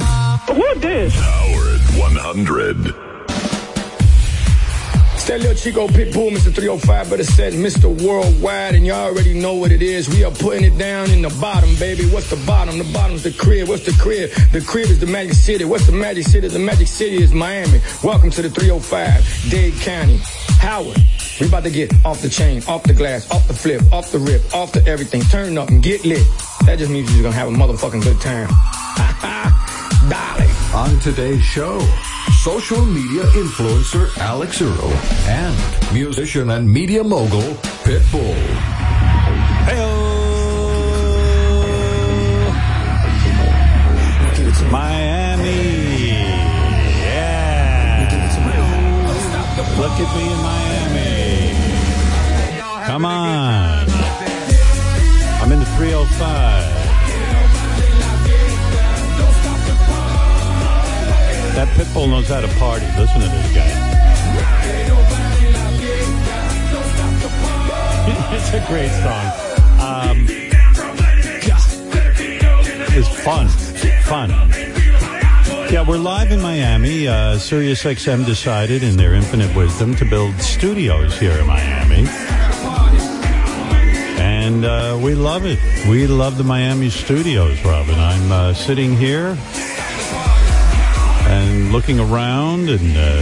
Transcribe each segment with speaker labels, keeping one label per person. Speaker 1: Who this?
Speaker 2: Power at 100.
Speaker 3: It's that little Chico Pitbull, Mr. 305, better said Mr. Worldwide, and y'all already know what it is. We are putting it down in the bottom, baby. What's the bottom? The bottom's the crib. What's the crib? The crib is the Magic City. What's the Magic City? The Magic City is Miami. Welcome to the 305, Dade County. Howard, we about to get off the chain, off the glass, off the flip, off the rip, off the everything. Turn up and get lit. That just means you're gonna have a motherfucking good time. Dolly.
Speaker 4: On today's show, social media influencer Alex Earl and musician and media mogul Pitbull.
Speaker 5: It's Miami. Yeah. Look at me in Miami. Come on. I'm in the 305. That pit bull knows how to party. Listen to this guy. it's a great song. Um, it's fun. Fun. Yeah, we're live in Miami. Uh, SiriusXM decided, in their infinite wisdom, to build studios here in Miami. And uh, we love it. We love the Miami studios, Robin. I'm uh, sitting here and looking around and uh,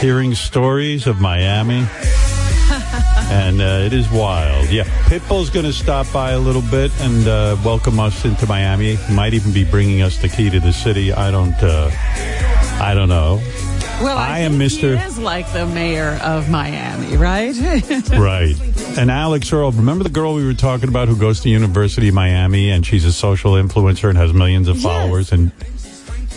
Speaker 5: hearing stories of Miami. and uh, it is wild. Yeah, Pitbull's going to stop by a little bit and uh, welcome us into Miami. He might even be bringing us the key to the city. I don't. Uh, I don't know.
Speaker 6: Well, I,
Speaker 5: I am
Speaker 6: think
Speaker 5: Mr.
Speaker 6: He is like the mayor of Miami, right?
Speaker 5: Right. And Alex Earl, remember the girl we were talking about who goes to University of Miami and she's a social influencer and has millions of
Speaker 6: Yes.
Speaker 5: followers and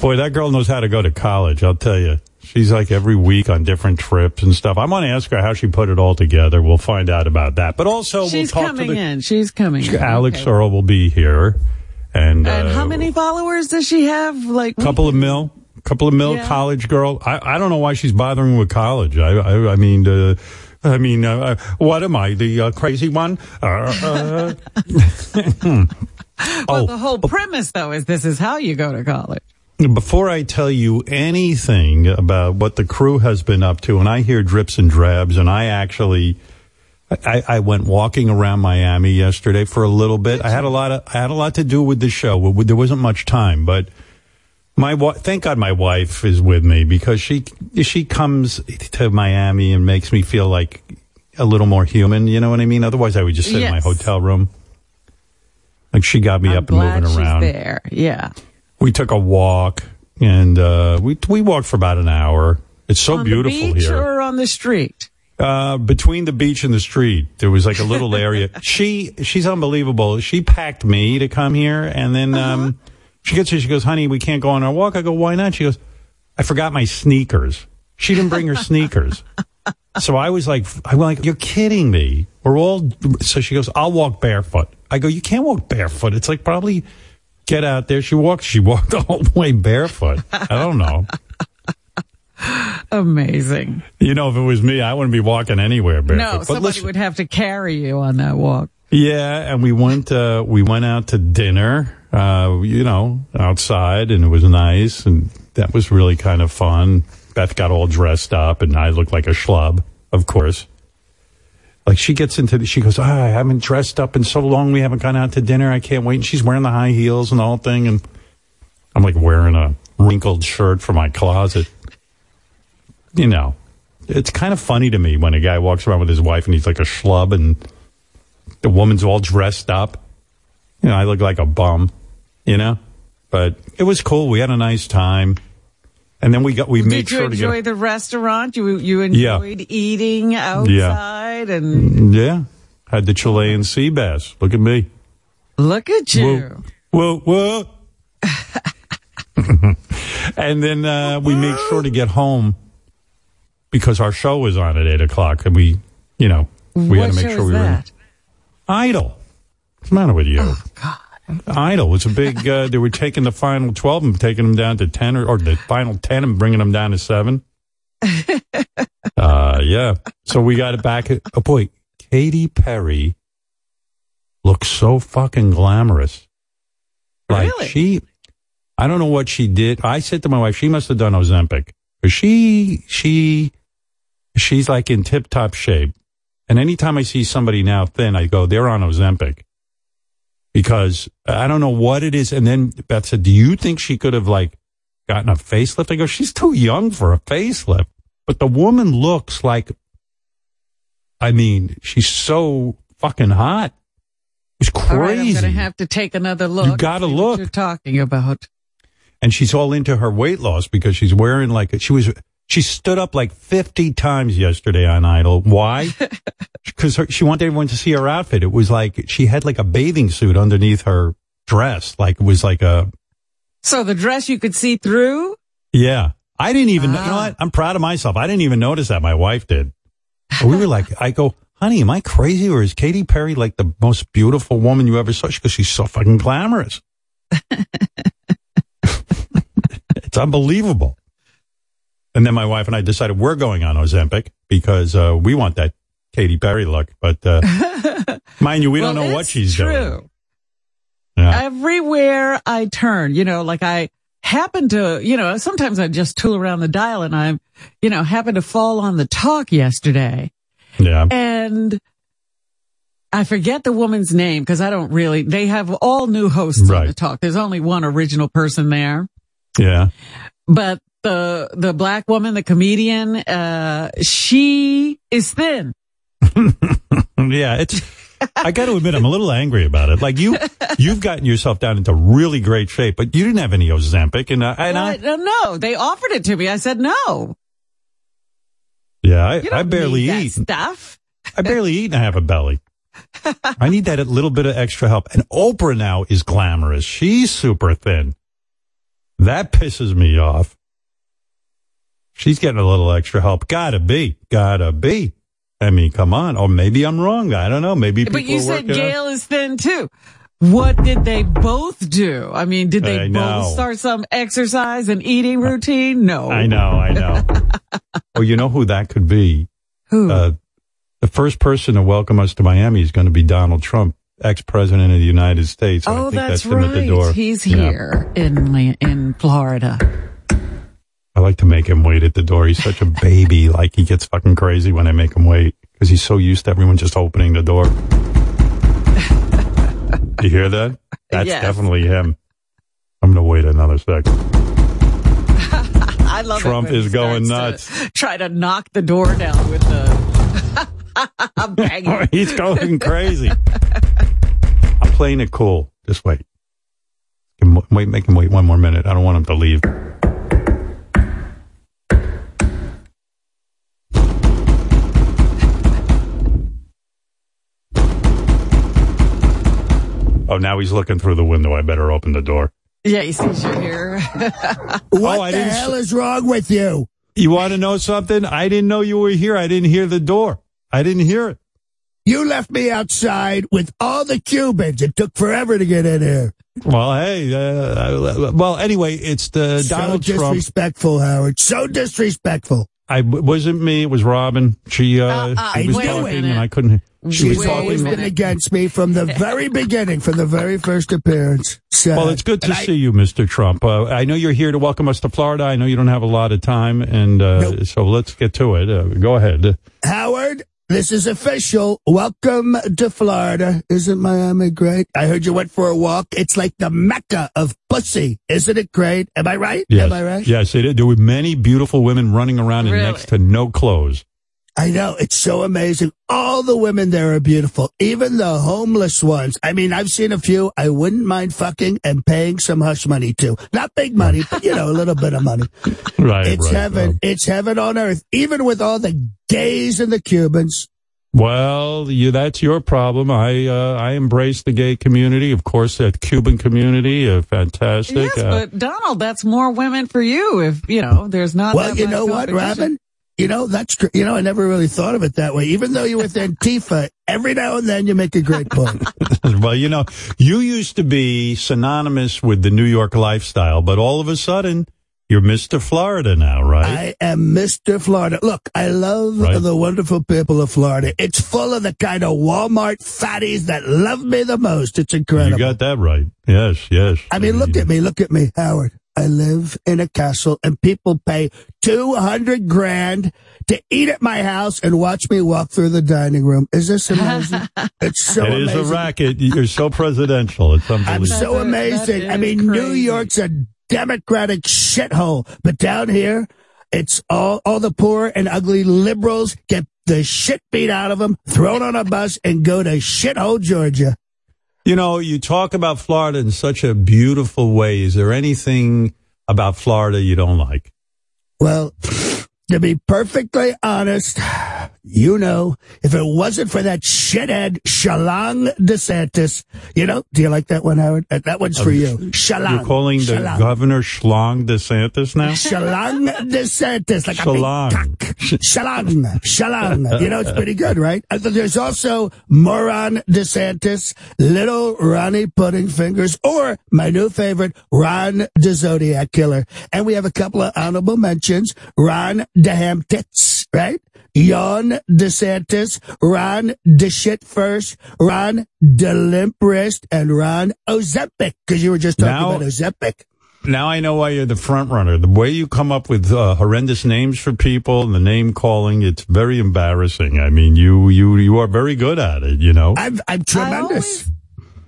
Speaker 5: boy, that girl knows how to go to college, I'll tell you. She's like every week on different trips and stuff. I want to ask her how she put it all together. We'll find out about that. But also
Speaker 6: She's
Speaker 5: we'll talk
Speaker 6: coming
Speaker 5: to the
Speaker 6: in. She's coming in.
Speaker 5: Alex
Speaker 6: Okay.
Speaker 5: Earl will be here and,
Speaker 6: And
Speaker 5: uh,
Speaker 6: how many followers does she have? Like
Speaker 5: couple of mil couple of mil
Speaker 6: Yeah.
Speaker 5: college girl I, I don't know why she's bothering with college i i, I mean uh, i mean uh, uh, what am i the uh, crazy one uh, uh,
Speaker 6: Hmm. Well,
Speaker 5: oh.
Speaker 6: the whole premise, though, is this is how you go to college.
Speaker 5: before i tell you anything about what the crew has been up to and i hear drips and drabs and i actually I, I went walking around Miami yesterday for a little bit. I had a lot of I had a lot to do with the show. Well, There wasn't much time, but my wa- thank God my wife is with me because she she comes to Miami and makes me feel like a little more human. You know what I mean? Otherwise, I would just sit in my
Speaker 6: Yes.
Speaker 5: hotel room. Like she got me
Speaker 6: I'm
Speaker 5: up and
Speaker 6: glad
Speaker 5: moving around.
Speaker 6: she's there. Yeah.
Speaker 5: We took a walk and uh, we we walked for about an hour. It's so
Speaker 6: on
Speaker 5: beautiful
Speaker 6: the beach
Speaker 5: here.
Speaker 6: or on the street?
Speaker 5: Uh, between the beach and the street, there was like a little area. She she's unbelievable. She packed me to come here, and then
Speaker 6: Uh-huh.
Speaker 5: um, she gets here. She goes, "Honey, we can't go on our walk." I go, "Why not?" She goes, "I forgot my sneakers." She didn't bring her sneakers, so I was like, "I'm like, you're kidding me." We're all so she goes, "I'll walk barefoot." I go, "You can't walk barefoot. It's like probably get out there." She walked. She walked the whole way barefoot. I don't know.
Speaker 6: Amazing.
Speaker 5: You know, if it was me, I wouldn't be walking anywhere barefoot.
Speaker 6: No,
Speaker 5: But
Speaker 6: somebody
Speaker 5: listen-
Speaker 6: would have to carry you on that walk.
Speaker 5: Yeah, and we went uh, we went out to dinner, uh, you know, outside, and it was nice, and that was really kind of fun. Beth got all dressed up, and I looked like a schlub, of course. Like she gets into, the, she goes, ah, I haven't dressed up in so long. We haven't gone out to dinner. I can't wait. And she's wearing the high heels and the whole thing, and I'm like wearing a wrinkled shirt from my closet. You know, it's kind of funny to me when a guy walks around with his wife and he's like a schlub and the woman's all dressed up. You know, I look like a bum, you know? But it was cool. We had a nice time. And then we got, we made
Speaker 6: Did you
Speaker 5: sure to get.
Speaker 6: enjoy the restaurant? You you enjoyed eating outside and
Speaker 5: Yeah. Had the Chilean sea bass. Look at me.
Speaker 6: look at you.
Speaker 5: Whoa, whoa, whoa. and then uh, we make sure to get home because our show was on at 8 o'clock. And we, you know, we
Speaker 6: what
Speaker 5: had to make
Speaker 6: show
Speaker 5: sure
Speaker 6: is
Speaker 5: we were in.
Speaker 6: that?
Speaker 5: Idol. What's the matter with you? Idol was a big, uh, they were taking the final 12 and taking them down to 10 or, or the final 10 and bringing them down to 7. uh, yeah. So we got it back. At, oh boy, Katy Perry looks so fucking glamorous. Like
Speaker 6: Really?
Speaker 5: she, I don't know what she did. I said to my wife, she must have done Ozempic. 'Cause She she she's like in tip top shape. And anytime I see somebody now thin, I go, they're on Ozempic. Because I don't know what it is. And then Beth said, Do you think she could have like gotten a facelift? I go, She's too young for a facelift. But the woman looks like I mean, she's so fucking hot. It's crazy.
Speaker 6: All right, I'm going to have to take another look.
Speaker 5: You gotta
Speaker 6: See what
Speaker 5: look.
Speaker 6: You're talking about.
Speaker 5: and she's all into her weight loss because she's wearing like she was she stood up like 50 times yesterday on idol why because she wanted everyone to see her outfit it was like she had like a bathing suit underneath her dress like it was like a
Speaker 6: So the dress you could see through.
Speaker 5: yeah i didn't even you know what i'm proud of myself i didn't even notice that my wife did we were like i go honey am i crazy or is Katy perry like the most beautiful woman you ever saw because she's so fucking glamorous It's unbelievable. And then my wife and I decided we're going on Ozempic because uh, we want that Katy Perry look. But uh, mind you, we don't
Speaker 6: Well,
Speaker 5: know what
Speaker 6: that's
Speaker 5: she's
Speaker 6: true.
Speaker 5: doing. Yeah.
Speaker 6: Everywhere I turn, you know, like I happen to, you know, sometimes I just tool around the dial and I'm, you know, happened to fall on the talk yesterday.
Speaker 5: yeah.
Speaker 6: and I forget the woman's name because I don't really. They have all new hosts
Speaker 5: Right.
Speaker 6: on the talk. There's only one original person there,
Speaker 5: Yeah.
Speaker 6: but the the black woman, the comedian, uh, she is thin.
Speaker 5: Yeah. It's. I got to admit, I'm a little angry about it. Like you, you've gotten yourself down into really great shape, but you didn't have any Ozempic, and uh, and I,
Speaker 6: What? no, no, they offered it to me. I said no.
Speaker 5: yeah, I,
Speaker 6: You don't
Speaker 5: I barely
Speaker 6: need that
Speaker 5: eat.
Speaker 6: stuff.
Speaker 5: I barely eat and I have a belly. I need that little bit of extra help. And Oprah now is glamorous. She's super thin. That pisses me off. She's getting a little extra help. Gotta be. Gotta be. I mean, come on. Or maybe I'm wrong. I don't know. Maybe people
Speaker 6: But you
Speaker 5: are
Speaker 6: said
Speaker 5: working on-
Speaker 6: Gail is thin too. What did they both do? I mean, did they
Speaker 5: I know.
Speaker 6: both start some exercise and eating routine? No.
Speaker 5: I know. I know. oh, you know who that could be?
Speaker 6: Who?
Speaker 5: Uh, the first person to welcome us to Miami is going to be Donald Trump, ex-president of the United States. And I
Speaker 6: Oh,
Speaker 5: think
Speaker 6: that's,
Speaker 5: that's, him
Speaker 6: right.
Speaker 5: at the door.
Speaker 6: He's
Speaker 5: Yeah.
Speaker 6: here in in in Florida.
Speaker 5: I like to make him wait at the door. He's such a baby. like he gets fucking crazy when I make him wait because he's so used to everyone just opening the door. you hear that? That's
Speaker 6: Yes.
Speaker 5: definitely him. I'm gonna wait another second.
Speaker 6: I love it
Speaker 5: Trump
Speaker 6: when he
Speaker 5: is going
Speaker 6: starts to try to knock the door down with the banging.
Speaker 5: he's going crazy. I'm playing it cool. Just wait. Give him- Wait, make him wait one more minute. I don't want him to leave. Oh, now he's looking through the window. I better open the door. Oh,
Speaker 6: Yeah, he sees you here.
Speaker 7: What
Speaker 5: I
Speaker 7: the
Speaker 5: didn't-
Speaker 7: hell is wrong with you?
Speaker 5: You want to know something? I didn't know you were here. I didn't hear the door. I didn't hear it.
Speaker 7: You left me outside with all the Cubans. It took forever to get in here.
Speaker 5: Well, hey. Uh, well, anyway, it's the Uh, Donald
Speaker 7: so
Speaker 5: Trump.
Speaker 7: disrespectful, Howard. So disrespectful.
Speaker 5: I it wasn't me. It was Robin. She uh,
Speaker 6: Uh-uh,
Speaker 5: she was
Speaker 7: wait a
Speaker 5: talking,
Speaker 6: minute.
Speaker 5: and I couldn't. She
Speaker 7: She's
Speaker 5: was
Speaker 6: Wait a
Speaker 7: always
Speaker 5: talking.
Speaker 7: been
Speaker 6: minute.
Speaker 7: against me from the very beginning, from the very first appearance. Sad.
Speaker 5: Well, it's good to
Speaker 7: And I-
Speaker 5: see you, Mr. Trump. Uh, I know you're here to welcome us to Florida. I know you don't have a lot of time, and uh,
Speaker 7: Nope.
Speaker 5: so let's get to it. Uh, go ahead.
Speaker 7: Howard, this is official. Welcome to Florida. Isn't Miami great? I heard you went for a walk. It's like the mecca of pussy. Isn't it great? Am I right?
Speaker 5: Yes,
Speaker 7: Am I right?
Speaker 5: yes. It, there were many beautiful women running around in
Speaker 6: Really?
Speaker 5: next to no clothes.
Speaker 7: I know. It's so amazing. All the women there are beautiful, even the homeless ones. I mean, I've seen a few I wouldn't mind fucking and paying some hush money to. Not big money, but you know, a little bit of money.
Speaker 5: Right,
Speaker 7: It's
Speaker 5: right,
Speaker 7: heaven.
Speaker 5: Rob.
Speaker 7: It's heaven on earth, even with all the gays and the Cubans.
Speaker 5: Well, you, that's your problem. I uh, I embrace the gay community, of course, that Cuban community, uh, fantastic.
Speaker 6: yes,
Speaker 5: uh,
Speaker 6: but Donald, that's more women for you. If you know, there's not.
Speaker 7: Well,
Speaker 6: that
Speaker 7: you
Speaker 6: much
Speaker 7: know what,
Speaker 6: competition.
Speaker 7: Robin? You know, that's, gr- you know, I never really thought of it that way. Even though you're with Antifa, every now and then you make a great point.
Speaker 5: well, you know, you used to be synonymous with the New York lifestyle, but all of a sudden, you're Mr. Florida now, right?
Speaker 7: I am Mr. Florida. Look, I love
Speaker 5: Right.
Speaker 7: the wonderful people of Florida. It's full of the kind of Walmart fatties that love me the most. It's
Speaker 5: you
Speaker 7: incredible.
Speaker 5: got that right. Yes, yes.
Speaker 7: I mean, look at me. Look at me, Howard. I live in a castle and people pay 200 grand to eat at my house and watch me walk through the dining room. Is this amazing? It's so
Speaker 5: It is
Speaker 7: amazing.
Speaker 5: a racket. You're so presidential. It's
Speaker 7: I'm
Speaker 5: unbelievable.
Speaker 7: so
Speaker 6: That-
Speaker 7: amazing.
Speaker 6: that
Speaker 7: I
Speaker 6: is
Speaker 7: mean, New
Speaker 6: crazy.
Speaker 7: York's a democratic shithole, but down here, it's all all the poor and ugly liberals get the shit beat out of them, thrown on a bus, and go to shithole Georgia.
Speaker 5: You know, you talk about Florida in such a beautiful way. Is there anything about Florida you don't like?
Speaker 7: Well, to be perfectly honest, you know, if it wasn't for that shithead Shalong DeSantis, you know, do you like that one, Howard? Uh, That one's for
Speaker 5: Um,
Speaker 7: you. Shalong.
Speaker 5: You're calling the
Speaker 7: Shalong.
Speaker 5: governor Schlong DeSantis now?
Speaker 7: Shalong DeSantis, like
Speaker 5: Shalong.
Speaker 7: a big cock. Shalong, Shalong. You know, it's pretty good, right? Uh, There's also Moron DeSantis, Little Ronnie Pudding Fingers, or my new favorite, Ron the Zodiac Killer. And we have a couple of honorable mentions, Ron DeHamtits, right? Yon DeSantis, Ron DeShit First, Ron DeLimprist, and Ron Ozempic, because you were just talking
Speaker 5: Now-
Speaker 7: about Ozempic.
Speaker 5: Now I know why you're the front runner. The way you come up with uh, horrendous names for people and the name calling, it's very embarrassing. I mean, you you you are very good at it. You know,
Speaker 7: I'm, I'm tremendous.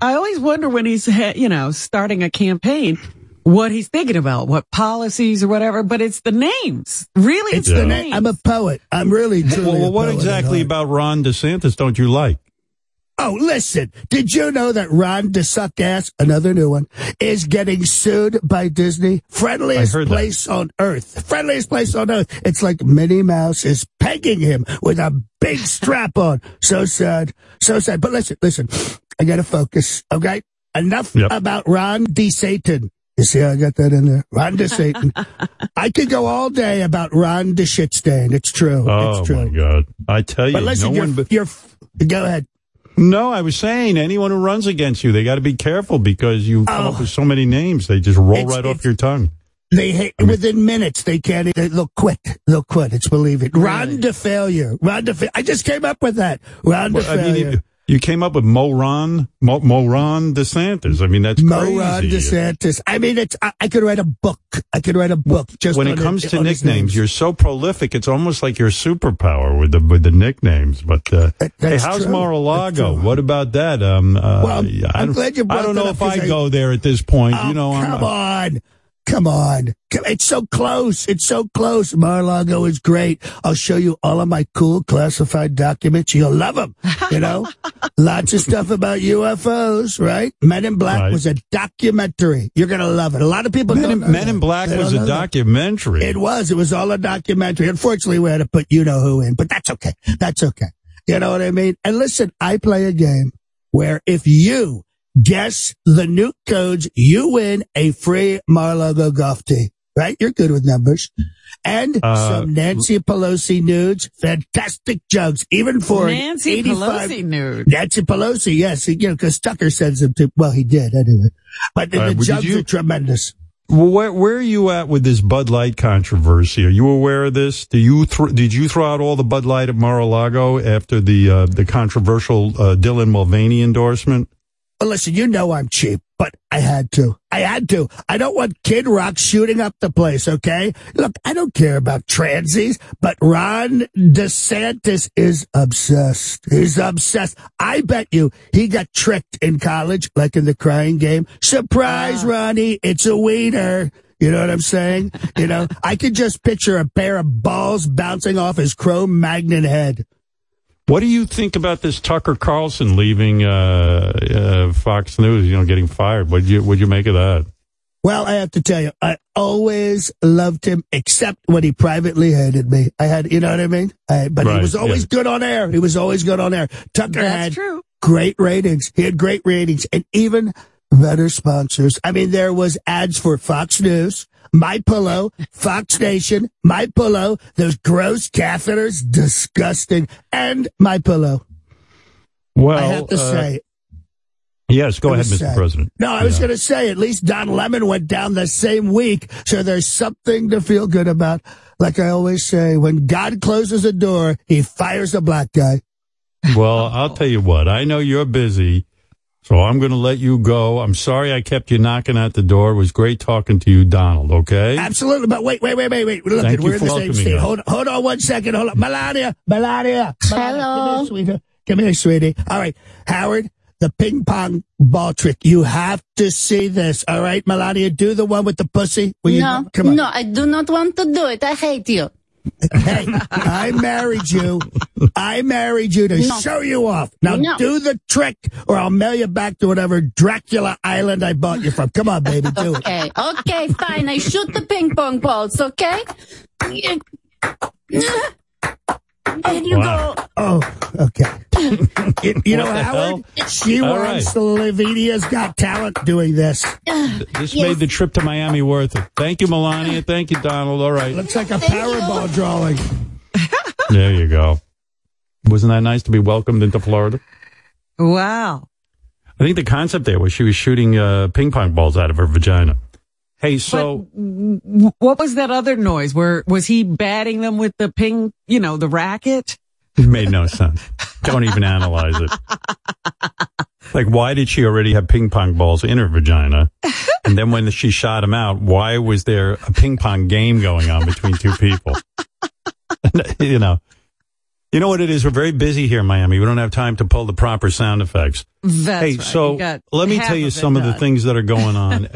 Speaker 6: I always wonder when he's, ha- you know, starting a campaign, what he's thinking about, what policies or whatever, but it's the names. Really?
Speaker 7: It's the name. I'm a poet. I'm really truly.
Speaker 5: well,
Speaker 7: a
Speaker 5: what
Speaker 7: poet at
Speaker 5: exactly
Speaker 7: heart.
Speaker 5: about Ron DeSantis don't you like?
Speaker 7: Oh, listen. Did you know that Ron DeSuckass, another new one, is getting sued by Disney? Friendliest
Speaker 5: I heard that.
Speaker 7: place on earth. Friendliest place on earth. It's like Minnie Mouse is pegging him with a big strap on. So sad. So sad. But listen, listen. I gotta focus. Okay. Enough
Speaker 5: Yep.
Speaker 7: about Ron D. Satan. You see how I got that in there? Ron De Satan. I could go all day about Ron De Shitstain. It's true.
Speaker 5: Oh
Speaker 7: it's true.
Speaker 5: my God! I tell you,
Speaker 7: But listen,
Speaker 5: no
Speaker 7: you're,
Speaker 5: one. But,
Speaker 7: you're, go ahead.
Speaker 5: no, I was saying anyone who runs against you, they got to be careful because you come
Speaker 7: Oh.
Speaker 5: up with so many names, they just roll
Speaker 7: It's-
Speaker 5: right
Speaker 7: it's-
Speaker 5: off your tongue.
Speaker 7: They hate, within minutes they can't. They, they'll quit. They'll quit. It's believe it. Ron to failure. Ron to failure. I just came up with that. Ron to
Speaker 5: Well, I mean,
Speaker 7: failure.
Speaker 5: you, you came up with Moron, Mo, Moron DeSantis. I mean, that's
Speaker 7: Moron
Speaker 5: crazy.
Speaker 7: DeSantis. I mean, it's. I, I could write a book. I could write a book. Just
Speaker 5: when
Speaker 7: on
Speaker 5: it comes to
Speaker 7: on his
Speaker 5: nicknames,
Speaker 7: names.
Speaker 5: you're so prolific. It's almost like your superpower with the with the nicknames. But uh, hey,
Speaker 7: That- that's
Speaker 5: how's
Speaker 7: true.
Speaker 5: Mar-a-Lago?
Speaker 7: That's true.
Speaker 5: What about that? Um, uh,
Speaker 7: Well,
Speaker 5: yeah, I
Speaker 7: I'm
Speaker 5: don't-
Speaker 7: glad you
Speaker 5: I
Speaker 7: brought
Speaker 5: don't
Speaker 7: that
Speaker 5: know
Speaker 7: up
Speaker 5: if I
Speaker 7: 'cause I-
Speaker 5: go there at this point.
Speaker 7: Oh,
Speaker 5: you know, I'm,
Speaker 7: come on. Come on. Come- It's so close. It's so close. Mar-a-Lago is great. I'll show you all of my cool classified documents. You'll love them. You know, lots of stuff about UFOs, right? Men in Black
Speaker 5: Right.
Speaker 7: was a documentary. You're going to love it. A lot of people
Speaker 5: Men,
Speaker 7: don't
Speaker 5: in,
Speaker 7: know
Speaker 5: Men
Speaker 7: that.
Speaker 5: in Black
Speaker 7: They
Speaker 5: was
Speaker 7: don't
Speaker 5: a
Speaker 7: know that.
Speaker 5: documentary.
Speaker 7: It was. It was all a documentary. Unfortunately, we had to put you know who in, but that's okay. That's okay. You know what I mean? And listen, I play a game where if you guess the new codes, you win a free Marlogo golf tee. Right? You're good with numbers. And
Speaker 5: Uh,
Speaker 7: some Nancy Pelosi nudes, fantastic jugs, even for an
Speaker 6: Nancy
Speaker 7: 85
Speaker 6: Pelosi nude.
Speaker 7: Nancy Pelosi, yes, you know, because Tucker sends him to. Well, he did anyway. But the,
Speaker 5: Uh,
Speaker 7: the
Speaker 5: did
Speaker 7: jugs
Speaker 5: you-
Speaker 7: are tremendous.
Speaker 5: Well, where, where are you at with this Bud Light controversy? Are you aware of this? Do you thr did you throw out all the Bud Light at Mar-a-Lago after the uh, the controversial uh, Dylan Mulvaney endorsement?
Speaker 7: Well, listen, you know I'm cheap, but I had to. I had to. I don't want Kid Rock shooting up the place, okay? Look, I don't care about transies, but Ron DeSantis is obsessed. He's obsessed. I bet you he got tricked in college, like in the crying game. Surprise, Ronnie, it's a wiener. You know what I'm saying? You know, I could just picture a pair of balls bouncing off his chrome magnet head.
Speaker 5: What do you think about this Tucker Carlson leaving uh, uh, Fox News? You know, getting fired. What you what you make of that?
Speaker 7: Well, I have to tell you, I always loved him, except when he privately hated me. I had, you know what I mean? I, but he
Speaker 5: Right,
Speaker 7: was always
Speaker 5: yeah.
Speaker 7: good on air. He was always good on air. Tucker had
Speaker 6: That's true.
Speaker 7: great ratings. He had great ratings and even better sponsors. I mean, there was ads for Fox News, My Pillow, Fox Nation, My Pillow, those gross catheters, disgusting, and My Pillow.
Speaker 5: Well,
Speaker 7: I have to
Speaker 5: uh,
Speaker 7: say,
Speaker 5: yes. Go
Speaker 7: it
Speaker 5: ahead,
Speaker 7: was
Speaker 5: Mr.
Speaker 7: sad.
Speaker 5: President.
Speaker 7: No, I was
Speaker 5: Yeah.
Speaker 7: going to say at least Don Lemon went down the same week, so there's something to feel good about. Like I always say, when God closes a door, He fires a black guy.
Speaker 5: Well, I'll tell you what. I know you're busy, So I'm going to let you go. I'm sorry I kept you knocking at the door. It was great talking to you, Donald. Okay.
Speaker 7: Absolutely. But wait, wait, wait, wait, wait. Look,
Speaker 5: Thank you
Speaker 7: we're in
Speaker 5: for
Speaker 7: the same
Speaker 5: welcoming
Speaker 7: state.
Speaker 5: us.
Speaker 7: Hold, hold on one second. Hold on. Melania, Melania. Melania,
Speaker 8: Hello.
Speaker 7: Come here, sweetheart. Come here, sweetie. All right. Howard, the ping pong ball trick. You have to see this. All right, Melania, do the one with the pussy. Will you-
Speaker 8: no,
Speaker 7: come on.
Speaker 8: no, I do not want to do it. I hate you.
Speaker 7: Hey, I married you. I married you to
Speaker 8: No.
Speaker 7: show you off. Now
Speaker 8: No.
Speaker 7: do the trick or I'll mail you back to whatever Dracula Island I bought you from. Come on, baby, do it.
Speaker 8: Okay, okay, fine. I shoot the ping pong balls, okay? And you
Speaker 5: Wow.
Speaker 8: go.
Speaker 7: Oh, okay. You, you know,
Speaker 5: What the
Speaker 7: Howard, she
Speaker 5: All
Speaker 7: wants
Speaker 5: right.
Speaker 7: Slovenia's Got Talent doing this.
Speaker 5: This made the trip to Miami worth it. Thank you, Melania. Thank you, Donald. All right.
Speaker 7: Looks like a
Speaker 8: Thank
Speaker 7: Powerball drawing.
Speaker 5: There you go. Wasn't that nice to be welcomed into Florida?
Speaker 6: Wow.
Speaker 5: I think the concept there was she was shooting uh, ping pong balls out of her vagina. Hey, so
Speaker 6: Wh- What was that other noise? Where was he batting them with the ping? You know, the racket.
Speaker 5: it made no sense. Don't even analyze it. Like, why did she already have ping pong balls in her vagina? And then when she shot them out, why was there a ping pong game going on between two people? you know, you know what it is. We're very busy here in Miami. We don't have time to pull the proper sound effects.
Speaker 6: That's
Speaker 5: hey,
Speaker 6: right.
Speaker 5: so
Speaker 6: You got
Speaker 5: let me
Speaker 6: half
Speaker 5: tell you
Speaker 6: it
Speaker 5: some of the
Speaker 6: done.
Speaker 5: things that are going on.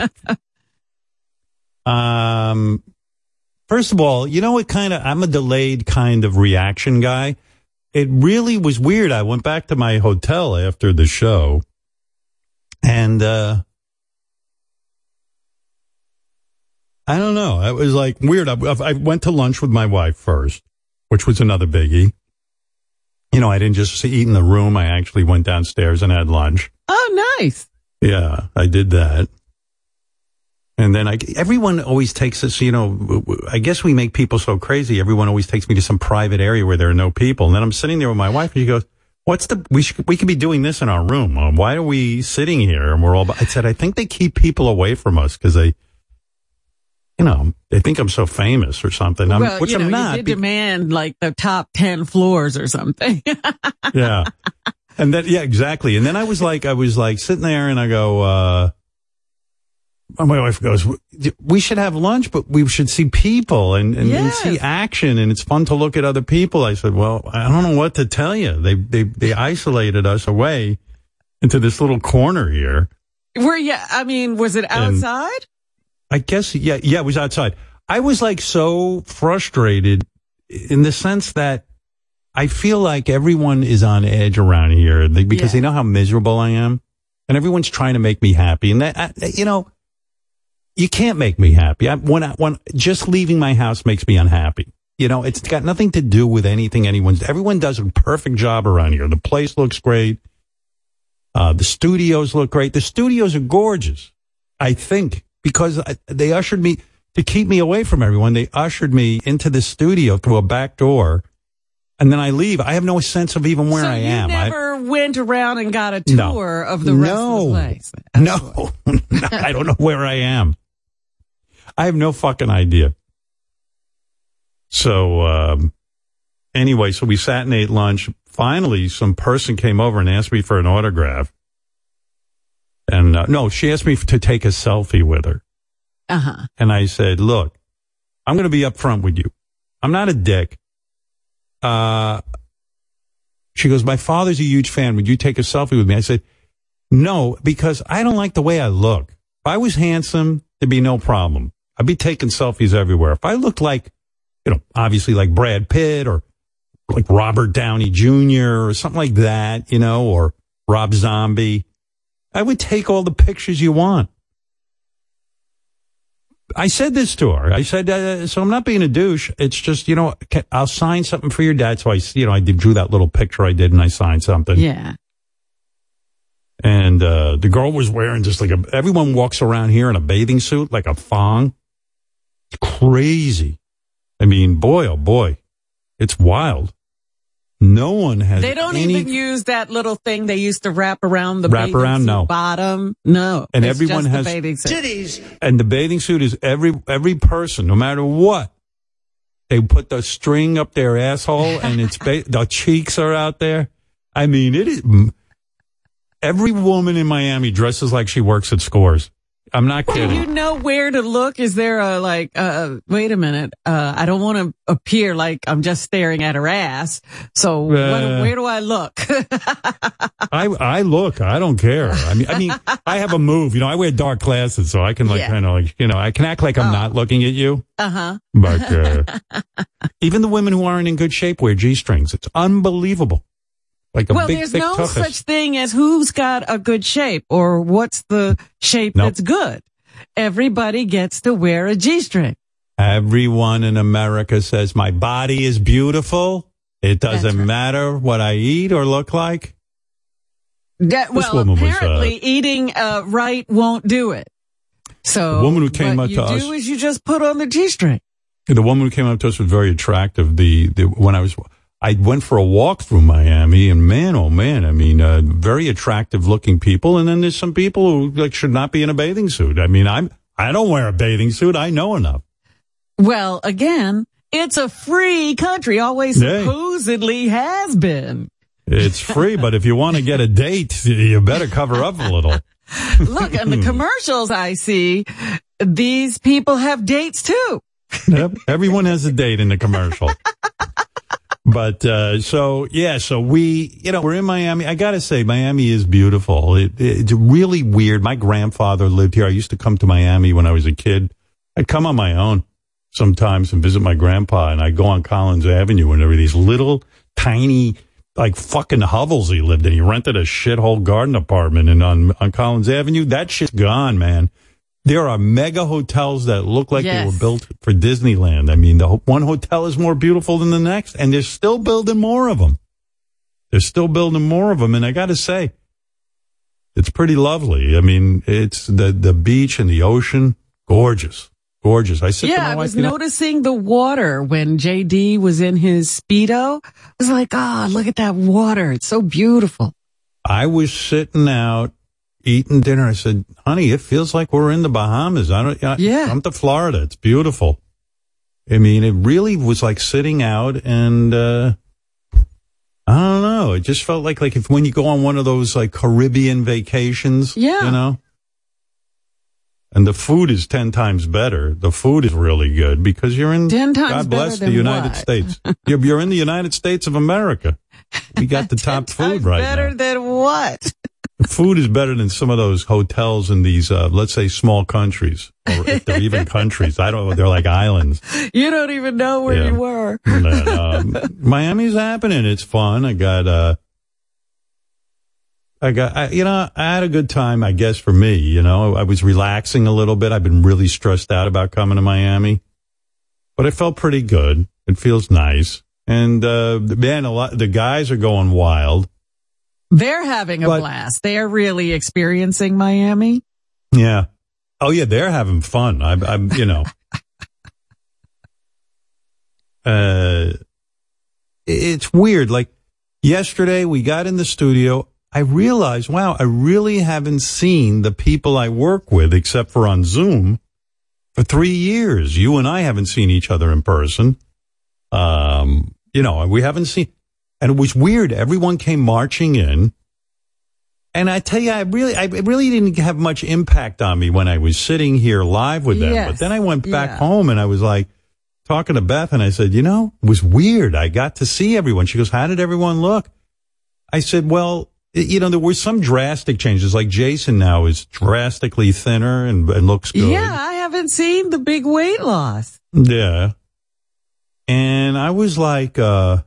Speaker 5: um, first of all, you know what kind of I'm a delayed kind of reaction guy. It really was weird. I went back to my hotel after the show, and uh, I don't know. It was like weird. I, I went to lunch with my wife first, which was another biggie. You know, I didn't just eat in the room. I actually went downstairs and had lunch.
Speaker 6: Oh, nice.
Speaker 5: Yeah, I did that. And then I, everyone always takes us, you know, w- w- I guess we make people so crazy. Everyone always takes me to some private area where there are no people. And then I'm sitting there with my wife and she goes, what's the, we should, we could be doing this in our room. Uh, Why are we sitting here? And we're all, by-" I said, I think they keep people away from us because they, you know, they think I'm so famous or something. I'm,
Speaker 6: well,
Speaker 5: Um, which
Speaker 6: you know,
Speaker 5: I'm not.
Speaker 6: You did
Speaker 5: be-
Speaker 6: demand like the top ten floors or something.
Speaker 5: yeah. And then, yeah, exactly. And then I was like, I was like sitting there and I go, uh, my wife goes, we should have lunch, but we should see people and, and, and
Speaker 6: Yes.
Speaker 5: see action. And it's fun to look at other people. I said, well, I don't know what to tell you. They, they, they isolated us away into this little corner here.
Speaker 6: Were you? I mean, was it outside?
Speaker 5: I guess, yeah, yeah, it was outside. I was like so frustrated in the sense that I feel like everyone is on edge around here they- because
Speaker 6: Yeah.
Speaker 5: they know how miserable I am and everyone's trying to make me happy. And that, I, you know, you can't make me happy. I, when I, when just leaving my house makes me unhappy. You know, it's got nothing to do with anything anyone's, everyone does a perfect job around here. The place looks great. Uh, the studios look great. The studios are gorgeous. I think because I, they ushered me to keep me away from everyone. They ushered me into the studio through a back door, and then I leave. I have no sense of even where
Speaker 6: so
Speaker 5: I
Speaker 6: you
Speaker 5: am. I-
Speaker 6: never went around and got a
Speaker 5: No.
Speaker 6: tour of the rest
Speaker 5: no.
Speaker 6: of the place.
Speaker 5: No, I don't know where I am. I have no fucking idea. So um, anyway, so we sat and ate lunch. Finally, some person came over and asked me for an autograph. And uh, no, she asked me to take a selfie with her.
Speaker 6: Uh huh.
Speaker 5: and I said, look, I'm going to be upfront with you. I'm not a dick. Uh, she goes, my father's a huge fan. Would you take a selfie with me? I said, no, because I don't like the way I look. If I was handsome, there'd be no problem. I'd be taking selfies everywhere. If I looked like, you know, obviously like Brad Pitt or like Robert Downey Jr. or something like that, you know, or Rob Zombie, I would take all the pictures you want. I said this to her. I said, uh, so I'm not being a douche. It's just, you know, ca- I'll sign something for your dad. So I, s- you know, I did, drew that little picture I did and I signed something.
Speaker 6: Yeah.
Speaker 5: And, uh, the girl was wearing just like a, everyone walks around here in a bathing suit, like a thong. It's crazy. I mean, boy, oh boy, it's wild. No one has
Speaker 6: They don't
Speaker 5: any-
Speaker 6: even use that little thing they used to wrap around the
Speaker 5: Wrap
Speaker 6: bathing
Speaker 5: around,
Speaker 6: suit
Speaker 5: no.
Speaker 6: bottom. No.
Speaker 5: And
Speaker 6: It's
Speaker 5: everyone
Speaker 6: just the
Speaker 5: has-
Speaker 6: bathing suit.
Speaker 5: and the bathing suit is every every person, no matter what. They put the string up their asshole, and it's ba- the cheeks are out there. I mean, it is. Every woman in Miami dresses like she works at Scores. I'm not
Speaker 6: Do you
Speaker 5: kidding.
Speaker 6: know where to look? Is there a like, uh, wait a minute. Uh, I don't want to appear like I'm just staring at her ass. So what-
Speaker 5: Uh.
Speaker 6: where do I look?
Speaker 5: I I look. I don't care. I mean, I mean, I have a move. You know, I wear dark glasses, so I can like
Speaker 6: Yeah. Oh.
Speaker 5: kind of like you know, I can act like I'm not looking at you.
Speaker 6: uh huh.
Speaker 5: But uh, even the women who aren't in good shape wear g strings. It's unbelievable. Like a
Speaker 6: Well,
Speaker 5: big,
Speaker 6: there's
Speaker 5: thick
Speaker 6: no
Speaker 5: toughest.
Speaker 6: such thing as who's got a good shape or what's the shape
Speaker 5: Nope.
Speaker 6: that's good. Everybody gets to wear a G string.
Speaker 5: Everyone in America says my body is beautiful. It doesn't
Speaker 6: That's right.
Speaker 5: matter what I eat or look like.
Speaker 6: That,
Speaker 5: This
Speaker 6: well,
Speaker 5: woman was, uh,
Speaker 6: apparently eating uh, right won't do it. So
Speaker 5: The woman who came
Speaker 6: what
Speaker 5: up
Speaker 6: you
Speaker 5: to us-
Speaker 6: do is you just put on the G string.
Speaker 5: The woman who came up to us was very attractive. The, the when I was I went for a walk through Miami, and man, oh man, I mean, uh, very attractive looking people. And then there's some people who like should not be in a bathing suit. I mean, I'm I don't wear a bathing suit. I know enough.
Speaker 6: Well, again, it's a free country, always
Speaker 5: Yeah.
Speaker 6: supposedly has been.
Speaker 5: It's free, but if you want to get a date, you better cover up a little.
Speaker 6: Look, in the commercials I see, these people have dates too.
Speaker 5: Yep. Everyone has a date in the commercial. But uh, so yeah, so we you know we're in Miami. I gotta say, Miami is beautiful. It, it's really weird. My grandfather lived here. I used to come to Miami when I was a kid. I'd come on my own sometimes and visit my grandpa, and I would go on Collins Avenue, and there were these little tiny like fucking hovels he lived in. He rented a shithole garden apartment, and on on Collins Avenue, that shit's gone, man. There are mega hotels that look like they
Speaker 6: Yes.
Speaker 5: were built for Disneyland. I mean, the ho- one hotel is more beautiful than the next, and they're still building more of them. They're still building more of them, and I got to say, it's pretty lovely. I mean, it's the the beach and the ocean, gorgeous, gorgeous. I said, to
Speaker 6: yeah,
Speaker 5: my
Speaker 6: I
Speaker 5: wife,
Speaker 6: was
Speaker 5: you know,
Speaker 6: noticing the water when JD was in his Speedo. I was like, ah, look at that water. It's so beautiful.
Speaker 5: I was sitting out eating dinner. I said, "Honey, it feels like we're in the Bahamas." I don't. I,
Speaker 6: Yeah.
Speaker 5: I'm to Florida. It's beautiful. I mean, it really was like sitting out, and uh, I don't know. It just felt like like if when you go on one of those like Caribbean vacations,
Speaker 6: Yeah.
Speaker 5: you know. And the food is ten times better. The food is really good because you're in
Speaker 6: 10 times better
Speaker 5: God bless the
Speaker 6: than
Speaker 5: United
Speaker 6: what?
Speaker 5: States. You're, you're in the United States of America. We got the top food
Speaker 6: Times
Speaker 5: right now
Speaker 6: better than what?
Speaker 5: food is better than some of those hotels in these, uh, let's say, small countries, or if they're even countries. I don't know. They're like islands.
Speaker 6: You don't even know where
Speaker 5: Yeah.
Speaker 6: you were.
Speaker 5: And, uh, Miami's happening. It's fun. I got, uh, I got, I, you know, I had a good time, I guess, for me. You know, I was relaxing a little bit. I've been really stressed out about coming to Miami, but it felt pretty good. It feels nice. And, uh, man, a lot, the guys are going wild.
Speaker 6: They're having a
Speaker 5: But-
Speaker 6: blast. They're really experiencing Miami.
Speaker 5: Yeah. Oh yeah, they're having fun. I'm, I'm you know. uh, it's weird. Like yesterday, we got in the studio. I realized, wow, I really haven't seen the people I work with except for on Zoom for three years. You and I haven't seen each other in person. Um, you know, we haven't seen, and it was weird. Everyone came marching in. And I tell you, I really, I it really didn't have much impact on me when I was sitting here live with them.
Speaker 6: Yes.
Speaker 5: But then I went back
Speaker 6: Yeah.
Speaker 5: home and I was like talking to Beth and I said, you know, it was weird. I got to see everyone. She goes, how did everyone look? I said, well, y- you know, there were some drastic changes. Like Jason now is drastically thinner and, and looks good.
Speaker 6: Yeah, I haven't seen the big weight loss.
Speaker 5: Yeah. And I was like, uh,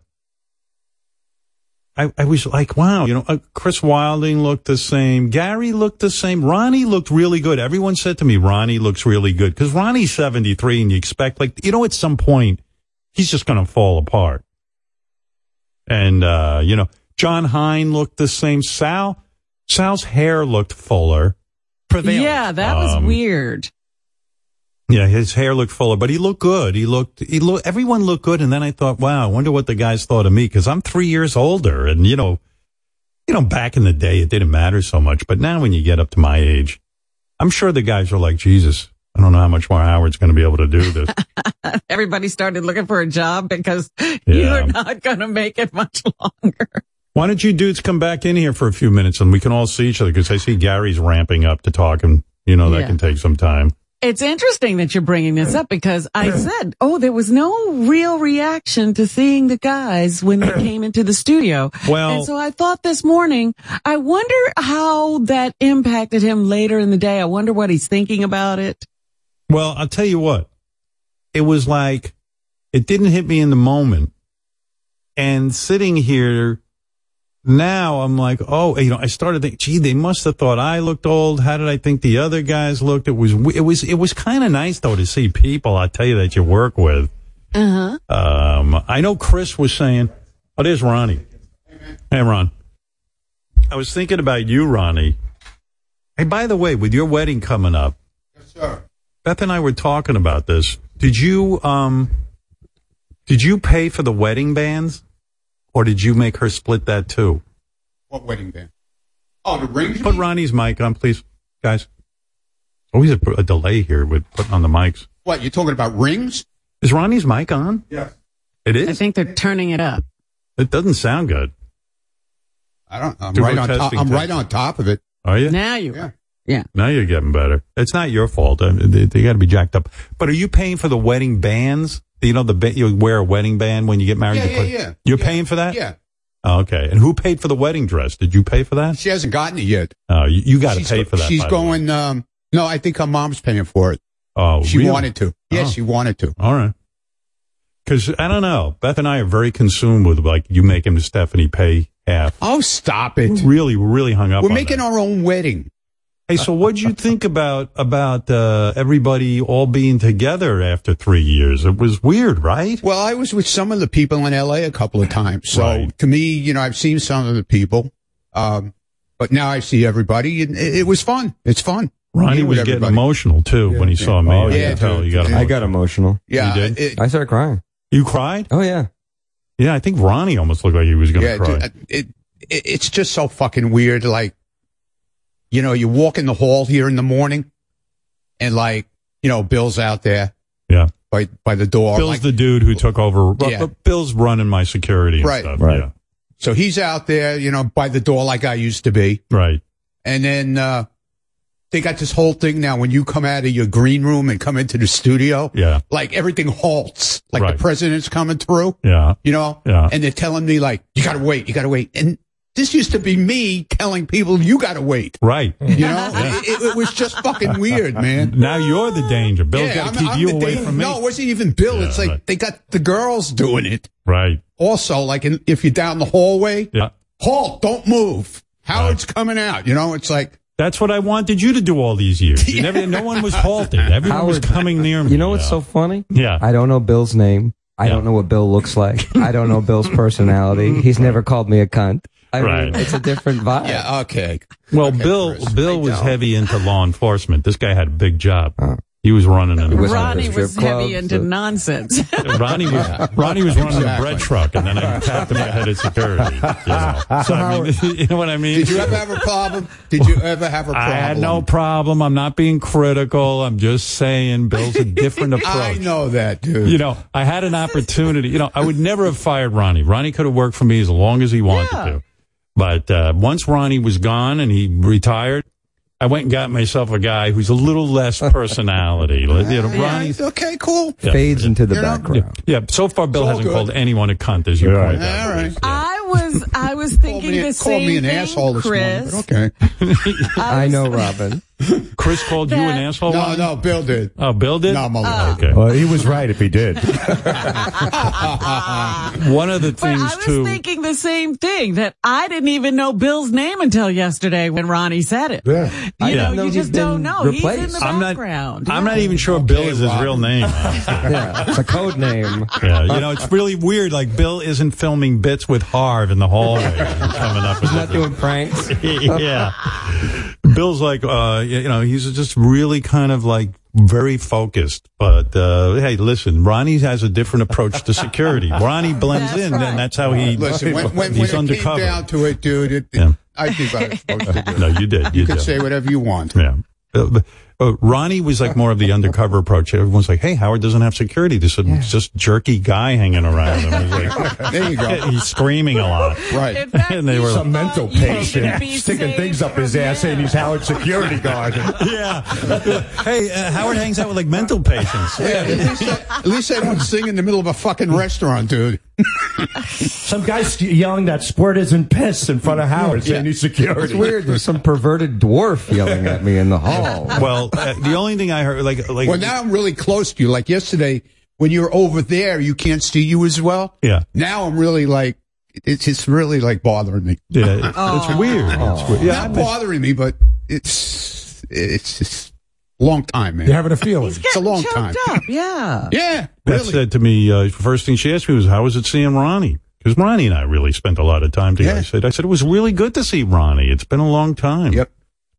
Speaker 5: I, I was like, wow, you know, uh, Chris Wilding looked the same. Gary looked the same. Ronnie looked really good. Everyone said to me, Ronnie looks really good because Ronnie's 73 and you expect like, you know, at some point he's just going to fall apart. And, uh, you know, John Hine looked the same. Sal, Sal's hair looked fuller. Prevalent.
Speaker 6: Yeah, that was
Speaker 5: Um,
Speaker 6: weird.
Speaker 5: yeah, his hair looked fuller, but he looked good. He looked, he looked, everyone looked good. And then I thought, wow, I wonder what the guys thought of me because I'm three years older. And you know, you know, back in the day, it didn't matter so much. But now when you get up to my age, I'm sure the guys are like, Jesus, I don't know how much more Howard's going to be able to do this.
Speaker 6: Everybody started looking for a job because
Speaker 5: Yeah.
Speaker 6: you're not going to make it much longer.
Speaker 5: Why don't you dudes come back in here for a few minutes and we can all see each other? Because I see Gary's ramping up to talk, and you know that
Speaker 6: Yeah.
Speaker 5: can take some time.
Speaker 6: It's interesting that you're bringing this up because I said, oh, there was no real reaction to seeing the guys when they came into the studio.
Speaker 5: Well-
Speaker 6: and so I thought this morning, I wonder how that impacted him later in the day. I wonder what he's thinking about it.
Speaker 5: Well, I'll tell you what. It was like it didn't hit me in the moment. And sitting here now, I'm like, oh, you know, I started thinking, gee, they must have thought I looked old. How did I think the other guys looked? It was, it was, it was kind of nice though to see people. I tell you that you work with.
Speaker 6: Uh huh.
Speaker 5: Um, I know Chris was saying, oh, there's Ronnie. Hey, Ron. I was thinking about you, Ronnie. Hey, by the way, with your wedding coming up, Beth and I were talking about this. Did you um did you pay for the wedding bands or did you make her split that too?
Speaker 9: What wedding band? Oh, the ring.
Speaker 5: Put Ronnie's mic on, please, guys. Always a, a delay here with putting on the mics.
Speaker 9: What you're talking about? Rings?
Speaker 5: Is Ronnie's mic on?
Speaker 9: Yes.
Speaker 5: It
Speaker 6: I
Speaker 5: is.
Speaker 6: think they're turning it up.
Speaker 5: it doesn't sound good.
Speaker 9: I don't. I'm
Speaker 5: Do
Speaker 9: right
Speaker 5: we're
Speaker 9: on top.
Speaker 5: testing,
Speaker 9: I'm right
Speaker 5: testing.
Speaker 9: on top of it.
Speaker 5: Are you?
Speaker 6: Now you
Speaker 9: Yeah.
Speaker 6: are. Yeah.
Speaker 5: Now you're getting better. It's not your fault. I mean, they, got to be jacked up. But are you paying for the wedding bands? You know the ba- you wear a wedding band when you get married.
Speaker 9: Yeah,
Speaker 5: You
Speaker 9: yeah,
Speaker 5: put-
Speaker 9: yeah.
Speaker 5: You're
Speaker 9: Yeah.
Speaker 5: paying for that.
Speaker 9: Yeah.
Speaker 5: Oh, okay. And who paid for the wedding dress? Did you pay for that?
Speaker 9: She hasn't gotten it yet.
Speaker 5: Oh, you, you got to
Speaker 9: She's-
Speaker 5: pay for that.
Speaker 9: She's
Speaker 5: by the way.
Speaker 9: going. Um, no, I think her mom's paying for it.
Speaker 5: Oh,
Speaker 9: She
Speaker 5: really?
Speaker 9: wanted to. Yes,
Speaker 5: Oh.
Speaker 9: she wanted to.
Speaker 5: All right. Because I don't know. Beth and I are very consumed with like you make him to Stephanie pay half.
Speaker 9: Oh, stop it.
Speaker 5: Really, really hung up.
Speaker 9: We're
Speaker 5: on
Speaker 9: making
Speaker 5: that.
Speaker 9: our own wedding.
Speaker 5: Hey, so what'd you think about about uh, everybody all being together after three years? It was weird, right?
Speaker 9: Well, I was with some of the people in LA a couple of times. So
Speaker 5: Right.
Speaker 9: to me, you know, I've seen some of the people. Um, but now I see everybody and it, it was fun. It's fun.
Speaker 5: Ronnie
Speaker 9: Being with
Speaker 5: was getting
Speaker 9: everybody.
Speaker 5: emotional too when he saw me.
Speaker 10: Oh,
Speaker 5: I
Speaker 10: yeah,
Speaker 5: could tell
Speaker 9: dude.
Speaker 5: you got.
Speaker 10: I
Speaker 5: emotional.
Speaker 10: got emotional.
Speaker 9: Yeah.
Speaker 5: You did?
Speaker 9: it-
Speaker 10: I started crying.
Speaker 5: You cried?
Speaker 10: Oh yeah.
Speaker 5: Yeah, I think Ronnie almost looked like he was going to
Speaker 9: yeah,
Speaker 5: cry.
Speaker 9: dude, it, it, it's just so fucking weird. Like, you know, you walk in the hall here in the morning, and like, you know, Bill's out there
Speaker 5: yeah.
Speaker 9: by by the door.
Speaker 5: Bill's
Speaker 9: like-
Speaker 5: the dude who took over.
Speaker 9: Yeah.
Speaker 5: Bill's running my security and
Speaker 9: Right.
Speaker 5: stuff.
Speaker 10: Right.
Speaker 5: Yeah.
Speaker 9: so he's out there, you know, by the door like I used to be.
Speaker 5: Right.
Speaker 9: And then uh they got this whole thing now. When you come out of your green room and come into the studio,
Speaker 5: Yeah.
Speaker 9: like everything halts. Like
Speaker 5: Right.
Speaker 9: the president's coming through.
Speaker 5: Yeah.
Speaker 9: you know?
Speaker 5: Yeah.
Speaker 9: And they're telling me like, you gotta wait, you gotta wait. And this used to be me telling people, you gotta wait.
Speaker 5: Right.
Speaker 9: You know? it, it was just fucking weird, man.
Speaker 5: Now you're the danger. Bill's got to keep you
Speaker 9: the
Speaker 5: away
Speaker 9: dang-
Speaker 5: from me.
Speaker 9: No, it wasn't even Bill.
Speaker 5: Yeah,
Speaker 9: it's like
Speaker 5: right.
Speaker 9: they got the girls doing it.
Speaker 5: Right.
Speaker 9: Also, like in, if you're down the hallway,
Speaker 5: Yeah.
Speaker 9: halt, don't move. Howard's coming out. You know, it's like,
Speaker 5: That's what I wanted you to do all these years. You never, no one was halted. Everyone was
Speaker 10: Howard,
Speaker 5: coming near me.
Speaker 10: You know what's
Speaker 5: Yeah.
Speaker 10: so funny?
Speaker 5: Yeah.
Speaker 10: I don't know Bill's name. I
Speaker 5: Yeah.
Speaker 10: don't know what Bill looks like. I don't know Bill's personality. He's never called me a cunt. I
Speaker 5: Right.
Speaker 10: mean, it's a different vibe.
Speaker 9: yeah, okay.
Speaker 5: Well,
Speaker 9: Okay,
Speaker 5: Bill,
Speaker 9: Chris,
Speaker 5: Bill
Speaker 9: I
Speaker 5: was
Speaker 9: don't.
Speaker 5: heavy into law enforcement. This guy had a big job. He was running a
Speaker 10: Uh. was at
Speaker 6: Ronnie
Speaker 10: the strip uh,
Speaker 6: was heavy
Speaker 10: club,
Speaker 6: into
Speaker 10: so-
Speaker 6: nonsense.
Speaker 5: Ronnie was Ronnie was running a bread
Speaker 9: Exactly.
Speaker 5: truck, and then I tapped him out head of security. You know? So I mean, you know what I mean?
Speaker 9: Did you ever have a problem? Did you ever have a problem?
Speaker 5: I had no problem. I'm not being critical. I'm just saying Bill's a different approach.
Speaker 9: I know that, dude.
Speaker 5: You know, I had an opportunity. You know, I would never have fired Ronnie. Ronnie could have worked for me as long as he wanted
Speaker 6: Yeah.
Speaker 5: to. But uh, once Ronnie was gone and he retired, I went and got myself a guy who's a little less personality. Like, you know, Ronnie.
Speaker 9: okay, cool.
Speaker 10: Fades into the
Speaker 9: You know?
Speaker 10: background.
Speaker 5: Yeah, so far Bill
Speaker 9: all
Speaker 5: hasn't
Speaker 9: good.
Speaker 5: called anyone a cunt, as you pointed out.
Speaker 9: All right.
Speaker 6: I was, I was thinking
Speaker 9: Called me,
Speaker 6: the
Speaker 9: called
Speaker 6: same
Speaker 9: me an
Speaker 6: thing,
Speaker 9: asshole this
Speaker 6: Chris.
Speaker 9: morning. But okay.
Speaker 10: I know Robin.
Speaker 5: Chris called you an
Speaker 6: That-
Speaker 5: asshole.
Speaker 9: No,
Speaker 5: Ronnie?
Speaker 9: no, Bill did.
Speaker 5: Oh, Bill did.
Speaker 9: No, I'm only joking.
Speaker 5: okay.
Speaker 4: Well, he was right if he did.
Speaker 5: One of the
Speaker 6: But
Speaker 5: things
Speaker 6: I was
Speaker 5: too.
Speaker 6: thinking the same thing that I didn't even know Bill's name until yesterday when Ronnie said it.
Speaker 4: Yeah.
Speaker 6: You
Speaker 5: Yeah.
Speaker 6: know,
Speaker 10: No,
Speaker 6: you
Speaker 10: he's
Speaker 6: just don't
Speaker 10: been
Speaker 6: know. Oh, He's in the
Speaker 10: replaced.
Speaker 5: I'm not.
Speaker 6: background.
Speaker 5: I'm not even sure Bill is his
Speaker 9: Rob.
Speaker 5: real name.
Speaker 10: Yeah, it's a code name.
Speaker 5: Yeah, you know, it's really weird. Like Bill isn't filming bits with Harv in the hallway and coming up. With
Speaker 10: Not doing pranks.
Speaker 5: yeah, Bill's like, uh, you know, he's just really kind of like very focused. But uh, hey, listen, Ronnie has a different approach to security. Ronnie blends
Speaker 6: That's
Speaker 5: in,
Speaker 6: right.
Speaker 5: and that's how he.
Speaker 9: Listen, when, when, when
Speaker 5: he's
Speaker 9: it
Speaker 5: undercover.
Speaker 9: came down to it, dude, it,
Speaker 5: Yeah.
Speaker 9: I think I was supposed to do it.
Speaker 5: no, you did. You,
Speaker 9: You can
Speaker 5: did.
Speaker 9: say whatever you want.
Speaker 5: Yeah. Uh, but But Ronnie was like more of the undercover approach. Everyone's like, "Hey, Howard doesn't have security. This is just jerky guy hanging around him." It was like,
Speaker 11: There you go.
Speaker 5: he's screaming a lot.
Speaker 11: Right.
Speaker 6: In fact,
Speaker 5: And they were
Speaker 11: He's a
Speaker 5: like,
Speaker 11: mental
Speaker 6: you can
Speaker 11: patient,
Speaker 6: be
Speaker 11: sticking
Speaker 6: saved
Speaker 11: things up his
Speaker 6: from
Speaker 11: ass, saying he's Howard security guard.
Speaker 5: "Yeah, hey, uh, Howard hangs out with like mental patients.
Speaker 9: Yeah, at least, I, at least I don't sing in the middle of a fucking restaurant, dude.
Speaker 11: Some guy's yelling that squirt isn't piss in front of Howard, saying he's
Speaker 10: It's
Speaker 11: security.
Speaker 10: weird. There's some perverted dwarf yelling at me in the hall.
Speaker 5: Well, uh, the only thing I heard, like, like,
Speaker 9: Well, now I'm really close to you. Like yesterday, when you're over there, you can't see you as well.
Speaker 5: Yeah.
Speaker 9: Now I'm really like, it's it's really like bothering me.
Speaker 5: yeah, it's weird. It's weird. Yeah,
Speaker 9: Not bothering me, but it's it's just long time, man.
Speaker 11: You're having a feeling.
Speaker 9: It's a long
Speaker 6: Choked
Speaker 9: time.
Speaker 6: up, yeah.
Speaker 9: Yeah,
Speaker 5: Beth
Speaker 9: really.
Speaker 5: said to me, uh, first thing she asked me was, how was it seeing Ronnie? Because Ronnie and I really spent a lot of time together.
Speaker 9: Yeah.
Speaker 5: I said, I said, it was really good to see Ronnie. It's been a long time.
Speaker 9: Yep.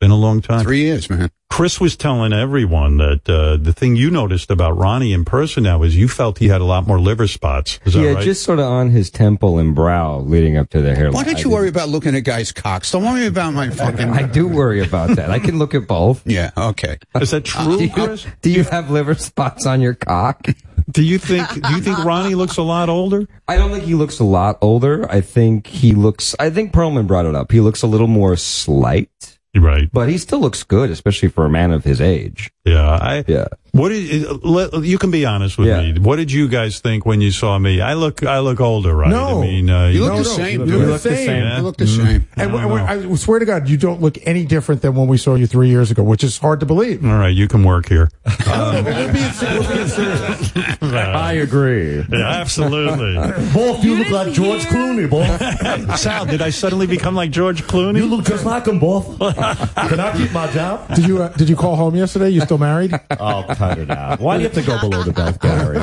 Speaker 5: Been a long time.
Speaker 9: Three years, man.
Speaker 5: Chris was telling everyone that uh, the thing you noticed about Ronnie in person now is you felt he had a lot more liver spots. Is that
Speaker 10: yeah,
Speaker 5: right?
Speaker 10: just sort of on his temple and brow leading up to the hairline.
Speaker 9: Why don't you
Speaker 10: I
Speaker 9: worry about looking at guys' cocks? Don't worry about my fucking.
Speaker 10: I do worry about that. I can look at both.
Speaker 9: yeah, okay. Uh,
Speaker 5: is that true,
Speaker 10: Do you,
Speaker 5: Chris?
Speaker 10: do you have liver spots on your cock?
Speaker 5: Do you think do you think Ronnie looks a lot older?
Speaker 10: I don't think he looks a lot older. I think he looks. I think Perlman brought it up. He looks a little more slight,
Speaker 5: Right.
Speaker 10: but he still looks good, especially for a man of his age.
Speaker 5: Yeah. I,
Speaker 10: Yeah.
Speaker 5: What did uh, let, you can be honest with
Speaker 10: Yeah.
Speaker 5: me? What did you guys think when you saw me? I look I look older, right?
Speaker 11: No.
Speaker 5: I mean, uh,
Speaker 9: You
Speaker 5: you-
Speaker 9: look
Speaker 11: No,
Speaker 9: the
Speaker 11: no,
Speaker 9: same.
Speaker 11: you
Speaker 9: dude.
Speaker 11: look the You look the same.
Speaker 5: same. Mm-hmm.
Speaker 9: You look the same.
Speaker 11: And
Speaker 5: I
Speaker 11: I,
Speaker 5: don't
Speaker 11: I swear to God, you don't look any different than when we saw you three years ago, which is hard to believe.
Speaker 5: all right, you can work here.
Speaker 11: We're being ser- we're being serious.
Speaker 10: I agree.
Speaker 5: Yeah, absolutely.
Speaker 12: Both you,
Speaker 6: You
Speaker 12: look
Speaker 6: didn't
Speaker 12: like George
Speaker 6: hear?
Speaker 12: Clooney, both.
Speaker 5: Sal, did I suddenly become like George Clooney?
Speaker 12: You look just like him, both. Can I keep my job?
Speaker 11: Did you uh, did you call home yesterday? You still married?
Speaker 12: I'll Oh, cut it out. Why do you have to go below the belt, Gary?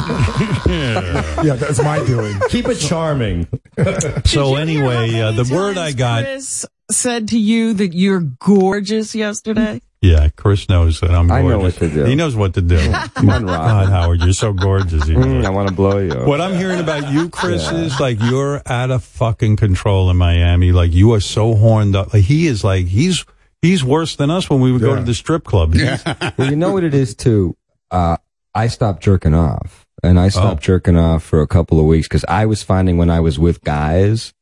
Speaker 11: Yeah, that's my doing.
Speaker 12: keep it charming.
Speaker 5: so
Speaker 6: Did you hear how
Speaker 5: anyway, uh,
Speaker 6: many
Speaker 5: the word I
Speaker 6: times
Speaker 5: got.
Speaker 6: Chris said to you that you're gorgeous yesterday.
Speaker 5: yeah, Chris knows that I'm.
Speaker 10: I
Speaker 5: Gorgeous.
Speaker 10: know what to do.
Speaker 5: He knows what to do.
Speaker 10: Come on, Rob.
Speaker 5: God, Howard, you're so gorgeous. You
Speaker 10: Mm, I want to blow you.
Speaker 5: What I'm hearing about you, Chris, is like you're out of fucking control in Miami. Like you are so horned up. Like, he is like he's he's worse than us when we would go to the strip club.
Speaker 10: Well, you know what it is too. Uh, I stopped jerking off, and I stopped
Speaker 5: Oh.
Speaker 10: jerking off for a couple of weeks because I was finding when I was with guys,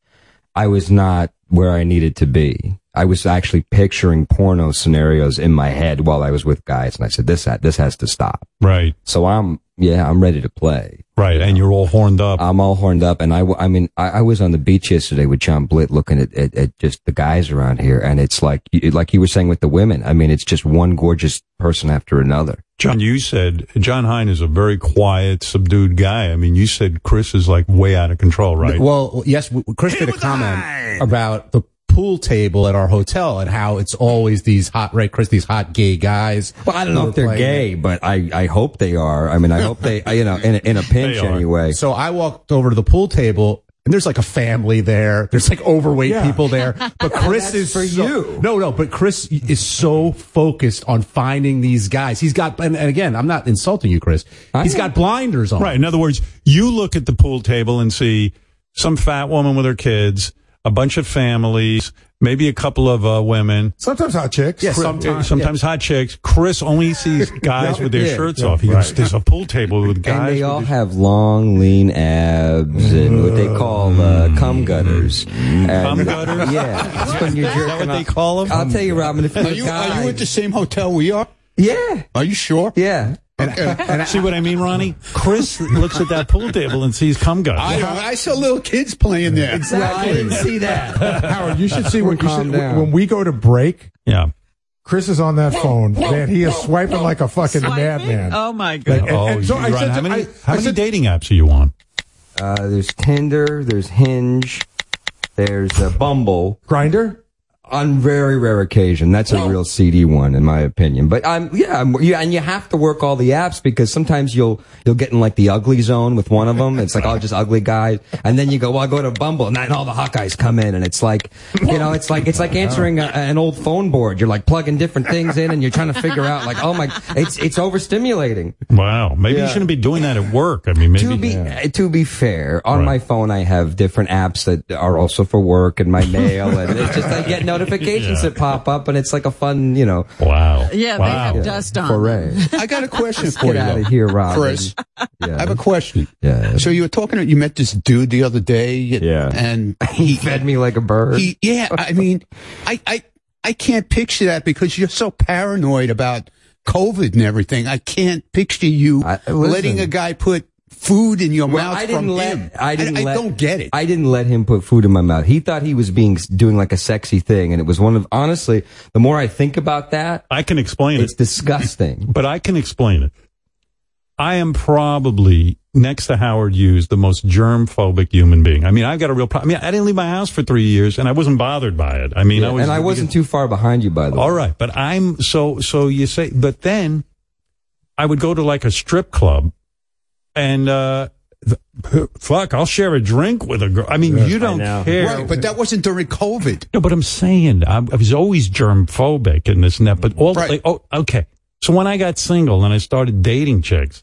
Speaker 10: I was not where I needed to be. I was actually picturing porno scenarios in my head while I was with guys, and I said, "This ha- this has to stop."
Speaker 5: Right,
Speaker 10: So I'm yeah, I'm ready to play.
Speaker 5: right, and you're all horned up.
Speaker 10: I'm all horned up, and I, w- I mean, I, I was on the beach yesterday with John Blitt, looking at, at, at just the guys around here, and it's like, like you were saying with the women. I mean, it's just one gorgeous person after another.
Speaker 5: John, you said John Hine is a very quiet, subdued guy. I mean, you said Chris is like way out of control, right?
Speaker 13: Well, yes, w- Chris did a comment about the pool table at our hotel and how it's always these hot, right, Chris, these hot gay guys.
Speaker 10: Well, I don't know
Speaker 13: who
Speaker 10: if
Speaker 13: are
Speaker 10: they're
Speaker 13: playing
Speaker 10: gay, but I, I hope they are. I mean, I hope they, you know, in a, in a pinch
Speaker 5: They are.
Speaker 10: anyway.
Speaker 13: it. So I walked over to the pool table and there's like a family there. There's like overweight
Speaker 11: Yeah.
Speaker 13: people there. But Chris is
Speaker 10: for
Speaker 13: so-
Speaker 10: you.
Speaker 13: No, no, but Chris is so focused on finding these guys. He's got, and, and again, I'm not insulting you, Chris.
Speaker 10: I
Speaker 13: He's
Speaker 10: know.
Speaker 13: got blinders on.
Speaker 5: Right. In other words, you look at the pool table and see some fat woman with her kids, a bunch of families, maybe a couple of uh, women.
Speaker 11: Sometimes hot chicks. uh,
Speaker 13: Yes.
Speaker 5: Chris- uh,
Speaker 13: Sometime-
Speaker 5: sometimes hot chicks. Chris only sees guys with their
Speaker 13: yeah,
Speaker 5: shirts
Speaker 11: yeah,
Speaker 5: off. He
Speaker 11: right.
Speaker 5: goes, There's a pool table with guys.
Speaker 10: and they
Speaker 5: with
Speaker 10: all
Speaker 5: their-
Speaker 10: have long, lean abs and what they call uh, cum gutters. And-
Speaker 5: Mm. Cum gutters?
Speaker 10: Yeah. That's when you're jerking
Speaker 5: Is that what they
Speaker 10: off.
Speaker 5: call them?
Speaker 10: I'll tell you, Robin, if you're
Speaker 9: Are
Speaker 10: a
Speaker 9: you
Speaker 10: guy-
Speaker 9: are you at the same hotel we are?
Speaker 10: Yeah.
Speaker 9: Are you sure?
Speaker 10: Yeah.
Speaker 5: See what I mean, Ronnie? Chris looks at that pool table and sees cum guys.
Speaker 9: I, I saw little kids playing there.
Speaker 10: I didn't see that.
Speaker 11: Howard, you should see when, you should,
Speaker 10: Calm down.
Speaker 11: when we go to break.
Speaker 5: yeah.
Speaker 11: Chris is on that phone, man. He is swiping like a fucking
Speaker 6: Swiping?
Speaker 11: madman.
Speaker 6: Oh my god.
Speaker 11: and-
Speaker 5: Oh,
Speaker 11: and so
Speaker 5: you-
Speaker 11: I
Speaker 5: Ron,
Speaker 11: said
Speaker 5: how
Speaker 11: to-
Speaker 5: many,
Speaker 11: I- I
Speaker 5: how many
Speaker 11: said-
Speaker 5: dating apps are you on?
Speaker 10: Uh, there's Tinder, there's Hinge, there's uh, Bumble.
Speaker 11: Grinder.
Speaker 10: on very rare occasion. That's a real seedy one, in my opinion. But I'm yeah, I'm, you, and you have to work all the apps because sometimes you'll you'll get in like the ugly zone with one of them. It's like oh, just ugly guys, and then you go, well, I go to Bumble, and then all the hot guys come in, and it's like you know, it's like it's like answering a, an old phone board. You're like plugging different things in, and you're trying to figure out like oh my, it's it's overstimulating.
Speaker 5: Wow. Maybe you
Speaker 10: Yeah.
Speaker 5: shouldn't be doing that at work. I mean, maybe.
Speaker 10: To be uh, to be fair, on
Speaker 5: Right.
Speaker 10: my phone I have different apps that are also for work and my mail, and it's just I get notifications that pop up, and it's like a fun, you know.
Speaker 5: Wow.
Speaker 6: Yeah, they have Wow. dust on them.
Speaker 10: Foray.
Speaker 9: I got a question
Speaker 10: Let's
Speaker 9: for
Speaker 10: get
Speaker 9: you.
Speaker 10: out
Speaker 9: though.
Speaker 10: of here, Rob.
Speaker 9: Chris, I have a question.
Speaker 10: Yeah.
Speaker 9: So you were talking. You met this dude the other day. Yeah. And he
Speaker 10: fed me like a bird.
Speaker 9: He, yeah. I mean, I, I, I can't picture that because you're so paranoid about COVID and everything. I can't picture you letting a guy put food in your
Speaker 10: Well,
Speaker 9: mouth
Speaker 10: I didn't
Speaker 9: from
Speaker 10: let.
Speaker 9: him.
Speaker 10: I didn't.
Speaker 9: I,
Speaker 10: let,
Speaker 9: don't get it.
Speaker 10: I didn't let him put food in my mouth. He thought he was being doing like a sexy thing, and it was one of. Honestly, the more I think about that,
Speaker 5: I can explain
Speaker 10: it's it. It's disgusting.
Speaker 5: But I can explain it. I am probably next to Howard Hughes, the most germ phobic human being. I mean, I've got a real problem. I mean, I didn't leave my house for three years and I wasn't bothered by it. I mean, I was,
Speaker 10: and I wasn't too far behind you, by the way.
Speaker 5: all right, but I'm so so you say, but then I would go to like a strip club, and uh th- fuck, I'll share a drink with a girl. I mean, you don't care.
Speaker 9: Right, but that wasn't during COVID.
Speaker 5: No, but I'm saying I'm, I was always germ phobic in this net. But all like, oh, okay. So when I got single and I started dating chicks,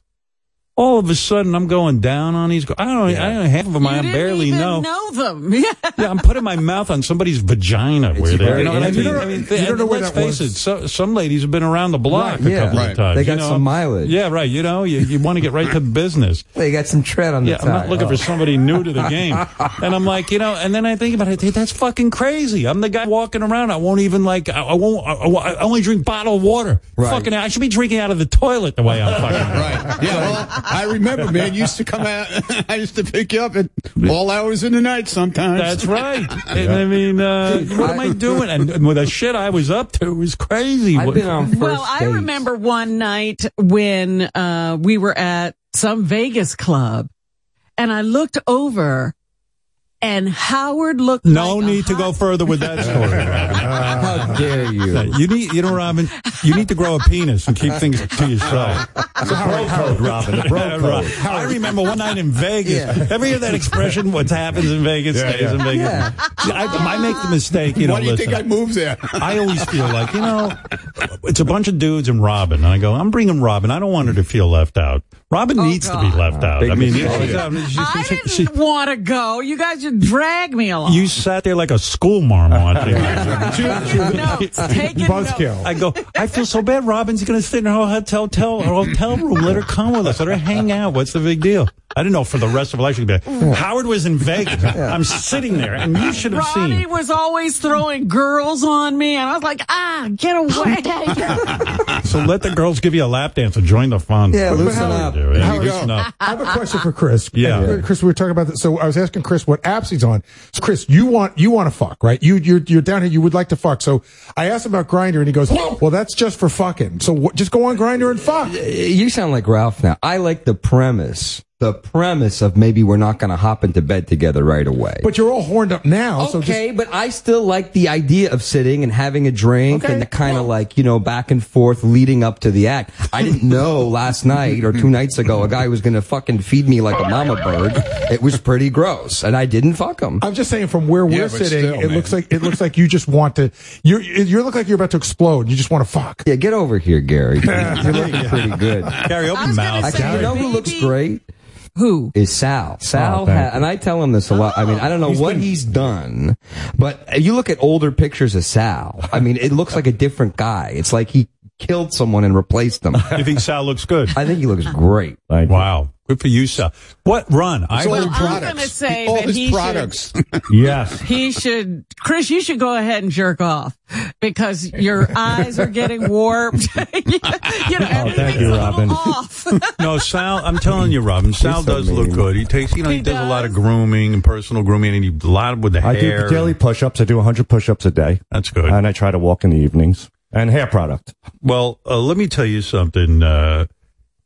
Speaker 5: all of a sudden I'm going down on these. gir- I don't. I don't half of them.
Speaker 6: You
Speaker 5: I
Speaker 6: didn't
Speaker 5: barely
Speaker 6: even
Speaker 5: know.
Speaker 6: know them. Yeah.
Speaker 5: Yeah, I'm putting my mouth on somebody's vagina where they.
Speaker 10: very
Speaker 5: You know what I mean?
Speaker 10: intimate.
Speaker 5: I mean,
Speaker 10: You don't know where
Speaker 5: let's
Speaker 10: that
Speaker 5: face it. So, some ladies have been around the block
Speaker 10: Right,
Speaker 5: a
Speaker 10: yeah.
Speaker 5: couple
Speaker 10: Right.
Speaker 5: of times.
Speaker 10: They
Speaker 5: you
Speaker 10: got
Speaker 5: know?
Speaker 10: some mileage.
Speaker 5: Yeah, right. You know, you, you want to get right to business.
Speaker 10: They got some tread on the
Speaker 5: Yeah, I'm not
Speaker 10: tire.
Speaker 5: looking
Speaker 10: Oh.
Speaker 5: for somebody new to the game. And I'm like, you know, and then I think about it. dude, That's fucking crazy. I'm the guy walking around. I won't even like. I, I won't. I, I only drink bottled water.
Speaker 9: Right.
Speaker 5: Fucking. I should be drinking out of the toilet the way I'm fucking.
Speaker 9: right. Yeah. Well, I remember, man. You used to come out. I used to pick you up at all hours in the night sometimes.
Speaker 5: That's right. And I mean, uh, what am I doing? And, and with the shit I was up to was crazy.
Speaker 10: I've been on
Speaker 6: Well, I remember one night when uh, we were at some Vegas club, and I looked over, and Howard looked.
Speaker 5: No need to go further with that story. How
Speaker 10: dare you?
Speaker 5: You need, you know, Robin. You need to grow a penis and keep things to yourself. It's a bro code, Robin.
Speaker 11: a bro code.
Speaker 5: I remember one night in Vegas.
Speaker 11: Yeah.
Speaker 5: Ever hear that expression? What happens in Vegas
Speaker 11: Yeah,
Speaker 5: stays
Speaker 11: yeah.
Speaker 5: in Vegas.
Speaker 11: Yeah.
Speaker 5: I, I make the mistake. You know,
Speaker 11: Why do you
Speaker 5: listen,
Speaker 11: think I
Speaker 9: moved there?
Speaker 5: I always feel like you know, it's a bunch of dudes and Robin, and I go, I'm bringing Robin. I don't want her to feel left out. Robin needs to be left out.
Speaker 11: Uh, big
Speaker 5: I mean,
Speaker 11: mistake.
Speaker 5: she's out-
Speaker 6: I didn't want to go. You guys should drag me
Speaker 11: Oh,
Speaker 6: along.
Speaker 5: you sat there like a school marmot.
Speaker 6: taking
Speaker 5: Buzzkill. I go. I feel so bad. Robin's going to sit in her hotel, hotel, her hotel room. Let her come with us. Let her hang out. What's the big deal? I didn't know for the rest of her life she'd be. Like, Howard was in Vegas. I'm sitting there, and you should have seen.
Speaker 6: Ronnie was always throwing girls on me, and I was like, ah, get away.
Speaker 5: So let the girls give you a lap dance and join the fun.
Speaker 11: Yeah, loosen up.
Speaker 5: Yeah,
Speaker 11: There you
Speaker 5: loosen
Speaker 11: go.
Speaker 5: up.
Speaker 11: I have a question for Chris.
Speaker 5: Yeah.
Speaker 11: Uh, Chris, we were talking about this. So I was asking Chris what apps he's on. So Chris, you want you want to fuck, right? You you're you're down here. You would like to fuck. So I asked him about Grinder, and he goes, "Well, that's just for fucking. So what, just go on Grinder and fuck."
Speaker 10: you sound like Ralph now. I like the premise. The premise of maybe we're not going to hop into bed together right away.
Speaker 11: But you're all horned up now. so just,
Speaker 10: Okay, but I still like the idea of sitting and having a drink and the kind of like, you know, back and forth leading up to the act. I didn't know last night or two nights ago a guy was going to fucking feed me like a mama bird. It was pretty gross and I didn't fuck him.
Speaker 11: I'm just saying, from where
Speaker 10: Yeah,
Speaker 11: we're
Speaker 10: but
Speaker 11: sitting,
Speaker 10: still,
Speaker 11: it
Speaker 10: man.
Speaker 11: looks like it looks like you just want to. You you look like you're about to explode. You just want to fuck.
Speaker 10: Yeah, get over here, Gary. You're looking pretty good.
Speaker 5: Gary, open mouth.
Speaker 10: Actually, you know who looks great?
Speaker 6: Who
Speaker 10: is Sal? Sal,
Speaker 5: Oh, thank
Speaker 10: ha- and I tell him this a lot. I mean, I don't know
Speaker 5: He's
Speaker 10: what
Speaker 5: been-
Speaker 10: he's done, but you look at older pictures of Sal. I mean, it looks like a different guy. It's like he killed someone and replaced them.
Speaker 5: You think Sal looks good?
Speaker 10: I think he looks great.
Speaker 5: Wow, good for you, Sal. What run? I
Speaker 6: Well,
Speaker 5: will-
Speaker 6: I'm going to say that he
Speaker 5: yes.
Speaker 6: should. He should, Chris. You should go ahead and jerk off because your eyes are getting warped. you know,
Speaker 5: Oh, thank you, Robin. no, Sal, I'm telling you, Robin. Sal does look good. He takes, you know, he, does, a lot of grooming and personal grooming, and he a lot with the
Speaker 11: I
Speaker 5: hair.
Speaker 11: do daily
Speaker 14: push-ups. I do 100 push-ups a day.
Speaker 5: That's good.
Speaker 14: And I try to walk in the evenings. And hair product.
Speaker 5: Well, uh, let me tell you something. Uh,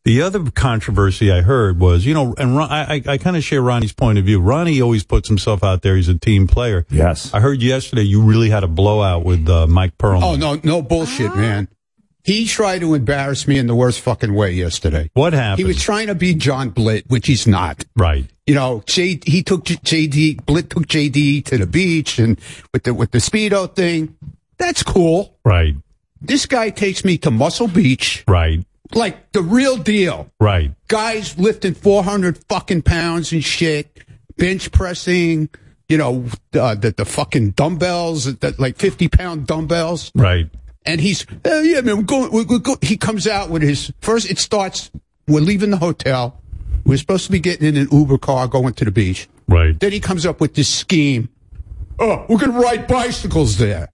Speaker 5: the other controversy I heard was, you know, and Ron, I, I, I kind of share Ronnie's point of view. Ronnie always puts himself out there. He's a team player.
Speaker 14: Yes.
Speaker 5: I heard yesterday you really had a blowout with uh, Mike Perlman.
Speaker 9: Oh no, no bullshit, man. He tried to embarrass me in the worst fucking way yesterday.
Speaker 5: What happened?
Speaker 9: He was trying to be John Blitt, which he's not.
Speaker 5: Right.
Speaker 9: You know, J, he took J- JD Blitt took JD to the beach and with the with the speedo thing. That's cool.
Speaker 5: Right.
Speaker 9: This guy takes me to Muscle Beach.
Speaker 5: Right.
Speaker 9: Like the real deal.
Speaker 5: Right.
Speaker 9: Guys lifting 400 fucking pounds and shit, bench pressing, you know, uh, the, the fucking dumbbells, that like 50 pound dumbbells.
Speaker 5: Right.
Speaker 9: And he's, oh, yeah, man, we're going, we're, we're go-" he comes out with his first, it starts, we're leaving the hotel. We're supposed to be getting in an Uber car going to the beach.
Speaker 5: Right.
Speaker 9: Then he comes up with this scheme. Oh, we're going to ride bicycles there.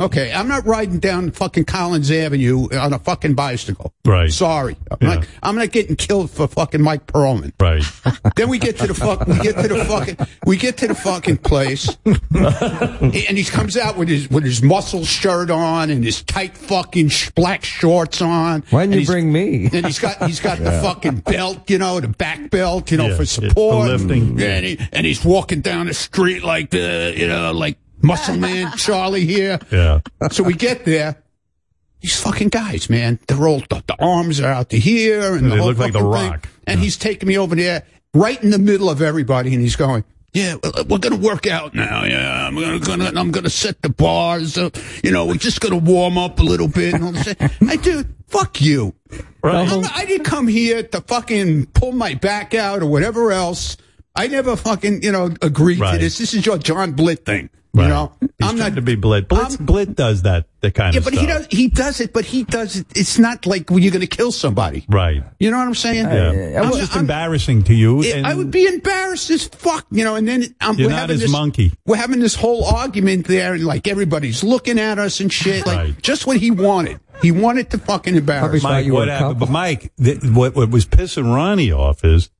Speaker 9: Okay, I'm not riding down fucking Collins Avenue on a fucking bicycle.
Speaker 5: Right.
Speaker 9: Sorry. I'm, not, I'm not getting killed for fucking Mike Perlman.
Speaker 5: Right.
Speaker 9: then we get to the fuck we get to the fucking we get to the fucking place. and he comes out with his with his muscle shirt on and his tight fucking sh- black shorts on.
Speaker 4: Why didn't
Speaker 9: And
Speaker 4: you
Speaker 9: he's-
Speaker 4: bring me?
Speaker 9: And he's got he's got the
Speaker 4: Yeah.
Speaker 9: fucking belt, you know, the back belt, you know,
Speaker 4: Yeah,
Speaker 9: for
Speaker 4: yeah, for
Speaker 9: support.
Speaker 4: lifting.
Speaker 9: And he, and he's walking down the street like the you know, like muscle man Charlie here.
Speaker 5: Yeah.
Speaker 9: So we get there. These fucking guys, man, they're all the, the arms are out to here, and
Speaker 5: They
Speaker 9: the whole
Speaker 5: look like The
Speaker 9: fucking
Speaker 5: Rock.
Speaker 9: Thing. And he's taking me over there, right in the middle of everybody, and he's going, "Yeah, well, uh, we're gonna work out now. Yeah, I'm gonna, gonna I'm gonna set the bars. Uh, you know, we're just gonna warm up a little bit." And all this. I dude, fuck you.
Speaker 5: Right.
Speaker 9: I'm- I didn't come here to fucking pull my back out or whatever else. I never fucking you know agreed to
Speaker 5: Right.
Speaker 9: this. This is your John Blitt thing.
Speaker 5: Right.
Speaker 9: You know,
Speaker 5: He's trying to be Blit. Blitz, Blit does that, that kind
Speaker 9: yeah,
Speaker 5: of
Speaker 9: but
Speaker 5: stuff.
Speaker 9: he does. He does it, but he does it. It's not like when you're going to kill somebody.
Speaker 5: Right.
Speaker 9: You know what I'm saying?
Speaker 5: Yeah.
Speaker 9: I'm-
Speaker 5: It's just
Speaker 9: I'm-
Speaker 5: embarrassing to you.
Speaker 9: it-
Speaker 5: and
Speaker 9: I would be embarrassed as fuck, you know. And then um,
Speaker 5: You're
Speaker 9: we're
Speaker 5: not
Speaker 9: having
Speaker 5: his
Speaker 9: this
Speaker 5: monkey.
Speaker 9: We're having this whole argument there, and like everybody's looking at us and shit. Like just what he wanted. He wanted to fucking embarrass.
Speaker 5: Mike, what happened? But Mike, th- what what was pissing Ronnie off is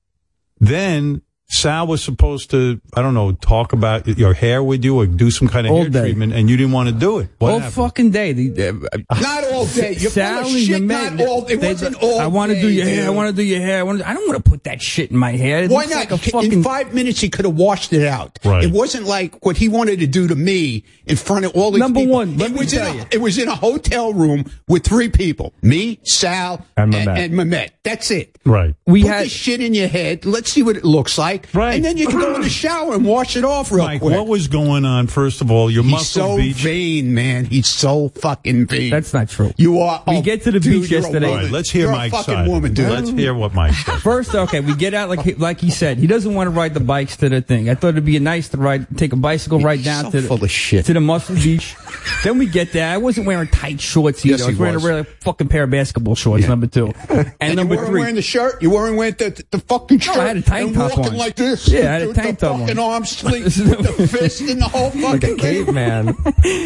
Speaker 5: then Sal was supposed to I don't know talk about your hair with you or do some kind of
Speaker 15: All
Speaker 5: hair
Speaker 15: day.
Speaker 5: treatment, and you didn't want to do it. What
Speaker 15: all
Speaker 5: happened?
Speaker 15: fucking day. The, uh,
Speaker 9: Not all day. You're full
Speaker 15: Sal
Speaker 9: of
Speaker 15: and the
Speaker 9: shit.
Speaker 15: men,
Speaker 9: Not all. It
Speaker 15: they-
Speaker 9: wasn't all.
Speaker 15: I want to do
Speaker 9: day,
Speaker 15: your hair. I
Speaker 9: dude.
Speaker 15: want to do your hair. I, wanna, I don't want to put that shit in my hair. It
Speaker 9: Why
Speaker 15: looks
Speaker 9: not?
Speaker 15: Like a
Speaker 9: He-
Speaker 15: fucking,
Speaker 9: in five minutes, he could have washed it out.
Speaker 15: Right.
Speaker 9: It wasn't like what he wanted to do to me in front of all these
Speaker 15: Number
Speaker 9: people.
Speaker 15: one, let
Speaker 9: it
Speaker 15: me
Speaker 9: was
Speaker 15: tell
Speaker 9: in a,
Speaker 15: you.
Speaker 9: It was in a hotel room with three people: me, Sal,
Speaker 15: And Mehmet.
Speaker 9: and Mehmet. That's it.
Speaker 5: Right.
Speaker 9: We Put this shit in your head. Let's see what it looks like. Right. And then you can go in the shower and wash it off real
Speaker 5: Mike,
Speaker 9: quick.
Speaker 5: what was going on? First of all, your
Speaker 9: He's
Speaker 5: muscle
Speaker 9: so
Speaker 5: beach.
Speaker 9: vain, man. He's so fucking vain.
Speaker 15: That's not true.
Speaker 9: You are.
Speaker 15: We
Speaker 9: oh,
Speaker 15: get to the
Speaker 9: dude,
Speaker 15: beach
Speaker 9: you're a
Speaker 15: yesterday.
Speaker 9: woman.
Speaker 5: All right, let's hear
Speaker 9: You're
Speaker 5: Mike's
Speaker 9: a fucking
Speaker 5: side.
Speaker 9: woman, dude.
Speaker 5: Let's hear what Mike said.
Speaker 15: First, okay, we get out like he, like he said. He doesn't want to ride the bikes to the thing. I thought it'd be nice to ride, take a bicycle right down
Speaker 9: so
Speaker 15: to the
Speaker 9: full of shit.
Speaker 15: to the Muscle Beach. then we get there. I wasn't wearing tight shorts either.
Speaker 9: Yes,
Speaker 15: I was
Speaker 9: he
Speaker 15: wearing
Speaker 9: was.
Speaker 15: a really fucking pair of basketball shorts. Number two, and,
Speaker 9: And, you
Speaker 15: number
Speaker 9: weren't
Speaker 15: three.
Speaker 9: wearing the shirt. You weren't wearing the, the fucking
Speaker 15: No,
Speaker 9: shirt.
Speaker 15: I had a tank
Speaker 9: and
Speaker 15: top
Speaker 9: walking
Speaker 15: on.
Speaker 9: like this.
Speaker 15: Yeah, I had a
Speaker 9: with the
Speaker 15: tank top on.
Speaker 9: Fucking arm sleeve, with the fist, and the whole fucking
Speaker 15: Like a
Speaker 9: thing.
Speaker 15: caveman.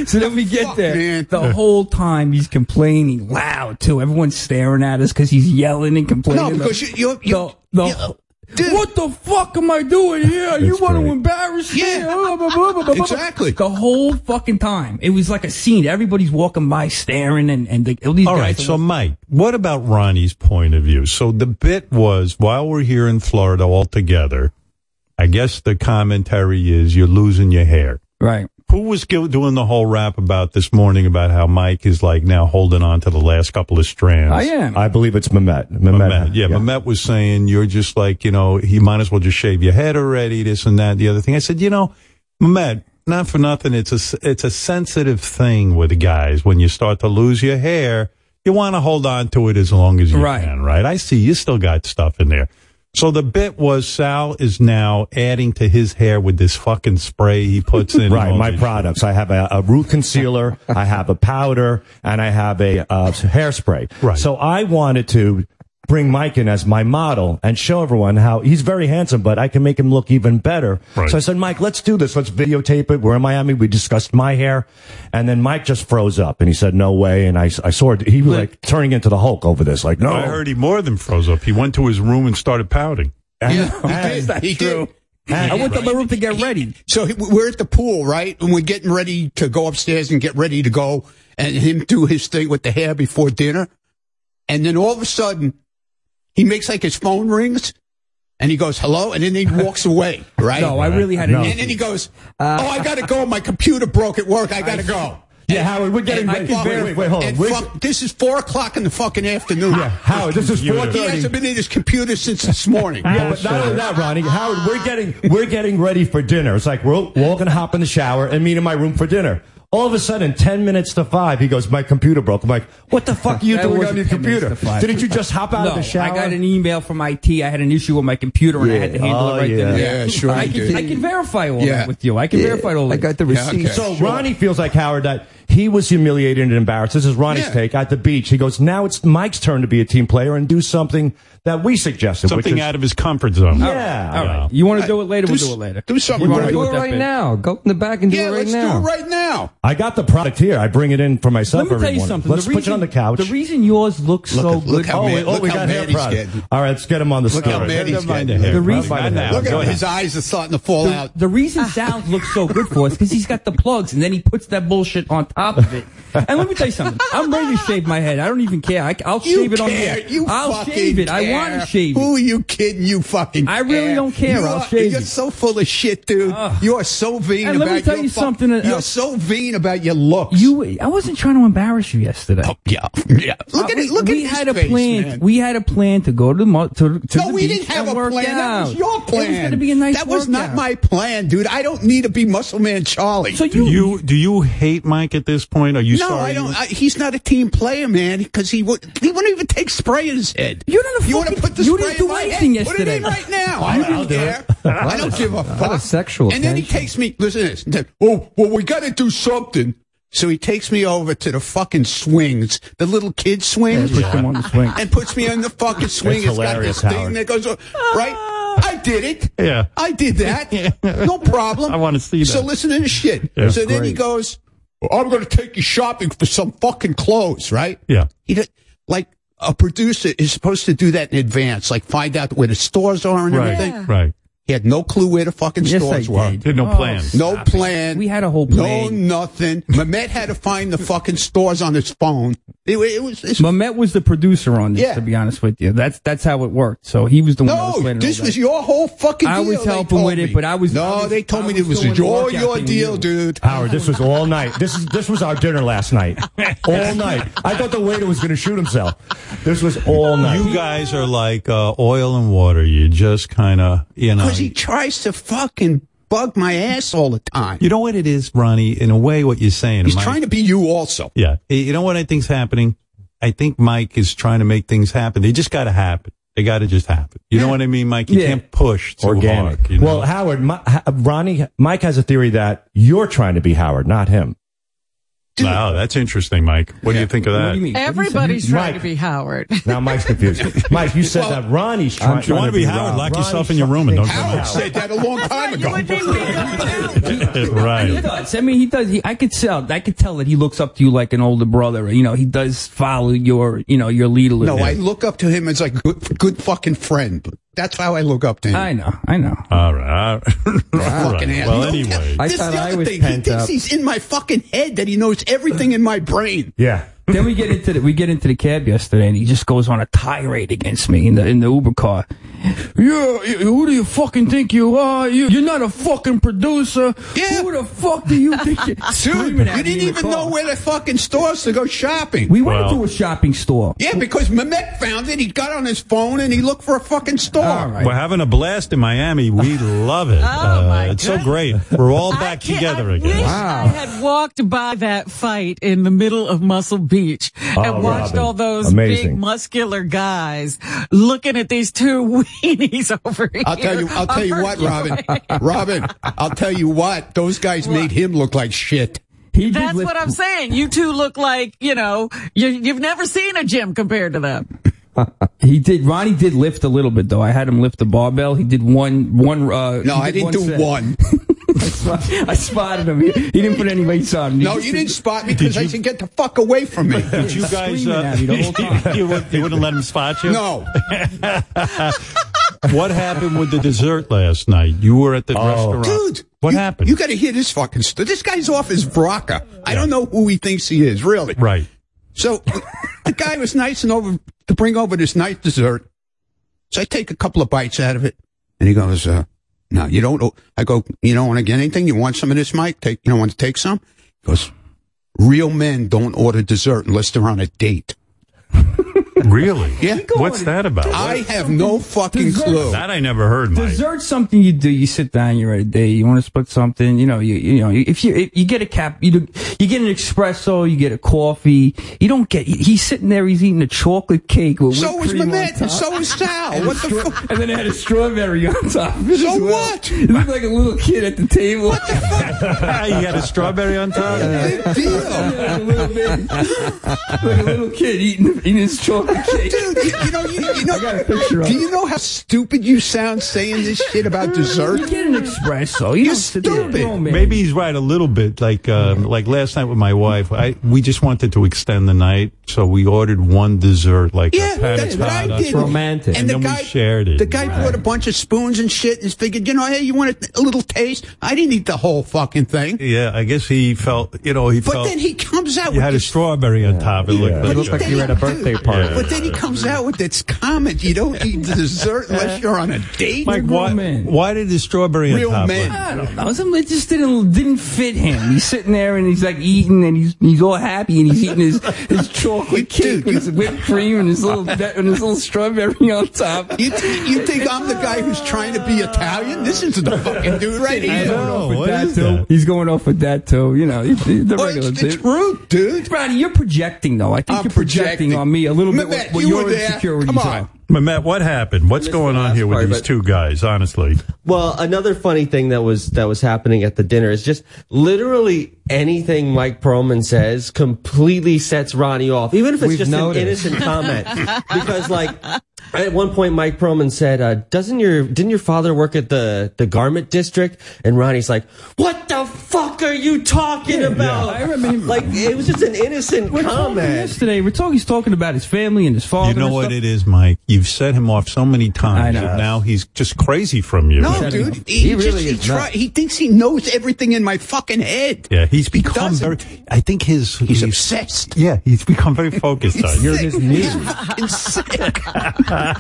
Speaker 15: so then we get there. The whole time he's complaining loud too. Everyone's staring at us because he's yelling and complaining.
Speaker 9: No, because you, you, you
Speaker 15: the, the, what the fuck am I doing here? you want to embarrass me? Blah, blah, blah, blah, blah, blah.
Speaker 9: Exactly.
Speaker 15: The whole fucking time. It was like a scene. Everybody's walking by staring and, and the, all these
Speaker 5: All
Speaker 15: guys.
Speaker 5: right, so Mike, what about Ronnie's point of view? So the bit was while we're here in Florida all together, I guess the commentary is you're losing your hair.
Speaker 15: Right.
Speaker 5: Who was go- doing the whole rap about this morning about how Mike is like now holding on to the last couple of strands?
Speaker 15: I am.
Speaker 12: I believe it's Mehmet. Mehmet.
Speaker 5: Mehmet, yeah, Mehmet was saying you're just like, you know, you might as well just shave your head already, this and that, the other thing. I said, you know, Mehmet, not for nothing, it's a s- it's a sensitive thing with guys when you start to lose your hair, you want to hold on to it as long as you
Speaker 15: Right.
Speaker 5: can, right? I see you still got stuff in there. So the bit was Sal is now adding to his hair with this fucking spray he puts in. and
Speaker 12: Right,
Speaker 5: all
Speaker 12: my
Speaker 5: this
Speaker 12: products. I have a, a root concealer, I have a powder, and I have a uh, hairspray. Right. So I wanted to bring Mike in as my model and show everyone how he's very handsome, but I can make him look even better.
Speaker 5: Right.
Speaker 12: So I said, Mike, let's do this. Let's videotape it. We're in Miami. We discussed my hair, and then Mike just froze up and he said, "No way!" And I, I saw it. He was like turning into the Hulk over this. Like, no,
Speaker 5: I heard he more than froze up. He went to his room and started pouting.
Speaker 9: That's not true.
Speaker 15: I went to my room to get ready.
Speaker 9: So he- we're at the pool, right? And we're getting ready to go upstairs and get ready to go, and him do his thing with the hair before dinner. And then all of a sudden, he makes like his phone rings, and he goes, hello? And then he walks away, right?
Speaker 15: No, I really had an
Speaker 9: And
Speaker 15: issue.
Speaker 9: then he goes, oh, I got to go. My computer broke at work. I got to go.
Speaker 12: Yeah, Howard, we're getting
Speaker 9: And
Speaker 12: ready.
Speaker 9: fuck-
Speaker 12: Wait, wait, wait, hold on.
Speaker 9: and
Speaker 12: We're-
Speaker 9: fuck- this is four o'clock in the fucking afternoon. Yeah,
Speaker 12: Howard, this is
Speaker 9: He
Speaker 12: 4:30.
Speaker 9: hasn't been in his computer since this morning.
Speaker 12: Yeah, but not only that, Ronnie. Howard, we're getting we're getting ready for dinner. It's like we're, we're all gonna hop in the shower and meet in my room for dinner. All of a sudden, 10 minutes to 5, he goes, my computer broke. I'm like, what the fuck are you
Speaker 15: That
Speaker 12: doing on
Speaker 15: wasn't
Speaker 12: your
Speaker 15: 10 minutes
Speaker 12: computer?
Speaker 15: to five.
Speaker 12: Didn't you just hop out
Speaker 15: no,
Speaker 12: of the shower?
Speaker 15: I got an email from IT. I had an issue with my computer and I had to
Speaker 12: Yeah.
Speaker 15: handle
Speaker 12: Oh,
Speaker 15: it right then. and
Speaker 12: yeah.
Speaker 15: there.
Speaker 12: Yeah, sure
Speaker 15: I
Speaker 12: you did.
Speaker 15: can, I can verify all
Speaker 12: Yeah.
Speaker 15: that with you. I can
Speaker 12: Yeah.
Speaker 15: verify all
Speaker 12: I
Speaker 15: that.
Speaker 12: got
Speaker 10: the
Speaker 12: So Ronnie feels like Howard that he was humiliated and embarrassed. This is Ronnie's take at the beach. He goes, now it's Mike's turn to be a team player and do something that we suggested.
Speaker 5: Something
Speaker 12: which is,
Speaker 5: out of his comfort zone.
Speaker 12: Yeah.
Speaker 15: All right. You want to do it later? we'll do it later.
Speaker 12: do something
Speaker 15: You wanna
Speaker 12: right-
Speaker 15: do
Speaker 12: Do
Speaker 15: it
Speaker 12: it
Speaker 15: that
Speaker 12: right
Speaker 15: bit.
Speaker 10: now. Go in the back and do it right now.
Speaker 9: right now.
Speaker 12: I got the product here. I bring it in for myself
Speaker 15: Let me
Speaker 12: every
Speaker 15: tell you
Speaker 12: morning.
Speaker 15: something.
Speaker 12: Let's
Speaker 15: the
Speaker 12: put
Speaker 15: reason,
Speaker 12: it on the couch.
Speaker 15: The reason yours looks so good.
Speaker 12: Look how
Speaker 15: oh,
Speaker 12: mad-
Speaker 15: oh,
Speaker 12: look
Speaker 15: we
Speaker 12: how
Speaker 15: got
Speaker 12: mad
Speaker 15: hair
Speaker 12: he's
Speaker 15: product.
Speaker 12: getting. All right, let's get him on the
Speaker 15: Look how
Speaker 12: story.
Speaker 15: mad he's
Speaker 12: Never mind
Speaker 15: getting.
Speaker 12: hair
Speaker 15: The
Speaker 12: product.
Speaker 15: reason-
Speaker 12: Mind hair.
Speaker 15: Look at
Speaker 12: Go
Speaker 15: him.
Speaker 12: ahead.
Speaker 9: His eyes are starting to fall
Speaker 15: the,
Speaker 9: out.
Speaker 15: The reason South looks so good for us because he's got the plugs, and then he puts that bullshit on top of it. And let me tell you something. I'm ready to shave my head. I don't even care. I, will
Speaker 9: You
Speaker 15: shave it on
Speaker 9: care.
Speaker 15: there.
Speaker 9: You
Speaker 15: I'll
Speaker 9: fucking
Speaker 15: shave it. I
Speaker 9: care.
Speaker 15: want to shave it.
Speaker 9: Who are you kidding? You fucking.
Speaker 15: I really
Speaker 9: care.
Speaker 15: don't care.
Speaker 9: You
Speaker 15: I'll
Speaker 9: are,
Speaker 15: shave
Speaker 9: You're
Speaker 15: it.
Speaker 9: so full of shit, dude. you are so vain
Speaker 15: And
Speaker 9: about
Speaker 15: let me tell
Speaker 9: your
Speaker 15: you
Speaker 9: fu-
Speaker 15: something
Speaker 9: You're
Speaker 15: that- uh,
Speaker 9: so vain about your looks.
Speaker 15: You, I wasn't trying to embarrass you yesterday. Oh,
Speaker 9: yeah, yeah. Look at
Speaker 15: we,
Speaker 9: it. Look
Speaker 15: we
Speaker 9: at
Speaker 15: had
Speaker 9: his
Speaker 15: a
Speaker 9: face,
Speaker 15: plan.
Speaker 9: man.
Speaker 15: We had a plan to go to the mo- to, to
Speaker 9: no,
Speaker 15: the
Speaker 9: we
Speaker 15: beach
Speaker 9: didn't have
Speaker 15: and
Speaker 9: a
Speaker 15: work
Speaker 9: plan. That
Speaker 15: out.
Speaker 9: was your plan.
Speaker 15: It was going to be a nice.
Speaker 9: That was not
Speaker 15: workout.
Speaker 9: my plan, dude. I don't need to be Muscle Man Charlie.
Speaker 15: So
Speaker 5: Do you do you hate Mike at this point? Are you
Speaker 9: no,
Speaker 5: sorry?
Speaker 9: I don't. I, he's not a team player, man, because he would he wouldn't even take spray in his head.
Speaker 15: You don't.
Speaker 9: You want to put the
Speaker 15: you
Speaker 9: spray
Speaker 15: didn't do
Speaker 9: in my
Speaker 15: anything
Speaker 9: head?
Speaker 15: yesterday.
Speaker 9: Put it in right now.
Speaker 15: You
Speaker 9: I don't,
Speaker 15: didn't do
Speaker 9: care.
Speaker 15: it.
Speaker 9: I don't give a fuck.
Speaker 10: lot of sexual
Speaker 9: And then he takes me. Listen to this. Then, Oh well, we got to do something. So he takes me over to the fucking swings, the little kid swings,
Speaker 15: Yeah, puts him on the swing.
Speaker 9: and puts me on the fucking swing.
Speaker 12: It's hilarious,
Speaker 9: got this thing
Speaker 12: Howard.
Speaker 9: that goes right. I did it.
Speaker 5: Yeah.
Speaker 9: I did that. No problem.
Speaker 5: I wanna see
Speaker 9: So
Speaker 5: that.
Speaker 9: listen to this shit.
Speaker 5: Yeah.
Speaker 9: so then he
Speaker 5: Great.
Speaker 9: goes, "I'm going to take you shopping for some fucking clothes," right?
Speaker 5: Yeah.
Speaker 9: He did, like a producer is supposed to do that in advance, like find out where the stores are and
Speaker 5: Right.
Speaker 9: everything.
Speaker 5: Right.
Speaker 9: He had no clue where the fucking
Speaker 15: Yes,
Speaker 9: stores
Speaker 15: I
Speaker 9: were.
Speaker 15: did.
Speaker 5: Did no
Speaker 15: Oh,
Speaker 5: plan.
Speaker 9: No plan.
Speaker 15: We had a whole
Speaker 9: No
Speaker 15: plan.
Speaker 9: nothing. Mehmet had to find the fucking stores on his phone. It, wa- it was. It's,
Speaker 15: Mamet was the producer on this.
Speaker 9: Yeah.
Speaker 15: To be honest with you, that's that's how it worked. So he was the one. that was
Speaker 9: no,
Speaker 15: planning
Speaker 9: this
Speaker 15: all that.
Speaker 9: was your whole fucking.
Speaker 15: I
Speaker 9: deal,
Speaker 15: was
Speaker 9: they
Speaker 15: helping
Speaker 9: told
Speaker 15: with it,
Speaker 9: me.
Speaker 15: but I was-
Speaker 9: No,
Speaker 15: I was-
Speaker 9: they told
Speaker 15: I
Speaker 9: me
Speaker 15: was
Speaker 9: it was
Speaker 15: doing the
Speaker 9: your
Speaker 15: workout
Speaker 9: your
Speaker 15: thing with
Speaker 9: deal,
Speaker 15: you.
Speaker 9: dude.
Speaker 12: Howard, this was all night. This is this was our dinner last night. All night. I thought the waiter was going to shoot himself. This was all night.
Speaker 5: You guys are like uh, oil and water. You just kind of you know.
Speaker 9: Because he tries to fucking bug my ass all the time.
Speaker 5: You know what it is, Ronnie? In a way, what you're saying.
Speaker 9: He's
Speaker 5: Mike-
Speaker 9: trying to be you also.
Speaker 5: Yeah. Hey, You know what I think's happening? I think Mike is trying to make things happen. They just got to happen. They got to just happen. You know what I mean, Mike? You
Speaker 15: Yeah.
Speaker 5: can't push too
Speaker 12: organic.
Speaker 5: hard. You know?
Speaker 12: Well, Howard, my, Ha- Ronnie, Mike has a theory that you're trying to be Howard, not him.
Speaker 5: wow, that's interesting, Mike. What do you think of that?
Speaker 15: What do you mean?
Speaker 6: Everybody's trying to
Speaker 12: Mike.
Speaker 6: be Howard.
Speaker 12: Now Mike's confused. Mike, you said that Ronnie's trying,
Speaker 5: You want to be Howard?
Speaker 12: Ron-
Speaker 5: Lock
Speaker 12: Ronnie's
Speaker 5: yourself in your room and don't come
Speaker 9: Howard
Speaker 5: out.
Speaker 9: said that a long time ago.
Speaker 15: He
Speaker 5: right.
Speaker 15: does. I mean, he does. He, I could tell. I could tell that he looks up to you like an older brother. You know, he does follow your, you know, your lead a little
Speaker 9: No, I
Speaker 15: bit.
Speaker 9: look up to him as like good, good fucking friend. But that's how I look up to him.
Speaker 15: I know. I know.
Speaker 5: All right. All right.
Speaker 9: fucking ass.
Speaker 5: Well,
Speaker 9: He don't care.
Speaker 5: anyway.
Speaker 10: I
Speaker 9: this is
Speaker 10: thought
Speaker 9: the
Speaker 10: I
Speaker 9: other
Speaker 10: was
Speaker 9: thing. He
Speaker 10: pent
Speaker 9: thinks
Speaker 10: up.
Speaker 9: he's in my fucking head that he knows everything in my brain.
Speaker 12: Yeah.
Speaker 15: then we get into the, we get into the cab yesterday, and he just goes on a tirade against me in the in the Uber car. Yeah, you- who do you fucking think you are? You, you're not a fucking producer.
Speaker 9: Yeah.
Speaker 15: Who the fuck do you think? You're
Speaker 9: Dude, you didn't even know where the fucking stores to go shopping.
Speaker 15: We went
Speaker 5: Well.
Speaker 15: to a shopping store.
Speaker 9: yeah, because Mehmet found it. He got on his phone and he looked for a fucking store.
Speaker 15: All right.
Speaker 5: We're having a blast in Miami. We love it. Uh,
Speaker 6: Oh, my
Speaker 5: it's so great. We're all
Speaker 6: I
Speaker 5: back
Speaker 6: can't-
Speaker 5: together
Speaker 6: I
Speaker 5: again.
Speaker 6: Wish I had walked by that fight in the middle of Muscle Beach
Speaker 12: Oh,
Speaker 6: and watched
Speaker 12: Robin.
Speaker 6: all those
Speaker 12: Amazing.
Speaker 6: big muscular guys looking at these two weenies over here.
Speaker 9: I'll tell you. I'll tell you what, Robin. Robin, I'll tell you what. Those guys made him look like shit.
Speaker 15: He did
Speaker 6: That's
Speaker 15: lift-
Speaker 6: what I'm saying. You two look like you know you, you've never seen a gym compared to them.
Speaker 15: He did. Ronnie did lift a little bit though. I had him lift the barbell. He did one one. Uh, he
Speaker 9: No, I
Speaker 15: did
Speaker 9: didn't do
Speaker 15: set.
Speaker 9: one.
Speaker 15: I spot- I spotted him. He, he didn't put any weights on. He
Speaker 9: No,
Speaker 15: just
Speaker 9: you
Speaker 15: did-
Speaker 9: didn't spot me because I said, "Get the fuck away from me."
Speaker 5: Did you guys?
Speaker 15: screaming
Speaker 5: Uh,
Speaker 15: at me the whole time.
Speaker 5: you, would, you wouldn't let him spot you?
Speaker 9: No,
Speaker 5: What happened with the dessert last night? You were at the restaurant.
Speaker 9: dude.
Speaker 5: What
Speaker 9: you-
Speaker 5: happened?
Speaker 9: You got to hear this fucking story. This guy's off his rocker. I don't know who he thinks he is, really.
Speaker 5: right.
Speaker 9: So the guy was nice and over to bring over this nice dessert. So I take a couple of bites out of it, and he goes, uh, "No, you don't." o-" I go, "You don't want to get anything. You want some of this, Mike? Take. You don't want to take some?" He goes, "Real men don't order dessert unless they're on a date."
Speaker 5: Really?
Speaker 9: Yeah.
Speaker 5: What's that about?
Speaker 9: I have no fucking clue.
Speaker 5: That I never heard. Mike.
Speaker 15: Dessert's something you do. You sit down. You're at a day. You want to split something. You know. You you know. If you if you get a cap, you do, you get an espresso. You get a coffee. You don't get. He's sitting there. He's eating a chocolate cake with
Speaker 9: So
Speaker 15: whipped
Speaker 9: is
Speaker 15: cream on
Speaker 9: Mamet,
Speaker 15: top.
Speaker 9: so is Sal.
Speaker 15: And
Speaker 9: What
Speaker 15: a
Speaker 9: the
Speaker 15: stra-
Speaker 9: fuck?
Speaker 15: And then it had a strawberry on top. of it
Speaker 9: So
Speaker 15: as well.
Speaker 9: what?
Speaker 15: It looked like a little kid at the table. What the fuck?
Speaker 5: you had a strawberry on top.
Speaker 15: like a little kid eating eating his chocolate cake.
Speaker 9: Dude, you, you know, you, you know, do you know how stupid you sound saying this shit about dessert? You
Speaker 15: get an espresso.
Speaker 9: Oh, You are stupid.
Speaker 5: Maybe he's right a little bit. Like
Speaker 9: Mm-hmm.
Speaker 5: um, like last night with my wife, I we just wanted to extend the night, so we ordered one dessert, like
Speaker 9: Yeah,
Speaker 5: a panna
Speaker 9: that's what I
Speaker 5: cotta.
Speaker 9: did. Romantic.
Speaker 5: and,
Speaker 9: And the
Speaker 5: then
Speaker 9: guy-
Speaker 5: we shared it.
Speaker 9: The guy brought a bunch of spoons and shit and figured, you know, hey, you want a, a little taste? I didn't eat the whole fucking thing.
Speaker 5: yeah, I guess he felt you know he
Speaker 9: But
Speaker 5: felt.
Speaker 9: then he comes out
Speaker 5: you
Speaker 9: with
Speaker 5: had a strawberry on top. It looked
Speaker 10: It looked like you were at a birthday party.
Speaker 9: But then he comes out with this comment: "You don't eat dessert unless you're on a date."
Speaker 5: Mike, why, why did the strawberry
Speaker 9: Real
Speaker 5: on top?
Speaker 9: men.
Speaker 5: look-
Speaker 15: I don't know. Some it just didn't didn't fit him. He's sitting there and he's like eating and he's he's all happy and he's eating his, his chocolate cake with his whipped cream and his little de- and his little strawberry on top.
Speaker 9: You, th- you think I'm the guy who's trying to be Italian? This is the fucking dude right here.
Speaker 15: With that, though, He's going off with that too. You know, he- he- the
Speaker 9: Well,
Speaker 15: regular.
Speaker 9: Oh, it's- it's rude, dude.
Speaker 15: Brownie, you're projecting though. I think
Speaker 9: I'm
Speaker 15: you're projecting,
Speaker 9: projecting.
Speaker 15: on me a little bit.
Speaker 9: Matt,
Speaker 15: what, what
Speaker 9: you
Speaker 15: your
Speaker 9: were there.
Speaker 15: insecurities
Speaker 9: Come on.
Speaker 15: are.
Speaker 5: But Matt, what happened? What's going on here with
Speaker 16: part,
Speaker 5: these
Speaker 16: but-
Speaker 5: two guys? Honestly,
Speaker 16: Well, another funny thing that was that was happening at the dinner is just literally anything Mike Perlman says completely sets Ronnie off, even if it's
Speaker 10: We've
Speaker 16: just
Speaker 10: noticed.
Speaker 16: an innocent comment. because like at one point, Mike Perlman said, uh, "Doesn't your didn't your father work at the the garment district?" And Ronnie's like, "What the fuck are you talking about?"
Speaker 15: I remember.
Speaker 16: Like it was just an innocent
Speaker 15: We're talking
Speaker 16: comment.
Speaker 15: yesterday. We're talking. He's talking about his family and his father.
Speaker 5: you know
Speaker 15: and
Speaker 5: what
Speaker 15: stuff.
Speaker 5: it is, Mike. You've set him off so many times.
Speaker 15: I know.
Speaker 5: that Now he's just crazy from you.
Speaker 9: No, dude. He,
Speaker 5: He really
Speaker 9: just, he,
Speaker 5: is
Speaker 9: try,
Speaker 5: nuts.
Speaker 9: he thinks he knows everything in my fucking head.
Speaker 5: Yeah, he's become very. I think his he's,
Speaker 9: obsessed.
Speaker 5: Yeah, he's become very focused on
Speaker 15: You're his
Speaker 5: niece.
Speaker 9: It's sick.
Speaker 15: You can't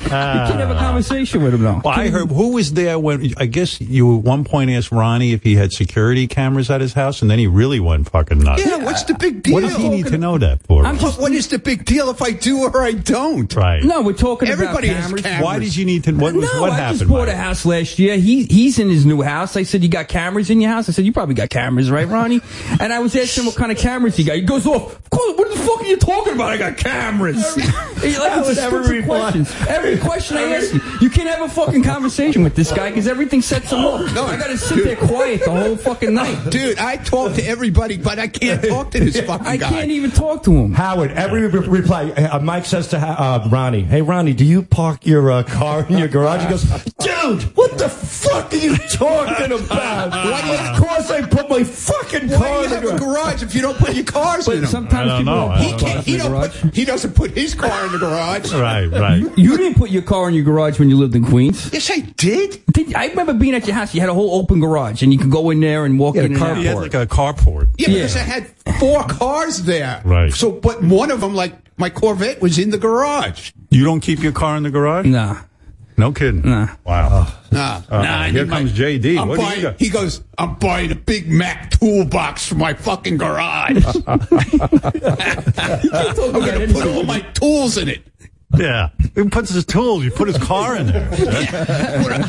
Speaker 15: have a conversation with him though.
Speaker 5: Well, I heard who was there when I guess you at one point asked Ronnie if he had security cameras at his house, and then he really went fucking nuts.
Speaker 9: Yeah, what's the big deal?
Speaker 5: What does he need to know that for?
Speaker 9: What- what is the big deal if I do or I don't?
Speaker 5: Right.
Speaker 15: No, we're talking
Speaker 9: Everybody
Speaker 15: about
Speaker 9: has
Speaker 15: cameras.
Speaker 9: cameras.
Speaker 5: Why did you need to? What
Speaker 15: no,
Speaker 5: was what
Speaker 15: I
Speaker 5: happened?
Speaker 15: just bought
Speaker 5: Mike?
Speaker 15: a house last year. He he's in his new house. I said, "You got cameras in your house?" I said, "You probably got cameras, right, Ronnie?" and I was asking him what kind of cameras he got. He goes off. "Of course, What the fuck are you talking about? I got cameras. He- like, it's every question. Every question I ask you, you can't have a fucking conversation with this guy because everything sets him off. No, I got to sit there quiet the whole fucking night.
Speaker 9: Dude, I talk to everybody, but I can't talk to this fucking
Speaker 15: I
Speaker 9: guy.
Speaker 15: can't even talk to him.
Speaker 12: Howard, every re- reply, uh, Mike says to uh, Ronnie, "Hey, Ronnie, do you park your uh, car in your garage?" He goes, "Dude, what the fuck are you talking about?
Speaker 9: Why do you-
Speaker 12: of course I put my
Speaker 9: Why
Speaker 12: fucking
Speaker 9: do
Speaker 12: car
Speaker 9: you
Speaker 12: in the
Speaker 9: have a
Speaker 12: garage."
Speaker 9: garage if you don't put your cars in them?
Speaker 15: sometimes I don't people know. don't I
Speaker 9: He,
Speaker 15: don't
Speaker 9: can't,
Speaker 15: park
Speaker 9: he,
Speaker 15: in the
Speaker 9: don't put, he doesn't put his car in the garage.
Speaker 5: Right, right.
Speaker 15: You didn't put your car in your garage when you lived in Queens.
Speaker 9: Yes, I did.
Speaker 15: Did, I remember being at your house. You had a whole open garage, and you could go in there and walk
Speaker 5: Yeah,
Speaker 15: in. and out.
Speaker 5: He had like a carport.
Speaker 9: Yeah, because I had four cars there.
Speaker 5: Right.
Speaker 9: So, but one of them, like my Corvette, was in the garage.
Speaker 5: You don't keep your car in the garage?
Speaker 15: Nah.
Speaker 5: No kidding. Nah. Wow.
Speaker 9: Nah,
Speaker 5: Uh,
Speaker 9: nah. I
Speaker 5: here
Speaker 9: need my-
Speaker 5: comes JD.
Speaker 9: I'm
Speaker 5: What do you
Speaker 9: buying-
Speaker 5: got?
Speaker 9: He goes, I'm buying a Big Mac toolbox for my fucking garage. I'm gonna put all my tools in it.
Speaker 5: Yeah. He puts his tools. You put his car in there.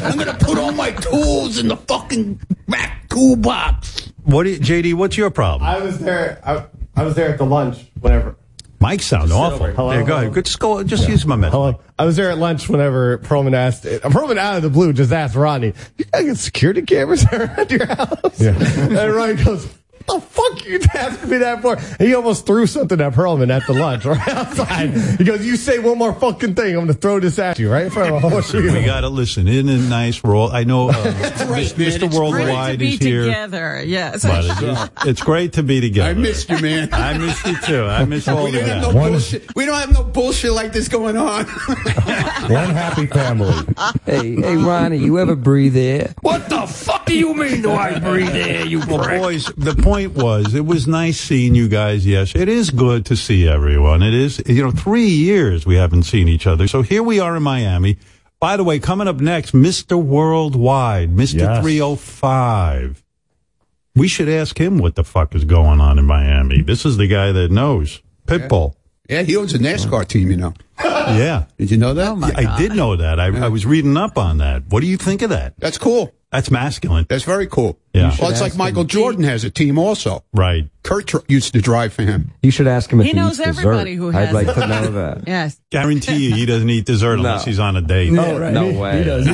Speaker 9: I'm gonna put all my tools in the fucking Mac toolbox.
Speaker 5: What do you, JD? What's your problem?
Speaker 17: I was there. I, I was there at the lunch. Whenever.
Speaker 5: Mike sounds awful.
Speaker 17: Hello?
Speaker 5: Yeah, go ahead. Good just go. Just use my method.
Speaker 17: Hello. I was there at lunch whenever Perlman asked. Perlman out of the blue just asked Rodney, "You guys got security cameras around your house?" Yeah. and Rodney goes. The fuck you asking me that for? And He almost threw something at Perlman at the lunch right outside. He goes, "You say one more fucking thing, I'm gonna throw this at you right in
Speaker 9: Oh,
Speaker 17: front of a whole
Speaker 5: We gotta listen. Isn't it nice? We're all. I know. Uh,
Speaker 9: Right, man,
Speaker 5: Mr.
Speaker 9: it's
Speaker 5: Worldwide
Speaker 6: Be
Speaker 5: is here.
Speaker 6: together. Yes.
Speaker 5: But it's, just- it's great to be together.
Speaker 9: I missed you, man.
Speaker 5: I missed you too. I missed all
Speaker 9: We
Speaker 5: of
Speaker 9: don't, have
Speaker 5: that.
Speaker 9: no bullshit. we don't have no bullshit like this going on.
Speaker 12: One happy family.
Speaker 10: Hey, hey, Ronnie, you ever breathe air?
Speaker 15: What the fuck do you mean? Do I breathe air? You
Speaker 5: Well,
Speaker 15: prick?
Speaker 5: boys, the point was, it was nice seeing you guys. Yes, it is good to see everyone. It is, you know, three years we haven't seen each other. So here we are in Miami. By the way, coming up next, Mr. Worldwide, Mr.
Speaker 12: Yes.
Speaker 5: 305. We should ask him what the fuck is going on in Miami. This is the guy that knows. Pitbull.
Speaker 9: yeah, he owns a NASCAR team, you know.
Speaker 5: Yeah.
Speaker 9: Did you know that?
Speaker 5: I did know that. I, I was reading up on that. What do you think of that?
Speaker 9: That's cool.
Speaker 5: That's masculine.
Speaker 9: That's very cool.
Speaker 5: Yeah.
Speaker 9: Well, it's like Michael Jordan has a team also.
Speaker 5: Right.
Speaker 9: Kurt tr- used to drive for him.
Speaker 4: You should ask him
Speaker 6: He knows everybody who has. it. Yes.
Speaker 5: Guarantee you he doesn't eat dessert unless he's on a date.
Speaker 4: Oh,
Speaker 17: No, right. Me- He does.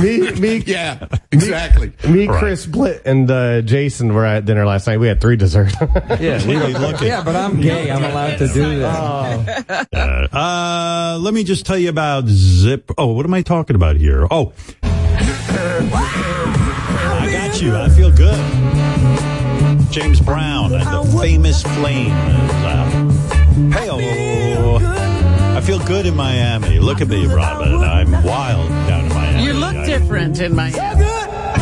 Speaker 17: Me, me, me
Speaker 9: yeah, exactly.
Speaker 17: Me, Chris, Blitt, and uh, Jason were at dinner last night. We had three desserts.
Speaker 4: Yeah, we don't- yeah, but I'm gay. I'm allowed to do that.
Speaker 5: Uh, let me just tell you about Zip. Oh, what am I talking about here? Oh. I got you. I feel good. James Brown and the famous flame is out. Hey, oh. I feel good in Miami. Look at me, Robin. I'm wild down in Miami.
Speaker 6: You look
Speaker 5: I-
Speaker 6: different in my.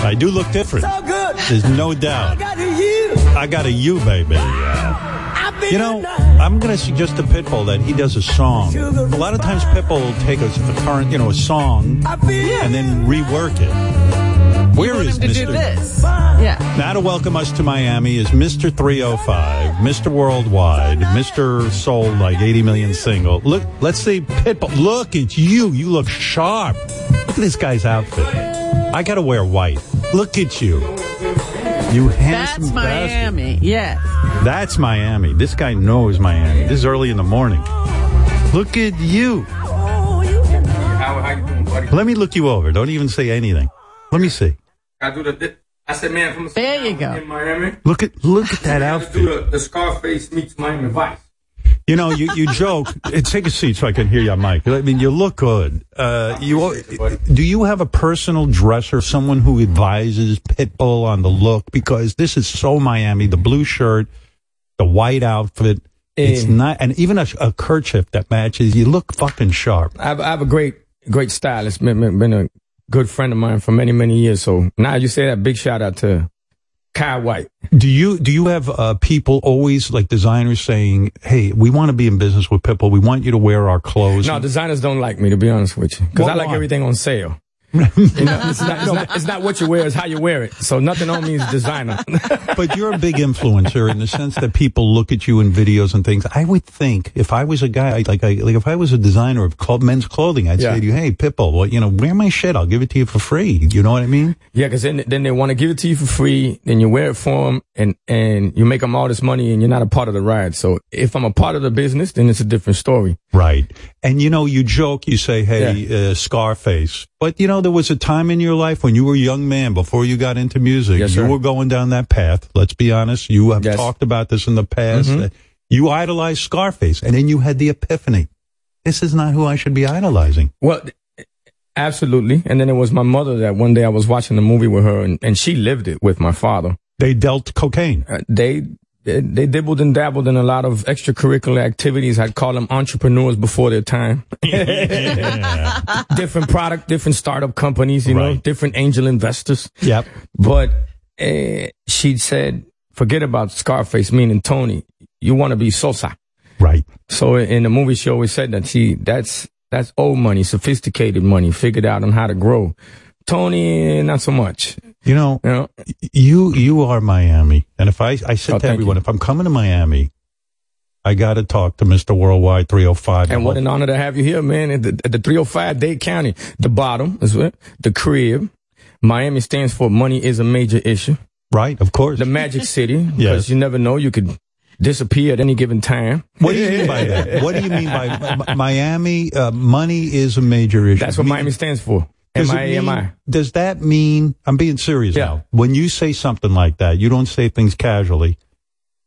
Speaker 5: I do look different.
Speaker 6: good.
Speaker 5: There's no doubt. I got a you, baby. Uh, you know, I'm going to suggest to Pitbull that he does a song. A lot of times, Pitbull will take a, a current, you know, a song and then rework it.
Speaker 6: We
Speaker 5: Where
Speaker 6: want
Speaker 5: is
Speaker 6: him to do
Speaker 5: Mr.
Speaker 6: this. Yeah.
Speaker 5: Now to welcome us to Miami is Mr. 305, Mr. Worldwide, Mr. Sold like 80 million single. Look, let's see Pitbull. Look at you. You look sharp. Look at this guy's outfit. I got to wear white. Look at you. You handsome
Speaker 6: That's
Speaker 5: bastard.
Speaker 6: Miami. Yes.
Speaker 5: That's Miami. This guy knows Miami. This is early in the morning. Look at you.
Speaker 18: How, how you doing, buddy?
Speaker 5: Let me look you over. Don't even say anything. Let me see.
Speaker 18: I do the. di- I said, man, from there you go in Miami.
Speaker 5: Look at look at that outfit.
Speaker 18: Do the, the Scarface meets Miami Vice.
Speaker 5: You know, you, you joke. eh, Take a seat so I can hear you on mic. I mean, you look good. Uh, you al- do you have a personal dresser, someone who advises Pitbull on the look? Because this is so Miami. The blue shirt, the white outfit. It's
Speaker 3: Eh.
Speaker 5: not, and even a, sh- a kerchief that matches. You look fucking sharp.
Speaker 3: I have, I have a great, great stylist. Been, been, been a good friend of mine for many, many years. So now you say that, big shout out to Kai White.
Speaker 5: Do you do you have uh, people always like designers saying, "Hey, we want to be in business with Pitbull. We want you to wear our clothes."
Speaker 3: No, designers don't like me to be honest with you because
Speaker 5: Well,
Speaker 3: I like
Speaker 5: why?
Speaker 3: everything on sale. You know, it's, not, it's, not, it's not what you wear; it's how you wear it. So nothing on me is designer.
Speaker 5: but you're a big influencer in the sense that people look at you in videos and things. I would think if I was a guy, like I, like if I was a designer of cl- men's clothing, I'd say to you, "Hey, Pitbull, well, you know, wear my shit. I'll give it to you for free." You know what I mean?
Speaker 3: Yeah, because then, then they want to give it to you for free, then you wear it for them, and, and you make them all this money, and you're not a part of the ride. So if I'm a part of the business, then it's a different story.
Speaker 5: Right. And you know, you joke, you say, "Hey, uh, Scarface," but you know, there was a time in your life when you were a young man before you got into music. you were going down that path. Let's be honest. You have talked about this in the past.
Speaker 3: Mm-hmm.
Speaker 5: that You idolized Scarface, and then you had the epiphany. This is not who I should be idolizing.
Speaker 3: Well, absolutely. And then it was my mother that one day I was watching the movie with her, and, and she lived it with my father. Uh,
Speaker 5: They dealt cocaine.
Speaker 3: they they they dibbled and dabbled in a lot of extracurricular activities. I'd call them entrepreneurs before their time. different product, different startup companies, you know, different angel investors.
Speaker 5: Yep.
Speaker 3: But uh, she said, forget about Scarface, meaning Tony. You want to be Sosa.
Speaker 5: Right.
Speaker 3: So in in the movie, she always said that she, that's, that's old money, sophisticated money, figured out on how to grow. Tony, eh, not so much.
Speaker 5: You know, y- you you are Miami, and if I I said
Speaker 3: Oh,
Speaker 5: to everyone, if I'm coming to Miami, I got to talk to Mister Worldwide 305.
Speaker 3: And what an honor to have you here, man. At the, at the 305 Dade County, the bottom is what the crib. Miami stands for money is a major issue.
Speaker 5: Right, of course.
Speaker 3: The Magic City, because
Speaker 5: Yes.
Speaker 3: you never know, you could disappear at any given time.
Speaker 5: What do you mean by that? What do you mean by Mi- Mi- Miami? Uh, money is a major issue.
Speaker 3: That's what Miami stands for.
Speaker 5: Does it
Speaker 3: M-I-A-M-I.
Speaker 5: mean- Does that mean I'm being serious now? When you say something like that, you don't say things casually.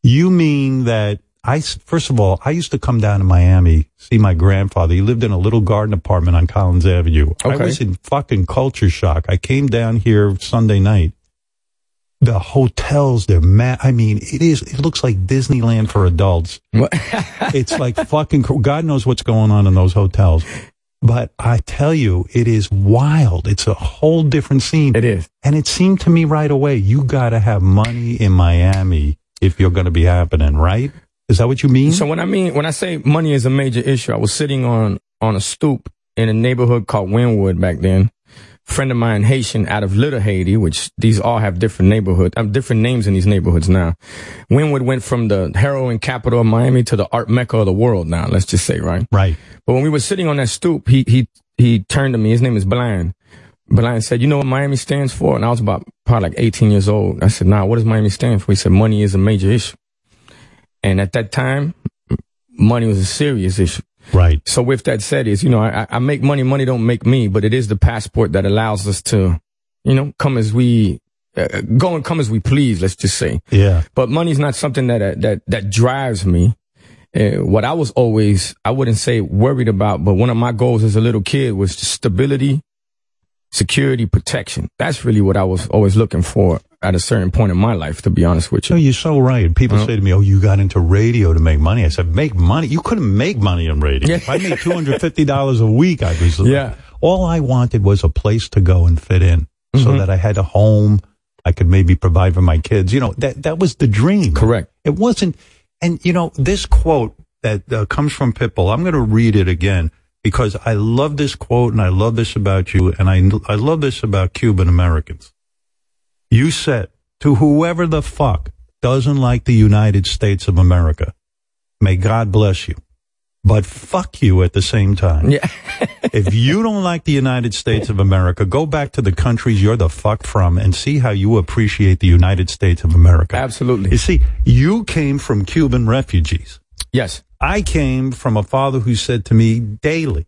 Speaker 5: You mean that I s- first of all, I used to come down to Miami see my grandfather. He lived in a little garden apartment on Collins Avenue. I
Speaker 3: Okay.
Speaker 5: was in fucking culture shock. I came down here Sunday night. The hotels, they're mad. I mean, it is. It looks like Disneyland for adults. it's like fucking. cr- God knows what's going on in those hotels. But I tell you, it is wild. It's a whole different scene. It
Speaker 3: is.
Speaker 5: And it seemed to me right away, you got to have money in Miami if you're going to be happening, right? Is that what you mean?
Speaker 3: So when I mean when I say money is a major issue, I was sitting on on a stoop in a neighborhood called Wynwood back then, friend of mine, Haitian, out of Little Haiti, which these all have different neighborhood, um, different names in these neighborhoods now. Winwood went from the heroin capital of Miami to the art mecca of the world now, let's just say, right?
Speaker 5: Right.
Speaker 3: But when we were sitting on that stoop, he, he, he turned to me. His name is Blind. Blind said, you know what Miami stands for? And I was about, probably like 18 years old. I said, nah, what does Miami stand for? He said, money is a major issue. And at that time, money was a serious issue.
Speaker 5: Right.
Speaker 3: So with that said, is you know I, I make money, money don't make me, but it is the passport that allows us to, you know, come as we uh, go and come as we please. Let's just say.
Speaker 5: Yeah.
Speaker 3: But money's not something that uh, that that drives me. Uh, what I was always, I wouldn't say worried about, but one of my goals as a little kid was stability, security, protection. That's really what I was always looking for at a certain point in my life, to be honest with you. Uh-huh.
Speaker 5: No, you're so right. People
Speaker 3: Yeah.
Speaker 5: say to me, "Oh, you got into radio to make money." I said, "Make money? You couldn't make money in radio.
Speaker 3: Yeah.
Speaker 5: If I made two hundred fifty dollars a week, I was
Speaker 3: Yeah.
Speaker 5: All I wanted was a place to go and fit in,
Speaker 3: Mm-hmm.
Speaker 5: so that I had a home. I could maybe provide for my kids. You know, that that was the dream.
Speaker 3: Correct.
Speaker 5: It wasn't. And you know, this quote that uh, comes from Pitbull. I'm going to read it again because I love this quote and I love this about you and I I love this about Cuban Americans. You said to whoever the fuck doesn't like the United States of America, may God bless you, but fuck you at the same time.
Speaker 3: Yeah.
Speaker 5: if you don't like the United States of America, go back to the countries you're the fuck from and see how you appreciate the United States of America.
Speaker 3: Absolutely.
Speaker 5: You see, you came from Cuban refugees.
Speaker 3: Yes.
Speaker 5: I came from a father who said to me daily,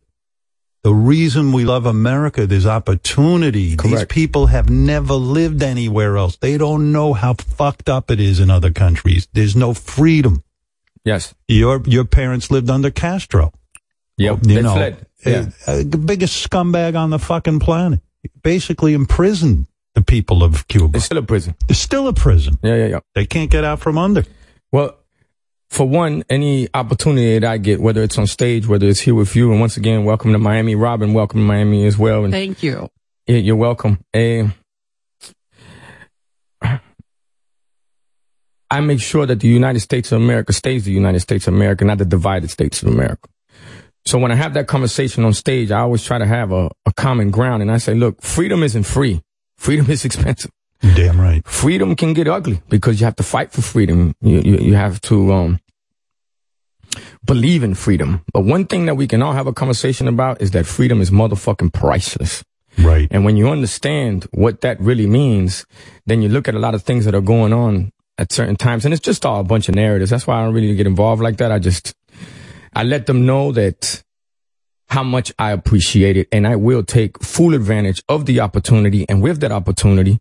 Speaker 5: the reason we love America, there's opportunity. These people have never lived anywhere else. They don't know how fucked up it is in other countries. There's no freedom.
Speaker 3: Yes.
Speaker 5: Your your parents lived under Castro.
Speaker 3: Yep.
Speaker 5: You
Speaker 3: they
Speaker 5: know,
Speaker 3: fled.
Speaker 5: uh,
Speaker 3: Yeah.
Speaker 5: uh, the biggest scumbag on the fucking planet. Basically imprisoned the people of Cuba. It's
Speaker 3: still a prison.
Speaker 5: It's still a prison.
Speaker 3: Yeah, yeah, yeah.
Speaker 5: They can't get out from under.
Speaker 3: Well, for one, any opportunity that I get, whether it's on stage, whether it's here with you, and once again, welcome to Miami, Robin, welcome to Miami as well. And
Speaker 6: Thank you.
Speaker 3: Yeah, You're welcome. Eh, I make sure that the United States of America stays the United States of America, not the divided states of America. So when I have that conversation on stage, I always try to have a, a common ground and I say, look, freedom isn't free. Freedom is expensive.
Speaker 5: Damn right.
Speaker 3: Freedom can get ugly because you have to fight for freedom. You, you, you have to, um, believe in freedom. But one thing that we can all have a conversation about is that freedom is motherfucking priceless.
Speaker 5: Right.
Speaker 3: And when you understand what that really means, then you look at a lot of things that are going on at certain times. And it's just all a bunch of narratives. That's why I don't really get involved like that. I just, I let them know that how much I appreciate it and I will take full advantage of the opportunity and with that opportunity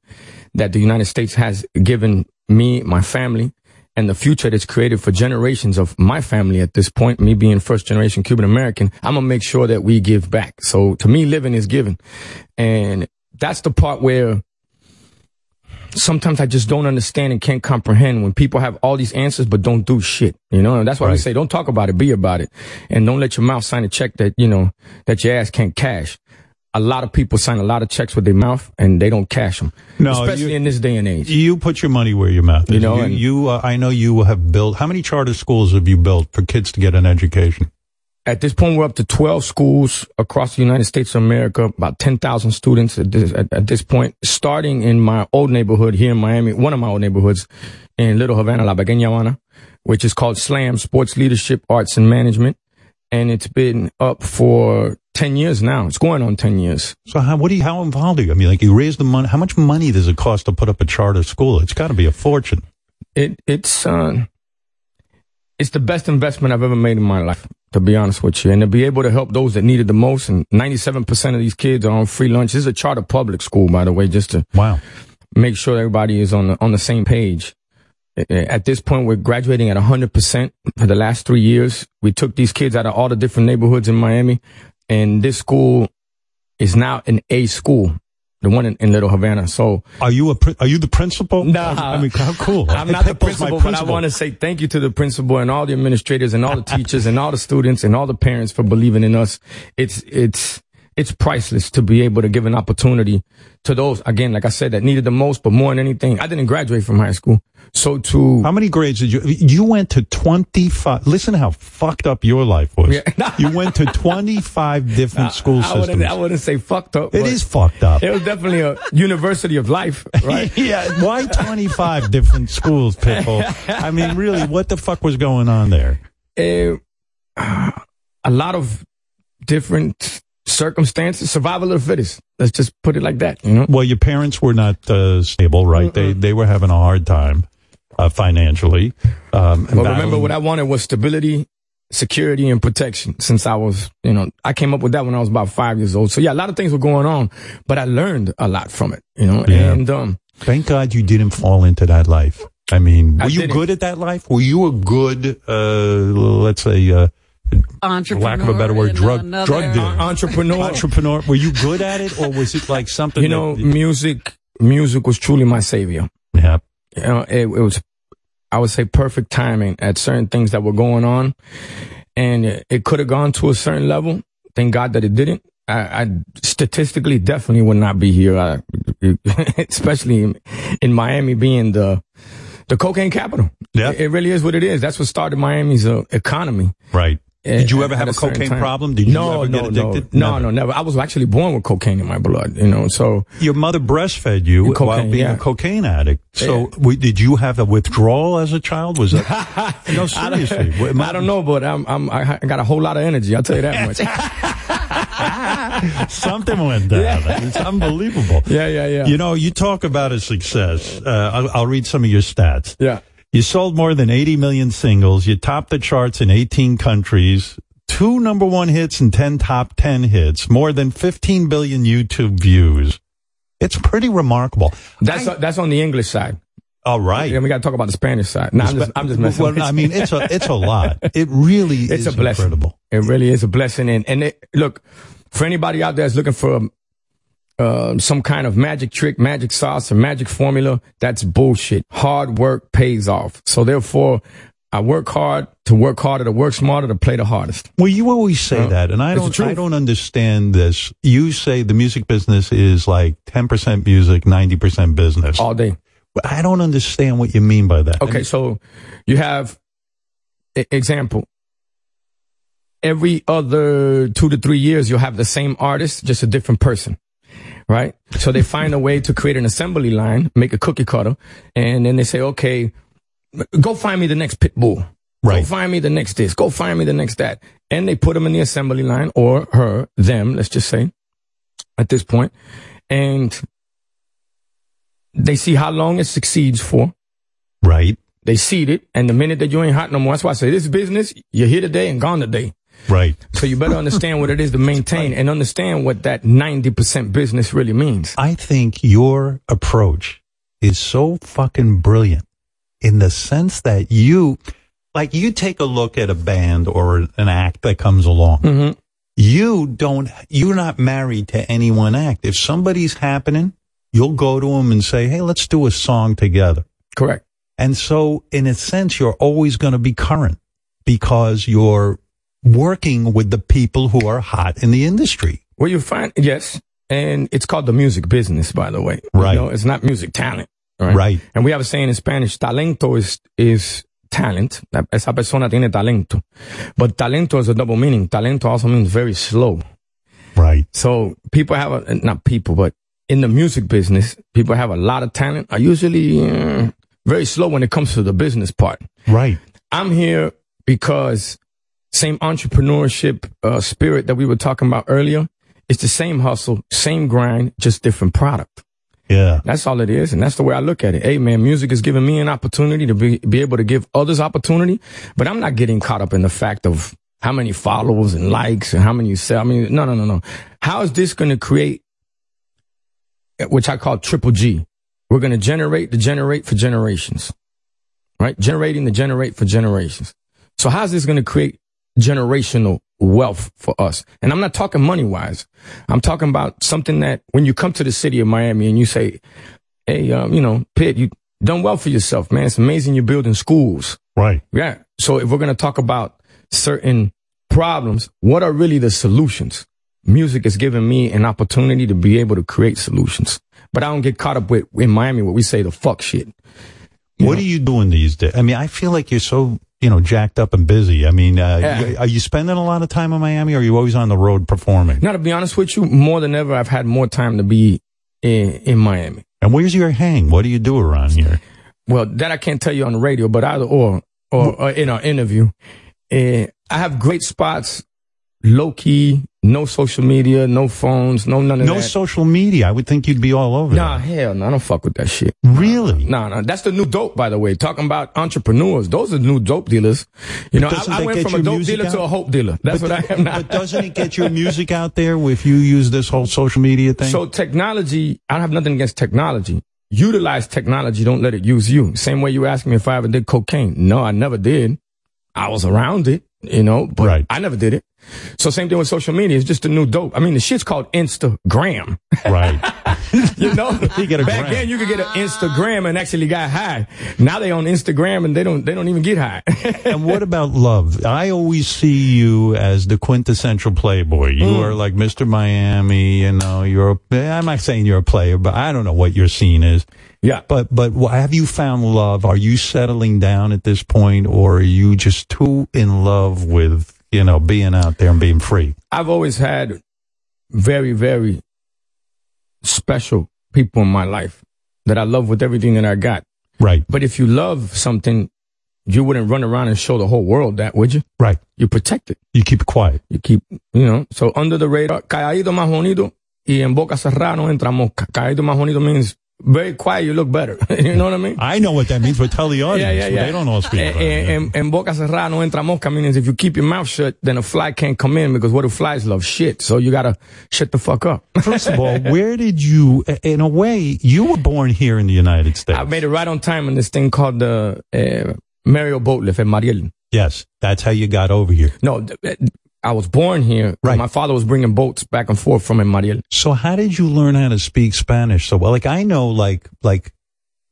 Speaker 3: that the United States has given me, my family, and the future that's created for generations of my family at this point, me being first generation Cuban American, I'm gonna make sure that we give back. So to me, living is giving. And that's the part where sometimes I just don't understand and can't comprehend when people have all these answers but don't do shit. You know, and that's why we say don't talk about it, be about it, and don't let your mouth sign a check that you know that your ass can't cash. A lot of people sign a lot of checks with their mouth and they don't cash them,
Speaker 5: No,
Speaker 3: especially
Speaker 5: you-
Speaker 3: in this day and age.
Speaker 5: You put your money where your mouth is.
Speaker 3: You know,
Speaker 5: you,
Speaker 3: and-
Speaker 5: you, uh, I know you have built. How many charter schools have you built for kids to get an education?
Speaker 3: At this point, we're up to 12 schools across the United States of America, about 10,000 students at this, at, at this point, starting in my old neighborhood here in Miami, one of my old neighborhoods in Little Havana, La Pequeña Habana, which is called SLAM, Sports Leadership, Arts and Management. And it's been up for 10 years now. It's going on 10 years.
Speaker 5: So how what do you, how involved are you? I mean, like you raise the money. How much money does it cost to put up a charter school? It's got to be a fortune.
Speaker 3: It, it's, uh, it's the best investment I've ever made in my life, to be honest with you. And to be able to help those that need it the most. And 97% of these kids are on free lunch. This is a charter public school, by the way, just to
Speaker 5: wow.
Speaker 3: make sure everybody is on the, on the same page. Uh, At this point, we're graduating at 100% for the last three years. We took these kids out of all the different neighborhoods in Miami, and this school is now an A school, the one in, in Little Havana. So,
Speaker 5: Are you a pri- are you the principal? No, I mean how cool.
Speaker 3: I'm
Speaker 5: Hey,
Speaker 3: not the
Speaker 5: Pitbull's my
Speaker 3: principal, but I want to say thank you to the principal and all the administrators and all the teachers and all the students and all the parents for believing in us. It's it's it's priceless to be able to give an opportunity to those, again, like I said, that needed the most, but more than anything, I didn't graduate from high school. So to.
Speaker 5: How many grades did you, you went to 25, listen how fucked up your life was. you went to 25 different school
Speaker 3: I
Speaker 5: systems.
Speaker 3: wouldn't, I wouldn't say fucked up.
Speaker 5: It
Speaker 3: but
Speaker 5: is fucked up.
Speaker 3: It was definitely a university of life, right?
Speaker 5: yeah. Why 25 different schools, Pitbull? I mean, really, what the fuck was going on there?
Speaker 3: eh, a lot of different circumstances, survival of the fittest. Let's just put it like that. You know?
Speaker 5: Well, your parents were not uh, stable, right? They they were having a hard time uh, financially. Um,
Speaker 3: But remember, what I wanted was stability, security, and protection. Since I was, you know, I came up with that when I was about five years old. So yeah, a lot of things were going on, but I learned a lot from it. You know,
Speaker 5: Yeah.
Speaker 3: and um,
Speaker 5: Thank God you didn't fall into that life. I mean, were
Speaker 3: I
Speaker 5: you
Speaker 3: didn't.
Speaker 5: good at that life? Were you a good, uh, let's say, uh, for
Speaker 4: Entrepreneur.
Speaker 5: lack of a better word,
Speaker 4: in
Speaker 5: drug
Speaker 4: another-
Speaker 5: drug dealer,
Speaker 3: entrepreneur,
Speaker 5: entrepreneur. Were you good at it, or was it like something?
Speaker 3: you know,
Speaker 5: that-
Speaker 3: music, music was truly my savior.
Speaker 5: Yeah.
Speaker 3: You know, it, it was, I would say perfect timing at certain things that were going on and it- it could have gone to a certain level. Thank God that it didn't. I, I statistically definitely would not be here, I, especially in, in Miami being the, the cocaine capital.
Speaker 5: Yeah.
Speaker 3: It, it really is what it is. That's what started Miami's uh, economy.
Speaker 5: Right. Did you ever have a
Speaker 3: certain
Speaker 5: cocaine problem? Did you
Speaker 3: no,
Speaker 5: ever
Speaker 3: no,
Speaker 5: get addicted?
Speaker 3: No, no, no, never. I was actually born with cocaine in my blood, you know, so.
Speaker 5: Your mother breastfed you
Speaker 3: Cocaine,
Speaker 5: while being
Speaker 3: yeah.
Speaker 5: a cocaine addict. So, w- did you have a withdrawal as a child? Was that no seriously?
Speaker 3: I don't, I don't know, but I'm, I'm, I ha- got a whole lot of energy. I'll tell you that much.
Speaker 5: Something went down. It's unbelievable.
Speaker 3: Yeah, yeah, yeah.
Speaker 5: You know, you talk about a success. Uh, I'll, I'll read some of your stats.
Speaker 3: Yeah.
Speaker 5: You sold more than 80 million singles. You topped the charts in 18 countries. Two number one hits and 10 top 10 hits. More than 15 billion YouTube views. It's pretty remarkable.
Speaker 3: That's that's on the English side.
Speaker 5: All right.
Speaker 3: And we got to talk about the Spanish side. No, I'm just, I'm just messing.
Speaker 5: Well,
Speaker 3: with
Speaker 5: I
Speaker 3: you.
Speaker 5: mean, it's a, it's a lot. It really
Speaker 3: It's
Speaker 5: is
Speaker 3: a blessing.
Speaker 5: incredible.
Speaker 3: It really is a blessing. And and it, look, for anybody out there that's looking for um, uh, some kind of magic trick, magic sauce, or magic formula, that's bullshit. Hard work pays off. So therefore, I work hard to work harder, to work smarter, to play the hardest.
Speaker 5: Well, you always say
Speaker 3: Uh,
Speaker 5: that, and I
Speaker 3: it's the
Speaker 5: don't.
Speaker 3: truth.
Speaker 5: I don't understand this. You say the music business is like ten percent music, ninety percent business, all
Speaker 3: day.
Speaker 5: But I don't understand what you mean by that.
Speaker 3: Okay, so you have e- example. Every other two to three years, you'll have the same artist, just a different person, right? So they find a way to create an assembly line, make a cookie cutter, and then they say, okay, go find me the next pit bull. Right. Go find me the next this. Go find me the next that. And they put them in the assembly line or her, them, let's just say, at this point, And they see how long it succeeds for.
Speaker 5: Right.
Speaker 3: They seed it, and the minute that you ain't hot no more, that's why I say this business, you're here today and gone today.
Speaker 5: Right.
Speaker 3: So you better understand what it is to maintain and understand what that 90% business really means.
Speaker 5: I think your approach is so fucking brilliant in the sense that you, like, you take a look at a band or an act that comes along. You don't, you're not married to any one act. If somebody's happening, you'll go to them and say, Hey, let's do a song together.
Speaker 3: Correct.
Speaker 5: And so, in a sense, you're always going to be current because you're working with the people who are hot in the industry.
Speaker 3: Well, you find, yes. And it's called the music business, by the way.
Speaker 5: Right.
Speaker 3: You know, it's not music talent. Right.
Speaker 5: Right.
Speaker 3: And we have a saying in Spanish, talento is, is talent. La- Esa persona tiene talento. But talento is a double meaning. Talento also means very slow.
Speaker 5: Right.
Speaker 3: So people have a, not people, but in the music business, people have a lot of talent are usually uh, very slow when it comes to the business part.
Speaker 5: Right.
Speaker 3: I'm here because same entrepreneurship uh, spirit that we were talking about earlier. It's the same hustle, same grind, just different product.
Speaker 5: Yeah.
Speaker 3: That's all it is, and that's the way I look at it. Hey, man, music has given me an opportunity to be be able to give others opportunity, but I'm not getting caught up in the fact of how many followers and likes and how many you sell. I mean, no, no, no, no. How is this going to create, uh, which I call triple G? We're going to generate to generate for generations, right? Generating to generate for generations. So how's this going to create generational wealth for us? And I'm not talking money wise. I'm talking about something that when you come to the city of Miami and you say, Hey, um, you know, Pitt, you done well for yourself, man. It's amazing you're building schools.
Speaker 5: Right.
Speaker 3: Yeah. So if we're going to talk about certain problems, what are really the solutions? music has given me an opportunity to be able to create solutions. But I don't get caught up with in Miami what we say the fuck shit.
Speaker 5: What are you doing these days? I mean, I feel like you're so you know jacked up and busy. I mean, uh, you- are you spending a lot of time in Miami, or are you always on the road performing?
Speaker 3: Now, to be honest with you, more than ever, I've had more time to be in, in Miami.
Speaker 5: And where's your hang? What do you do around here?
Speaker 3: Well, that I can't tell you on the radio, but either or, or, or in our interview, Eh, I have great spots, low key, no social media, no phones, no none of
Speaker 5: No
Speaker 3: that.
Speaker 5: social media. I would think you'd be all over.
Speaker 3: Nah, hell no, I don't fuck with that shit.
Speaker 5: Really?
Speaker 3: Nah, nah, that's the new dope, by the way. Talking about entrepreneurs, those are the new dope dealers. You know,
Speaker 5: Doesn't
Speaker 3: I, I
Speaker 5: that
Speaker 3: went
Speaker 5: get
Speaker 3: from a
Speaker 5: your
Speaker 3: dope
Speaker 5: music
Speaker 3: dealer to
Speaker 5: out?
Speaker 3: a hope dealer. That's
Speaker 5: But
Speaker 3: what
Speaker 5: do-
Speaker 3: I am now.
Speaker 5: but doesn't it get your music out there if you use this whole social media thing?
Speaker 3: So technology, I don't have nothing against technology. Utilize technology. Don't let it use you. Same way you asked me if I ever did cocaine. No, I never did. I was around it, you know, but I never did it. So same thing with social media. It's just a new dope. I mean, the shit's called Instagram.
Speaker 5: Right.
Speaker 3: you know, back then you could get an Instagram and actually got high. Now they on Instagram and they don't, they don't even get high.
Speaker 5: and what about love? I always see you as the quintessential playboy. You are like Mr. Miami, you know, you're, a, I'm not saying you're a player, but I don't know what your scene is.
Speaker 3: Yeah.
Speaker 5: But, but wh- have you found love? Are you settling down at this point or are you just too in love with, you know, being out there and being free?
Speaker 3: I've always had very, very special people in my life that I love with everything that I got.
Speaker 5: Right.
Speaker 3: But if you love something, you wouldn't run around and show the whole world that, would you?
Speaker 5: Right.
Speaker 3: You protect it.
Speaker 5: You keep it quiet.
Speaker 3: You keep, you know, so under the radar, calladito más bonito y en boca cerrada no entra mosca. Calladito más bonito means very quiet, you look better. you know what I mean?
Speaker 5: I know what that means, but tell the audience. They don't all speak
Speaker 3: Eh,
Speaker 5: about
Speaker 3: eh,
Speaker 5: it.
Speaker 3: en, en boca cerrada no entra mosca means if you keep your mouth shut, then a fly can't come in because what do flies love? Shit. So you gotta shut the fuck up.
Speaker 5: First of all, where did you, in a way, you were born here in the United States.
Speaker 3: I made it right on time in this thing called the uh, Mario Boatlift at Mariel.
Speaker 5: Yes, that's how you got over here.
Speaker 3: No, th- th- I was born here. Right. My father was bringing boats back and forth from Mariel.
Speaker 5: So how did you learn how to speak Spanish so well? Like I know, like like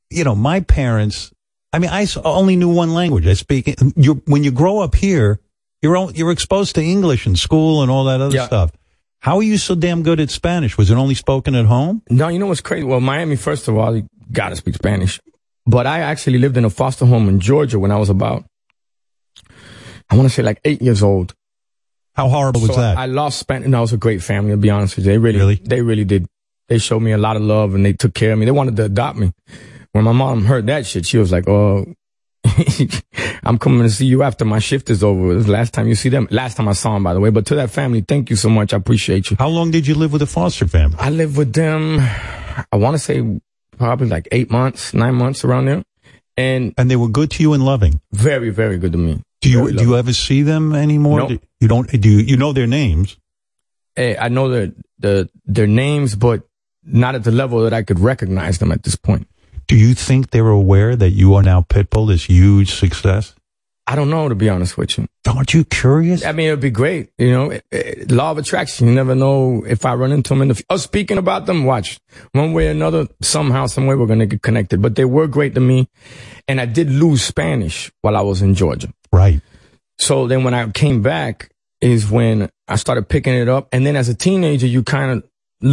Speaker 5: you know, my parents. I mean, I s- only knew one language. I speak. You when you grow up here, you're on- you're exposed to English in school and all that other stuff. How are you so damn good at Spanish? Was it only spoken at home?
Speaker 3: No, you know what's crazy? Well, Miami, first of all, you gotta speak Spanish. But I actually lived in a foster home in Georgia when I was about, I want to say like eight years old.
Speaker 5: How horrible was
Speaker 3: So
Speaker 5: that?
Speaker 3: I lost Spanish. No, it was a great family. I'll be honest with you. They really, they really did. They showed me a lot of love and they took care of me. They wanted to adopt me. When my mom heard that shit, she was like, "Oh, I'm coming to see you after my shift is over. It was the last time you see them. Last time I saw them, by the way. But to that family, thank you so much. I appreciate you.
Speaker 5: How long did you live with the foster family?
Speaker 3: I lived with them. I want to say probably like eight months, nine months around there. And
Speaker 5: and they were good to you and loving.
Speaker 3: Very, very good to me.
Speaker 5: Do you do you ever see them anymore?
Speaker 3: No.
Speaker 5: Do- You don't. Do you, you know their names?
Speaker 3: Hey, I know their the their names, but not at the level that I could recognize them at this point.
Speaker 5: Do you think they're aware that you are now Pitbull, this huge success?
Speaker 3: I don't know, to be honest with you.
Speaker 5: Aren't you curious?
Speaker 3: I mean, it'd be great, you know. eh, eh, law of attraction. You never know if I run into them in the. f- Oh, speaking about them, watch one way or another, somehow, some way, we're gonna get connected. But they were great to me, and I did lose Spanish while I was in Georgia.
Speaker 5: Right.
Speaker 3: So then, when I came back, is when I started picking it up. And then, as a teenager, you kind of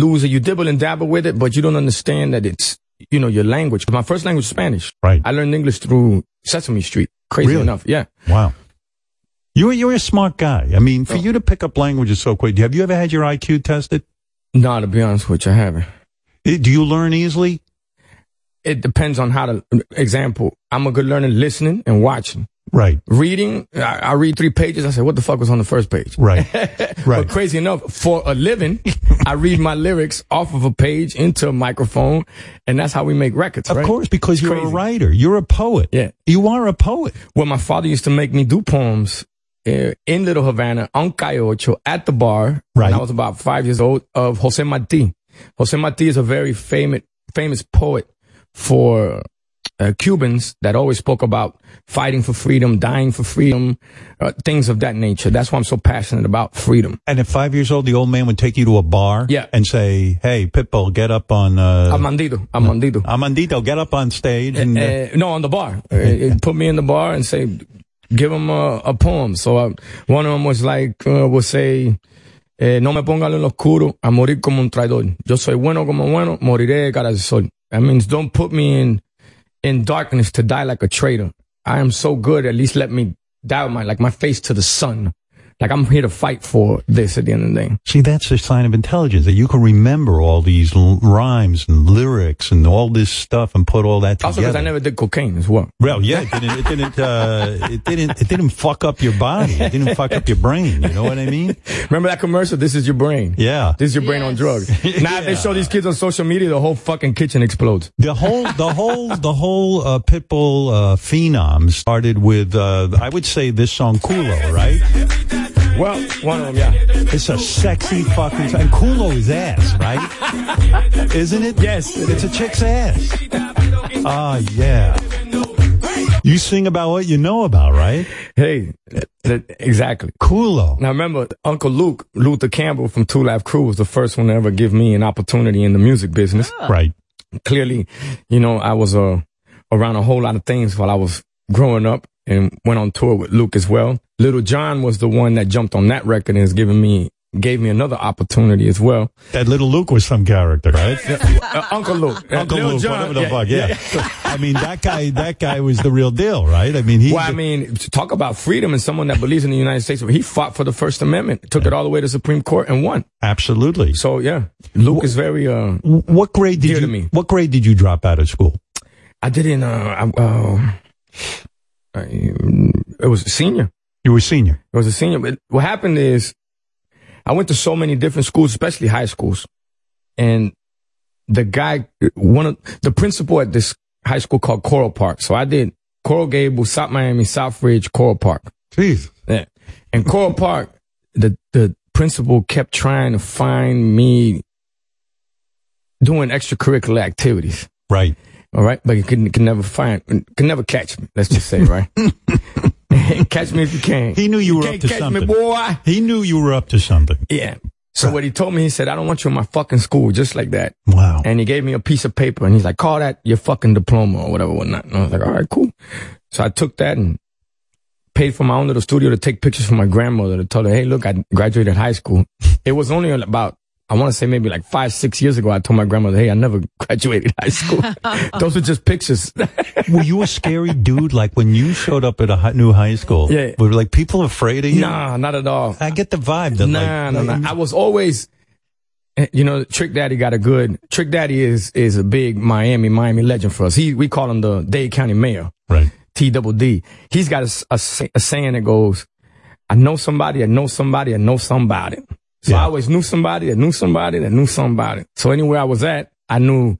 Speaker 3: lose it. You dibble and dabble with it, but you don't understand that it's you know your language. My first language was Spanish.
Speaker 5: Right.
Speaker 3: I learned English through Sesame Street. Crazy
Speaker 5: Really?
Speaker 3: enough, yeah.
Speaker 5: Wow. You're you're a smart guy. I mean, for
Speaker 3: Oh.
Speaker 5: you to pick up languages so quick, have you ever had your IQ tested?
Speaker 3: No, to be honest with you, I haven't.
Speaker 5: Do you learn easily?
Speaker 3: It depends on how to. Example: I'm a good learner listening and watching.
Speaker 5: Right.
Speaker 3: Reading, I, I read three pages. I say, "What the fuck was on the first page?"
Speaker 5: Right.
Speaker 3: But crazy enough, for a living, I read my lyrics off of a page into a microphone, and that's how we make records.
Speaker 5: Of
Speaker 3: right?
Speaker 5: course, because
Speaker 3: It's
Speaker 5: you're a
Speaker 3: crazy.
Speaker 5: writer. You're a poet.
Speaker 3: Yeah.
Speaker 5: You are a poet.
Speaker 3: Well, my father used to make me do poems uh, in Little Havana on Calle Ocho at the bar when I was about five years old of Jose Marti. Jose Marti is a very famous, famous poet for uh, Cubans that always spoke about fighting for freedom, dying for freedom, uh, things of that nature. That's why I'm so passionate about freedom.
Speaker 5: And at five years old, the old man would take you to a bar
Speaker 3: Yeah.
Speaker 5: and say, hey, Pitbull, get up on... Uh,
Speaker 3: Amandito. Amandito.
Speaker 5: Amandito, get up on stage. And, uh,
Speaker 3: Uh, no, on the bar. Uh, it put me in the bar and uh, say, give him a, a poem. So I, one of them was like, uh, will say, eh, no me ponga en lo oscuro a morir como un traidor. Yo soy bueno como bueno, moriré de cara al sol. That means don't put me in, in darkness to die like a traitor. I am so good, at least let me die with my, like my face to the sun. Like I'm here to fight for this at the end of the day.
Speaker 5: See, that's a sign of intelligence that you can remember all these l- rhymes and lyrics and all this stuff and put all that
Speaker 3: Also, because I
Speaker 5: together.
Speaker 3: never did cocaine as well.
Speaker 5: Well, yeah, it didn't, it didn't, uh, it didn't, it didn't fuck up your body. It didn't fuck up your brain. You know what I mean?
Speaker 3: Remember that commercial? This is your brain.
Speaker 5: Yeah.
Speaker 3: This is your brain on drugs. Now, if they show these kids on social media, the whole fucking kitchen explodes.
Speaker 5: The whole, the whole, the whole uh, Pitbull uh, phenom started with, uh, I would say, this song "Kulo," right?
Speaker 3: Well, one of them, yeah.
Speaker 5: It's a sexy fucking song. And Kulo is ass, right? Isn't it? Yes, it's a chick's ass. Ah, yeah. You sing about what you know about, right?
Speaker 3: Hey, that, exactly.
Speaker 5: Kulo.
Speaker 3: Now remember, Uncle Luke, Luther Campbell from Two Live Crew was the first one to ever give me an opportunity in the music business.
Speaker 5: Ah. Right.
Speaker 3: Clearly, you know, I was uh, around a whole lot of things while I was growing up and went on tour with Luke as well. Little John was the one that jumped on that record and has given me, gave me another opportunity as well.
Speaker 5: That little Luke was some character, right?
Speaker 3: Uh, Uncle Luke. Uh,
Speaker 5: Uncle
Speaker 3: Lil
Speaker 5: Luke,
Speaker 3: Jon,
Speaker 5: whatever the fuck, yeah. I mean, that guy, that guy was the real deal, right? I mean, he.
Speaker 3: well, I mean, to talk about freedom and someone that believes in the United States. He fought for the First Amendment, took it all the way to Supreme Court, and won.
Speaker 5: Absolutely.
Speaker 3: So yeah, Luke is very. Uh,
Speaker 5: what grade did you? What grade did you drop out of school?
Speaker 3: I didn't. Uh, I, uh, I, it was a senior.
Speaker 5: You were senior.
Speaker 3: It was a senior. But what happened is, I went to so many different schools, especially high schools, and the guy, one of the principal at this high school called Coral Park. So I did Coral Gables, South Miami, Southridge, Coral Park.
Speaker 5: Jeez.
Speaker 3: Yeah. And Coral Park, the the principal kept trying to find me doing extracurricular activities.
Speaker 5: Right.
Speaker 3: All right, but you can can never find, can never catch me. Let's just say, right? catch me if you can.
Speaker 5: He knew you were
Speaker 3: can't
Speaker 5: up to
Speaker 3: catch
Speaker 5: something.
Speaker 3: me, boy.
Speaker 5: He knew you were up to something.
Speaker 3: Yeah. So what he told me, he said, I don't want you in my fucking school, just like that.
Speaker 5: Wow.
Speaker 3: And he gave me a piece of paper and he's like, call that your fucking diploma or whatever, whatnot. And I was like, all right, cool. So I took that and paid for my own little studio to take pictures for my grandmother to tell her, hey, look, I graduated high school. It was only about, I want to say maybe like five, six years ago, I told my grandmother, hey, I never graduated high school. Those are just pictures.
Speaker 5: were you a scary dude? Like when you showed up at a hi- new high school?
Speaker 3: Yeah.
Speaker 5: Were like people afraid of you?
Speaker 3: Nah, not at all.
Speaker 5: I get the vibe that
Speaker 3: nah,
Speaker 5: like,
Speaker 3: nah,
Speaker 5: like-
Speaker 3: nah. I was always, eh, you know, Trick Daddy got a good. Trick Daddy is is a big Miami Miami legend for us. He we call him the Dade County Mayor.
Speaker 5: Right.
Speaker 3: T Double D. He's got a s- a sa- a saying that goes, "I know somebody, I know somebody, I know somebody." So I always knew somebody that knew somebody that knew somebody. So anywhere I was at, I knew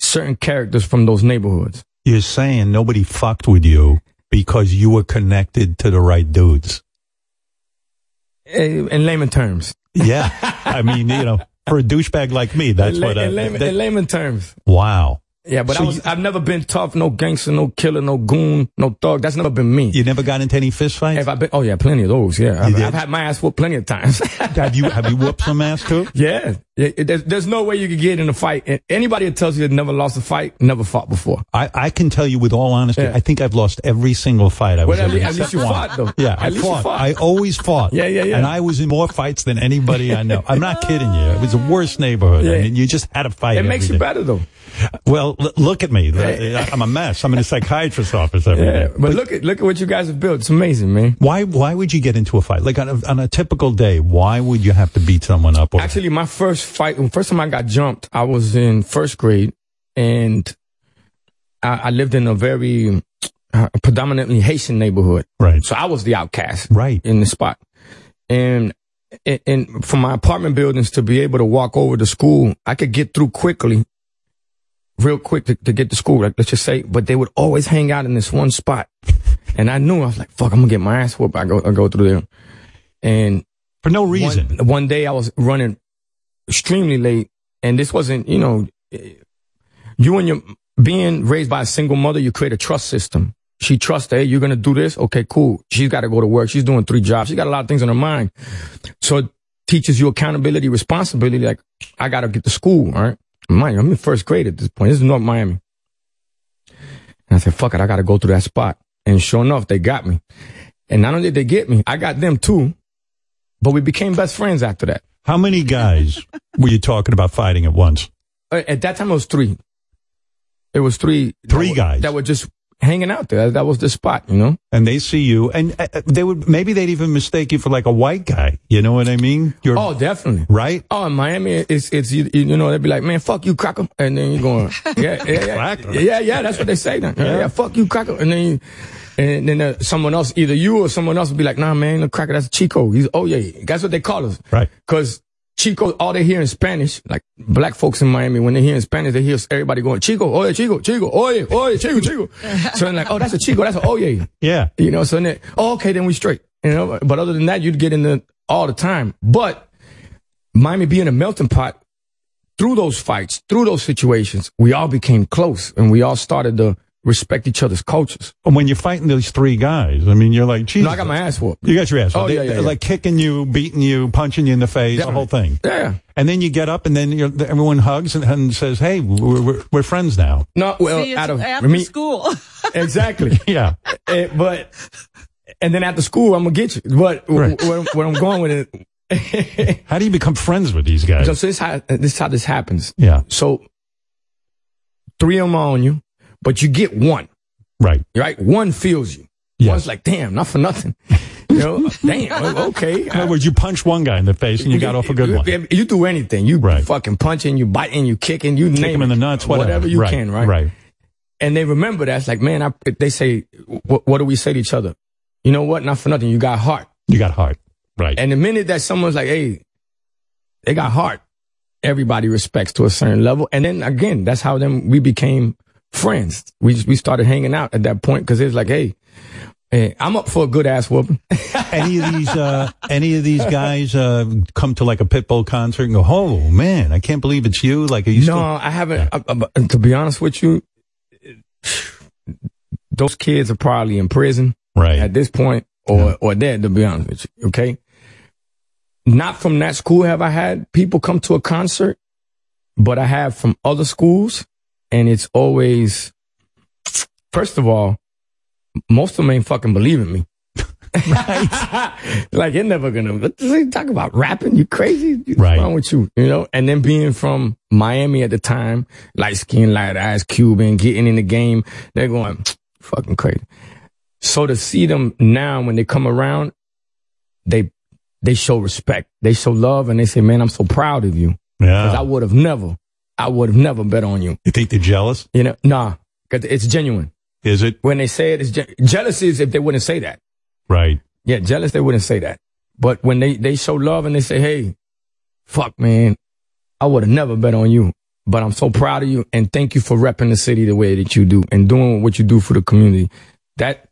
Speaker 3: certain characters from those neighborhoods.
Speaker 5: You're saying nobody fucked with you because you were connected to the right dudes.
Speaker 3: Eh, In layman terms.
Speaker 5: Yeah. I mean, you know, for a douchebag like me, that's
Speaker 3: in,
Speaker 5: what.
Speaker 3: la-
Speaker 5: I,
Speaker 3: in layman,
Speaker 5: that-
Speaker 3: in layman terms.
Speaker 5: wow.
Speaker 3: Yeah, but
Speaker 5: So
Speaker 3: I was, I've never been tough, no gangster, no killer, no goon, no thug. That's never been me.
Speaker 5: You never got into any fist fights?
Speaker 3: Have I been? Oh yeah, plenty of those. Yeah, I've,
Speaker 5: did?
Speaker 3: I've had my ass whooped plenty of times.
Speaker 5: have you have you whooped some ass too?
Speaker 3: Yeah, Yeah, it- there's, there's no way you could get in a fight. And Anybody that tells you they never lost a fight never fought before.
Speaker 5: I, I can tell you with all honesty, I think I've lost every single fight I was
Speaker 3: Well, at
Speaker 5: ever
Speaker 3: lea-
Speaker 5: in,
Speaker 3: at least
Speaker 5: except
Speaker 3: you
Speaker 5: one.
Speaker 3: fought, though.
Speaker 5: Yeah,
Speaker 3: At
Speaker 5: I
Speaker 3: least you
Speaker 5: fought.
Speaker 3: fought.
Speaker 5: I always fought.
Speaker 3: Yeah, yeah, yeah.
Speaker 5: And I was in more fights than anybody I know. I'm not kidding you. It was the worst neighborhood. I
Speaker 3: Yeah.
Speaker 5: mean, you just had a fight.
Speaker 3: It makes
Speaker 5: every
Speaker 3: you
Speaker 5: day.
Speaker 3: better though.
Speaker 5: Well, l- look at me.
Speaker 3: Yeah.
Speaker 5: I'm a mess. I'm in a psychiatrist's office every day.
Speaker 3: Yeah, but, look at look at what you guys have built. It's amazing, man.
Speaker 5: Why why would you get into a fight? Like on a, on a typical day, why would you have to beat someone up? Or,
Speaker 3: Actually, my first fight, the first time I got jumped, I was in first grade, and I, I lived in a very uh, predominantly Haitian neighborhood.
Speaker 5: Right.
Speaker 3: So I was the outcast.
Speaker 5: Right.
Speaker 3: In the spot, and and- and from my apartment buildings to be able to walk over to school, I could get through quickly, real quick to, to get to school. Like let's just say, but they would always hang out in this one spot, and I knew I was like, "Fuck, I'm gonna get my ass whooped." I go, I go through there, and
Speaker 5: for no
Speaker 3: reason. One, one day I was running extremely late, and this wasn't, you know, eh, you and your being raised by a single mother, you create a trust system. She trusts, hey, you're gonna do this, okay, cool. She's got to go to work. She's doing three jobs. She got a lot of things on her mind, so it teaches you accountability, responsibility. Like I gotta get to school, all right? Mind you, I'm in first grade at this point. This is North Miami. And I said, fuck it, I gotta go through that spot. And sure enough, they got me. And not only did they get me, I got them too. But we became best friends after that.
Speaker 4: How many guys were you talking about fighting at once?
Speaker 3: Uh, At that time, it was three. It was three. Three guys that were just hanging out there. That was the spot, you know.
Speaker 4: And they see you, and uh, uh, they would maybe they'd even mistake you for like a white guy. You know what I mean? You're,
Speaker 3: oh, definitely.
Speaker 4: Right?
Speaker 3: Oh, in Miami, it's it's you, you know they'd be like, man, fuck you, cracker, and then you're going, yeah, yeah, yeah,
Speaker 4: Cracker.
Speaker 3: yeah, yeah, that's what they say then. Yeah,
Speaker 4: Yeah.
Speaker 3: yeah, fuck you, cracker, and then you, and then uh, someone else, either you or someone else, would be like, nah, man, the cracker, that's Chico. He's oh yeah, yeah. that's what they call us,
Speaker 4: right?
Speaker 3: Because Chico, all they hear in Spanish, like black folks in Miami, when they hear in Spanish, they hear everybody going Chico, oh yeah, Chico, Chico, oh yeah, oh yeah, Chico, Chico. so then like, oh, that's a Chico, that's a oh yeah,
Speaker 4: yeah,
Speaker 3: you know. So then, oh, okay, then we straight, you know. But other than that, you'd get in the all the time, but. Miami being a melting pot, through those fights, through those situations, we all became close and we all started to respect each other's cultures.
Speaker 4: And when you're fighting those three guys, I mean, you're like, Jesus.
Speaker 3: No, I got my ass whooped.
Speaker 4: You got your ass.
Speaker 3: Oh,
Speaker 4: They-
Speaker 3: yeah, yeah,
Speaker 4: they're
Speaker 3: yeah.
Speaker 4: Like kicking you, beating you, punching you in the face, the whole thing.
Speaker 3: Yeah.
Speaker 4: And then you get up, and then you're, everyone hugs and, and says, "Hey, we're, we're, we're friends now."
Speaker 3: No, well,
Speaker 6: See, it's
Speaker 3: out of
Speaker 6: after
Speaker 3: me-
Speaker 6: school.
Speaker 3: exactly. Eh,
Speaker 4: yeah.
Speaker 3: but and then after school, I'm gonna get you. But w- where, where I'm going with it,
Speaker 4: how do you become friends with these guys?
Speaker 3: So, this how this how this happens.
Speaker 4: Yeah.
Speaker 3: So three of them are on you, but you get one.
Speaker 4: Right.
Speaker 3: Right. One feels you. One's like, damn, not for nothing. You know, damn, okay. In
Speaker 4: other words, you punch one guy in the face and you got off a good one.
Speaker 3: You, you do anything. You fucking punching, you biting, you kicking, you
Speaker 4: Kick
Speaker 3: name
Speaker 4: him in
Speaker 3: it.
Speaker 4: the nuts, whatever.
Speaker 3: whatever, you
Speaker 4: Right,
Speaker 3: can, right?
Speaker 4: right.
Speaker 3: And they remember that. It's like, man, I, they say, what, what do we say to each other? You know what? Not for nothing. You got heart.
Speaker 4: You got heart. Right.
Speaker 3: And the minute that someone's like, hey, they got heart, everybody respects to a certain level. And then again, that's how then we became friends. We we started hanging out at that point because it's like, hey, hey, I'm up for a good ass whooping.
Speaker 4: any of these uh, any of these guys uh, come to like a Pitbull concert and go, "Oh man, I can't believe it's you!" Like, are you
Speaker 3: No, I haven't. I- I- to be honest with you, those kids are probably in prison
Speaker 4: right
Speaker 3: at this point, or or dead. To be honest with you, okay. Not from that school have I had people come to a concert, but I have from other schools, and it's always. First of all, most of them ain't fucking believe in me. like you're never gonna what the fuck you talk about rapping. You crazy? What's wrong with you? You know. And then being from Miami at the time, light skin, light eyes, Cuban, getting in the game, they're going fucking crazy. So to see them now when they come around, they they show respect, they show love, and they say, "Man, I'm so proud of you."
Speaker 4: Yeah.
Speaker 3: 'Cause I would have never, I would have never bet on you.
Speaker 4: You think they're jealous?
Speaker 3: You know, nah, 'cause it's genuine.
Speaker 4: Is it?
Speaker 3: When they say it, it's gen- jealousy is if they wouldn't say that.
Speaker 4: Right.
Speaker 3: Yeah, jealous, they wouldn't say that. But when they, they show love and they say, hey, fuck, man, I would have never bet on you, but I'm so proud of you and thank you for repping the city the way that you do and doing what you do for the community. That,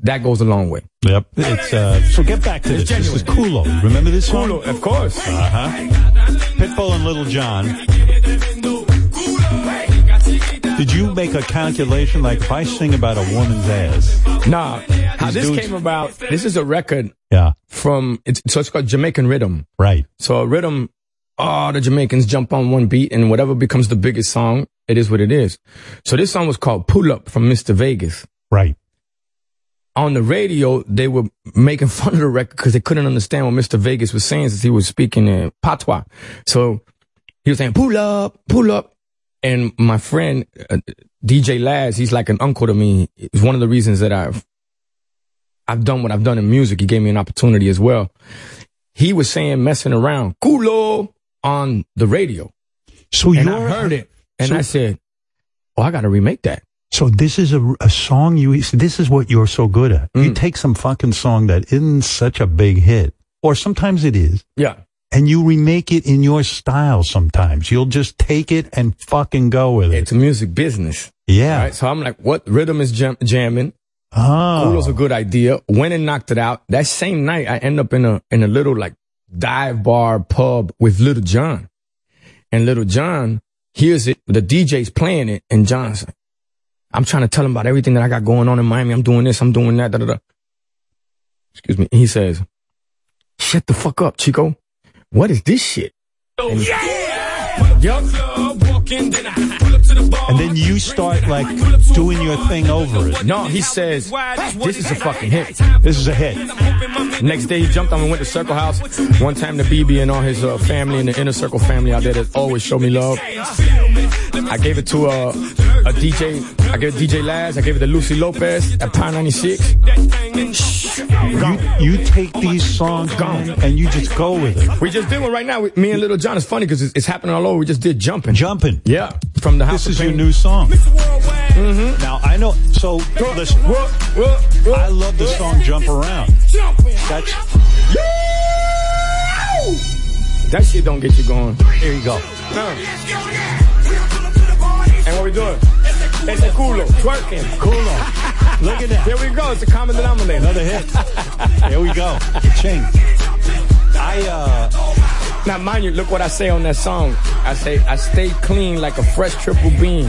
Speaker 3: that goes a long way.
Speaker 4: Yep. It's, uh, so get back to this. This is Kulo. Remember this song? Kulo,
Speaker 3: of course.
Speaker 4: Uh huh. Pitbull and Little John. Did you make a calculation like if I sing about a woman's ass?
Speaker 3: Nah. How this came about, this is a record
Speaker 4: Yeah.
Speaker 3: from, it's, so it's called Jamaican Rhythm.
Speaker 4: Right.
Speaker 3: So a rhythm, all the Jamaicans jump on one beat and whatever becomes the biggest song, it is what it is. So this song was called Pull Up from Mr. Vegas.
Speaker 4: Right.
Speaker 3: On the radio, they were making fun of the record because they couldn't understand what Mr. Vegas was saying since he was speaking in patois. So he was saying, pull up, pull up. And my friend, uh, DJ Laz, he's like an uncle to me. It's one of the reasons that I've I've done what I've done in music. He gave me an opportunity as well. He was saying messing around culo on the radio.
Speaker 4: So
Speaker 3: and I
Speaker 4: you're-
Speaker 3: heard it, and
Speaker 4: so-
Speaker 3: I said, "Oh, I got to remake that."
Speaker 4: So this is a, a song you, this is what you're so good at.
Speaker 3: Mm.
Speaker 4: You take some fucking song that isn't such a big hit, or sometimes it is.
Speaker 3: Yeah.
Speaker 4: And you remake it in your style sometimes. You'll just take it and fucking go with it. It's
Speaker 3: a music business.
Speaker 4: Yeah.
Speaker 3: Right? So I'm like, "What rhythm is jam- jamming?"
Speaker 4: Oh.
Speaker 3: Culo's a good idea. Went and knocked it out. That same night, I end up in a in a little like dive bar pub with Little John, and Little John hears it. The DJ's playing it, and John's like, "I'm trying to tell him about everything that I got going on in Miami. I'm doing this. I'm doing that." Da da da. Excuse me. He says, "Shut the fuck up, Chico. What is this shit?"
Speaker 8: Oh, yeah! Yup. Walking, then I pull up
Speaker 5: And then you start like doing your thing over it.
Speaker 3: No, he says, this is a fucking hit.
Speaker 5: This is a hit.
Speaker 3: Next day, he jumped on and went to Circle House. One time, the BB and all his uh, family and the inner circle family out there that always show me love. I gave it to a, a DJ. I gave it DJ Laz. I gave it to Lucy Lopez at Pound 96.
Speaker 5: You, you take these songs gone and you just go with it.
Speaker 3: We just did one right now. with Me and Little John. It's funny because it's, it's happening all over. We just did Jumping.
Speaker 5: Jumping.
Speaker 3: Yeah. From the House
Speaker 5: This
Speaker 3: of
Speaker 5: is
Speaker 3: Pain. Mm-hmm.
Speaker 5: your new song. Now I know. So listen, I love the song "Jump Around." That's
Speaker 3: That shit don't get you going.
Speaker 5: Here you go.
Speaker 3: And what we doing? It's a culo. Twerking.
Speaker 5: Culo. Look at that.
Speaker 3: Here we go. It's a common denominator.
Speaker 5: Another hit. Here we go. Ching. I uh
Speaker 3: now mind you, look what I say on that song. I say I stay clean like a fresh triple bean.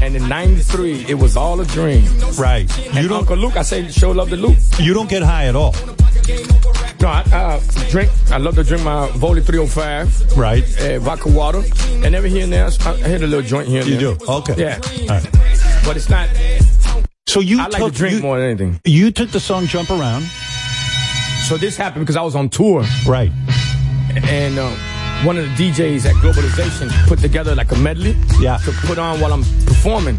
Speaker 3: And in '93, it was all a dream.
Speaker 5: Right.
Speaker 3: You and Uncle Luke, I say show love to Luke.
Speaker 5: You don't get high at all.
Speaker 3: No, I uh, drink. I love to drink my Voli 305.
Speaker 5: Right.
Speaker 3: Uh, vodka water. And every here and there, I I hit a little joint here. And
Speaker 5: You
Speaker 3: there.
Speaker 5: do? Okay.
Speaker 3: Yeah.
Speaker 5: All right.
Speaker 3: But it's not.
Speaker 5: So you
Speaker 3: I like to drink more than anything.
Speaker 5: You took the song "Jump Around."
Speaker 3: So this happened because I was on tour.
Speaker 5: Right.
Speaker 3: And um, one of the DJs at Globalization put together like a medley yeah. to put on while I'm performing.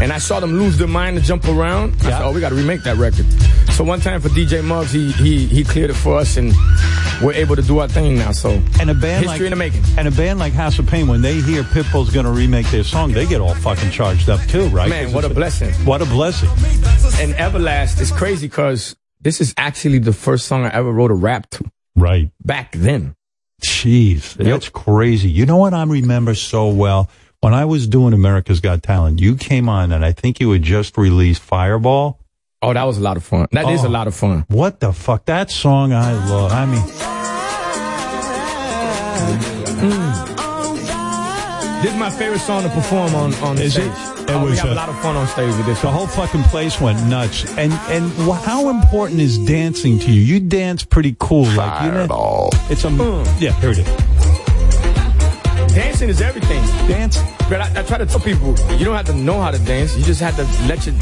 Speaker 3: And I saw them lose their mind to jump around. I said, oh, we got to remake that record. So one time for DJ Muggs, he, he, he cleared it for us and we're able to do our thing now. So
Speaker 5: And a band
Speaker 3: History
Speaker 5: like
Speaker 3: in the making.
Speaker 5: and a band like House of Pain, when they hear Pitbull's going to remake their song, they get all fucking charged up too, right?
Speaker 3: Man,
Speaker 5: 'Cause
Speaker 3: what
Speaker 5: it's
Speaker 3: a blessing.
Speaker 5: What a blessing.
Speaker 3: and Everlast is crazy because this is actually the first song I ever wrote a rap to.
Speaker 5: Right.
Speaker 3: Back then.
Speaker 5: Jeez, that's crazy. You know what I remember so well? When I was doing America's Got Talent, you came on and I think you had just released Fireball. Oh,
Speaker 3: Oh, that was a lot of fun. That is a lot of fun.
Speaker 5: What the fuck? That song I love. I mean,
Speaker 3: Mm. This is my favorite song to perform on, on
Speaker 5: Is
Speaker 3: stage.
Speaker 5: it? It
Speaker 3: Oh, we
Speaker 5: was
Speaker 3: have
Speaker 5: a-
Speaker 3: a lot of fun on stage with this.
Speaker 5: the whole fucking place went nuts. And and wh- how important is dancing to you? You dance pretty cool, like you know. It's a yeah. Here it is.
Speaker 3: Dancing is everything.
Speaker 5: Dance.
Speaker 3: But I, I try to tell people, you don't have to know how to dance. You just have to let your,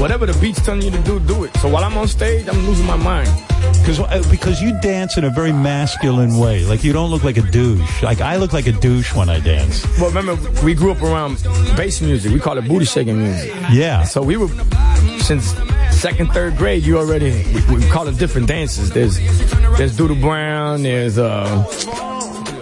Speaker 3: whatever the beat's telling you to do, do it. So while I'm on stage, I'm losing my mind. uh,
Speaker 5: Because because you dance in a very masculine way. Like you don't look like a douche. Like I look like a douche when I dance.
Speaker 3: Well, remember, we grew up around bass music. We call it booty shaking music.
Speaker 5: Yeah.
Speaker 3: So we were, since second, third grade, you already, we, we call it different dances. There's, there's Doodle Brown, there's, uh,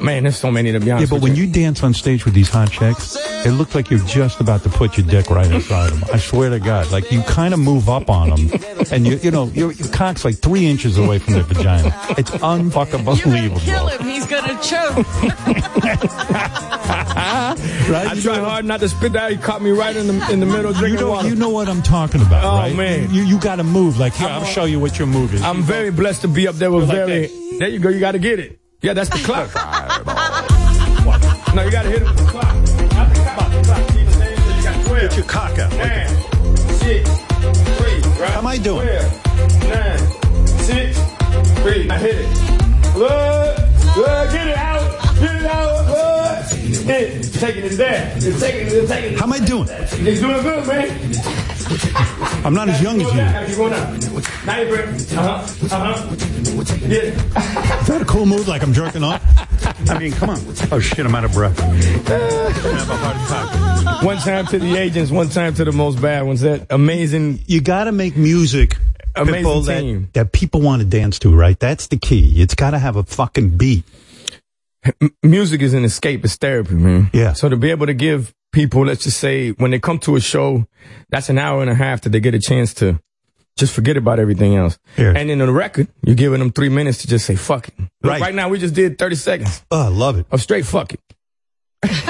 Speaker 3: man, there's so many to be
Speaker 5: Yeah,
Speaker 3: honest
Speaker 5: but
Speaker 3: with
Speaker 5: when
Speaker 3: you.
Speaker 5: you dance on stage with these hot chicks, it looks like you're just about to put your dick right inside them. I swear to God, like you kind of move up on them, and you you know your, your cock's like three inches away from their vagina. It's unfucking
Speaker 4: Kill
Speaker 5: believable.
Speaker 4: him. He's going to choke.
Speaker 3: I tried hard not to spit that. He caught me right in the in the middle drinking
Speaker 5: You know,
Speaker 3: water.
Speaker 5: you know what I'm talking about,
Speaker 3: Oh,
Speaker 5: right?
Speaker 3: man.
Speaker 5: you you got to move. Like here, I'll show you what your move is.
Speaker 3: I'm very blessed to be up there with very. there you go. You got to get it. Yeah, that's the clock. no, you got to hit it with the clock. Not the clock, the clock. See, the thing is, you got 12.
Speaker 5: Get your cock out.
Speaker 3: Nine, six, three, right? How
Speaker 5: am I doing?
Speaker 3: 12, nine, six, three. I hit it. Look, look, get it out. Get it out. Look. It, taking it there. It's taking it. It's taking it.
Speaker 5: How am I doing?
Speaker 3: It's doing good, man.
Speaker 5: I'm not as young as you.
Speaker 3: Now you going up. Now you bring. Uh huh. Uh huh. Yeah.
Speaker 5: Is that a cool move? Like I'm jerking off? I mean, come on. Oh shit, I'm out of breath.
Speaker 3: One time to the agents, one time to the most bad ones. That amazing.
Speaker 5: You got to make music.
Speaker 3: Amazing
Speaker 5: people
Speaker 3: team.
Speaker 5: that, that people want to dance to, right? That's the key. It's got to have a fucking beat.
Speaker 3: M- music is an escape. It's therapy, man.
Speaker 5: Yeah.
Speaker 3: So to be able to give people, let's just say, when they come to a show, that's an hour and a half that they get a chance to just forget about everything else. And in a record, you're giving them three minutes to just say fuck it. Look,
Speaker 5: Right.
Speaker 3: right now, we just did 30 seconds
Speaker 5: Oh, I love it.
Speaker 3: of straight fuck it.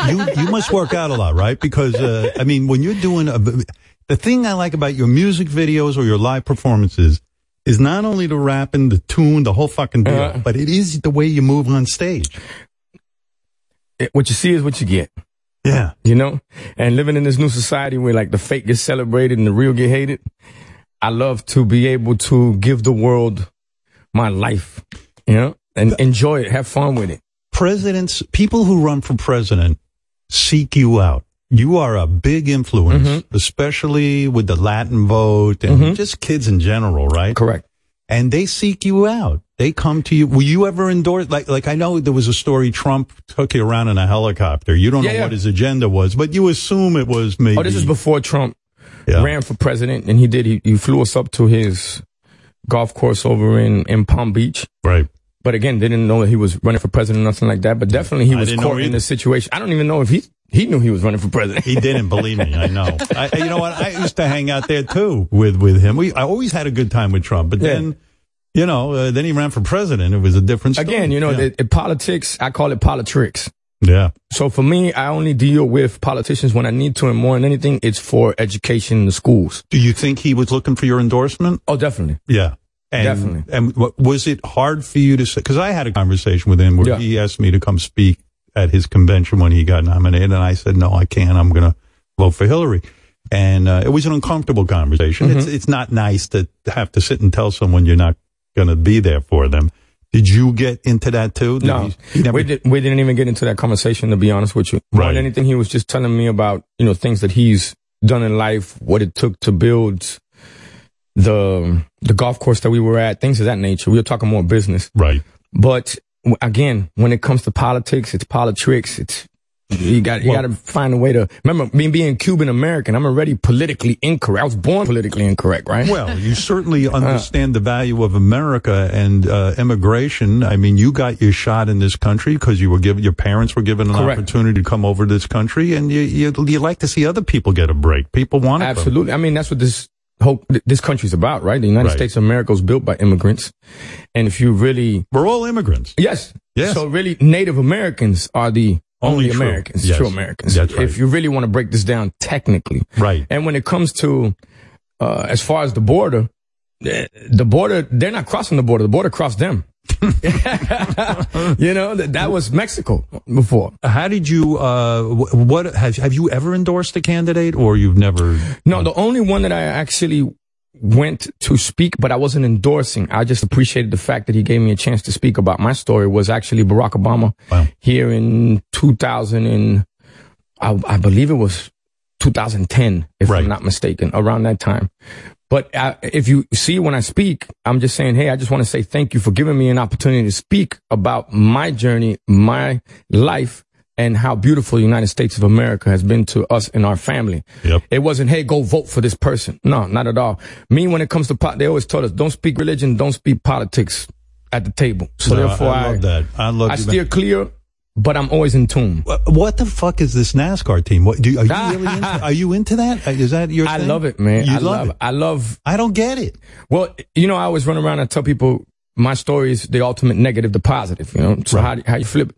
Speaker 5: you you must work out a lot, right? Because uh, I mean, when you're doing a, the thing I like about your music videos or your live performances is not only the rapping, the tune, the whole fucking deal,
Speaker 3: Uh-huh.
Speaker 5: but it is the way you move on stage.
Speaker 3: it- what you see is what you get.
Speaker 5: Yeah.
Speaker 3: You know? And living in this new society where like the fake gets celebrated and the real get hated, I love to be able to give the world my life, you know, and enjoy it, have fun with it.
Speaker 5: Presidents, people who run for president, seek you out. you are a big influence,
Speaker 3: Mm-hmm.
Speaker 5: especially with the Latin vote and just kids in general, right?
Speaker 3: Correct.
Speaker 5: And they seek you out. They come to you. Were you ever endorsed? Like, like I know there was a story Trump took you around in a helicopter. You don't know
Speaker 3: Yeah, yeah.
Speaker 5: what his agenda was, but you assume it was maybe.
Speaker 3: Oh, this is before Trump ran for president, and he did. He, he flew us up to his golf course over in, in Palm Beach.
Speaker 5: Right.
Speaker 3: But again, they didn't know that he was running for president or nothing like that. But definitely, he
Speaker 5: I
Speaker 3: was
Speaker 5: didn't know
Speaker 3: caught in
Speaker 5: either.
Speaker 3: this situation. I don't even know if he he knew he was running for president.
Speaker 5: He didn't believe me. I know. I, I- you know what? I used to hang out there too with with him. We I always had a good time with Trump, but then you know, uh, then he ran for president. It was a different story.
Speaker 3: Again, you know,
Speaker 5: Yeah.
Speaker 3: the, the politics, I call it politics.
Speaker 5: Yeah.
Speaker 3: So for me, I only deal with politicians when I need to, and more than anything, it's for education in the schools.
Speaker 5: Do you think he was looking for your endorsement?
Speaker 3: Oh, definitely.
Speaker 5: Yeah. And,
Speaker 3: Definitely.
Speaker 5: And what, was it hard for you to say? Because I had a conversation with him where he asked me to come speak at his convention when he got nominated, and I said, "No, I can't. I'm going to vote for Hillary." And uh, it was an uncomfortable conversation. It's it's not nice to have to sit and tell someone you're not going to be there for them. Did you get into that too? Did
Speaker 3: No,
Speaker 5: you- you never-
Speaker 3: we, did, we didn't even get into that conversation, to be honest with you. More than anything, he was just telling me about, you know, things that he's done in life, what it took to build the, the golf course that we were at, things of that nature. We were talking more business.
Speaker 5: Right.
Speaker 3: But w- again, when it comes to politics, it's politics. It's, you got, you
Speaker 5: Well-
Speaker 3: got to find a way to remember me being Cuban American. I'm already politically incorrect. I was born politically incorrect, right? Uh.
Speaker 5: Well, you certainly understand the value of America and uh, immigration. I mean, you got your shot in this country because you were given your parents were given an
Speaker 3: Correct.
Speaker 5: opportunity to come over to this country, and you, you you like to see other people get a break. People want it from
Speaker 3: Absolutely. I mean, that's what this whole th- this country's about, right? The United
Speaker 5: Right.
Speaker 3: States of America was built by immigrants, and if you really,
Speaker 5: we're all immigrants.
Speaker 3: Yes.
Speaker 5: Yes.
Speaker 3: So really, Native Americans are the
Speaker 5: Only
Speaker 3: only,
Speaker 5: true.
Speaker 3: Americans,
Speaker 5: Yes.
Speaker 3: true Americans.
Speaker 5: That's right.
Speaker 3: If you really want to break this down technically,
Speaker 5: right?
Speaker 3: And when it comes to uh, as far as the border, eh, the border, they're not crossing the border. The border crossed them. you know that, that was Mexico before.
Speaker 5: How did you? Uh, wh- what have have you ever endorsed a candidate, or you've never?
Speaker 3: No, the only one that I actually went to speak, but I wasn't endorsing. I just appreciated the fact that he gave me a chance to speak about my story was actually Barack Obama here in 2000 and I, I believe it was 2010, if I'm not mistaken, around that time. But I, if you see when I speak, I'm just saying, hey, I just want to say thank you for giving me an opportunity to speak about my journey, my life, and how beautiful the United States of America has been to us and our family. It wasn't, hey, go vote for this person. No, not at all. Me, when it comes to pot, they always told us, don't speak religion, don't speak politics at the table. So
Speaker 5: No,
Speaker 3: therefore,
Speaker 5: I love that. I love
Speaker 3: I
Speaker 5: you, man.
Speaker 3: steer clear, but I'm always in tune.
Speaker 5: Wh- What the fuck is this NASCAR team? What do you, are you really into? Are you into that? Uh, Is that your?
Speaker 3: I
Speaker 5: thing?
Speaker 3: love it, man.
Speaker 5: You
Speaker 3: I
Speaker 5: love,
Speaker 3: love,
Speaker 5: it.
Speaker 3: I love.
Speaker 5: I don't get it.
Speaker 3: Well, you know, I always run around and tell people my story is the ultimate negative to positive. You know, so how do- how you flip it?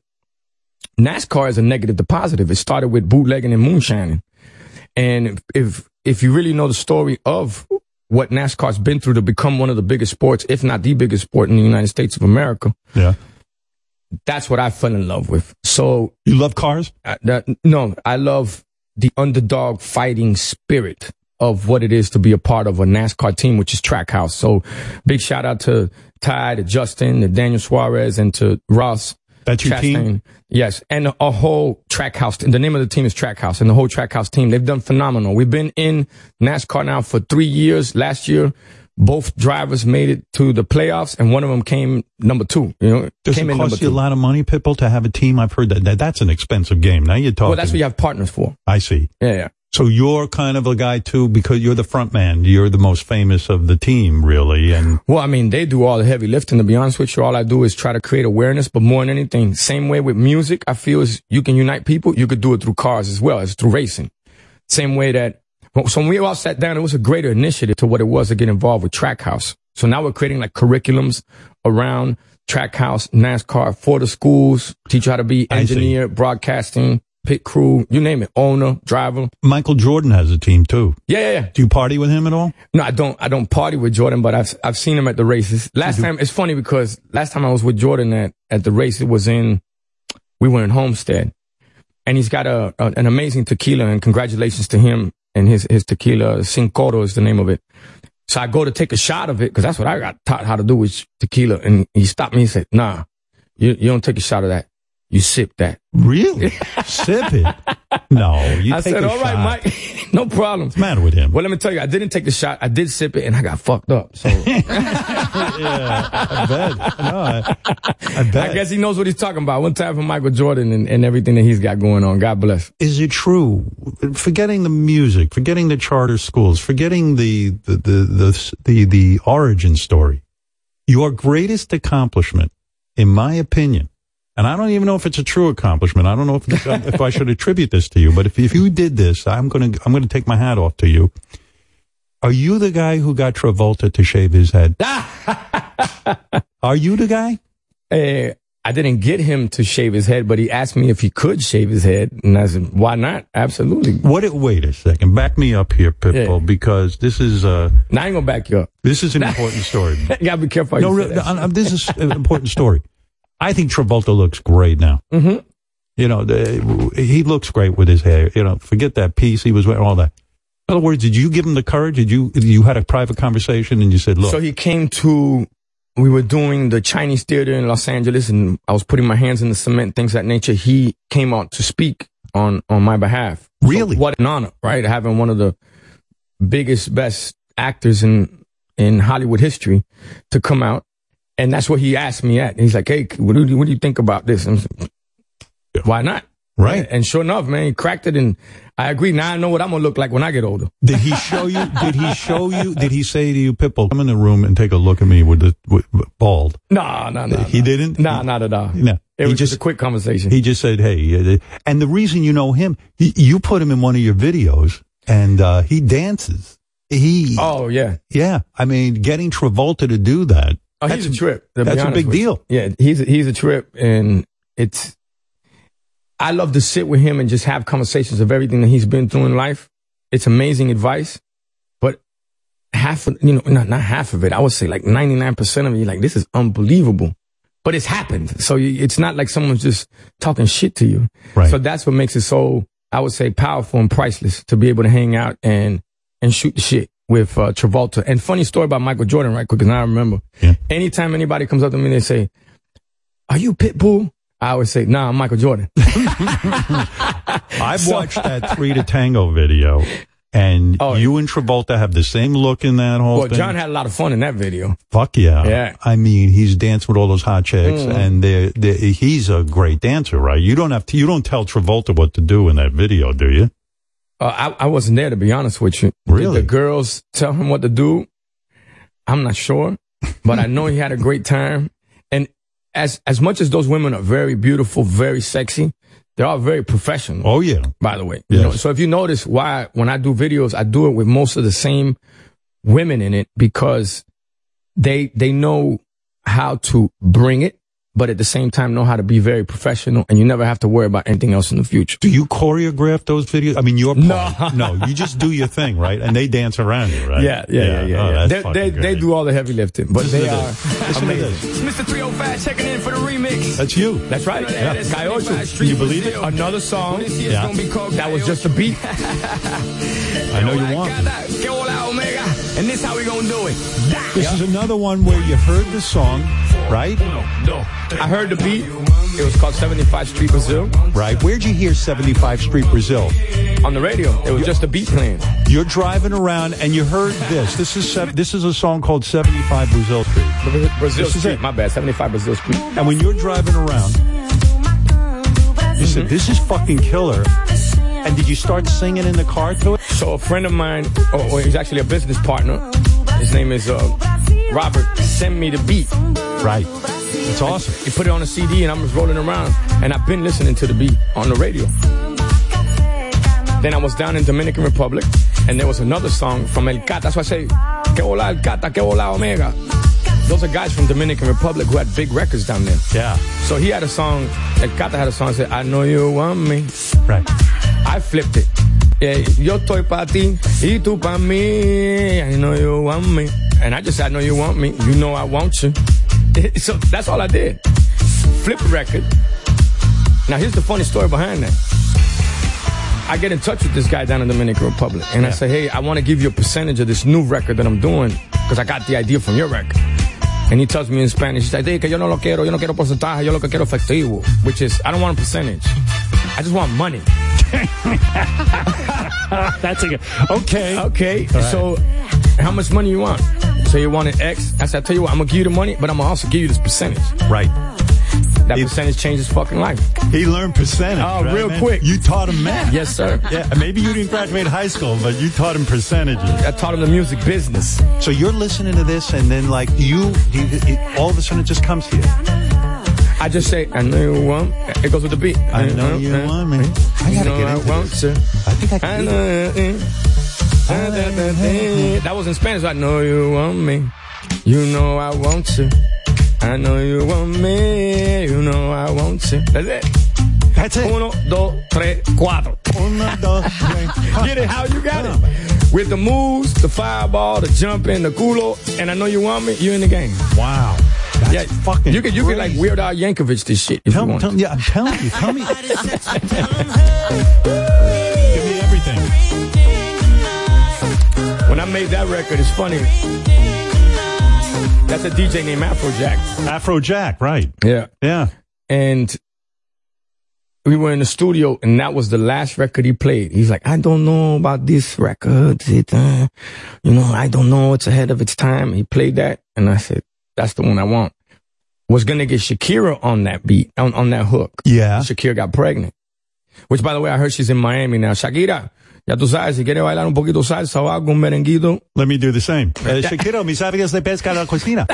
Speaker 3: NASCAR is a negative to positive. It started with bootlegging and moonshining, and if if you really know the story of what NASCAR's been through to become one of the biggest sports, if not the biggest sport in the United States of America,
Speaker 5: Yeah.
Speaker 3: that's what I fell in love with. So uh,
Speaker 5: you love cars?
Speaker 3: no, I love the underdog fighting spirit of what it is to be a part of a NASCAR team, which is Trackhouse. So big shout out to Ty, to Justin, to Daniel Suarez, and to Ross.
Speaker 5: That's your team?
Speaker 3: Yes, and a whole Trackhouse. The name of the team is Trackhouse, and the whole Trackhouse team. They've done phenomenal. We've been in NASCAR now for three years. Last year, both drivers made it to the playoffs, and one of them came number two. You know,
Speaker 5: Does
Speaker 3: came
Speaker 5: it
Speaker 3: in number
Speaker 5: cost you a
Speaker 3: two.
Speaker 5: lot of money, Pitbull, to have a team? I've heard that, that that's an expensive game. Now you're talking.
Speaker 3: Well, that's what you have partners for.
Speaker 5: I see.
Speaker 3: Yeah, yeah.
Speaker 5: So you're kind of a guy too, because you're the front man. You're the most famous of the team, really. And
Speaker 3: Well, I mean, they do all the heavy lifting. To be honest with you, all I do is try to create awareness. But more than anything, same way with music, I feel is you can unite people. You could do it through cars as well as through racing. Same way that well, so when we all sat down, it was a greater initiative to what it was to get involved with Trackhouse. So now we're creating like curriculums around Trackhouse, NASCAR for the schools, teach you how to be engineer, broadcasting, pit crew, you name it, owner, driver.
Speaker 5: Michael Jordan has a team too.
Speaker 3: Yeah, yeah, yeah.
Speaker 5: Do you party with him at all?
Speaker 3: No, I don't. I don't party with Jordan, but I've I've seen him at the races. Last time, it's funny because last time I was with Jordan at at the race, it was in we were in Homestead, and he's got a, a- an amazing tequila. And congratulations to him and his his tequila. Cincoro is the name of it. So I go to take a shot of it because that's what I got taught how to do with tequila. And he stopped me and said, "Nah, you you don't take a shot of that." You sip that.
Speaker 5: Really? sip it? No, you
Speaker 3: I
Speaker 5: take
Speaker 3: said,
Speaker 5: a
Speaker 3: all right,
Speaker 5: shot.
Speaker 3: Mike, no problem. What's the
Speaker 5: matter with him?
Speaker 3: Well, let me tell you, I didn't take the shot. I did sip it, and I got fucked up. So
Speaker 5: yeah, I bet. No, I, I bet.
Speaker 3: I guess he knows what he's talking about. One time for Michael Jordan and, and everything that he's got going on. God bless.
Speaker 5: Is it true? Forgetting the music, forgetting the charter schools, forgetting the the the the the, the origin story. Your greatest accomplishment, in my opinion, and I don't even know if it's a true accomplishment. I don't know if if I should attribute this to you, but if if you did this, I'm gonna I'm gonna take my hat off to you. Are you the guy who got Travolta to shave his head? Are you the guy?
Speaker 3: Eh, I didn't get him to shave his head, but he asked me if he could shave his head, and I said, "Why not? Absolutely."
Speaker 5: What? It, wait a second. Back me up here, Pitbull, because this is uh.
Speaker 3: Now I ain't gonna back you up.
Speaker 5: This is an important story.
Speaker 3: you gotta be careful. how
Speaker 5: no,
Speaker 3: you
Speaker 5: re-
Speaker 3: say
Speaker 5: no,
Speaker 3: that.
Speaker 5: I- I- this is an important story. I think Travolta looks great now.
Speaker 3: Mhm.
Speaker 5: You know, the, he looks great with his hair. You know, forget that piece he was wearing, all that. In other words, did you give him the courage? Did you you had a private conversation and you said, "Look,
Speaker 3: So he came to, we were doing the Chinese theater in Los Angeles and I was putting my hands in the cement, things of that nature. He came out to speak on, on my behalf.
Speaker 5: Really?
Speaker 3: what an honor, right? Having one of the biggest, best actors in, in Hollywood history to come out. And that's what he asked me at. He's like, Hey, what do you, what do you think about this? I'm like, Why not?
Speaker 5: Right.
Speaker 3: And sure enough, man, he cracked it. And I agree. Now I know what I'm going to look like when I get older.
Speaker 5: did he show you? Did he show you? Did he say to you, Pitbull, come in the room and take a look at me with the with, with- bald?"
Speaker 3: No, no, no.
Speaker 5: He didn't.
Speaker 3: No, not at all.
Speaker 5: No.
Speaker 3: It was just a quick conversation.
Speaker 5: He just said, "Hey," uh, and the reason you know him, y- you put him in one of your videos, and uh, he dances. He
Speaker 3: oh yeah
Speaker 5: yeah. I mean, getting Travolta to do that.
Speaker 3: Oh, he's a trip. to be
Speaker 5: That's a
Speaker 3: honest
Speaker 5: big
Speaker 3: with you.
Speaker 5: deal.
Speaker 3: Yeah, he's a, he's a trip, and it's. I love to sit with him and just have conversations of everything that he's been through in life. It's amazing advice, but half of you know not not half of it. I would say like ninety nine percent of it. You're like, this is unbelievable, but it's happened. So you, it's not like someone's just talking shit to you. Right. So that's what makes it so I would say powerful and priceless to be able to hang out and and shoot the shit with uh, Travolta. And funny story about Michael Jordan, right? Quick, because I remember. Anytime anybody comes up to me, and they say, "Are you Pitbull?" I always say, "Nah, I'm Michael Jordan."
Speaker 5: I've watched that three to tango video, and
Speaker 3: Oh,
Speaker 5: you and Travolta have the same look in that whole
Speaker 3: Well,
Speaker 5: thing.
Speaker 3: John had a lot of fun in that video.
Speaker 5: Fuck yeah.
Speaker 3: Yeah.
Speaker 5: I mean, he's danced with all those hot chicks
Speaker 3: Mhm.
Speaker 5: and they're, they're, he's a great dancer, right? You don't have to, you don't tell Travolta what to do in that video, do you?
Speaker 3: Uh, I, I wasn't there to be honest with you.
Speaker 5: Really?
Speaker 3: Did the girls tell him what to do? I'm not sure, but I know he had a great time. And as as much as those women are very beautiful, very sexy, they are very professional.
Speaker 5: Oh yeah.
Speaker 3: By the way, you know, so if you notice why when I do videos, I do it with most of the same women in it because they they know how to bring it, but at the same time know how to be very professional, and you never have to worry about anything else in the future.
Speaker 5: Do you choreograph those videos? I mean, you're no, no, you just do your thing, right? And they dance around you, right?
Speaker 3: Yeah, yeah, yeah, yeah.
Speaker 5: Oh,
Speaker 3: yeah.
Speaker 5: that's
Speaker 3: They-
Speaker 5: fucking
Speaker 3: they,
Speaker 5: great.
Speaker 3: they do all the heavy lifting, but
Speaker 5: Listen
Speaker 3: they
Speaker 5: to
Speaker 3: are
Speaker 5: this. Listen to
Speaker 3: amazing.
Speaker 5: this.
Speaker 3: Mr. 305 checking in for the remix.
Speaker 5: That's you.
Speaker 3: That's right.
Speaker 5: Yeah.
Speaker 3: Yeah. Caiocho.
Speaker 5: Can you believe it?
Speaker 3: Another song
Speaker 5: Yeah.
Speaker 3: that was just a beat.
Speaker 5: I know you want. it.
Speaker 3: And this how we gonna do it.
Speaker 5: This is another one where you heard the song, right?
Speaker 3: I heard the beat. It was called 75 Street Brazil.
Speaker 5: Right. Where'd you hear 75 Street Brazil?
Speaker 3: On the radio. It was just a beat playing.
Speaker 5: You're driving around and you heard this. This is sev- this is a song called 75 Brazil Street.
Speaker 3: Brazil
Speaker 5: This is
Speaker 3: Street. My bad. 75 Brazil Street.
Speaker 5: And when you're driving around, you said, "This is fucking killer." And did you start singing in the car to it?
Speaker 3: So a friend of mine, oh, oh, he's actually a business partner. His name is uh, Robert. Send me the beat.
Speaker 5: Right. It's awesome.
Speaker 3: He put it on a CD, and I'm just rolling around, and I've been listening to the beat on the radio. Then I was down in Dominican Republic, and there was another song from El Cata. That's why I say, que hola El Cata, que hola Omega. Those are guys from Dominican Republic who had big records down there.
Speaker 5: Yeah.
Speaker 3: So he had a song, El Cata had a song that said, I know you want me.
Speaker 5: Right.
Speaker 3: I flipped it. Yeah, yo estoy pa ti y tú pa mí. I know you want me. And I just, I know you want me. You know I want you. So that's all I did. Flip the record. Now here's the funny story behind that. I get in touch with this guy down in Dominican Republic, and I say, "Hey, I want to give you a percentage of this new record that I'm doing because I got the idea from your record." And he tells me in Spanish, he's like, "Di que yo no lo quiero, yo no quiero porcentaje, yo lo que quiero efectivo, which is, I don't want a percentage. I just want money. That's a good. Okay. Okay.
Speaker 8: All right.
Speaker 3: So, how much money you want? So you want an X? I said, I tell you what, I'm gonna give you the money, but I'm gonna also give you this percentage. Right. That percentage changes fucking life.
Speaker 5: He learned percentage.
Speaker 3: Oh,
Speaker 5: right,
Speaker 3: real
Speaker 5: man?
Speaker 3: quick.
Speaker 5: You taught him math.
Speaker 3: Yes, sir.
Speaker 5: Yeah, maybe you didn't graduate high school, but you taught him percentages. I
Speaker 3: taught him the music business.
Speaker 5: So you're listening to this, and then like you, do you it, all of a sudden it just comes to you.
Speaker 3: I just say, I know you want. It goes with the beat.
Speaker 5: I know you want me. I
Speaker 3: You
Speaker 5: gotta
Speaker 3: know
Speaker 5: get
Speaker 3: I
Speaker 5: into
Speaker 3: want
Speaker 5: this.
Speaker 3: to.
Speaker 5: I think I
Speaker 3: I
Speaker 5: can. do
Speaker 3: know
Speaker 5: it.
Speaker 3: uh, That was in Spanish. I know you want me. You know I want you. I know you want me. You know I want you. That's it. That's it. Uno, dos, tres, cuatro.
Speaker 5: Uno, dos, tres.
Speaker 3: Get it how you got it. With the moves, the fireball, the jumping, the culo, and I know you want me, you're in the game. Wow. That's yeah, fucking you could you could like Weird Al Yankovic this shit if you want.
Speaker 5: Tell- yeah, I'm telling you. Tell me.
Speaker 3: Give me everything. When I made that record, it's funny. That's a DJ named Afrojack.
Speaker 5: Afrojack, right.
Speaker 3: Yeah.
Speaker 5: Yeah.
Speaker 3: And we were in the studio, and that was the last record he played. He's like, I don't know about this record. It, uh, you know, I don't know. It's ahead of its time. He played that, and I said, that's the one I want. Was gonna get Shakira on that beat, on, on that hook.
Speaker 5: Yeah.
Speaker 3: Shakira got pregnant. Which, by the way, I heard she's in Miami now. Shakira, ya tú sabes, si quieres bailar un poquito salsa o algo, un merenguito.
Speaker 5: Let me do the same. Uh, Shakira, mis amigas de pesca la cocina.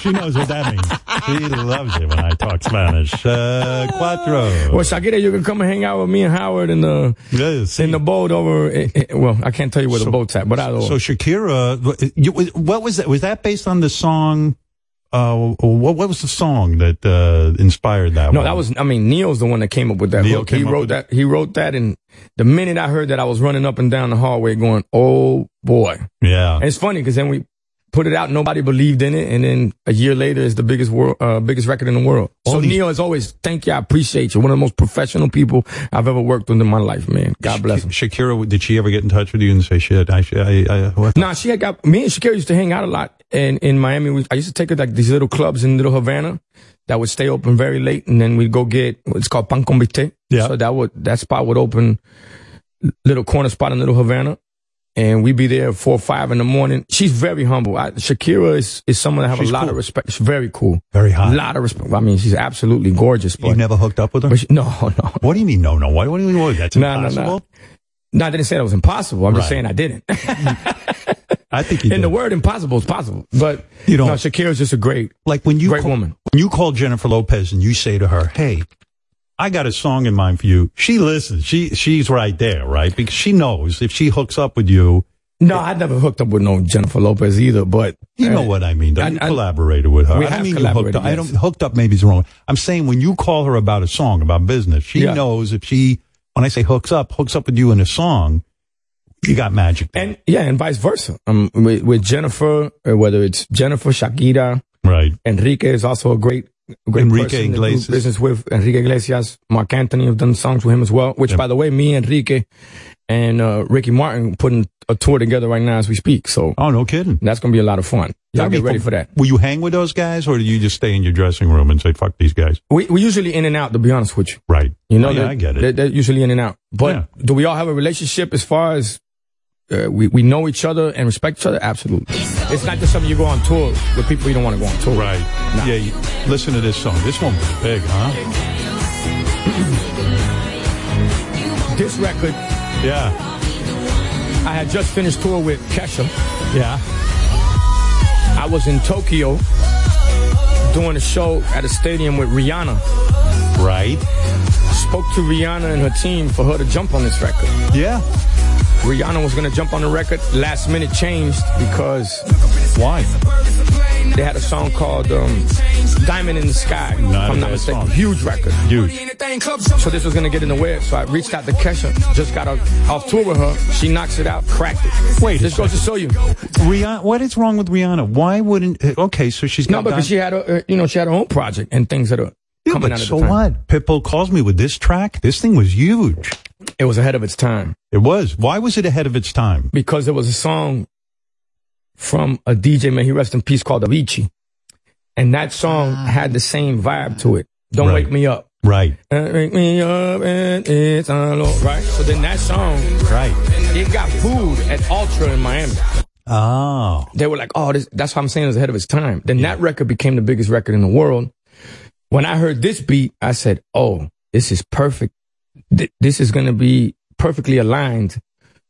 Speaker 5: she knows what that means. She loves it when I talk Spanish. Uh, cuatro.
Speaker 3: Well, Shakira, you can come and hang out with me and Howard in the in the boat over. eh, eh, Well, I can't tell you where the boat's at, but I
Speaker 5: So Shakira, you, what was that? Was that based on the song? Uh, what, what was the song that uh, inspired that?
Speaker 3: no,
Speaker 5: one?
Speaker 3: that was. I mean, Neil's the one that came up with that.
Speaker 5: Neil
Speaker 3: hook.
Speaker 5: came
Speaker 3: He
Speaker 5: up
Speaker 3: wrote
Speaker 5: with
Speaker 3: that. He wrote that, and the minute I heard that, I was running up and down the hallway, going, "Oh boy!"
Speaker 5: Yeah.
Speaker 3: And it's funny because then we put it out, nobody believed in it, and then a year later, it's the biggest world, uh, biggest record in the world. so Neil is always, "Thank you, I appreciate you." One of the most professional people I've ever worked with in my life, man. God bless him.
Speaker 5: Shakira, did she ever get in touch with you and say, "Shit, I, should- I, I what
Speaker 3: Nah, she had got me and Shakira used to hang out a lot in in Miami. We, I used to take her to like these little clubs in Little Havana that would stay open very late, and then we'd go get it's called pan con bistec. Yeah. So that would that spot would open, little corner spot in Little Havana, and we'd be there at four or five in the morning. She's very humble. I, Shakira is is someone I have
Speaker 5: She's
Speaker 3: a lot
Speaker 5: cool.
Speaker 3: of respect. She's very cool.
Speaker 5: Very hot.
Speaker 3: A lot of respect. I mean, she's absolutely gorgeous. But
Speaker 5: you never hooked up with her?
Speaker 3: But she- no, no.
Speaker 5: What do you mean, no, no? Why? What do you mean? What, that's
Speaker 3: No, no,
Speaker 5: impossible.
Speaker 3: no. No, I didn't say that was impossible. I'm
Speaker 5: Right.
Speaker 3: just saying I didn't.
Speaker 5: I think he
Speaker 3: And the word impossible is possible. But
Speaker 5: You don't-
Speaker 3: no, Shakira's just a great
Speaker 5: like when you
Speaker 3: great
Speaker 5: call,
Speaker 3: woman.
Speaker 5: When you call Jennifer Lopez and you say to her, "Hey, I got a song in mind for you," she listens. She she's right there, right? Because she knows if she hooks up with you,
Speaker 3: No, I never hooked up with no Jennifer Lopez either, but
Speaker 5: you know what I mean. Though.
Speaker 3: I-
Speaker 5: you
Speaker 3: I-
Speaker 5: collaborated with her.
Speaker 3: We
Speaker 5: I
Speaker 3: have
Speaker 5: mean, you hooked
Speaker 3: collaborated,
Speaker 5: up. I don't
Speaker 3: yes.
Speaker 5: hooked up. Maybe is wrong. I'm saying when you call her about a song, about business, she
Speaker 3: Yeah.
Speaker 5: knows if she. When I say hooks up, hooks up with you in a song, you got magic.
Speaker 3: And yeah, and vice versa. Um, with, with Jennifer, uh, whether it's Jennifer, Shakira,
Speaker 5: right?
Speaker 3: Enrique is also a great, great
Speaker 5: Enrique
Speaker 3: person to do
Speaker 5: Iglesias.
Speaker 3: business with Enrique Iglesias, Mark Anthony have done songs with him as well. Which, by the way, me, Enrique, and uh, Ricky Martin putting a tour together right now as we speak. So
Speaker 5: oh, no kidding,
Speaker 3: that's gonna be a lot of fun. Y'all
Speaker 5: That'd be
Speaker 3: get ready
Speaker 5: fun.
Speaker 3: for that.
Speaker 5: Will you hang with those guys, or do you just stay in your dressing room and say, "Fuck these guys"?
Speaker 3: We we usually in and out, to be honest with you.
Speaker 5: Right.
Speaker 3: You know,
Speaker 5: Oh, yeah,
Speaker 3: they're-
Speaker 5: I get it.
Speaker 3: They're, they're usually in and out. But do we all have a relationship as far as uh, we we know each other and respect each other? Absolutely. It's not just something you go on tour with people you don't want to go on tour. Right.
Speaker 5: Yeah. You, listen to this song. This one was big, huh?
Speaker 3: This record.
Speaker 5: Yeah.
Speaker 3: I had just finished tour with Kesha.
Speaker 5: Yeah.
Speaker 3: I was in Tokyo doing a show at a stadium with Rihanna.
Speaker 5: Right.
Speaker 3: Spoke to Rihanna and her team for her to jump on this record.
Speaker 5: Yeah.
Speaker 3: Rihanna was going to jump on the record. Last minute changed because.
Speaker 5: Why?
Speaker 3: They had a song called um, Diamond in the Sky, if I'm not mistaken. Huge record.
Speaker 5: Huge.
Speaker 3: So this was going to get in the way. So I reached out to Kesha, just got a, off tour with her. She knocks it out, cracked it. Wait. This goes to show you.
Speaker 5: Rihanna, what is wrong with Rihanna? Why wouldn't? uh, Okay, so she's
Speaker 3: No,
Speaker 5: got Don-
Speaker 3: because she had a, uh, you know, she had her own project and things that are
Speaker 5: Yeah,
Speaker 3: coming
Speaker 5: but
Speaker 3: out at
Speaker 5: so
Speaker 3: the time.
Speaker 5: what? Pitbull calls me with this track. This thing was huge.
Speaker 3: It was ahead of its time.
Speaker 5: It was. Why was it ahead of its time?
Speaker 3: Because there was a song from a DJ, man, he rest in peace, called Avicii. And that song had the same vibe to it. Don't
Speaker 5: Right.
Speaker 3: wake me up.
Speaker 5: Right.
Speaker 3: Uh, wake me up and it's on low. Right? So then that song.
Speaker 5: Right.
Speaker 3: It got booed at Ultra in Miami.
Speaker 5: Oh.
Speaker 3: They were like, oh, this, that's what I'm saying is ahead of its time. Then that record became the biggest record in the world. When I heard this beat, I said, oh, this is perfect. Th- this is going to be perfectly aligned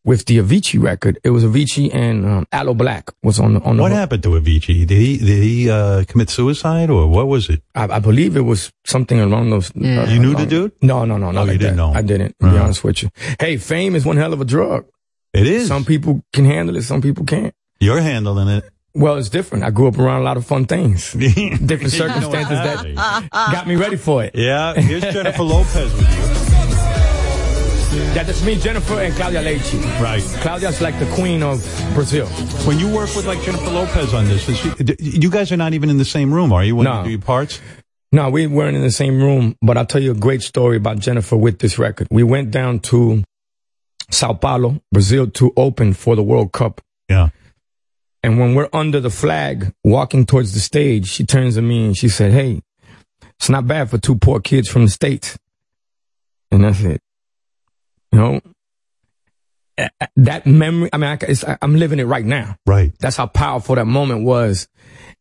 Speaker 3: with the Avicii record. It was Avicii and um, Aloe Black was on the, on the
Speaker 5: What happened to Avicii? Did he did he uh, commit suicide or what was it?
Speaker 3: I, I believe it was something along those.
Speaker 5: Yeah. You knew the Oh,
Speaker 3: dude? No, no, no, no. you didn't know. I didn't. To be honest with you. Hey, fame is one hell of a drug.
Speaker 5: Uh-huh. It is.
Speaker 3: Some people can handle it. Some people can't.
Speaker 5: You're handling it.
Speaker 3: Well, it's different. I grew up around a lot of fun things. different
Speaker 5: You know what
Speaker 3: circumstances
Speaker 5: happened.
Speaker 6: Uh,
Speaker 3: that got me ready for it.
Speaker 5: Yeah, here's Jennifer Lopez with you.
Speaker 3: Yeah, that's me, Jennifer and Claudia Leite.
Speaker 5: Right.
Speaker 3: Claudia's like the queen of Brazil.
Speaker 5: When you work with like Jennifer Lopez on this, is she, d- you guys are not even in the same room, are you? When
Speaker 3: No.
Speaker 5: you do your parts?
Speaker 3: No, we weren't in the same room, but I'll tell you a great story about Jennifer with this record. We went down to Sao Paulo, Brazil to open for the World Cup.
Speaker 5: Yeah.
Speaker 3: And when we're under the flag walking towards the stage, she turns to me and she said, Hey, it's not bad for two poor kids from the States. And that's it. You know, a- a- that memory, I mean, I, ca- it's, I, I'm living it right now.
Speaker 5: Right.
Speaker 3: That's how powerful that moment was.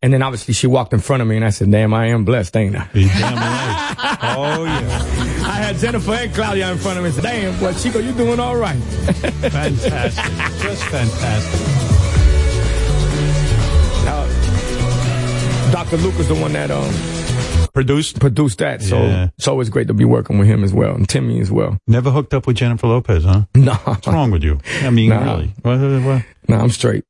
Speaker 3: And then obviously she walked in front of me and I said, damn, I am blessed, ain't I?
Speaker 5: Oh, yeah.
Speaker 3: I had Jennifer and Claudia in front of me and said, damn, boy, Chico, you doing all right.
Speaker 5: Fantastic. Just fantastic.
Speaker 3: Uh, Dr. Luke is the one that um,
Speaker 5: produced
Speaker 3: produced that. So
Speaker 5: Yeah.
Speaker 3: it's always great to be working with him as well and Timmy as well.
Speaker 5: Never hooked up with Jennifer Lopez, huh?
Speaker 3: No.
Speaker 5: What's wrong with you? I mean,
Speaker 3: Nah.
Speaker 5: really? What, what- what?
Speaker 3: No, I'm straight.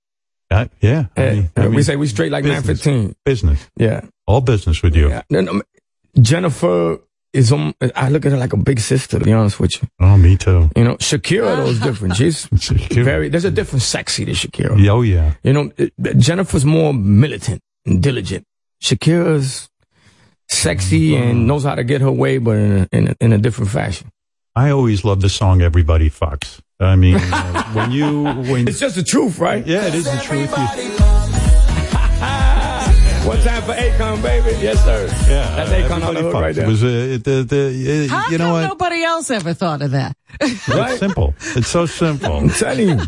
Speaker 5: Uh, yeah. I mean- I
Speaker 3: Eh, we
Speaker 5: mean, Oh.
Speaker 3: say we straight like
Speaker 5: business.
Speaker 3: 915.
Speaker 5: Business.
Speaker 3: Yeah.
Speaker 5: All business with you.
Speaker 3: No, no, Jennifer is on. I look at her like a big sister. To be honest with you.
Speaker 5: Oh, me too.
Speaker 3: You know, Shakira though is different. She's very. There's a different sexy to Shakira.
Speaker 5: Oh, yeah.
Speaker 3: You know, it- Jennifer's more militant and diligent. Shakira's sexy and knows how to get her way, but in a, in a, in a different fashion.
Speaker 5: I always love the song "Everybody Fucks." I mean, uh, when you when
Speaker 3: it's just the truth, right?
Speaker 5: Yeah, it is the truth.
Speaker 3: One time for Akon, baby. Yes, sir.
Speaker 5: Yeah,
Speaker 3: that's Akon on the hook
Speaker 5: Fucks.
Speaker 3: right
Speaker 5: It
Speaker 3: there.
Speaker 5: was uh, it- the, the, uh,
Speaker 6: How
Speaker 5: you know
Speaker 6: come
Speaker 5: what?
Speaker 6: nobody else ever thought of that?
Speaker 5: It's simple. It's so simple. I'm
Speaker 3: telling you.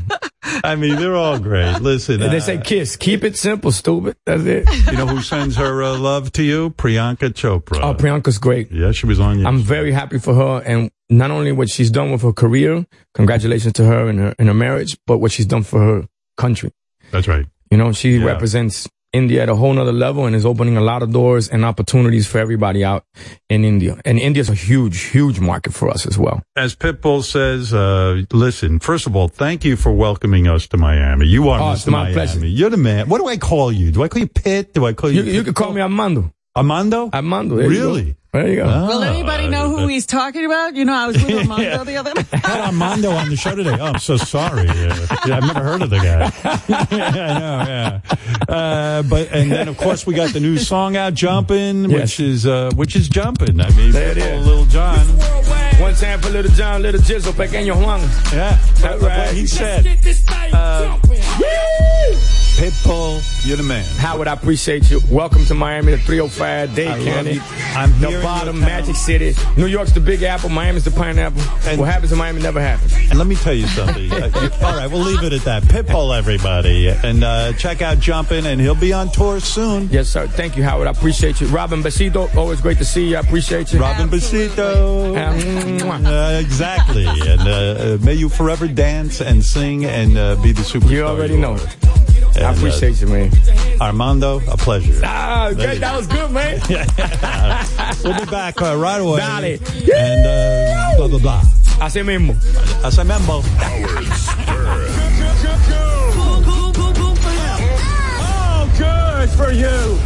Speaker 5: I mean, they're all great. Listen,
Speaker 3: And they
Speaker 5: uh,
Speaker 3: say kiss. Keep it simple, stupid. That's it.
Speaker 5: you know who sends her uh, love to you? Priyanka Chopra.
Speaker 3: Oh, Priyanka's great.
Speaker 5: Yeah, she was on.
Speaker 3: I'm very happy for her and not only what she's done with her career, congratulations to her and her in her marriage, but what she's done for her country.
Speaker 5: That's right.
Speaker 3: You know, she represents India at a whole nother level and is opening a lot of doors and opportunities for everybody out in India. And India's a huge, huge market for us as well.
Speaker 5: As Pitbull says, uh, listen, first of all, thank you for welcoming us to Miami. You are
Speaker 3: Oh,
Speaker 5: Mr.
Speaker 3: it's my
Speaker 5: Miami.
Speaker 3: pleasure.
Speaker 5: You're the man. What do I call you? Do I call you Pitt? Do I call you?
Speaker 3: You- you could call me Armando.
Speaker 5: Armando?
Speaker 3: Armando.
Speaker 6: there you go.
Speaker 5: Really? Ah,
Speaker 3: There you go.
Speaker 5: Oh,
Speaker 6: Will anybody know who he's talking about? You know, I was with Armando the other night.
Speaker 5: had Armando on the show today. Oh, I'm so sorry. Uh, yeah, I've never heard of the guy. yeah, I know, yeah. Uh, but and then of course we got the new song out, "Jumpin'," which is uh, which is jumping. I mean,
Speaker 3: There it
Speaker 5: Pitbull,
Speaker 3: is.
Speaker 5: Little John.
Speaker 3: One time for Little John, Little Jizzle, Pequeño Juan.
Speaker 5: Yeah, that's what he said. Uh, Pitbull, you're the man.
Speaker 3: Howard, I appreciate you. Welcome to Miami, the 305,
Speaker 5: I love
Speaker 3: Dade County,
Speaker 5: you. I'm here in your
Speaker 3: Nevada,
Speaker 5: town.
Speaker 3: Magic City. New York's the Big Apple, Miami's the Pineapple. what happens in Miami never happens.
Speaker 5: And let me tell you something. Uh, All right, we'll leave it at that. Pitbull, everybody, and uh, check out "Jumpin'," and he'll be on tour soon.
Speaker 3: Yes, sir. Thank you, Howard. I appreciate you. Robin Besito, always great to see you. I appreciate you.
Speaker 5: Robin Besito. Uh, exactly. And uh, uh, may you forever dance and sing and uh, be the superstar. You already know.
Speaker 3: I appreciate you, man.
Speaker 5: Armando, a pleasure.
Speaker 3: Ah,
Speaker 5: There you
Speaker 3: great. That was good, man.
Speaker 5: we'll be back uh, right away.
Speaker 3: Dale.
Speaker 5: And uh, blah, blah, blah.
Speaker 3: Así mismo.
Speaker 5: Así mismo.
Speaker 4: Oh, good for you.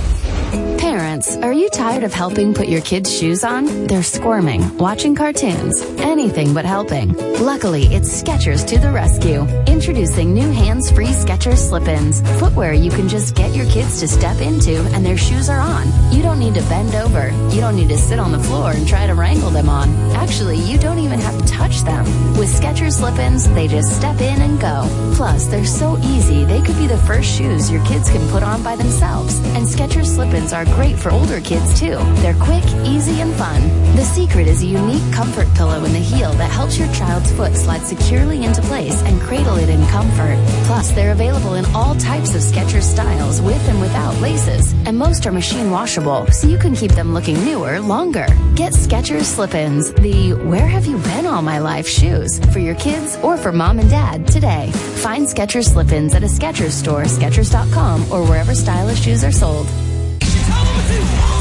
Speaker 8: Parents, are you you tired of helping put your kids' shoes on? They're squirming, watching cartoons, anything but helping. Luckily, it's Skechers to the rescue. Introducing new hands-free Skechers slip-ins, footwear you can just get your kids to step into and their shoes are on. You don't need to bend over. You don't need to sit on the floor and try to wrangle them on. Actually, you don't even have to touch them. With Skechers slip-ins, they just step in and go. Plus, they're so easy, they could be the first shoes your kids can put on by themselves. And Skechers slip-ins are great for older kids too. They're quick, easy, and fun. The secret is a unique comfort pillow in the heel that helps your child's foot slide securely into place and cradle it in comfort. Plus, they're available in all types of Skechers styles with and without laces, and most are machine washable, so you can keep them looking newer longer. Get Skechers slip-ins, the where have you been all my life shoes for your kids or for mom and dad today. Find Skechers slip-ins at a Skechers store, Skechers.com, or wherever stylish shoes are sold.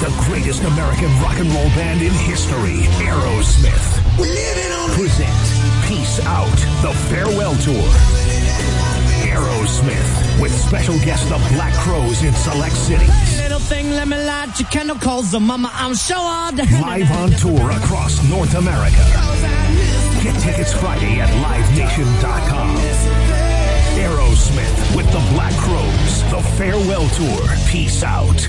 Speaker 4: The greatest American rock and roll band in history, Aerosmith. Presents Peace Out, the farewell tour. Aerosmith, with special guest the Black Crows in select cities.
Speaker 19: Little thing, let me light your candle, calls the mama, I'm sure all the
Speaker 4: Live on tour across North America. Get tickets Friday at livenation.com. Aerosmith with the Black Crows, the farewell tour. Peace out.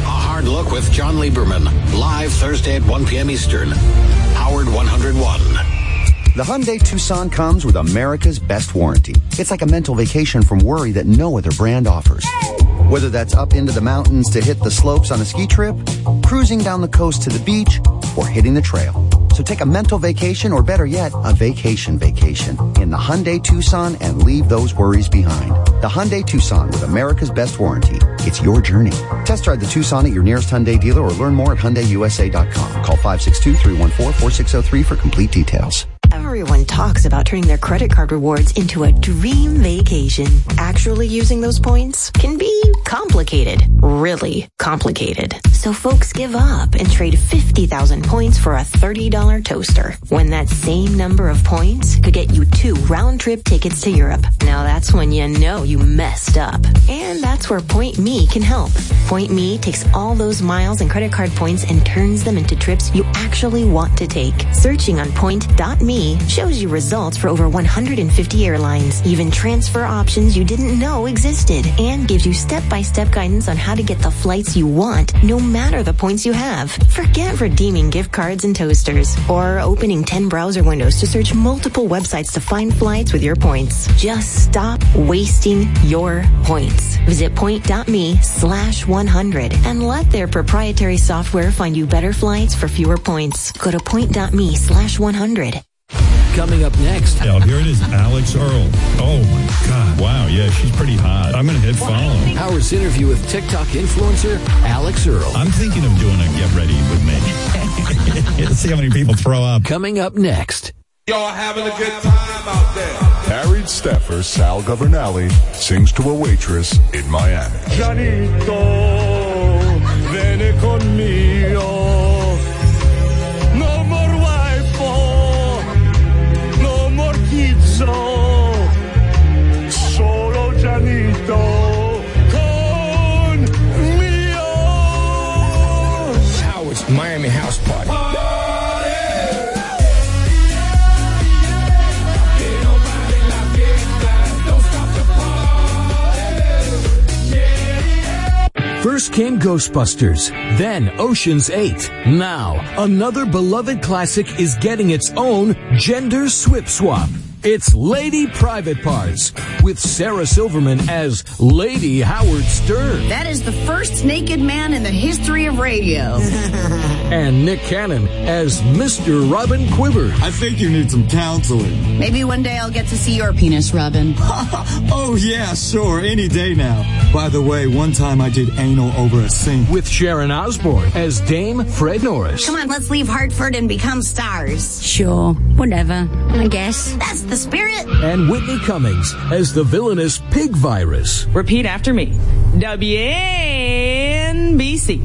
Speaker 20: Hard Look with John Lieberman, live Thursday at 1 p.m. Eastern. Howard 101.
Speaker 21: The Hyundai Tucson comes with America's best warranty. It's like a mental vacation from worry that no other brand offers. Whether that's up into the mountains to hit the slopes on a ski trip, cruising down the coast to the beach, or hitting the trail. So take a mental vacation, or better yet, a vacation vacation in the Hyundai Tucson and leave those worries behind. The Hyundai Tucson with America's best warranty. It's your journey. Test drive the Tucson at your nearest Hyundai dealer or learn more at HyundaiUSA.com. Call 562-314-4603 for complete details.
Speaker 22: Everyone talks about turning their credit card rewards into a dream vacation. Actually using those points can be complicated. Really complicated. So folks give up and trade 50,000 points for a $30 toaster when that same number of points could get you two round trip tickets to Europe. Now that's when you know you messed up. And that's where Point Me can help. Point Me takes all those miles and credit card points and turns them into trips you actually want to take. Searching on point.me shows you results for over 150 airlines, even transfer options you didn't know existed, and gives you step-by-step guidance on how to get the flights you want, no matter the points you have. Forget redeeming gift cards and toasters, or opening 10 browser windows to search multiple websites to find flights with your points. Just stop wasting your points. Visit point.me slash 100 and let their proprietary software find you better flights for fewer points. Go to point.me slash 100.
Speaker 23: Coming up next.
Speaker 5: Yeah, here it is, Alex Earl. Oh my God! Wow, yeah, she's pretty hot. I'm gonna hit follow.
Speaker 23: Howard's interview with TikTok influencer Alex Earl.
Speaker 5: I'm thinking of doing a get ready with me. Let's see how many people throw up.
Speaker 23: Coming up next.
Speaker 24: Y'all having a good time out there.
Speaker 11: Married staffer Sal Governale sings to a waitress in Miami.
Speaker 24: Janito, vene conmigo. No more wife, no more kids. oh. Solo Janito. Conmigo.
Speaker 3: Howard's Miami House Party.
Speaker 25: First
Speaker 4: First came Ghostbusters, then Ocean's 8. Now, another beloved classic is getting its own gender swip swap. It's Lady Private Parts with Sarah Silverman as Lady Howard Stern
Speaker 22: That is the first naked man in the history of radio.
Speaker 4: and Nick Cannon as Mr. Robin Quiver. I think you need some counseling.
Speaker 22: Maybe one day I'll get to see your penis, Robin.
Speaker 8: Oh, yeah, sure, any day now. By the way, one time I did anal over a sink.
Speaker 4: With Sharon Osbourne as Dame Fred Norris.
Speaker 22: Come on, let's leave Hartford and become stars. Sure, whatever, I guess. That's the spirit.
Speaker 4: and Whitney Cummings as the villainous pig virus.
Speaker 26: Repeat after me. WNBC.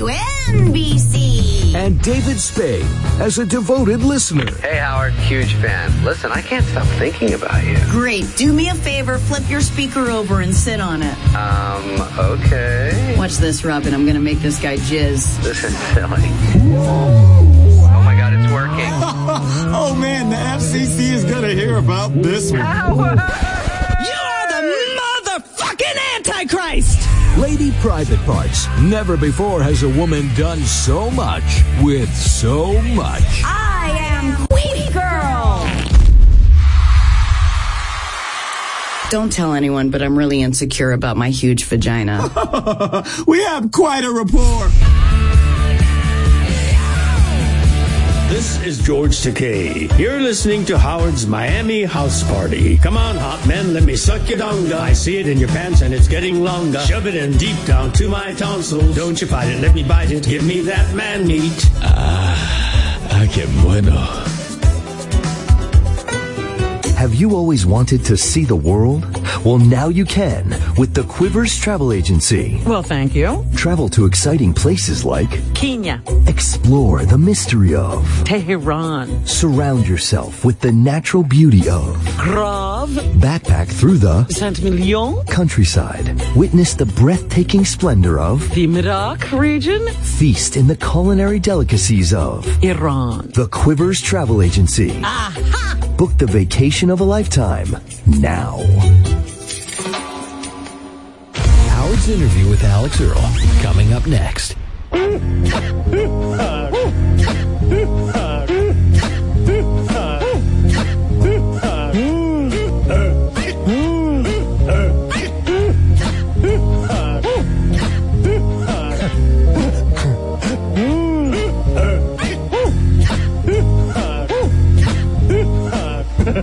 Speaker 22: WNBC.
Speaker 4: And David Spade as a devoted listener.
Speaker 10: Hey, Howard, huge fan. Listen, I can't stop thinking about you.
Speaker 22: Great. Do me a favor, flip your speaker over and sit on it.
Speaker 10: Um, okay.
Speaker 22: Watch this, Robin. I'm gonna make this guy jizz.
Speaker 10: This is silly. Oh my god, it's working.
Speaker 8: oh, man, the FCC is going to hear about this one.
Speaker 26: You are the motherfucking Antichrist!
Speaker 4: Lady Private Parts. Never before has a woman done so much with so much.
Speaker 22: I am Queenie Girl. Don't tell anyone, but I'm really insecure about my huge vagina.
Speaker 8: we have quite a rapport.
Speaker 7: This is George Takei. You're listening to Howard's Miami House Party. Come on, hot man, let me suck your donga. I see it in your pants and it's getting longer. Shove it in deep down to my tonsils. Don't you fight it, let me bite it. Give me that man meat.
Speaker 27: Ah, que bueno.
Speaker 28: Have you always wanted to see the world? Well, now you can with the Quivers Travel Agency.
Speaker 6: Well, thank you.
Speaker 28: Travel to exciting places like
Speaker 6: Kenya,
Speaker 28: explore the mystery of,
Speaker 6: Tehran,
Speaker 28: surround yourself with the natural beauty of,
Speaker 6: Grove,
Speaker 28: backpack through the
Speaker 6: Saint Million,
Speaker 28: countryside, witness the breathtaking splendor of,
Speaker 6: the Mirak region,
Speaker 28: feast in the culinary delicacies of
Speaker 6: Iran.
Speaker 28: the Quivers Travel Agency. Book the vacation of a lifetime now.
Speaker 4: Howard's interview with Alex Earl coming up next.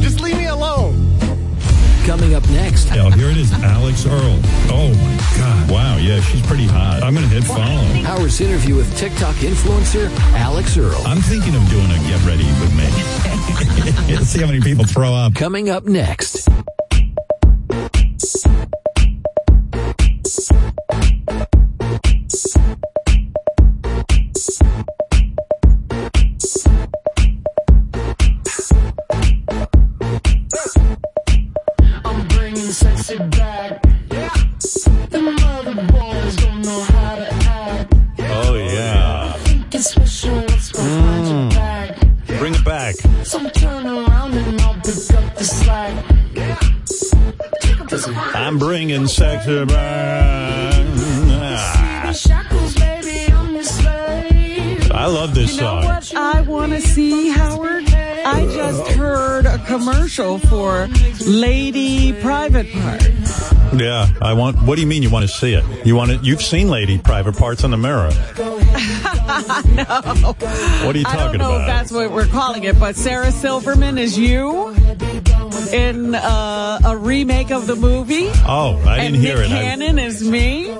Speaker 17: Just leave me alone.
Speaker 4: Coming up next.
Speaker 5: Yeah, here it is, Alex Earl. Oh my God! Wow, yeah, she's pretty hot. I'm gonna hit follow.
Speaker 4: Howard's interview with TikTok influencer Alex Earl.
Speaker 5: I'm thinking of doing a get ready with Mitch. Let's see how many people throw up.
Speaker 4: Coming up next.
Speaker 29: I'm bringing sexy back. Yeah. Them other boys don't know how to act.
Speaker 5: Oh yeah,
Speaker 29: Thinking special, let's go find your back.
Speaker 5: bring it back.
Speaker 29: So turn around and I'll pick up the slack.
Speaker 5: I'm bringing sexy back. Ah.
Speaker 29: Shackles, baby, I'm your slave.
Speaker 5: I love this song.
Speaker 6: I want to see Howard. I just heard a commercial for Lady Private Part.
Speaker 5: Yeah, I want. What do you mean you want to see it? You want it? You've seen Lady Private Parts on the Mirror.
Speaker 6: no.
Speaker 5: What are
Speaker 6: I don't
Speaker 5: you talking
Speaker 6: know
Speaker 5: about?
Speaker 6: if that's what we're calling it, but Sarah Silverman is you in uh, a remake of the movie.
Speaker 5: Oh, I
Speaker 6: and
Speaker 5: didn't hear
Speaker 6: Nick
Speaker 5: it. I-
Speaker 6: Cannon is me.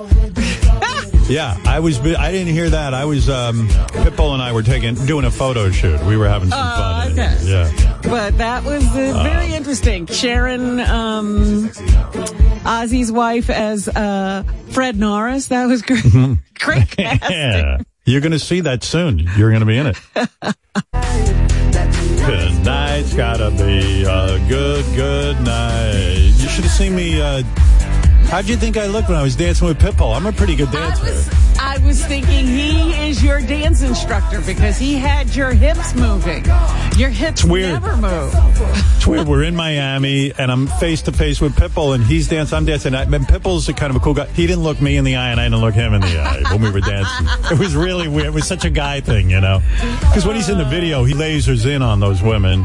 Speaker 5: Yeah, I was. I didn't hear that. I was. Um, Pitbull and I were taking doing a photo shoot. We were having some
Speaker 6: Oh,
Speaker 5: fun.
Speaker 6: okay.
Speaker 5: Yeah.
Speaker 6: But that was uh,
Speaker 5: Uh.
Speaker 6: very interesting. Sharon, um, Ozzy's wife as uh, Fred Norris. That was great. great casting.
Speaker 5: Yeah. You're going to see that soon. You're going to be in it. Good night. gotta be a good, good night. You should have seen me. Uh, how'd you think I looked when I was dancing with Pitbull? I'm a pretty good dancer.
Speaker 6: I was thinking he is your dance instructor because he had your hips moving. Your hips
Speaker 5: weird.
Speaker 6: never move.
Speaker 5: It's weird. We're in Miami, and I'm face to face with Pitbull, and he's dancing. I'm dancing. I, and Pitbull's a kind of a cool guy. He didn't look me in the eye, and I didn't look him in the eye when we were dancing. It was really weird. It was such a guy thing, you know. Because when he's in the video, he lasers in on those women.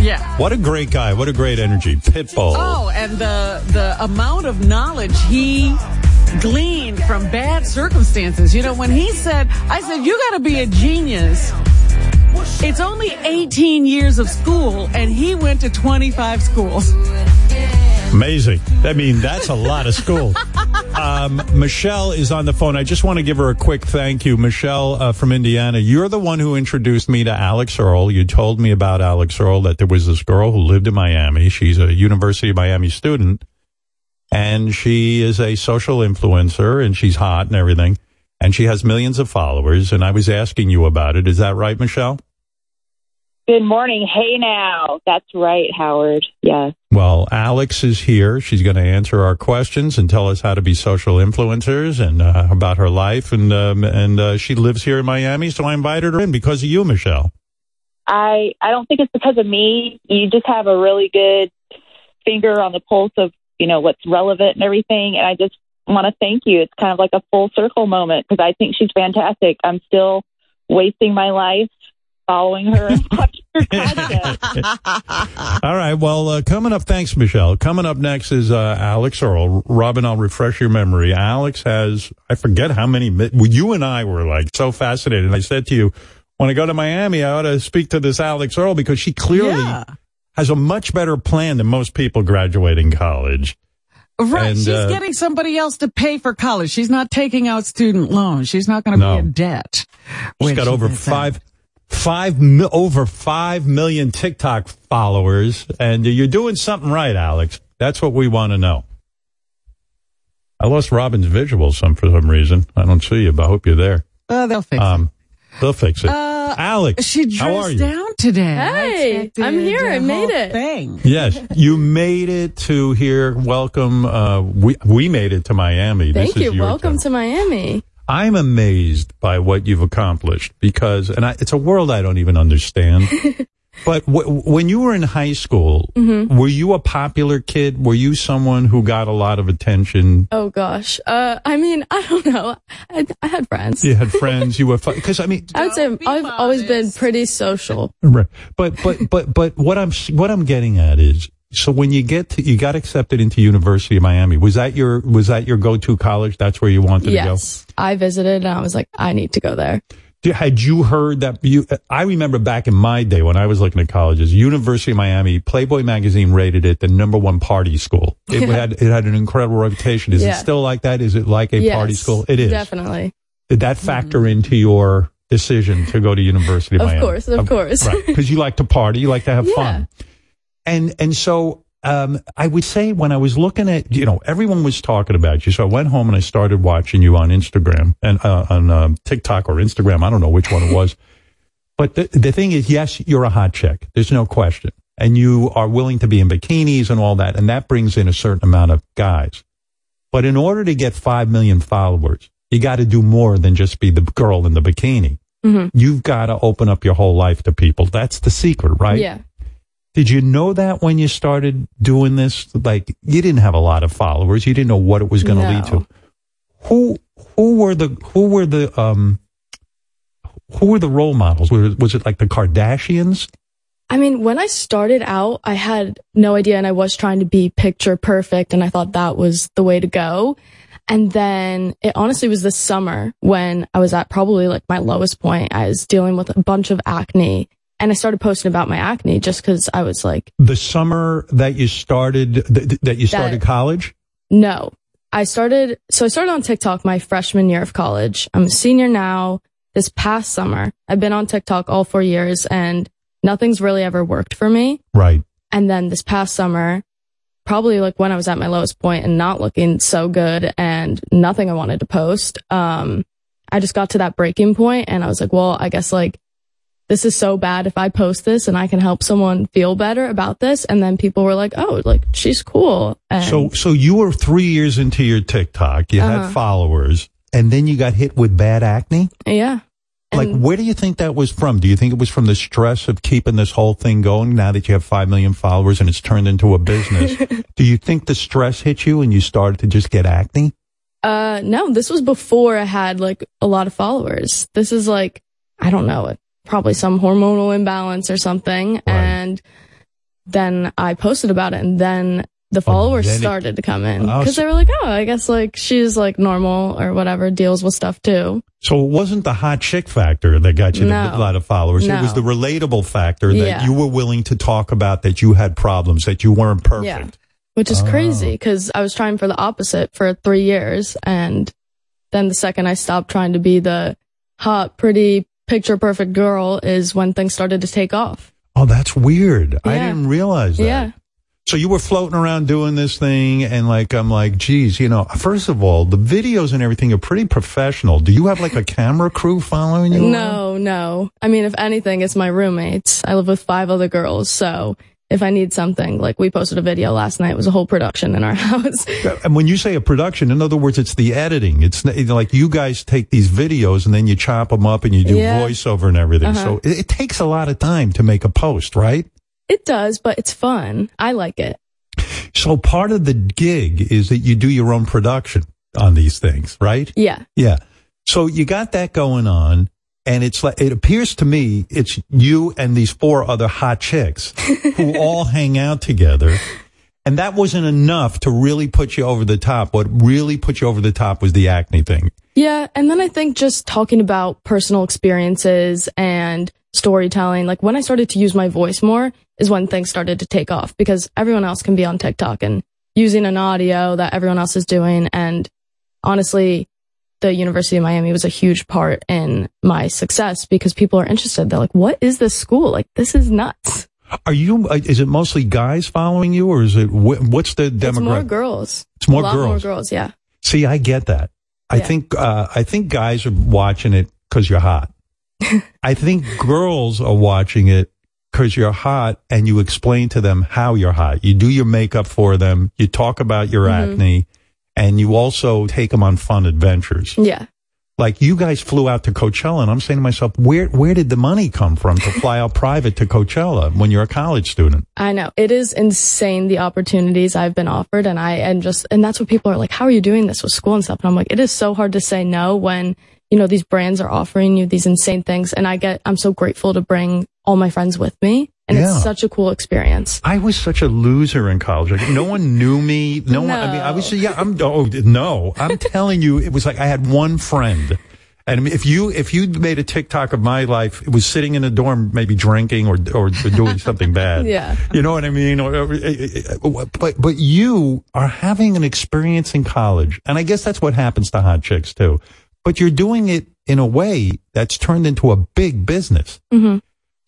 Speaker 6: Yeah.
Speaker 5: What a great guy. What a great energy. Pitbull.
Speaker 6: Oh, and the the amount of knowledge he gleaned from bad circumstances. You know, when he said, I said, you got to be a genius. It's only 18 years of school, and he went to 25 schools.
Speaker 5: Amazing. I mean, that's a lot of school. Um, Michelle is on the phone. I just want to give her a quick thank you. Michelle uh, from Indiana, you're the one who introduced me to Alex Earl. You told me about Alex Earl, that there was this girl who lived in Miami. She's a University of Miami student, and she is a social influencer, and she's hot and everything, and she has millions of followers. And I was asking you about it. Is that right, Michelle?
Speaker 4: Good morning. Hey now. That's right, Howard. Yes.
Speaker 5: Well, Alex is here. She's going to answer our questions and tell us how to be social influencers and uh, about her life. And um, and uh, she lives here in Miami, so I invited her in because of you, Michelle.
Speaker 4: I I don't think it's because of me. You just have a really good finger on the pulse of, you know, what's relevant and everything, and I just want to thank you. It's kind of like a full circle moment because I think she's fantastic. I'm still wasting my life following her and watching her content.
Speaker 5: All right. Well, uh, coming up, thanks, Michelle. Coming up next is uh, Alex Earl. Robin, I'll refresh your memory. Alex has, I forget how many, mi- well, you and I were like so fascinated. I said to you, when I go to Miami, I ought to speak to this Alex Earl because she clearly has a much better plan than most people graduating college.
Speaker 6: Right.
Speaker 5: And,
Speaker 6: She's
Speaker 5: uh,
Speaker 6: getting somebody else to pay for college. She's not taking out student loans. She's not going to be in debt.
Speaker 5: She's
Speaker 6: when
Speaker 5: got
Speaker 6: she
Speaker 5: over
Speaker 6: gets
Speaker 5: five, five mil over five million TikTok followers, and you're doing something right, Alex. That's what we want to know. I lost Robin's visual some for some reason. I don't see you, but I hope you're there.
Speaker 6: Oh, they'll fix
Speaker 5: Um, they'll fix it.
Speaker 6: Uh,
Speaker 5: Alex,
Speaker 6: She dressed
Speaker 5: how are you?
Speaker 6: down today. I
Speaker 30: Hey,
Speaker 6: expected
Speaker 30: I'm here.
Speaker 6: the
Speaker 30: I made
Speaker 6: whole
Speaker 30: it.
Speaker 6: Thing.
Speaker 5: Yes, you made it to here. Welcome. Uh, we we made it to Miami.
Speaker 30: Thank
Speaker 5: this
Speaker 30: you.
Speaker 5: Is your
Speaker 30: Welcome to Miami.
Speaker 5: I'm amazed by what you've accomplished because, and I, it's a world I don't even understand. but w- when you were in high school,
Speaker 30: Mhm.
Speaker 5: were you a popular kid? Were you someone who got a lot of attention?
Speaker 30: Oh gosh. Uh, I mean, I don't know. I, I had friends.
Speaker 5: You had friends. You were because I mean,
Speaker 30: I would say I've always been pretty social.
Speaker 5: right. But but but but what I'm s- what I'm getting at is. So when you get to, you got accepted into University of Miami, was that your, was that your go-to college? That's where you wanted to go?
Speaker 30: Yes. I visited and I was like, I need to go there.
Speaker 5: Do- Had you heard that? You, I remember back in my day when I was looking at colleges, University of Miami, Playboy magazine rated it the number one party school. It
Speaker 30: Yeah.
Speaker 5: had it had an incredible reputation. Is
Speaker 30: Yeah.
Speaker 5: it still like that? Is it like a
Speaker 30: Yes,
Speaker 5: party school? It is.
Speaker 30: Definitely.
Speaker 5: Did that factor into your decision to go to University of,
Speaker 30: Of
Speaker 5: Miami?
Speaker 30: course, of course.
Speaker 5: Because you like to party, you like to have fun, and and so. Um, I would say when I was looking at, you know, everyone was talking about you. So I went home and I started watching you on Instagram and uh, on um, TikTok or Instagram. I don't know which one it was. But the, the thing is, yes, you're a hot chick. There's no question. And you are willing to be in bikinis and all that. And that brings in a certain amount of guys. But in order to get 5 million followers, you got to do more than just be the girl in the bikini.
Speaker 30: Mhm.
Speaker 5: You've got to open up your whole life to people. That's the secret, right?
Speaker 30: Yeah.
Speaker 5: Did you know that when you started doing this? Like, you didn't have a lot of followers. You didn't know what it was going to lead
Speaker 30: No.
Speaker 5: to. Who, who were the, who were the, um, who were the role models? Was, was it like the Kardashians?
Speaker 30: I mean, when I started out, I had no idea and I was trying to be picture perfect and I thought that was the way to go. And then it honestly was this summer when I was at probably like my lowest point. I was dealing with a bunch of acne and I started posting about my acne just cause I was like,
Speaker 5: The summer that you started, th- th- that you started college?
Speaker 30: No. I started, so I started on TikTok my freshman year of college. I'm a senior now. This past summer, I've been on TikTok all four years and nothing's really ever worked for me.
Speaker 5: Right.
Speaker 30: And then this past summer, probably like when I was at my lowest point and not looking so good and nothing I wanted to post, um, I just got to that breaking point and I was like, well, I guess like this is so bad. If I post this and I can help someone feel better about this. And then people were like, oh, like she's cool. And
Speaker 5: So, so you were three years into your TikTok. You
Speaker 30: Uh-huh.
Speaker 5: had followers, and then you got hit with bad acne.
Speaker 30: yeah.
Speaker 5: Like, where do you think that was from? Do you think it was from the stress of keeping this whole thing going? Now that you have five million followers and it's turned into a business, do you think the stress hit you and you started to just get acne?
Speaker 30: Uh, no, this was before I had like a lot of followers. This is like, I don't know, probably some hormonal imbalance or something. And then I posted about it and then the followers
Speaker 9: then it-
Speaker 30: started to come in
Speaker 5: Oh,
Speaker 30: because
Speaker 5: so-
Speaker 30: they were like, oh, I guess like she's like normal or whatever deals with stuff too.
Speaker 5: So it wasn't the hot chick factor that got you
Speaker 30: No.
Speaker 5: a lot of followers. It
Speaker 30: No.
Speaker 5: was the relatable factor that
Speaker 30: Yeah.
Speaker 5: you were willing to talk about that you had problems, that you weren't perfect.
Speaker 30: Yeah. Which is
Speaker 5: Oh.
Speaker 30: crazy because I was trying for the opposite for three years. And then the second I stopped trying to be the hot, pretty, picture perfect girl is when things started to take off.
Speaker 5: Oh, that's weird. I
Speaker 30: Yeah.
Speaker 5: didn't realize that.
Speaker 30: Yeah.
Speaker 5: So you were floating around doing this thing and like, I'm like, geez, you know, first of all, the videos and everything are pretty professional. Do you have like a camera crew following you?
Speaker 30: No, no. I mean, if anything, it's my roommates. I live with five other girls. So if I need something, like we posted a video last night, it was a whole production in our house.
Speaker 5: And when you say a production, in other words, it's the editing. It's n- it's like you guys take these videos and then you chop them up and you do
Speaker 30: Yeah.
Speaker 5: voiceover and everything.
Speaker 30: Uh-huh.
Speaker 5: So it, it takes a lot of time to make a post, right?
Speaker 30: It does, but it's fun. I like it.
Speaker 5: So part of the gig is that you do your own production on these things, right?
Speaker 30: Yeah.
Speaker 5: Yeah. So you got that going on. And it's like, it appears to me it's you and these four other hot chicks who all hang out together. And that wasn't enough to really put you over the top. What really put you over the top was the acne thing.
Speaker 30: Yeah. And then I think just talking about personal experiences and storytelling, like when I started to use my voice more is when things started to take off because everyone else can be on TikTok and using an audio that everyone else is doing. And honestly, the University of Miami was a huge part in my success because people are interested. They're like, what is this school? Like, this is nuts.
Speaker 5: Are you, uh, is it mostly guys following you or is it, wh- what's the demographic?
Speaker 30: It's more girls.
Speaker 5: It's more
Speaker 30: a lot
Speaker 5: girls.
Speaker 30: More girls. Yeah.
Speaker 5: See, I get that. I
Speaker 30: Yeah.
Speaker 5: think uh, I think guys are watching it because you're hot. I think girls are watching it because you're hot, and you explain to them how you're hot. You do your makeup for them. You talk about your
Speaker 30: Mhm.
Speaker 5: acne, and you also take them on fun adventures.
Speaker 30: Yeah.
Speaker 5: Like you guys flew out to Coachella, and I'm saying to myself, where where did the money come from to fly out private to Coachella when you're a college student?
Speaker 30: I know. It is insane the opportunities I've been offered and I and just and that's what people are like, how are you doing this with school and stuff? And I'm like, it is so hard to say no when, you know, these brands are offering you these insane things and I get I'm so grateful to bring all my friends with me and
Speaker 5: Yeah.
Speaker 30: it's such a cool experience.
Speaker 5: I was such a loser in college. Like, no one knew me. No, one. I mean, I was. Yeah, I'm. Oh no, I'm telling you, it was like I had one friend. And I mean, if you if you made a TikTok of my life, it was sitting in a dorm, maybe drinking or or doing something bad.
Speaker 30: Yeah.
Speaker 5: you know what I mean. Or, or, uh, uh, but but you are having an experience in college, and I guess that's what happens to hot chicks too. But you're doing it in a way that's turned into a big business.
Speaker 30: Mm-hmm.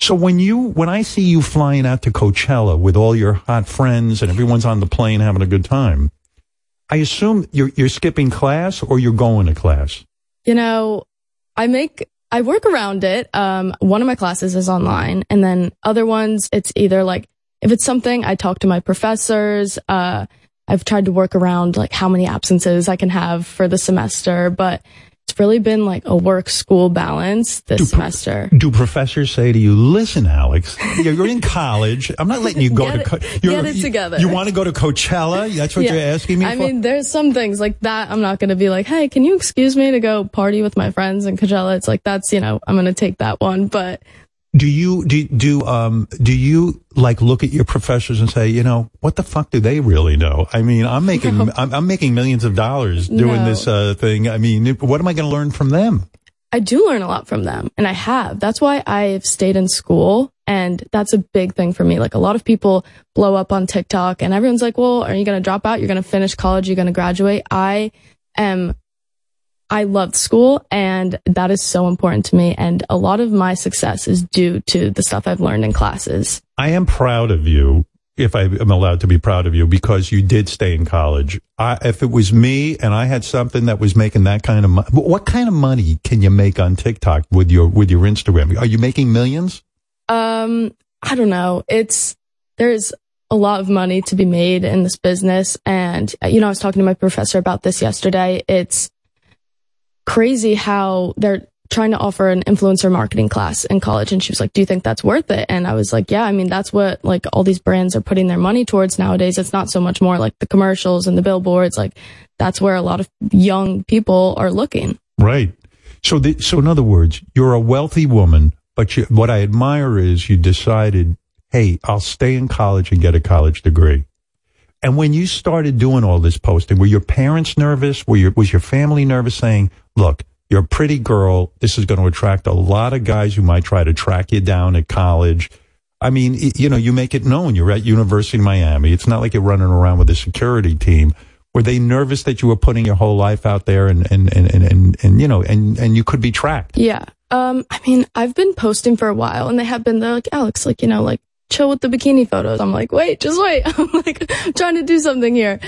Speaker 5: So when you when I see you flying out to Coachella with all your hot friends and everyone's on the plane having a good time, I assume you're you're skipping class or you're going to class.
Speaker 30: You know, I make I work around it. Um one of my classes is online and then other ones it's either like if it's something I talk to my professors, uh I've tried to work around like how many absences I can have for the semester, but it's really been like a work school balance this semester.
Speaker 5: Do professors say to you, "Listen, Alex, you're you're in college. I'm not letting you go
Speaker 30: Get
Speaker 5: to
Speaker 30: it-
Speaker 5: co-
Speaker 30: get
Speaker 5: you're-
Speaker 30: it
Speaker 5: you-
Speaker 30: together."
Speaker 5: You, want to go to Coachella? That's what
Speaker 30: Yeah.
Speaker 5: you're asking me
Speaker 30: I
Speaker 5: for.
Speaker 30: mean, there's some things like that. I'm not going to be like, hey, can you excuse me to go party with my friends in Coachella? It's like that's you know I'm going to take that one, but
Speaker 5: do you do do um do you like look at your professors and say, you know, what the fuck do they really know? I mean, I'm making I'm, I'm making millions of dollars doing
Speaker 30: No.
Speaker 5: this uh, thing. I mean, what am I going to learn from them?
Speaker 30: I do learn a lot from them and I have. That's why I've stayed in school and that's a big thing for me. Like a lot of people blow up on TikTok and everyone's like, well, are you going to drop out? You're going to finish college. You're going to graduate. I am, I loved school and that is so important to me. And a lot of my success is due to the stuff I've learned in classes.
Speaker 5: I am proud of you if I am allowed to be proud of you, because you did stay in college. I, if it was me and I had something that was making that kind of money, what kind of money can you make on TikTok with your with your Instagram? Are you making millions?
Speaker 30: Um, I don't know. It's there's a lot of money to be made in this business, and uh, you know, I was talking to my professor about this yesterday. It's crazy how they're trying to offer an influencer marketing class in college, and she was like, "Do you think that's worth it?" And I was like, "Yeah, I mean, that's what like all these brands are putting their money towards nowadays. It's not so much more like the commercials and the billboards. Like, that's where a lot of young people are looking."
Speaker 5: Right. So, the, so in other words, you're a wealthy woman, but you, what I admire is you decided, hey, I'll stay in college and get a college degree. And when you started doing all this posting, were your parents nervous? Were your, was your family nervous saying, look, you're a pretty girl. This is going to attract a lot of guys who might try to track you down at college. I mean, y- you know, you make it known. You're at University of Miami. It's not like you're running around with a security team. Were they nervous that you were putting your whole life out there and, and, and, and, and, and you know, and, and you could be tracked?
Speaker 30: Yeah. Um, I mean, I've been posting for a while and they have been, they're like, Alex, like, you know, like, chill with the bikini photos. I'm like, wait, just wait. I'm like, I'm trying to do something here.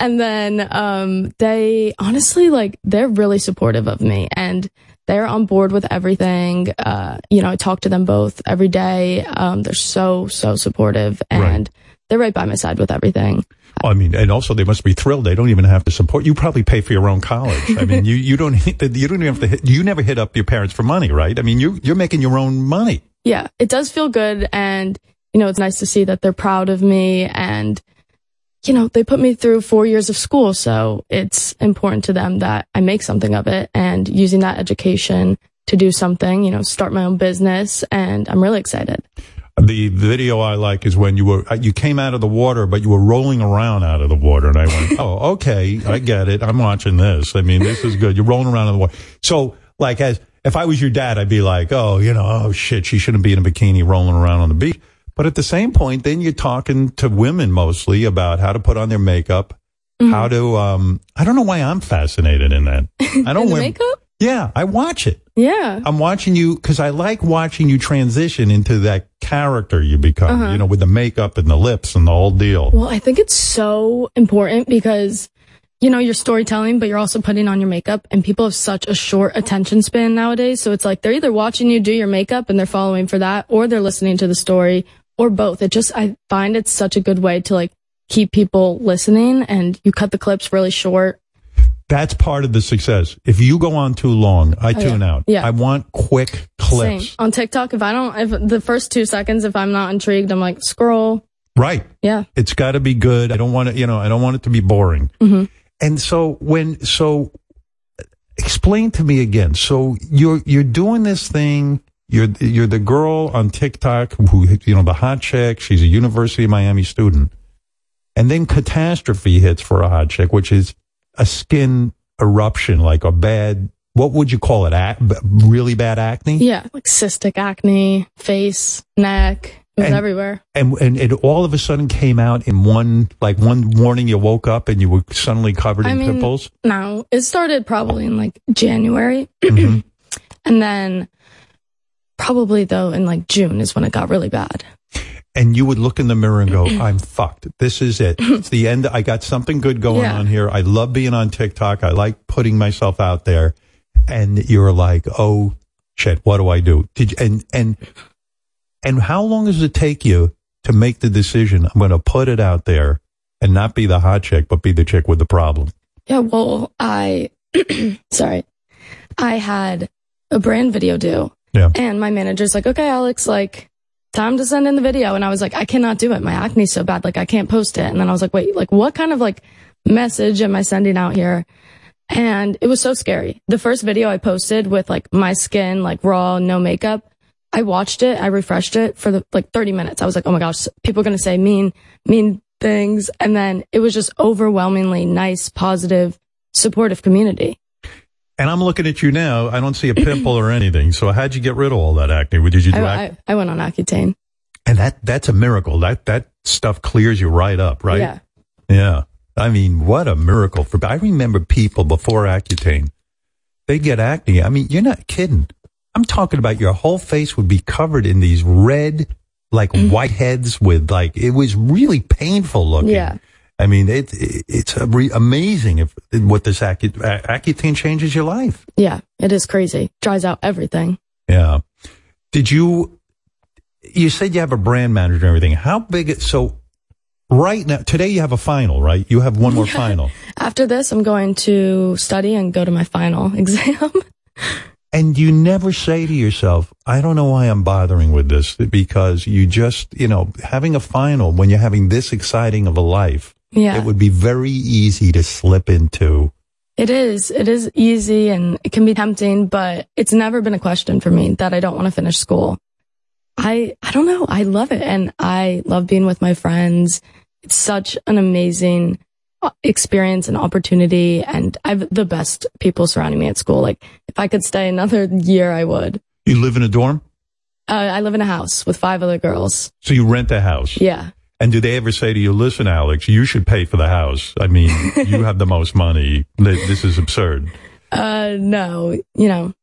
Speaker 30: And then, um, they honestly, like, they're really supportive of me and they're on board with everything. Uh, you know, I talk to them both every day. Um, they're so, so supportive and they're right by my side with everything.
Speaker 5: I mean, and also they must be thrilled. They don't even have to support you. Probably pay for your own college. I mean, you, you don't hit the- you don't even have to hit, you never hit up your parents for money, right? I mean, you you're making your own money.
Speaker 30: yeah, it does feel good. And, you know, it's nice to see that they're proud of me. And, you know, they put me through four years of school. So it's important to them that I make something of it and using that education to do something, you know, start my own business. And I'm really excited.
Speaker 5: The video I like is when you were uh, you came out of the water, but you were rolling around out of the water, and I went, "Oh, okay, I get it. I'm watching this. I mean, this is good. You're rolling around in the water." So, like, as if I was your dad, I'd be like, "Oh, you know, oh shit, she shouldn't be in a bikini rolling around on the beach." But at the same point, then you're talking to women mostly about how to put on their makeup,
Speaker 30: Mm-hmm.
Speaker 5: how to. um I don't know why I'm fascinated in that. I don't
Speaker 30: the
Speaker 5: wear-
Speaker 30: makeup?
Speaker 5: Yeah, I watch it.
Speaker 30: Yeah.
Speaker 5: I'm watching you because I like watching you transition into that character you become,
Speaker 30: Uh-huh.
Speaker 5: you know, with the makeup and the lips and the whole deal.
Speaker 30: Well, I think it's so important because, you know, you're storytelling, but you're also putting on your makeup and people have such a short attention span nowadays. So it's like they're either watching you do your makeup and they're following for that or they're listening to the story or both. It just, I find it's such a good way to like keep people listening and you cut the clips really short.
Speaker 5: That's part of the success. If you go on too long, I
Speaker 30: Oh, yeah.
Speaker 5: tune out.
Speaker 30: Yeah.
Speaker 5: I want quick clips.
Speaker 30: Same. On TikTok, if I don't, if the first two seconds, if I'm not intrigued, I'm like, scroll.
Speaker 5: Right.
Speaker 30: Yeah.
Speaker 5: It's got to be good. I don't want it, you know, I don't want it to be boring.
Speaker 30: hmm
Speaker 5: And so when so explain to me again. So you're you're doing this thing. You're you're the girl on TikTok who you know the hot chick. She's a University of Miami student, and then catastrophe hits for a hot chick, which is a skin eruption, like a bad. What would you call it? Ac- b- really bad acne.
Speaker 30: Yeah. Like cystic acne, face, neck, it was
Speaker 5: And-
Speaker 30: everywhere.
Speaker 5: And, and it all of a sudden came out in one like one morning. You woke up and you were suddenly covered in pimples.
Speaker 30: No, it started probably in like January.
Speaker 5: Mm-hmm.
Speaker 30: and then probably though in like June is when it got really bad.
Speaker 5: and you would look in the mirror and go, I'm fucked. This is it. It's the end. I got something good going
Speaker 30: Yeah.
Speaker 5: on here. I love being on TikTok. I like putting myself out there. And you're like, oh shit, what do I do? Did you, and, and, and how long does it take you to make the decision? I'm going to put it out there and not be the hot chick, but be the chick with the problem.
Speaker 30: Yeah, well, I sorry. I had a brand video due.
Speaker 5: Yeah.
Speaker 30: And my manager's like, "Okay, Alex, like time to send in the video." And I was like, "I cannot do it. My acne's so bad. Like I can't post it." And then I was like, "Wait, like what kind of like message am I sending out here?" And it was so scary. The first video I posted with like my skin like raw, no makeup, I watched it, I refreshed it for the, like 30 minutes. I was like, oh my gosh, people are going to say mean, mean things. And then it was just overwhelmingly nice, positive, supportive community.
Speaker 5: And I'm looking at you now. I don't see a pimple or anything. So how'd you get rid of all that acne? Did you do
Speaker 30: I,
Speaker 5: acne?
Speaker 30: I, I went on Accutane.
Speaker 5: And that that's a miracle. That that stuff clears you right up, right?
Speaker 30: Yeah.
Speaker 5: Yeah. I mean, what a miracle for I remember people before Accutane. They get acne. I mean, you're not kidding. I'm talking about your whole face would be covered in these red like white heads with like it was really painful looking.
Speaker 30: Yeah.
Speaker 5: I mean, it, it it's a re- amazing if what this Accutane Accutane changes your life.
Speaker 30: Yeah, it is crazy. Dries out everything.
Speaker 5: Yeah. Did you? You said you have a brand manager and everything. How big? So right now, today you have a final, right? You have one more final,
Speaker 30: After this, I'm going to study and go to my final exam.
Speaker 5: and you never say to yourself, "I don't know why I'm bothering with this," because you just, you know, having a final when you're having this exciting of a life,
Speaker 30: Yeah.
Speaker 5: it would be very easy to slip into.
Speaker 30: it is. It is easy and it can be tempting, but it's never been a question for me that I don't want to finish school. I I don't know. I love it and I love being with my friends. It's such an amazing uh, experience and opportunity and I've the best people surrounding me at school. Like if I could stay another year, I would.
Speaker 5: You live in a dorm,
Speaker 30: Uh, I live in a house with five other girls.
Speaker 5: so you rent a house.
Speaker 30: Yeah.
Speaker 5: And do they ever say to you, listen, Alex, you should pay for the house? I mean, you have the most money. Th- This is absurd.
Speaker 30: Uh, no, you know,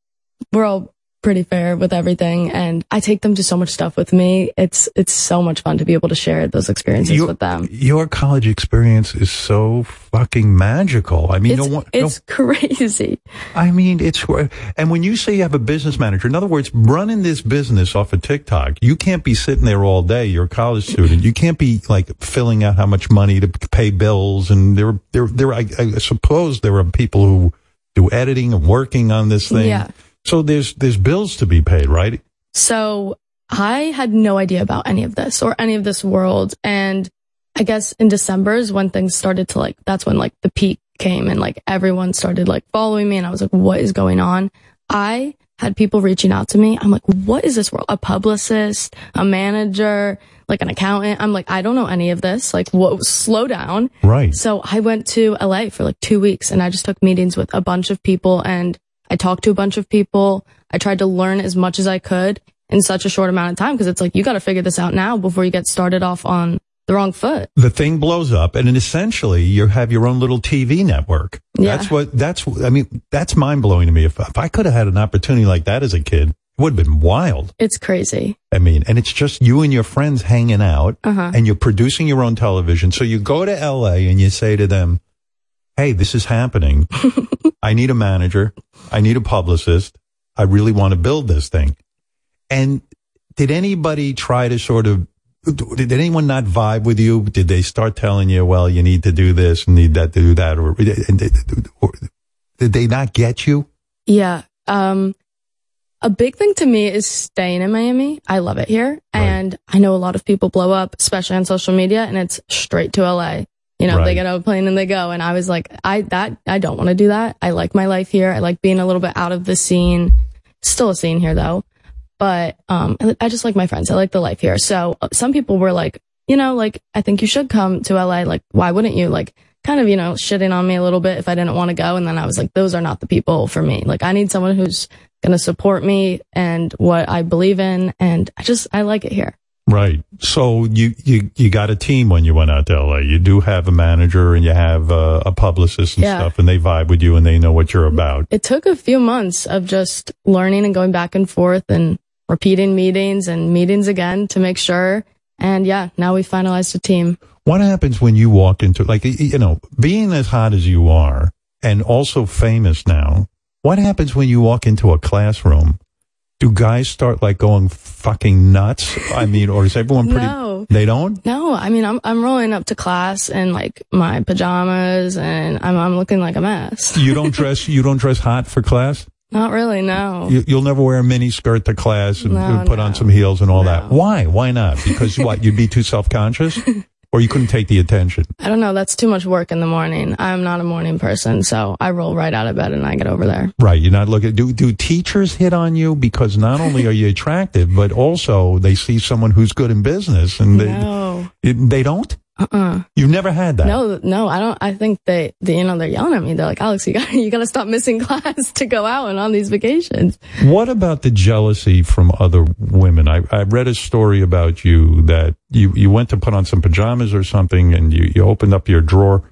Speaker 30: we're all pretty fair with everything. And I take them to so much stuff with me. It's, it's so much fun to be able to share those experiences with them.
Speaker 5: Your college experience is so fucking magical. I mean,
Speaker 30: it's
Speaker 5: no one, no-
Speaker 30: it's crazy.
Speaker 5: I mean, it's, and when you say you have a business manager, in other words, running this business off of TikTok, you can't be sitting there all day. You're a college student. You can't be like filling out how much money to pay bills. And there, there, there, I, I suppose there are people who do editing and working on this thing.
Speaker 30: Yeah.
Speaker 5: So there's, there's bills to be paid, right?
Speaker 30: So I had no idea about any of this or any of this world. And I guess in December is when things started to like, that's when like the peak came and like everyone started like following me. And I was like, what is going on? I had people reaching out to me. I'm like, what is this world? A publicist, a manager, like an accountant. I'm like, I don't know any of this. Like, what? Slow down.
Speaker 5: Right.
Speaker 30: So I went to LA for like two weeks and I just took meetings with a bunch of people and I talked to a bunch of people. I tried to learn as much as I could in such a short amount of time because it's like, you got to figure this out now before you get started off on the wrong foot.
Speaker 5: the thing blows up and then essentially you have your own little TV network.
Speaker 30: Yeah.
Speaker 5: That's what, that's, I mean, that's mind blowing to me. If, if I could have had an opportunity like that as a kid, it would have been wild.
Speaker 30: It's crazy.
Speaker 5: I mean, and it's just you and your friends hanging out
Speaker 30: Uh-huh.
Speaker 5: and you're producing your own television. So you go to LA and you say to them, Hey, this is happening. I need a manager. I need a publicist. I really want to build this thing. And did anybody try to sort of, did anyone not vibe with you? Did they start telling you, well, you need to do this and need that to do that? Or, and did- or did they not get you?
Speaker 30: Yeah. Um, a big thing to me is staying in Miami. I love it here. And I know a lot of people blow up, especially on social media, and it's straight to LA. You know,
Speaker 9: Right.
Speaker 30: they get on a plane and they go. And I was like, I, that, I don't want to do that. I like my life here. I like being a little bit out of the scene. Still a scene here though. But, um, I- I just like my friends. I like the life here. So uh, some people were like, you know, like, I think you should come to LA. Like, why wouldn't you? Like, kind of, you know, shitting on me a little bit if I didn't want to go. And then I was like, those are not the people for me. Like, I need someone who's going to support me and what I believe in. And I just, I like it here.
Speaker 5: Right. So you, you, you got a team when you went out to LA. You do have a manager and you have uh, a publicist and
Speaker 30: Yeah.
Speaker 5: stuff and they vibe with you and they know what you're about.
Speaker 30: It took a few months of just learning and going back and forth and repeating meetings and meetings again to make sure. And yeah, now we finalized a team.
Speaker 5: What happens when you walk into, like, y- you know, being as hot as you are and also famous now, what happens when you walk into a classroom? Do guys start like going fucking nuts? I mean, or is everyone pretty,
Speaker 30: No.
Speaker 5: they don't?
Speaker 30: No, I mean, I'm, I'm rolling up to class in like my pajamas and I'm, I'm looking like a mess.
Speaker 5: You don't dress, you don't dress hot for class?
Speaker 30: Not really, no.
Speaker 5: You, you'll never wear a mini skirt to class and,
Speaker 30: No,
Speaker 5: and put on some heels and all that. Why? Why not? Because what? You'd be too self conscious, or you couldn't take the attention.
Speaker 30: I don't know. That's too much work in the morning. I'm not a morning person, so I roll right out of bed and I get over there.
Speaker 5: Right? You're not looking. Do do teachers hit on you because not only are you attractive, but also they see someone who's good in business and they
Speaker 30: No.
Speaker 5: it- they don't.
Speaker 30: Uh-uh.
Speaker 5: You've never had that.
Speaker 30: No, no, I don't. I think they, they, you know, they're yelling at me. They're like, Alex, you got, you got to stop missing class to go out and on these vacations.
Speaker 5: What about the jealousy from other women? I, I read a story about you that you, you went to put on some pajamas or something and you, you opened up your drawer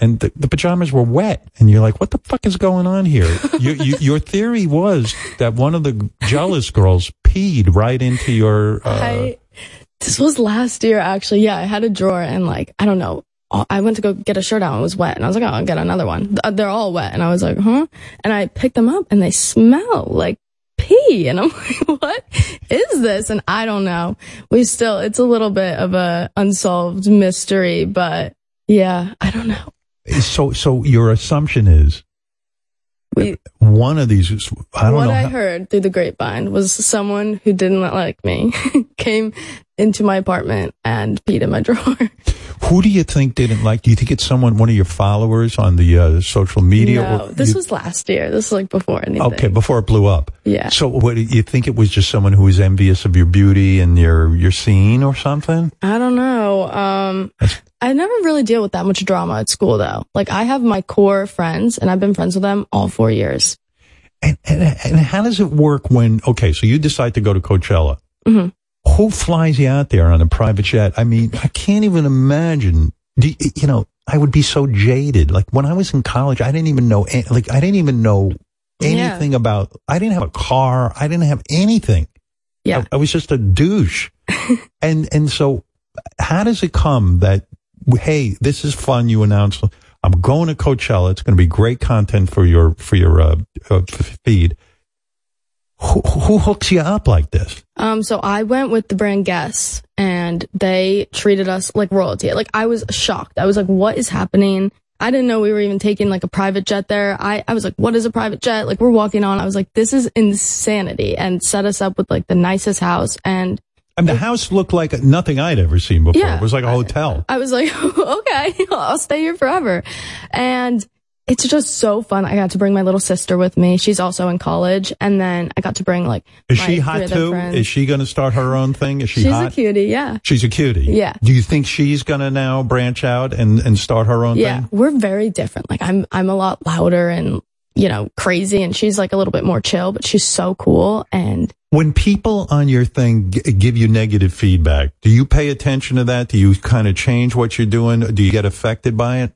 Speaker 5: and the, the pajamas were wet and you're like, what the fuck is going on here? you, you, your theory was that one of the jealous girls peed right into your, uh,
Speaker 30: I This was last year, actually. Yeah, I had a drawer and like, I don't know. Uh, I went to go get a shirt out and it was wet. And I was like, oh, I'll get another one. Th- They're all wet. And I was like, huh? And I picked them up and they smell like pee. And I'm like, what is this? And I don't know. We still, it's a little bit of a unsolved mystery, but yeah, I don't know.
Speaker 5: So, so your assumption is one of these. Is, I don't
Speaker 30: what
Speaker 5: know.
Speaker 30: I
Speaker 5: how-
Speaker 30: heard through the grapevine was someone who didn't like me came into my apartment and peed in my drawer.
Speaker 5: who do you think didn't like? Do you think it's someone, one of your followers on the uh, social media?
Speaker 30: no,
Speaker 5: or
Speaker 30: this
Speaker 5: you-
Speaker 30: was last year. This was like before anything.
Speaker 5: okay before it blew up.
Speaker 30: Yeah.
Speaker 5: So, what you think it was just someone who was envious of your beauty and your your scene or something?
Speaker 30: I don't know. Um, I never really deal with that much drama at school though. Like I have my core friends and I've been friends with them all four years.
Speaker 5: And, and how does it work when? Okay, so you decide to go to Coachella.
Speaker 30: hmm
Speaker 5: who flies you out there on a private jet? I mean, I can't even imagine. Do you, you know, I would be so jaded. Like when I was in college, I didn't even know, an- like, I didn't even know anything about, I didn't have a car. I didn't have anything.
Speaker 30: Yeah.
Speaker 5: I, I was just a douche. and, and so how does it come that, hey, this is fun. You announce, I'm going to Coachella. It's going to be great content for your, for your, uh, uh f- feed. Who, who hooks you up like this?
Speaker 30: Um, so I went with the brand Guess and they treated us like royalty. Like I was shocked. I was like, what is happening? I didn't know we were even taking like a private jet there. I, I was like, what is a private jet? Like we're walking on. I was like, this is insanity and set us up with like the nicest house. And
Speaker 5: And the house looked like nothing I'd ever seen before.
Speaker 30: Yeah.
Speaker 5: It was like a hotel.
Speaker 30: I was like, okay, I'll stay here forever. And it's just so fun. I got to bring my little sister with me. She's also in college. And then I got to bring like,
Speaker 5: Is
Speaker 30: my
Speaker 5: she
Speaker 30: three
Speaker 5: hot
Speaker 30: other
Speaker 5: too?
Speaker 30: friends.
Speaker 5: Is she going to start her own thing? Is she
Speaker 30: She's
Speaker 5: hot?
Speaker 30: a cutie. Yeah.
Speaker 5: She's a cutie.
Speaker 30: Yeah.
Speaker 5: Do you think she's going to now branch out and, and start her own
Speaker 30: yeah.
Speaker 5: thing?
Speaker 30: We're very different. Like I'm, I'm a lot louder and, you know, crazy. And she's like a little bit more chill, but she's so cool. And
Speaker 5: When people on your thing g- give you negative feedback, do you pay attention to that? Do you kind of change what you're doing? Do you get affected by it?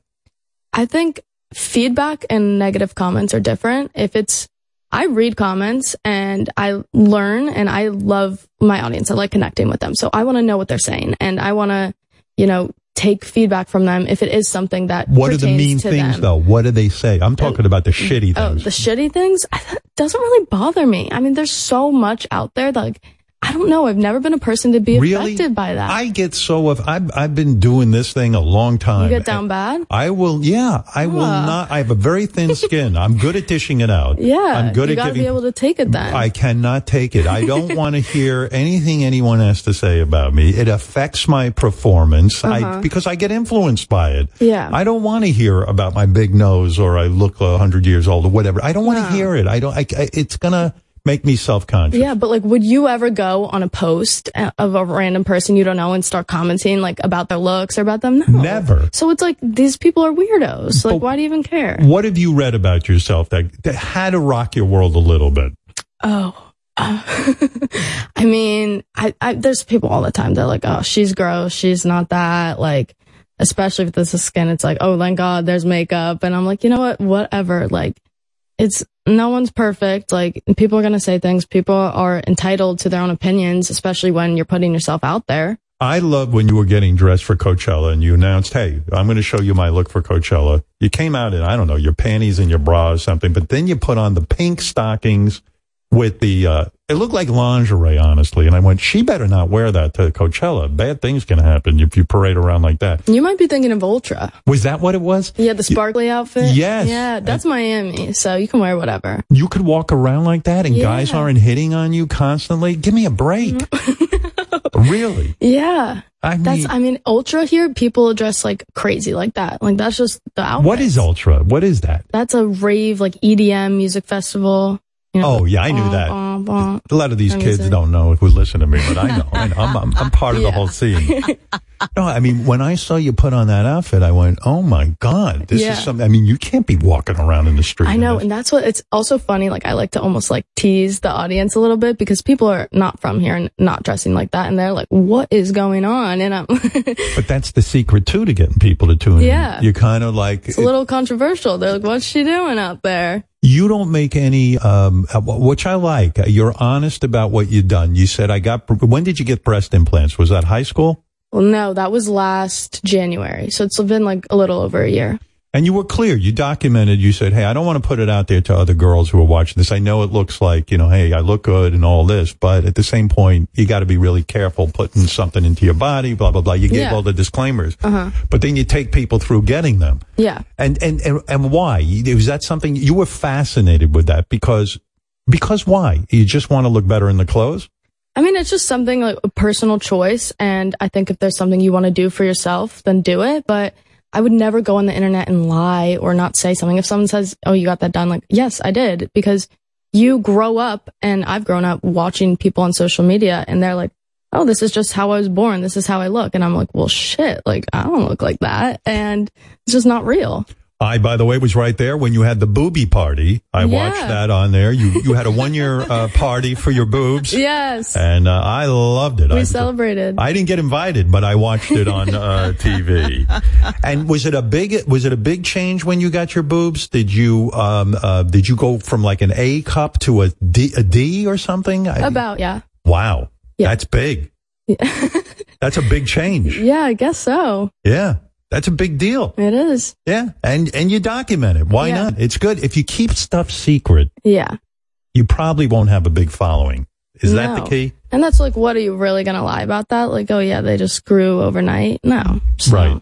Speaker 30: I think feedback and negative comments are different. If it's, I read comments and I learn and I love my audience. I like connecting with them. So I want to know what they're saying and I want to, you know, take feedback from them if it is something that
Speaker 5: What are the
Speaker 30: pertains
Speaker 5: mean
Speaker 30: to
Speaker 5: things
Speaker 30: them.
Speaker 5: though? What do they say? I'm talking about the shitty
Speaker 30: Oh,
Speaker 5: things.
Speaker 30: the shitty things I th- doesn't really bother me. I mean, there's so much out there. that, Like, I don't know. I've never been a person to be
Speaker 5: Really?
Speaker 30: affected by that.
Speaker 5: I get so of I've I've been doing this thing a long time.
Speaker 30: you get down bad.
Speaker 5: I will, yeah, I will
Speaker 30: Ah.
Speaker 5: not. I have a very thin skin. I'm good at dishing it out.
Speaker 30: Yeah,
Speaker 5: I'm good
Speaker 30: you
Speaker 5: at
Speaker 30: gotta
Speaker 5: giving.
Speaker 30: be able to take it then.
Speaker 5: I cannot take it. I don't want to hear anything anyone has to say about me. It affects my performance. I
Speaker 30: Uh-huh.
Speaker 5: because I get influenced by it.
Speaker 30: Yeah.
Speaker 5: I don't want to hear about my big nose or I look a hundred years old or whatever. I don't want to hear it. I don't. I, I- it's gonna make me self conscious.
Speaker 30: Yeah, but like, would you ever go on a post uh, of a random person you don't know and start commenting like about their looks or about them? No.
Speaker 5: Never.
Speaker 30: So it's like these people are weirdos. Like, why do you even care?
Speaker 5: What have you read about yourself that, that had to rock your world a little bit?
Speaker 30: Oh. uh, I mean, I, I there's people all the time that are like, oh, she's gross, she's not that. Like, especially if this is skin, it's like, oh, thank God, there's makeup. And I'm like, you know what? Whatever. Like, it's no one's perfect. Like, people are gonna say things. People are entitled to their own opinions, especially when you're putting yourself out there.
Speaker 5: I love when you were getting dressed for Coachella and you announced, "Hey, I'm going to show you my look for Coachella." You came out in I don't know your panties and your bra or something, but then you put on the pink stockings with the uh, it looked like lingerie, honestly. And I went, "She better not wear that to Coachella. Bad things can happen if you parade around like that."
Speaker 30: You might be thinking of Ultra.
Speaker 5: Was that what it was?
Speaker 30: Yeah, the sparkly outfit.
Speaker 5: Yes.
Speaker 30: Yeah, that's Miami, so you can wear whatever.
Speaker 5: You could walk around like that, and
Speaker 30: Yeah. Mm-hmm.
Speaker 5: guys aren't hitting on you constantly. Give me a break. really?
Speaker 30: Yeah.
Speaker 5: I
Speaker 30: that's
Speaker 5: mean-
Speaker 30: I mean ultra here people dress like crazy like that. Like that's just the outfit.
Speaker 5: What is Ultra? What is that?
Speaker 30: That's a rave like EDM music festival.
Speaker 5: oh yeah, I
Speaker 30: Uh,
Speaker 5: knew that.
Speaker 30: Bah, bah.
Speaker 5: A lot of these
Speaker 30: That
Speaker 5: kids
Speaker 30: music.
Speaker 5: don't know who listen to me, but I know. I know. I'm, I'm, I'm part of the
Speaker 30: Yeah.
Speaker 5: whole scene. No, I mean, when I saw you put on that outfit, I went, oh my God, this
Speaker 30: Yeah.
Speaker 5: is something. I mean, you can't be walking around in the street.
Speaker 30: I
Speaker 5: in
Speaker 30: know,
Speaker 5: this.
Speaker 30: and that's what it's also funny. Like I like to almost like tease the audience a little bit because people are not from here and not dressing like that, and they're like, "What is going on?" And I'm,
Speaker 5: But that's the secret, too, to getting people to tune in.
Speaker 30: Yeah.
Speaker 5: You're kind of like,
Speaker 30: it's a little controversial. They're like, "What's she doing out there?"
Speaker 5: You don't make any, um, uh, wh- which I like. You're honest about what you've done. You said, I got, when did you get breast implants? Was that high school?
Speaker 30: Well, no, that was last January. So it's been like a little over a year.
Speaker 5: And you were clear. You documented. You said, "Hey, I don't want to put it out there to other girls who are watching this. I know it looks like you know, hey, I look good and all this, but at the same point, you got to be really careful putting something into your body. Blah blah blah. You gave
Speaker 30: Yeah.
Speaker 5: all the disclaimers,
Speaker 30: Uh-huh.
Speaker 5: but then you take people through getting them.
Speaker 30: Yeah.
Speaker 5: And and and, and why was that something you were fascinated with that because because why you just want to look better in the clothes?
Speaker 30: I mean, it's just something like a personal choice. And I think if there's something you want to do for yourself, then do it. But I would never go on the internet and lie or not say something. If someone says, Oh, you got that done, like, yes, I did. Because you grow up and I've grown up watching people on social media and they're like, Oh, this is just how I was born. This is how I look. And I'm like, Well, shit, like, I don't look like that. And it's just not real.
Speaker 5: I, by the way, was right there when you had the booby party. I watched
Speaker 30: Yeah.
Speaker 5: that on there. You you had a one year uh, party for your boobs.
Speaker 30: Yes.
Speaker 5: And uh, I loved it.
Speaker 30: we
Speaker 5: I,
Speaker 30: celebrated.
Speaker 5: I didn't get invited, but I watched it on uh, TV. And was it a big was it a big change when you got your boobs? Did you um uh, did you go from like an A cup to a D, a D or something? I-
Speaker 30: About, yeah.
Speaker 5: wow, that's big. that's a big change.
Speaker 30: Yeah, I guess so.
Speaker 5: Yeah, that's a big deal.
Speaker 30: It is.
Speaker 5: Yeah, and and you document it. Why
Speaker 30: Yeah.
Speaker 5: not? It's good if you keep stuff secret.
Speaker 30: Yeah.
Speaker 5: You probably won't have a big following. Is that
Speaker 30: No.
Speaker 5: the key?
Speaker 30: And that's like, what are you really going to lie about that? Like, oh yeah, they just grew overnight. No,
Speaker 5: Right.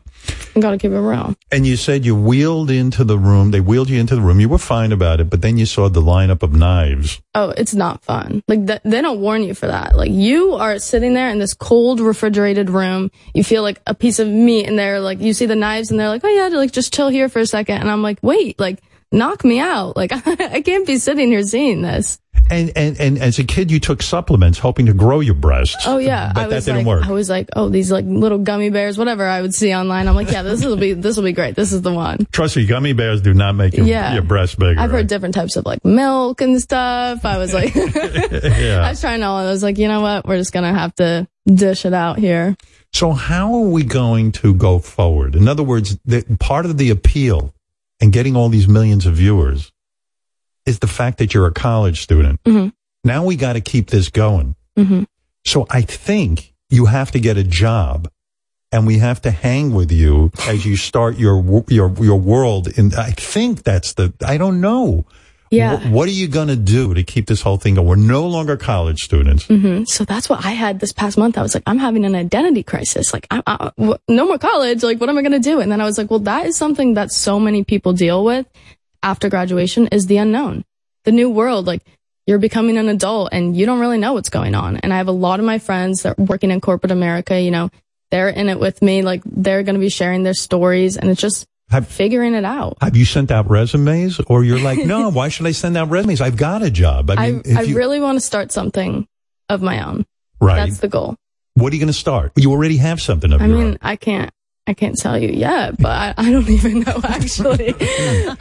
Speaker 30: you got to keep it real.
Speaker 5: And you said you wheeled into the room. They wheeled you into the room. You were fine about it, but then you saw the lineup of knives.
Speaker 30: Oh, it's not fun. Like th- they don't warn you for that. Like you are sitting there in this cold refrigerated room. You feel like a piece of meat and they're like, you see the knives and they're like, oh yeah, like just chill here for a second. And I'm like, wait, like knock me out. Like I can't be sitting here seeing this.
Speaker 5: And, and and as a kid, you took supplements hoping to grow your breasts.
Speaker 30: Oh yeah.
Speaker 5: but
Speaker 30: I
Speaker 5: that
Speaker 30: was
Speaker 5: didn't
Speaker 30: like,
Speaker 5: work.
Speaker 30: I was like, oh, these like little gummy bears, whatever I would see online. I'm like, yeah, this will be, this will be great. This is the one.
Speaker 5: Trust me, gummy bears do not make your,
Speaker 30: Yeah.
Speaker 5: your breasts bigger.
Speaker 30: I've heard different types of like milk and stuff. I was like, I
Speaker 5: yeah.
Speaker 30: was trying all of those. Like, you know what? We're just gonna have to dish it out here.
Speaker 5: So how are we going to go forward? In other words, the, part of the appeal and getting all these millions of viewers is the fact that you're a college student.
Speaker 31: Mm-hmm.
Speaker 5: Now we got to keep this going.
Speaker 30: Mm-hmm.
Speaker 5: So I think you have to get a job and we have to hang with you as you start your wo- your your world and I think that's the I don't know.
Speaker 30: Yeah.
Speaker 5: Wh- what are you going to do to keep this whole thing going? We're no longer college students.
Speaker 30: hmm So that's what I had this past month. I was like, I'm having an identity crisis. Like, I, I, wh- no more college. Like, what am I gonna do? And then I was like, well, that is something that so many people deal with after graduation is the unknown, the new world. Like, you're becoming an adult and you don't really know what's going on. And I have a lot of my friends that are working in corporate America. You know, they're in it with me. Like, they're gonna be sharing their stories, and it's just
Speaker 5: Have-
Speaker 30: figuring it out.
Speaker 5: Have you sent out resumes or you're like, "No, why should I send out resumes? I've got a job." I
Speaker 30: I,
Speaker 5: mean, if
Speaker 30: I,
Speaker 5: you
Speaker 30: really want to start something of my own.
Speaker 5: Right.
Speaker 30: That's the goal.
Speaker 5: What are you going to start? You already have something of
Speaker 30: I
Speaker 5: your
Speaker 30: mean,
Speaker 5: own.
Speaker 30: I can't, I can't tell you yet, but I, I don't even know actually.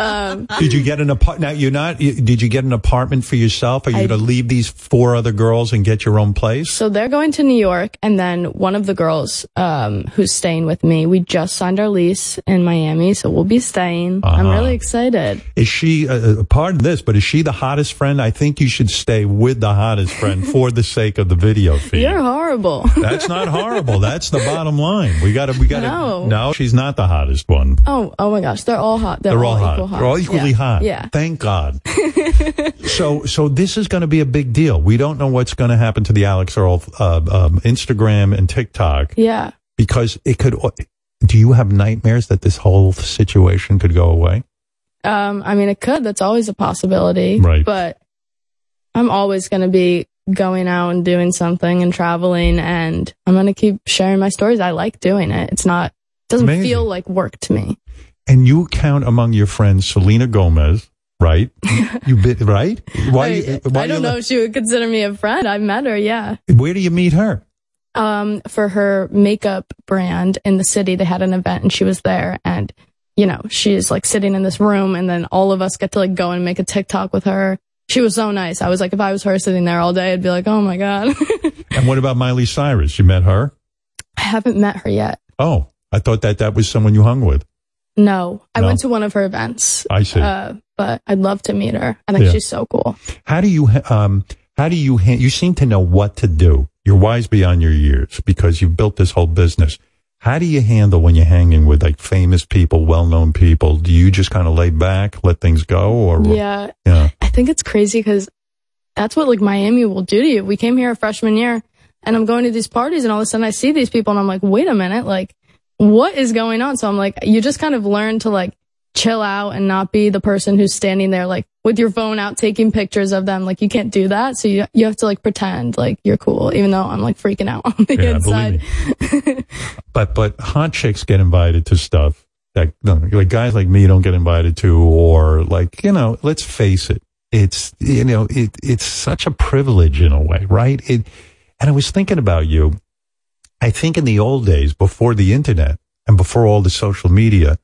Speaker 30: um,
Speaker 5: Did you get an apart? Now you're not. you- Did you get an apartment for yourself? Are you
Speaker 30: I-
Speaker 5: going to leave these four other girls and get your own place?
Speaker 30: so they're going to New York and then one of the girls, um, who's staying with me, we just signed our lease in Miami. So we'll be staying. I'm
Speaker 5: Uh-huh.
Speaker 30: really excited.
Speaker 5: Is she? Uh, uh, pardon this, but is she the hottest friend? I think you should stay with the hottest friend for the sake of the video feed.
Speaker 30: You're horrible.
Speaker 5: That's not horrible. That's the bottom line. We got to. We got to.
Speaker 30: No.
Speaker 5: she's not the hottest one.
Speaker 30: Oh, oh my gosh. They're all hot. They're, all, equal hot.
Speaker 5: They're all equally
Speaker 30: Yeah.
Speaker 5: hot.
Speaker 30: Yeah.
Speaker 5: Thank God. so, so this is going to be a big deal. We don't know what's going to happen to the Alex Earl uh, um, Instagram and TikTok
Speaker 30: Yeah.
Speaker 5: because it could. Do you have nightmares that this whole situation could go away?
Speaker 30: Um, I mean, it could. That's always a possibility.
Speaker 5: Right.
Speaker 30: But I'm always going to be going out and doing something and traveling, and I'm going to keep sharing my stories. I like doing it. It's not doesn't
Speaker 5: Amazing.
Speaker 30: feel like work to me.
Speaker 5: And you count among your friends Selena Gomez, right? you bit right? Why? you- why
Speaker 30: I
Speaker 5: you
Speaker 30: don't know
Speaker 5: li-
Speaker 30: if she would consider me a friend. I met her, yeah.
Speaker 5: Where do you meet her?
Speaker 30: Um, for her makeup brand in the city, they had an event and she was there, and you know she's like sitting in this room, and then all of us get to like go and make a TikTok with her. She was so nice. I was like, if I was her sitting there all day, I'd be like, oh my god.
Speaker 5: And what about Miley Cyrus? You met her?
Speaker 30: I haven't met her yet.
Speaker 5: Oh, I thought that that was someone you hung with.
Speaker 30: No, I
Speaker 5: No.
Speaker 30: went to one of her events.
Speaker 5: I see.
Speaker 30: Uh, but I'd love to meet her. I think
Speaker 5: Yeah.
Speaker 30: she's so cool.
Speaker 5: How do you, ha- um, how do you, ha- you seem to know what to do. You're wise beyond your years because you've built this whole business. How do you handle when you're hanging with like famous people, well-known people? Do you just kind of lay back, let things go or?
Speaker 30: Yeah.
Speaker 5: Yeah.
Speaker 30: I think it's crazy because that's what like Miami will do to you. We came here a freshman year and I'm going to these parties and all of a sudden I see these people and I'm like, wait a minute, like what is going on? So I'm like, you just kind of learn to like chill out and not be the person who's standing there like with your phone out taking pictures of them. Like you can't do that. So you, you have to like pretend like you're cool, even though I'm like freaking out on the
Speaker 5: Yeah,
Speaker 30: inside.
Speaker 5: believe but but hot chicks get invited to stuff that no, like guys like me don't get invited to, or like you know, let's face it, it's you know, it it's such a privilege in a way, right? It, and I was thinking about you. I think in the old days, before the internet and before all the social media,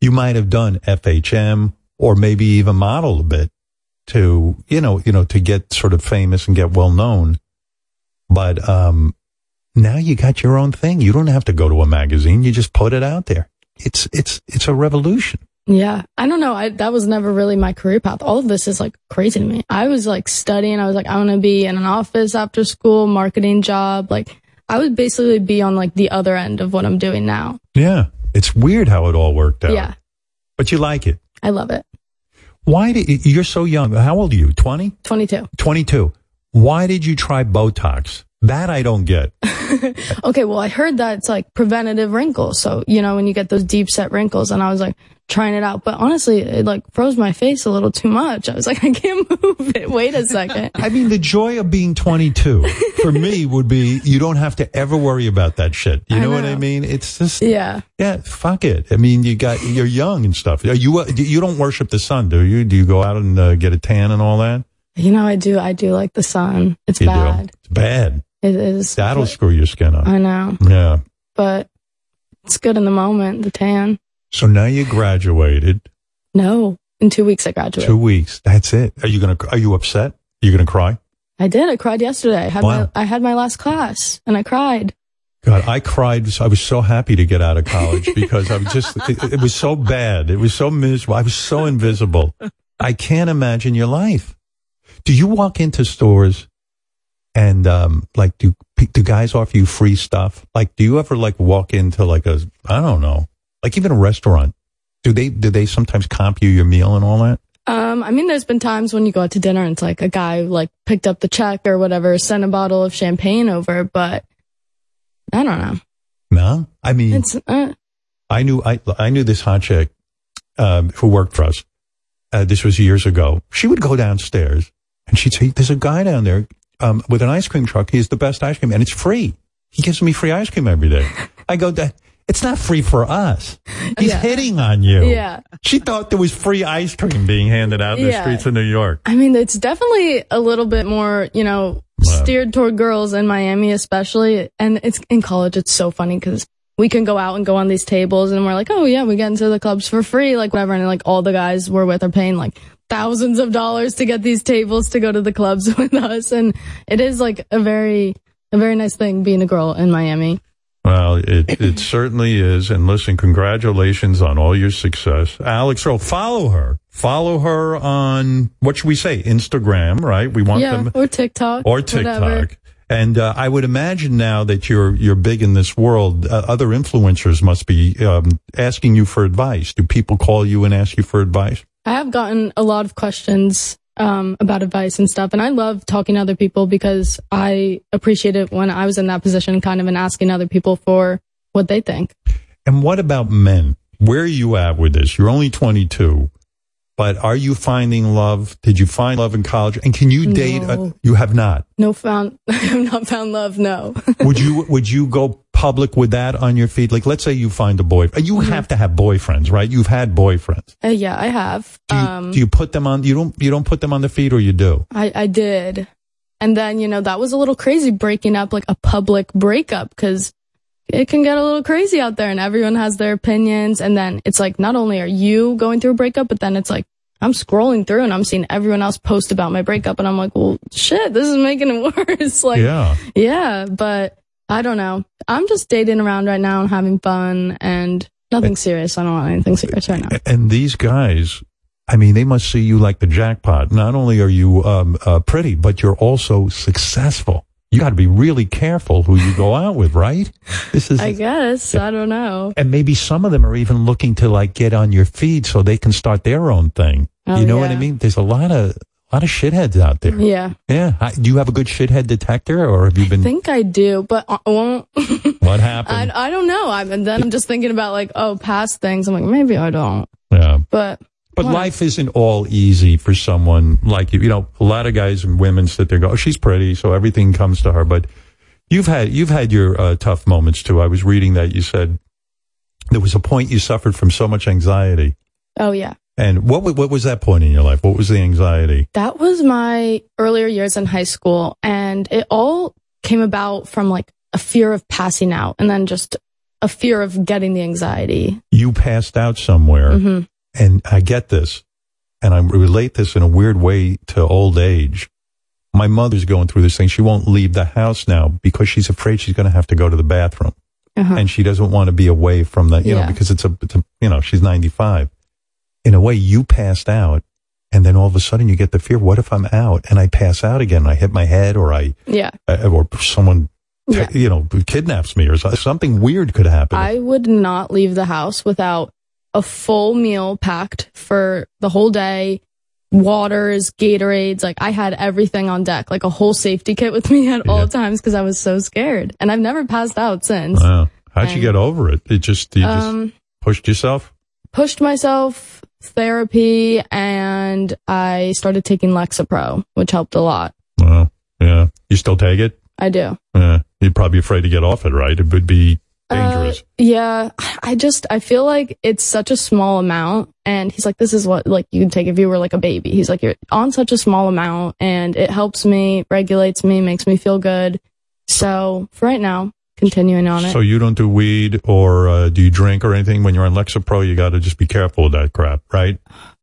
Speaker 5: you might have done FHM or maybe even modeled a bit to you know you know to get sort of famous and get well known. But um, now you got your own thing. You don't have to go to a magazine. You just put it out there. It's it's it's a revolution.
Speaker 30: Yeah. I don't know. I, that was never really my career path. All of this is like crazy to me. I was like studying. I was like, I want to be in an office after school, marketing job. Like I would basically be on like the other end of what I'm doing now.
Speaker 5: Yeah, it's weird how it all worked out.
Speaker 30: Yeah.
Speaker 5: but you like it.
Speaker 30: I love it.
Speaker 5: Why did you're so young? How old are you? Twenty?
Speaker 30: 22.
Speaker 5: Twenty two. Why did you try Botox? That I don't get.
Speaker 30: Okay. Well, I heard that it's like preventative wrinkles. So, you know, when you get those deep set wrinkles and I was like trying it out, but honestly, it like froze my face a little too much. I was like, I can't move it. Wait a second.
Speaker 5: I mean, the joy of being 22 for me would be you don't have to ever worry about that shit. You know, what I mean? It's just
Speaker 30: Yeah.
Speaker 5: yeah, fuck it. I mean, you got you're young and stuff. Are You uh, you don't worship the sun, do you? Do you go out and uh, get a tan and all that?
Speaker 30: You know, I do. I do like the sun. It's
Speaker 5: You do.
Speaker 30: bad.
Speaker 5: It's bad.
Speaker 30: It is.
Speaker 5: That'll screw your skin up.
Speaker 30: I know.
Speaker 5: Yeah.
Speaker 30: but it's good in the moment, the tan.
Speaker 5: So now you graduated.
Speaker 30: No, in two weeks I graduate.
Speaker 5: Two weeks. That's it. Are you gonna? Are you upset? Are you gonna cry?
Speaker 30: I did. I cried yesterday. I had,
Speaker 5: Wow.
Speaker 30: my, I had my last class and I cried.
Speaker 5: God, I cried. I was so happy to get out of college because I was just, it, it was so bad. It was so miserable. I was so invisible. I can't imagine your life. Do you walk into stores and, um, like, do, pe- do guys offer you free stuff? Like, do you ever, like, walk into, like, a, I don't know, like even a restaurant? Do they, do they sometimes comp you your meal and all that?
Speaker 30: Um, I mean, there's been times when you go out to dinner and it's like a guy like picked up the check or whatever, sent a bottle of champagne over, but I don't know.
Speaker 5: No? I mean,
Speaker 30: It's, uh,
Speaker 5: I knew I I knew this hot chick um, who worked for us. Uh, this was years ago. She would go downstairs and she'd say, "There's a guy down there um, with an ice cream truck. He has the best ice cream, and it's free. He gives me free ice cream every day." I go, "That it's not free for us. He's
Speaker 30: Yeah.
Speaker 5: hitting on you."
Speaker 30: Yeah.
Speaker 5: She thought there was free ice cream being handed out in the
Speaker 30: Yeah.
Speaker 5: streets of New York.
Speaker 30: I mean, it's definitely a little bit more, you know, steered toward girls in Miami, especially. And it's in college, it's so funny because we can go out and go on these tables and we're like, oh, yeah, we get into the clubs for free, like whatever. And like all the guys we're with are paying like thousands of dollars to get these tables to go to the clubs with us. And it is like a very, a very nice thing being a girl in Miami.
Speaker 5: Well, it, it certainly is. And listen, congratulations on all your success. Alex Rowe, follow her. Follow her on, what should we say? Instagram, right? We want
Speaker 30: yeah.
Speaker 5: them.
Speaker 30: or TikTok.
Speaker 5: Or TikTok.
Speaker 30: whatever.
Speaker 5: And uh, I would imagine now that you're you're big in this world, uh, other influencers must be um, asking you for advice. Do people call you and ask you for advice?
Speaker 30: I have gotten a lot of questions um, about advice and stuff, and I love talking to other people because I appreciate it when I was in that position, kind of, and asking other people for what they think.
Speaker 5: And what about men? Where are you at with this? You're only 22, but are you finding love? Did you find love in college? And can you date?
Speaker 30: No.
Speaker 5: you have not.
Speaker 30: No, found I have not found love. No,
Speaker 5: would you would you go public with that on your feed? Like, let's say you find a boy. You
Speaker 30: Mm-hmm.
Speaker 5: have to have boyfriends, right? You've had boyfriends.
Speaker 30: uh, yeah, I have. um,
Speaker 5: Do you put them on? You don't. You don't put them on the feed, or you do.
Speaker 30: I I did, and then you know that was a little crazy breaking up like a public breakup because it can get a little crazy out there, and everyone has their opinions, and then it's like not only are you going through a breakup, but then it's like. I'm scrolling through and I'm seeing everyone else post about my breakup and I'm like, well, shit, this is making it worse. like,
Speaker 5: yeah.
Speaker 30: yeah, but I don't know. I'm just dating around right now and having fun and Nothing serious. I don't want anything serious right now.
Speaker 5: And these guys, I mean, they must see you like the jackpot. Not only are you um, uh, pretty, but you're also successful. You got to be really careful who you go out with, right? This is,
Speaker 30: I guess. I don't know.
Speaker 5: and maybe some of them are even looking to like get on your feed so they can start their own thing.
Speaker 30: Oh,
Speaker 5: you know what I
Speaker 30: yeah.
Speaker 5: mean? There's a lot of lot of shitheads out there.
Speaker 30: Yeah.
Speaker 5: Yeah. I, do you have a good shithead detector, or have you
Speaker 30: I
Speaker 5: been?
Speaker 30: think I do, but I won't.
Speaker 5: what happened?
Speaker 30: I, I don't know. I'm, and then I'm just thinking about like, oh, past things. I'm like, maybe I don't.
Speaker 5: Yeah.
Speaker 30: But
Speaker 5: But
Speaker 30: Well,
Speaker 5: life isn't all easy for someone like you. You know, a lot of guys and women sit there and go, "Oh, she's pretty, so everything comes to her." But you've had you've had your uh, tough moments too. I was reading that you said there was a point you suffered from so much anxiety.
Speaker 30: oh yeah,
Speaker 5: And what wa- what was that point in your life? What was the anxiety?
Speaker 30: that was my earlier years in high school, and it all came about from like a fear of passing out, and then just a fear of getting the anxiety.
Speaker 5: You passed out somewhere,
Speaker 30: hmm
Speaker 5: and I get this, and I relate this in a weird way to old age. My mother's going through this thing. She won't leave the house now because she's afraid she's going to have to go to the bathroom. and she doesn't want to be away from the you know
Speaker 9: Yeah.
Speaker 5: because it's a, it's a you know she's 95 in a way you passed out and then all of a sudden you get the fear what if i'm out and i pass out again and i hit my head or i
Speaker 30: Yeah.
Speaker 5: uh, or someone t-
Speaker 30: Yeah.
Speaker 5: you know kidnaps me or so- something weird could happen
Speaker 30: I would not leave the house without a full meal packed for the whole day, waters, Gatorades. Like I had everything on deck, like a whole safety kit with me at all times because I was so scared. And I've never passed out since.
Speaker 5: wow how'd you
Speaker 30: And-
Speaker 5: get over it it just you
Speaker 30: Um,
Speaker 5: just pushed yourself
Speaker 30: Pushed myself, therapy, and I started taking Lexapro, which helped a lot.
Speaker 5: wow yeah you still take it
Speaker 30: I do.
Speaker 5: yeah you're probably afraid to get off it right it would be dangerous
Speaker 30: Uh, Yeah, I just I feel like it's such a small amount, and he's like, "This is what like you can take if you were like a baby." He's like, "You're on such a small amount, and it helps me, regulates me, makes me feel good." So for right now, continuing on it.
Speaker 5: so you don't do weed or uh, do you drink or anything when you're on Lexapro? You got to just be careful with that crap, right?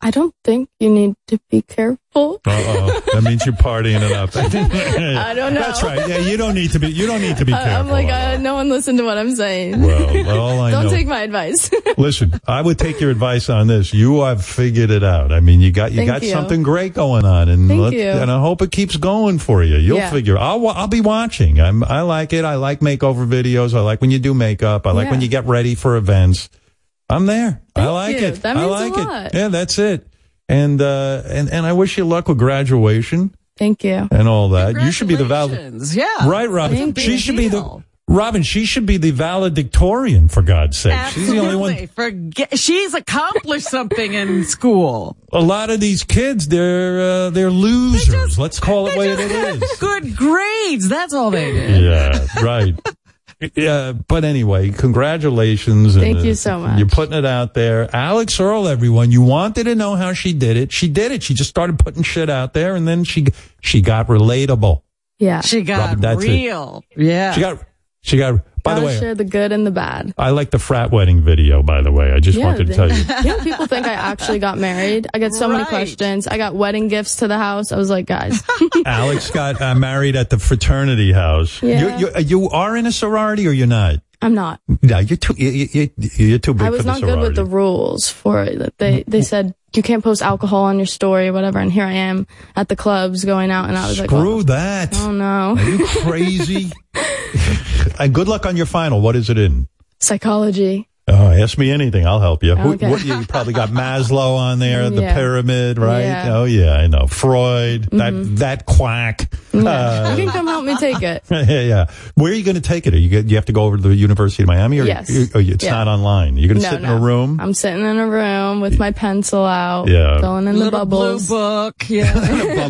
Speaker 30: I don't think you need to be careful.
Speaker 5: Uh oh, that means you're partying it up. I
Speaker 30: don't know.
Speaker 5: That's right. Yeah, you don't need to be. You don't need to be
Speaker 30: I- I'm
Speaker 5: careful.
Speaker 30: like, uh, no one listened to what I'm saying.
Speaker 5: Well, all I
Speaker 30: don't
Speaker 5: know-
Speaker 30: take my advice.
Speaker 5: Listen, I would take your advice on this. You have figured it out. I mean, you got you
Speaker 30: Thank
Speaker 5: got
Speaker 30: you.
Speaker 5: something great going on, and
Speaker 30: Thank
Speaker 5: let's-
Speaker 30: you.
Speaker 5: and I hope it keeps going for you. You'll
Speaker 30: Yeah.
Speaker 5: figure. I'll wa- I'll be watching. I'm I like it. I like makeover videos. I like when you do makeup. I like when
Speaker 30: Yeah.
Speaker 5: you get ready for events. I'm there. I like
Speaker 30: you.
Speaker 5: it.
Speaker 30: That
Speaker 5: I
Speaker 30: means a
Speaker 5: like it.
Speaker 30: lot.
Speaker 5: Yeah, that's it. And uh and and I wish you luck with graduation
Speaker 30: Thank you.
Speaker 5: and all that. You should be the val.
Speaker 6: Yeah.
Speaker 5: Right, Robin.
Speaker 6: Thank
Speaker 5: She
Speaker 6: you.
Speaker 5: should be the Robin. She should be the valedictorian for God's sake. She's the only one.
Speaker 6: Absolutely. Forget, she's accomplished something in school.
Speaker 5: A lot of these kids, they're uh, they're losers. Let's call it what it is.
Speaker 6: Good grades. That's all they did.
Speaker 5: Yeah, right. Yeah, but anyway, congratulations.
Speaker 30: Thank you so much.
Speaker 5: You're putting it out there. Alex Earl, everyone, you wanted to know how she did it. She did it. She just started putting shit out there and then she she got relatable.
Speaker 30: Yeah,
Speaker 6: she
Speaker 5: Robin,
Speaker 6: got
Speaker 5: that's it.
Speaker 6: real. Yeah,
Speaker 5: She got she got by the
Speaker 30: Gotta
Speaker 5: way,
Speaker 30: share the good and the bad.
Speaker 5: I like the frat wedding video, by the way. I just wanted to
Speaker 30: they-
Speaker 5: tell you.
Speaker 30: You know, people think I actually got married. I got so many questions. I got wedding gifts to the house. I was like, guys,
Speaker 5: Alex got uh, married at the fraternity house.
Speaker 30: Yeah.
Speaker 5: You, you, you are in a sorority or you're not?
Speaker 30: I'm not.
Speaker 5: No, you're too, you, you, you- you're too big
Speaker 30: I was
Speaker 5: for the
Speaker 30: not good
Speaker 5: sorority. Mm-hmm.
Speaker 30: with the rules for it. That They they said you can't post alcohol on your story or whatever. And here I am at the clubs going out, and I was like,
Speaker 5: Screw that.
Speaker 30: Oh no,
Speaker 5: Are you crazy? and good luck on your final. What is it in?
Speaker 30: psychology.
Speaker 5: Oh, ask me anything. I'll help you. Who-
Speaker 30: Okay.
Speaker 5: what- you probably got Maslow on there, the
Speaker 30: Yeah.
Speaker 5: pyramid, right?
Speaker 30: Yeah. Mm-hmm.
Speaker 5: Oh yeah, I know. Freud, that that quack. Uh,
Speaker 30: you can come help me take it.
Speaker 5: yeah, yeah. Where are you going to take it? Are you get, you have to go over to the University of Miami, or
Speaker 30: Yes.
Speaker 5: or it's
Speaker 30: Yeah.
Speaker 5: not online. You're going to
Speaker 30: No,
Speaker 5: sit
Speaker 30: no.
Speaker 5: in a room.
Speaker 30: I'm sitting in a room with my pencil out,
Speaker 5: Yeah.
Speaker 30: filling in the
Speaker 6: Little blue
Speaker 30: bubbles.
Speaker 6: book. Yeah.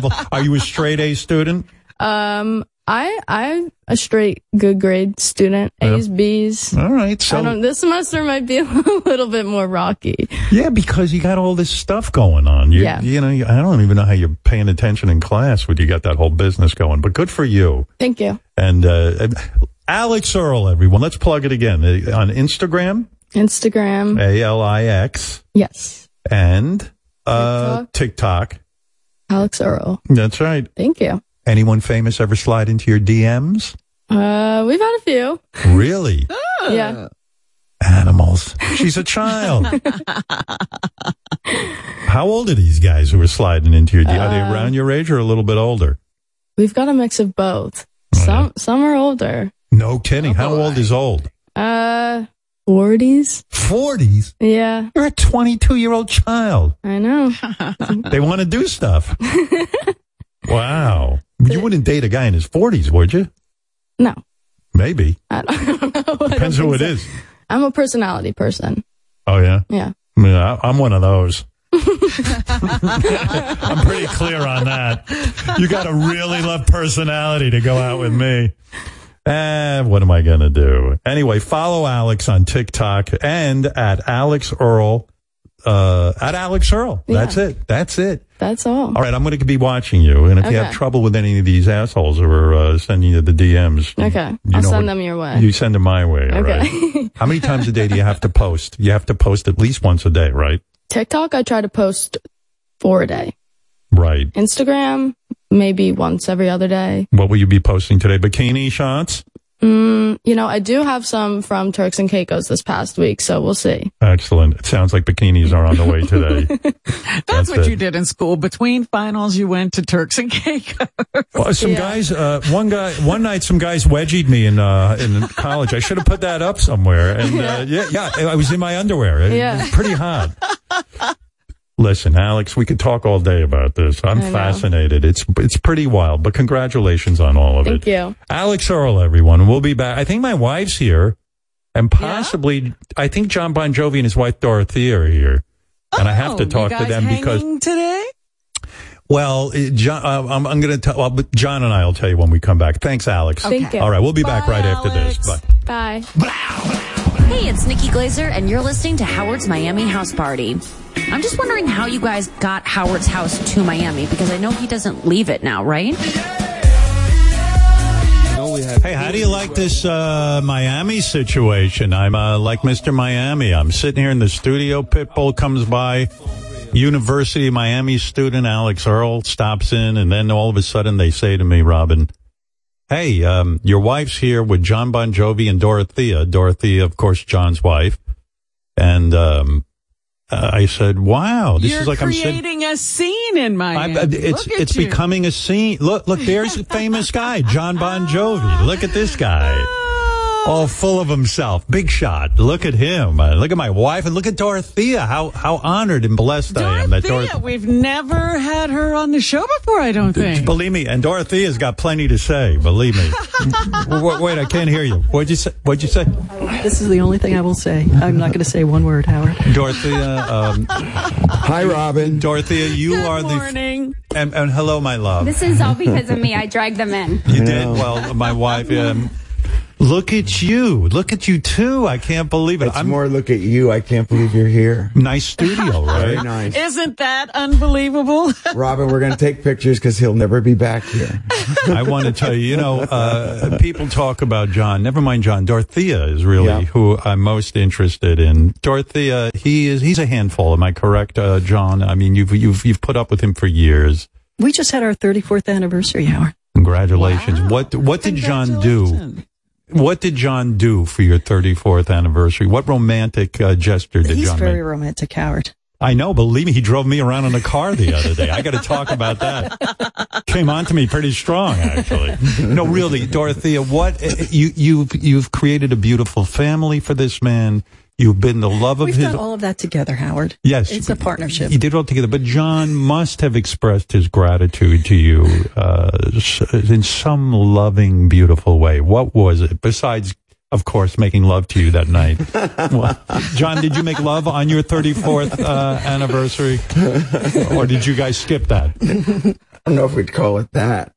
Speaker 5: Bubble. Are you a straight A student?
Speaker 30: Um, I I'm a straight good grade student.
Speaker 5: Yeah.
Speaker 30: A's, B's.
Speaker 5: All right, so-
Speaker 30: I don't, this semester might be a little bit more rocky.
Speaker 5: Yeah, because you got all this stuff going on. You,
Speaker 30: Yeah.
Speaker 5: you know, you, I don't even know how you're paying attention in class when you got that whole business going. But good for you.
Speaker 30: Thank you.
Speaker 5: And uh, and Alex Earl, everyone, let's plug it again Uh, on Instagram,
Speaker 30: Instagram.
Speaker 5: A L I X,
Speaker 30: Yes.
Speaker 5: and uh, TikTok.
Speaker 30: Alex Earl.
Speaker 5: That's right.
Speaker 30: Thank you.
Speaker 5: Anyone famous ever slide into your DMs?
Speaker 30: Uh, we've had a few.
Speaker 5: Really?
Speaker 30: Yeah.
Speaker 5: balls. She's a child. How old are these guys who were sliding into your? Are they
Speaker 30: Uh,
Speaker 5: around your age or a little bit older?
Speaker 30: We've got a mix of both.
Speaker 5: Oh,
Speaker 30: Some some are older.
Speaker 5: No kidding. How old is old?
Speaker 30: Uh, forties.
Speaker 5: Forties.
Speaker 30: Yeah.
Speaker 5: You're a twenty-two-year-old child.
Speaker 30: I know.
Speaker 5: They want to do stuff. wow. You wouldn't date a guy in his forties, would you?
Speaker 30: No.
Speaker 5: Maybe.
Speaker 30: I don't know.
Speaker 5: Depends who it is.
Speaker 30: I'm a personality person.
Speaker 5: Oh yeah.
Speaker 30: Yeah.
Speaker 5: I mean, I, I'm one of those. I'm pretty clear on that. You got to really love personality to go out with me. Eh, what am I going to do? Anyway, follow Alex on TikTok and at Alex Earl. Uh, at Alex Earl. That's it. That's it.
Speaker 30: That's all.
Speaker 5: All right, I'm going to be watching you. And if you have
Speaker 30: Okay.
Speaker 5: trouble with any of these assholes who are uh, sending you the DMs,
Speaker 30: Okay.
Speaker 5: You
Speaker 30: I'll
Speaker 5: know
Speaker 30: send
Speaker 5: what-
Speaker 30: them your way.
Speaker 5: You send them my way, all right?
Speaker 30: Okay.
Speaker 5: How many times a day do you have to post? You have to post at least once a day, right?
Speaker 30: TikTok, I try to post four a day.
Speaker 5: Right.
Speaker 30: Instagram, maybe once every other day.
Speaker 5: What will you be posting today? Bikini shots?
Speaker 30: Mm, you know, I do have some from Turks and Caicos this past week, so we'll see.
Speaker 5: Excellent. It sounds like bikinis are on the way today.
Speaker 6: That's,
Speaker 5: That's
Speaker 6: what
Speaker 5: it.
Speaker 6: you did in school. Between finals, you went to Turks and Caicos.
Speaker 5: Well, some guys, uh, one guy, one night, some guys wedgied me in uh, in college. I should have put that up somewhere. And uh, yeah, yeah, I was in my underwear. It was
Speaker 30: Yeah.
Speaker 5: pretty hot. Listen, Alex, we could talk all day about this. I'm
Speaker 30: I know.
Speaker 5: fascinated. It's it's pretty wild, but congratulations on all of it.
Speaker 30: Thank you.
Speaker 5: Alex Earl, everyone. We'll be back. I think my wife's here, and possibly I think John Bon Jovi and his wife Dorothea are here, and I have to
Speaker 6: you
Speaker 5: talk to
Speaker 6: guys
Speaker 5: them because
Speaker 6: hanging today.
Speaker 5: well, uh, John, uh, I'm, I'm going to tell. Well, but John and I will tell you when we come back. Thanks, Alex.
Speaker 32: Okay. Thank you.
Speaker 5: All right, we'll be back right after this. Bye.
Speaker 32: Bye.
Speaker 7: Hey, it's Nikki Glazer, and you're listening to Howard's Miami House Party. I'm just wondering how you guys got Howard's house to Miami because I know he doesn't leave it now, right?
Speaker 5: Hey, how do you like this uh, Miami situation? I'm uh, like Mr. Miami. I'm sitting here in the studio. Pitbull comes by. University of Miami student Alex Earl stops in, and then all of a sudden they say to me, Robin, hey, um, your wife's here with John Bon Jovi and Dorothea. Dorothea, of course, John's wife. And um, I said, wow, Oh, this
Speaker 6: You're
Speaker 5: is like I'm sitting.
Speaker 6: creating a scene in Miami.
Speaker 5: I, I- it's
Speaker 6: Look at
Speaker 5: it's
Speaker 6: you.
Speaker 5: becoming a scene. Look, look, there's a famous guy, John Bon Jovi. Look at this guy.
Speaker 6: Oh.
Speaker 5: All full of himself, big shot. Look at him. Uh, look at my wife, and look at Dorothea. How how honored and blessed I am that
Speaker 6: Thea,
Speaker 5: Dorothea.
Speaker 6: we've never had her on the show before. I don't think.
Speaker 5: Believe me, and Dorothea's got plenty to say. Believe me. wait, wait, I can't hear you. What'd you say? What'd you say,
Speaker 9: This is the only thing I will say. I'm not going to say one word, Howard.
Speaker 5: Dorothea? Um, Hi, Robin. Dorothea, you are the and, and hello, my love.
Speaker 31: This is all because of me. I dragged them in.
Speaker 5: You did well. My wife. Um, look at you. Look at you too. I can't believe it.
Speaker 33: It's more look at you. I can't believe you're here.
Speaker 5: Nice studio, right?
Speaker 33: Very nice.
Speaker 6: Isn't that unbelievable?
Speaker 33: Robin, we're going to take pictures because he'll never be back here.
Speaker 5: I want to tell you. You know, uh, people talk about John. Never mind John. Dorothea is really
Speaker 33: Yeah.
Speaker 5: who I'm most interested in. Dorothea. He is. He's a handful. Am I correct, uh, John? I mean, you've you've you've put up with him for years.
Speaker 9: We just had our 34th anniversary, Howard.
Speaker 5: Congratulations. What what did John do? What did John do for your 34th anniversary? What romantic uh, gesture did
Speaker 9: He's
Speaker 5: John make?
Speaker 9: very romantic, Howard.
Speaker 5: I know. Believe me, he drove me around in a car the other day. I got to talk about that. Came on to me pretty strong, actually. No, really, Dorothea, what you you've you've created a beautiful family for this man. You've been the love of
Speaker 9: We've
Speaker 5: his.
Speaker 9: done all of that together, Howard.
Speaker 5: Yes.
Speaker 9: It's a partnership.
Speaker 5: you did it all together, but John must have expressed his gratitude to you uh, s- in some loving, beautiful way. What was it besides, of course, making love to you that night? Well, John, did you make love on your 34th uh, anniversary, or did you guys skip that?
Speaker 33: I don't know if we'd call it that.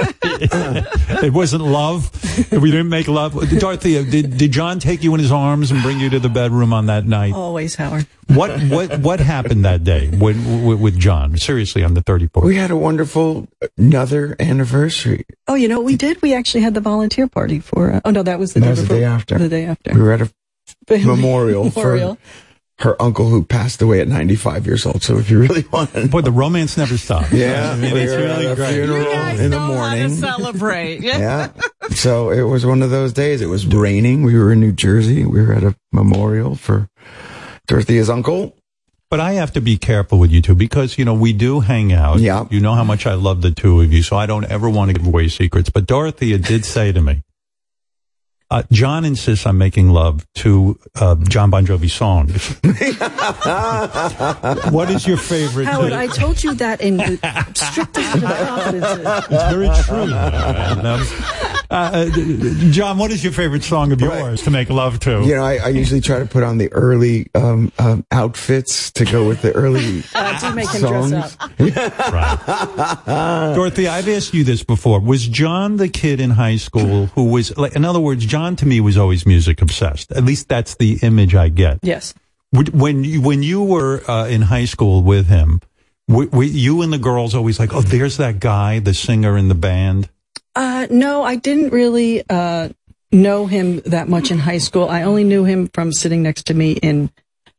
Speaker 5: It wasn't love. We didn't make love. Dorothea, did did John take you in his arms and bring you to the bedroom on that night?
Speaker 9: Always, Howard.
Speaker 5: What what what happened that day when, with, with John? Seriously, on the 34th.
Speaker 33: We had a wonderful another anniversary.
Speaker 9: Oh, you know what we did? We actually had the volunteer party for. Uh, oh no, that was the
Speaker 33: That
Speaker 9: day
Speaker 33: was the
Speaker 9: before-
Speaker 33: day after.
Speaker 9: The day after.
Speaker 33: We were at a
Speaker 9: Family
Speaker 33: memorial,
Speaker 9: memorial.
Speaker 33: for her uncle who passed away at 95 years old. So if you really want to.
Speaker 5: Boy, the romance never stops.
Speaker 33: Yeah.
Speaker 5: I mean,
Speaker 33: we
Speaker 5: it's
Speaker 33: were at
Speaker 5: really
Speaker 33: a
Speaker 5: great.
Speaker 33: funeral in the
Speaker 6: How to
Speaker 33: morning.
Speaker 6: celebrate?
Speaker 33: Yeah. so it was one of those days. It was raining. We were in New Jersey. We were at a memorial for Dorothea's uncle.
Speaker 5: But I have to be careful with you two because, you know, we do hang out.
Speaker 33: Yeah.
Speaker 5: You know how much I love the two of you, so I don't ever want to give away secrets. But Dorothea did say to me, uh, John insists on making love to uh, John Bon Jovi songs. what is your favorite?
Speaker 9: Howard, I told you that in the strictest of confidences.
Speaker 5: It's very true. And, um, uh, uh, John, what is your favorite song of yours to make love to?
Speaker 33: You know, I, I usually try to put on the early um, um, outfits to go with the early
Speaker 9: Uh, do make him
Speaker 33: songs.
Speaker 9: dress up.
Speaker 5: Dorothy, I've asked you this before. Was John the kid in high school who was, like, in other words, John to me was always music obsessed. At least that's the image I get.
Speaker 9: Yes.
Speaker 5: Would- When you, when you were uh, in high school with him, were, were you and the girls always like, oh, there's that guy, the singer in the band?
Speaker 9: Uh, no, I didn't really uh, know him that much in high school. I only knew him from sitting next to me in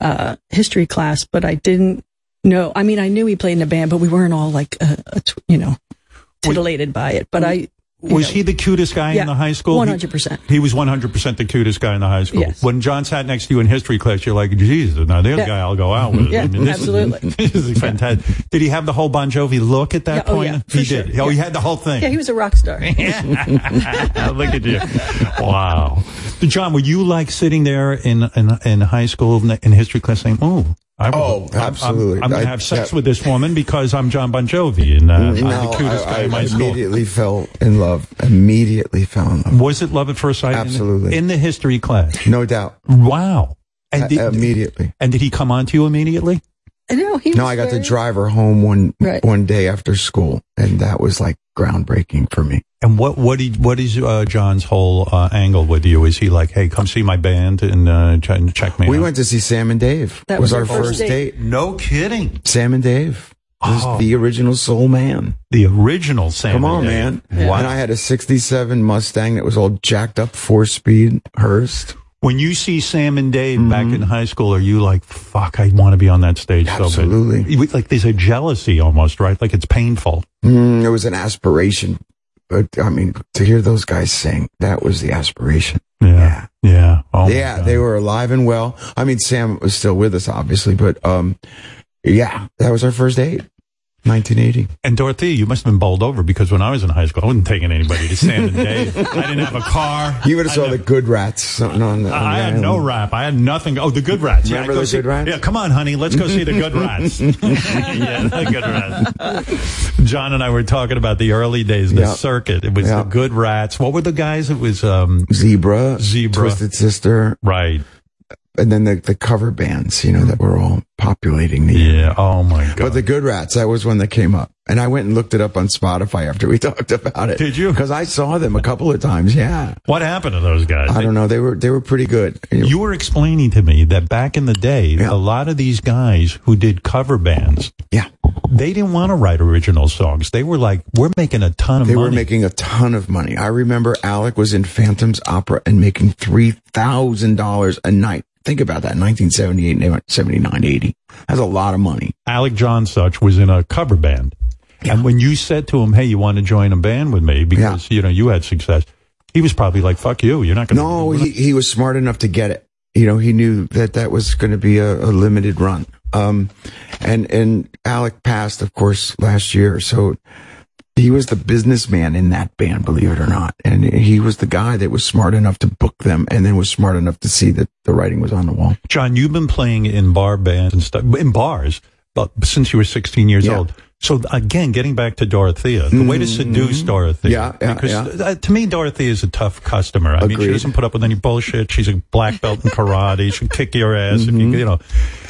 Speaker 9: uh, history class, but I didn't know. I mean, I knew he played in a band, but we weren't all like, uh, uh, tw- you know, titillated by it. But I you
Speaker 5: Was
Speaker 9: know,
Speaker 5: he the cutest guy
Speaker 9: Yeah,
Speaker 5: in the high school? He-
Speaker 9: 100%.
Speaker 5: He, was 100% the cutest guy in the high school.
Speaker 9: Yes.
Speaker 5: When John sat next to you in history class, you're like, Jesus, now there's a
Speaker 9: Yeah.
Speaker 5: guy I'll go out with.
Speaker 9: Yeah,
Speaker 5: this is-
Speaker 9: absolutely.
Speaker 5: This is fantastic. Did he have the whole Bon Jovi look at that
Speaker 9: Yeah, oh,
Speaker 5: point?
Speaker 9: yeah,
Speaker 5: he did. Oh, he had the whole thing.
Speaker 9: Yeah, he was a rock star.
Speaker 5: Look at you. Wow. John, were you like sitting there in, in, in high school in history class saying, oh, I
Speaker 33: Oh,
Speaker 5: I'm-
Speaker 33: absolutely.
Speaker 5: I'm, going
Speaker 33: I-
Speaker 5: to have sex
Speaker 33: yeah. Mm,
Speaker 5: with this woman because I'm John Bon Jovi and uh, I'm
Speaker 33: No,
Speaker 5: the cutest
Speaker 33: I-
Speaker 5: guy in
Speaker 33: I
Speaker 5: my school.
Speaker 33: immediately fell in love. Immediately fell in love.
Speaker 5: Was it love at first sight? in-
Speaker 33: Absolutely.
Speaker 5: In the history class.
Speaker 33: No doubt.
Speaker 5: Wow.
Speaker 33: Uh,
Speaker 5: And did,
Speaker 33: immediately.
Speaker 5: and did he come on to you immediately?
Speaker 9: No, he
Speaker 33: No,
Speaker 9: was
Speaker 33: I got to
Speaker 9: very-
Speaker 33: drive her home one
Speaker 9: Right.
Speaker 33: one day after school, and that was like groundbreaking for me.
Speaker 5: And what what did, what is uh, John's whole uh, angle with you? Is he like, hey, come see my band and uh, ch- and check me
Speaker 33: we
Speaker 5: out?
Speaker 33: went to see Sam and Dave.
Speaker 9: That
Speaker 33: was,
Speaker 9: was
Speaker 33: our
Speaker 9: our
Speaker 33: first
Speaker 9: first
Speaker 33: date.
Speaker 5: No kidding.
Speaker 33: Sam and Dave. This
Speaker 5: Oh.
Speaker 33: is the original Soul Man.
Speaker 5: The original Sam.
Speaker 33: Come
Speaker 5: and
Speaker 33: on,
Speaker 5: Dave.
Speaker 33: man.
Speaker 5: Wow.
Speaker 33: And I had a 67 Mustang that was all jacked up, four speed Hurst.
Speaker 5: When you see Sam and Dave back
Speaker 33: Mm-hmm.
Speaker 5: in high school, are you like, fuck, I want to be on that stage so
Speaker 33: Absolutely.
Speaker 5: bad? You- Like, there's a jealousy almost, right? Like, it's painful.
Speaker 33: Mm, it was an aspiration. But I mean, to hear those guys sing, that was the aspiration.
Speaker 5: Yeah. Yeah. Oh, my
Speaker 33: yeah,
Speaker 5: God.
Speaker 33: they were alive and well. I mean, Sam was still with us, obviously, but um, yeah, that was our first date, 1980.
Speaker 5: And Dorothea, you must have been bowled over because when I was in high school, I wasn't taking anybody to Sam and Dave. I didn't have a car.
Speaker 33: You would have
Speaker 5: I
Speaker 33: saw
Speaker 5: never-
Speaker 33: the good rats. Something on the, on
Speaker 5: I
Speaker 33: the
Speaker 5: had no
Speaker 33: island.
Speaker 5: rap. I had nothing. Oh, the good rats.
Speaker 33: Remember
Speaker 5: yeah, go
Speaker 33: the
Speaker 5: see-
Speaker 33: Good Rats?
Speaker 5: Yeah, come on, honey. Let's go see the good rats. yeah, the good rats. John and I were talking about the early days, the
Speaker 33: Yeah.
Speaker 5: circuit. It was
Speaker 33: Yeah.
Speaker 5: the good rats. What were the guys? It was um,
Speaker 33: Zebra,
Speaker 5: Zebra.
Speaker 33: Twisted Sister,
Speaker 5: right.
Speaker 33: and then the, the cover bands, you know, that were all populating the.
Speaker 5: Yeah. Oh my god.
Speaker 33: But the Good Rats, that was when they came up. And I went and looked it up on Spotify after we talked about it.
Speaker 5: Did you?
Speaker 33: Because I saw them a couple of times. Yeah.
Speaker 5: what happened to those guys?
Speaker 33: I don't know. They were they were pretty good.
Speaker 5: You were explaining to me that back in the day, a lot of these guys who did cover bands,
Speaker 33: yeah.
Speaker 5: they didn't want to write original songs. They were like, "We're making a ton of
Speaker 33: They
Speaker 5: money."
Speaker 33: were making a ton of money. I remember Alec was in Phantom's Opera and making $3,000 a night. Think about that. 1978, 79, 80. That's a lot of money.
Speaker 5: Alec John Such was in a cover band. And when you said to him, hey, you want to join a band with me because, you know, you had success, he was probably like, fuck you. You're not going to.
Speaker 33: No, he, he was smart enough to get it. You know, he knew that that was going to be a, a limited run. Um, and, and Alec passed, of course, last year. So he was the businessman in that band, believe it or not. And he was the guy that was smart enough to book them and then was smart enough to see that the writing was on the wall.
Speaker 5: John, you've been playing in bar bands and stuff, in bars, but since you were 16 years
Speaker 33: Yeah. Mm-hmm.
Speaker 5: old. So again, getting back to Dorothea, the way to seduce Dorothea.
Speaker 33: Yeah, yeah,
Speaker 5: because
Speaker 33: yeah.
Speaker 5: uh, to me, Dorothea is a tough customer. I mean, she
Speaker 33: Agreed.
Speaker 5: doesn't put up with any bullshit. She's a black belt in karate. She'll kick your ass if
Speaker 33: Mm-hmm.
Speaker 5: you, you know.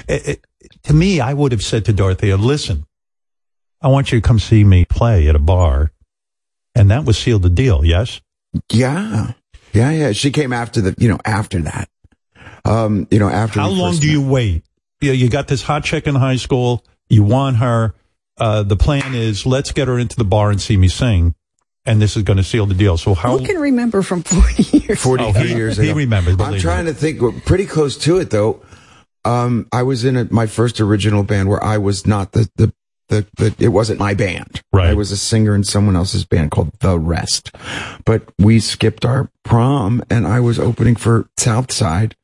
Speaker 5: It- it- to me, I would have said to Dorothea, listen, I want you to come see me play at a bar. And that was sealed the deal, yes?
Speaker 33: Yeah. Yeah. Yeah. She came after the, you know, after that. Um, you know, after
Speaker 5: How
Speaker 33: we
Speaker 5: long
Speaker 33: first
Speaker 5: do
Speaker 33: met.
Speaker 5: you wait? You, you got this hot chick in high school. You want her. Uh, the plan is let's get her into the bar and see me sing. And this is going to seal the deal. So how?
Speaker 9: Who can remember from 40 years?
Speaker 33: 43
Speaker 5: Oh, he-
Speaker 33: years
Speaker 5: he
Speaker 33: ago.
Speaker 5: remembers,
Speaker 33: I'm
Speaker 5: believe
Speaker 33: trying
Speaker 5: me.
Speaker 33: to think. We're pretty close to it, though. Um, I was in a, my first original band where I was not the, the the, the it wasn't my band. Right. I was a singer in someone else's band called The Rest. But we skipped our prom and I was opening for Southside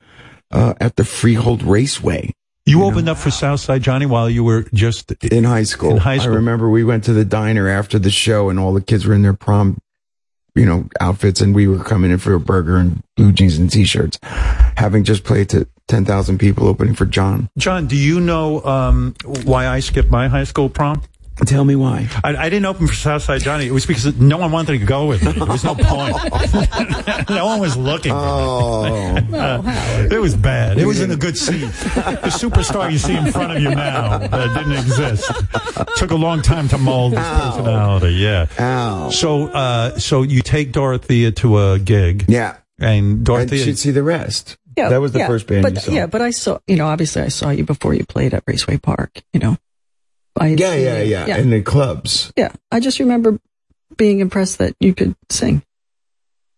Speaker 33: uh, at the Freehold Raceway.
Speaker 5: You, opened up for Southside Johnny while you were just
Speaker 33: in high school.
Speaker 5: In high school.
Speaker 33: I remember we went to the diner after the show and all the kids were in their prom, you know, outfits and we were coming in for a burger and blue jeans and t-shirts, having just played to 10,000 people opening for John.
Speaker 5: John, do you know um, why I skipped my high school prom?
Speaker 33: Tell me why.
Speaker 5: I, I didn't open for Southside Johnny. It was because no one wanted to go with me. There was no point. no one was looking.
Speaker 33: Oh,
Speaker 5: Uh, it was bad. It was in a good seat. The superstar you see in front of you now that didn't exist. Took a long time to mold this personality. Yeah. So, uh, so you take Dorothea to a gig.
Speaker 33: Yeah.
Speaker 5: And Dorothea.
Speaker 33: she'd see the rest.
Speaker 9: Yeah, yeah, But yeah, but I saw you know obviously I saw you before you played at Raceway Park. You know, I had
Speaker 33: yeah,
Speaker 9: seen
Speaker 33: yeah,
Speaker 9: you.
Speaker 33: yeah, In the clubs.
Speaker 9: Yeah, I just remember being impressed that you could sing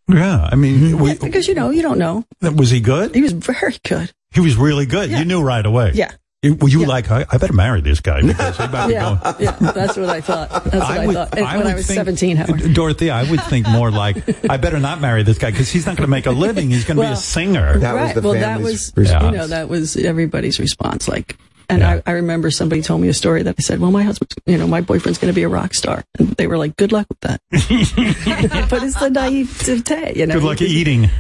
Speaker 5: Yeah. I mean, we,
Speaker 9: because you know you don't know.
Speaker 5: was he good?
Speaker 9: He was very good.
Speaker 5: He was really good. You knew right away.
Speaker 9: Yeah.
Speaker 5: You, were you like, I, I better marry this guy because he might be going.
Speaker 9: Yeah, yeah, that's what I thought. That's what I,
Speaker 5: would-
Speaker 9: thought And
Speaker 5: I
Speaker 9: when I
Speaker 5: would
Speaker 9: was
Speaker 5: think-
Speaker 9: seventeen. Howard.
Speaker 5: D- Dorothea, I would think more like, I better not marry this guy because he's not going to make a living. He's going to
Speaker 9: Well,
Speaker 5: be a singer.
Speaker 9: right. well, that was you know that was everybody's response. Like, and I, I remember somebody told me a story that I said, "Well, my husband, you know, my boyfriend's going to be a rock star," and they were like, "Good luck with that." but it's the naivete, you know.
Speaker 5: Good luck eating.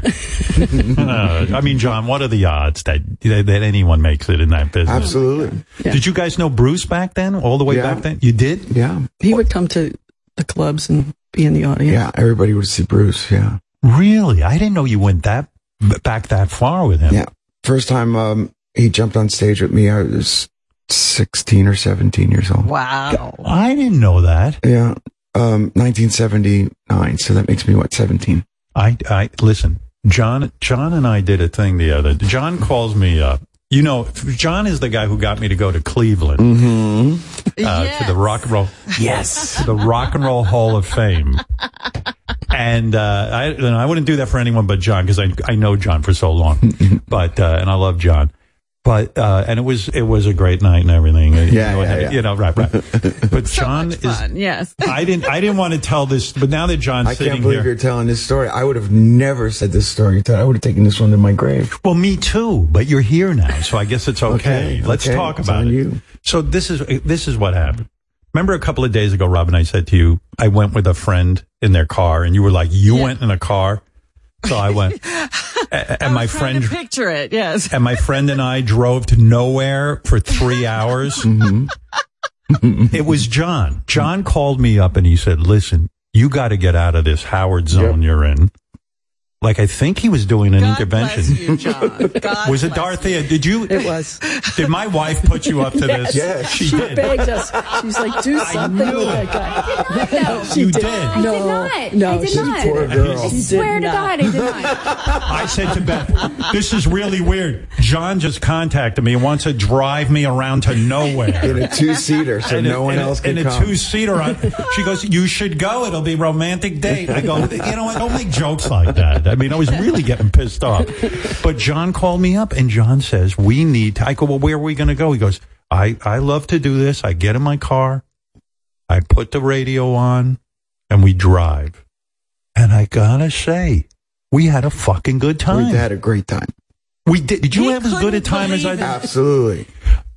Speaker 5: Uh, I mean, John, what are the odds that, that that anyone makes it in that business?
Speaker 33: Absolutely.
Speaker 5: Did you guys know Bruce back then? All the way
Speaker 9: Yeah.
Speaker 5: back then? You did?
Speaker 33: Yeah.
Speaker 9: He would come to the clubs and be in the audience.
Speaker 33: Yeah. Everybody would see Bruce. Yeah.
Speaker 5: Really? I didn't know you went that b- back that far with him.
Speaker 33: Yeah. First time um, he jumped on stage with me, I was 16 or 17 years old.
Speaker 5: Wow. I didn't know that.
Speaker 33: Yeah. Um, 1979. So that makes me, what, 17?
Speaker 5: I, I listen, John, John and I did a thing the other. John calls me up. You know, John is the guy who got me to go to Cleveland mm-hmm. uh, to the rock and roll.
Speaker 33: Yes,
Speaker 5: to the Rock and Roll Hall of Fame. And uh, I, and I wouldn't do that for anyone but John because I I know John for so long, but uh, and I love John. But uh, and it was it was a great night and everything. Yeah, you know,
Speaker 17: yeah,
Speaker 5: and-
Speaker 17: yeah.
Speaker 5: you know right, right. But John is
Speaker 6: yes.
Speaker 5: I didn't I didn't want to tell this, but now that John's
Speaker 33: I
Speaker 5: sitting
Speaker 33: can't believe
Speaker 5: here,
Speaker 33: you're telling this story. I would have never said this story. I would have taken this one to my grave.
Speaker 5: Well, me too. But you're here now, so I guess it's okay.
Speaker 33: Okay,
Speaker 5: Let's
Speaker 33: okay,
Speaker 5: talk
Speaker 33: it's
Speaker 5: about
Speaker 33: on
Speaker 5: it.
Speaker 33: you.
Speaker 5: So this is this is what happened. Remember a couple of days ago, Robin, I said to you, I went with a friend in their car, and you were like, "You went in a car," so I went, A- and my friend.
Speaker 6: Picture it. Yes.
Speaker 5: And my friend and I drove to nowhere for three hours.
Speaker 33: Mm-hmm.
Speaker 5: it was John. John called me up and he said, Listen, you got to get out of this Howard zone you're in. Like, I think he was doing an intervention. was it Dorothea? Did you? It
Speaker 9: was.
Speaker 5: Did my wife put you up to this? she,
Speaker 9: she
Speaker 5: did.
Speaker 9: begged us. She's like, "Do something with that guy." No, she
Speaker 5: You
Speaker 9: did.
Speaker 5: did. I
Speaker 31: did
Speaker 9: No,
Speaker 31: not.
Speaker 9: No,
Speaker 31: I did
Speaker 9: she did.
Speaker 31: not.
Speaker 5: Poor girl.
Speaker 31: I
Speaker 5: She did
Speaker 31: swear to
Speaker 9: not.
Speaker 31: God, I did not.
Speaker 5: I said to Beth, "This is really weird." John just contacted me and wants to drive me around to nowhere
Speaker 33: In a two-seater, so
Speaker 5: In
Speaker 33: no one
Speaker 5: in
Speaker 33: else can
Speaker 5: In
Speaker 33: come.
Speaker 5: a two-seater, I- she goes, "You should go. It'll be romantic date." I go, "You know what? Don't make jokes like that." I mean, I was really getting pissed off. But John called me up, and John says, "We need." To, I go, "Well, where are we going to go?" He goes, "I I love to do this. I get in my car, I put the radio on, and we drive." And I gotta say, we had a fucking good time.
Speaker 33: We had a great time.
Speaker 5: We did. Did you have as good a time as I did?
Speaker 33: Absolutely.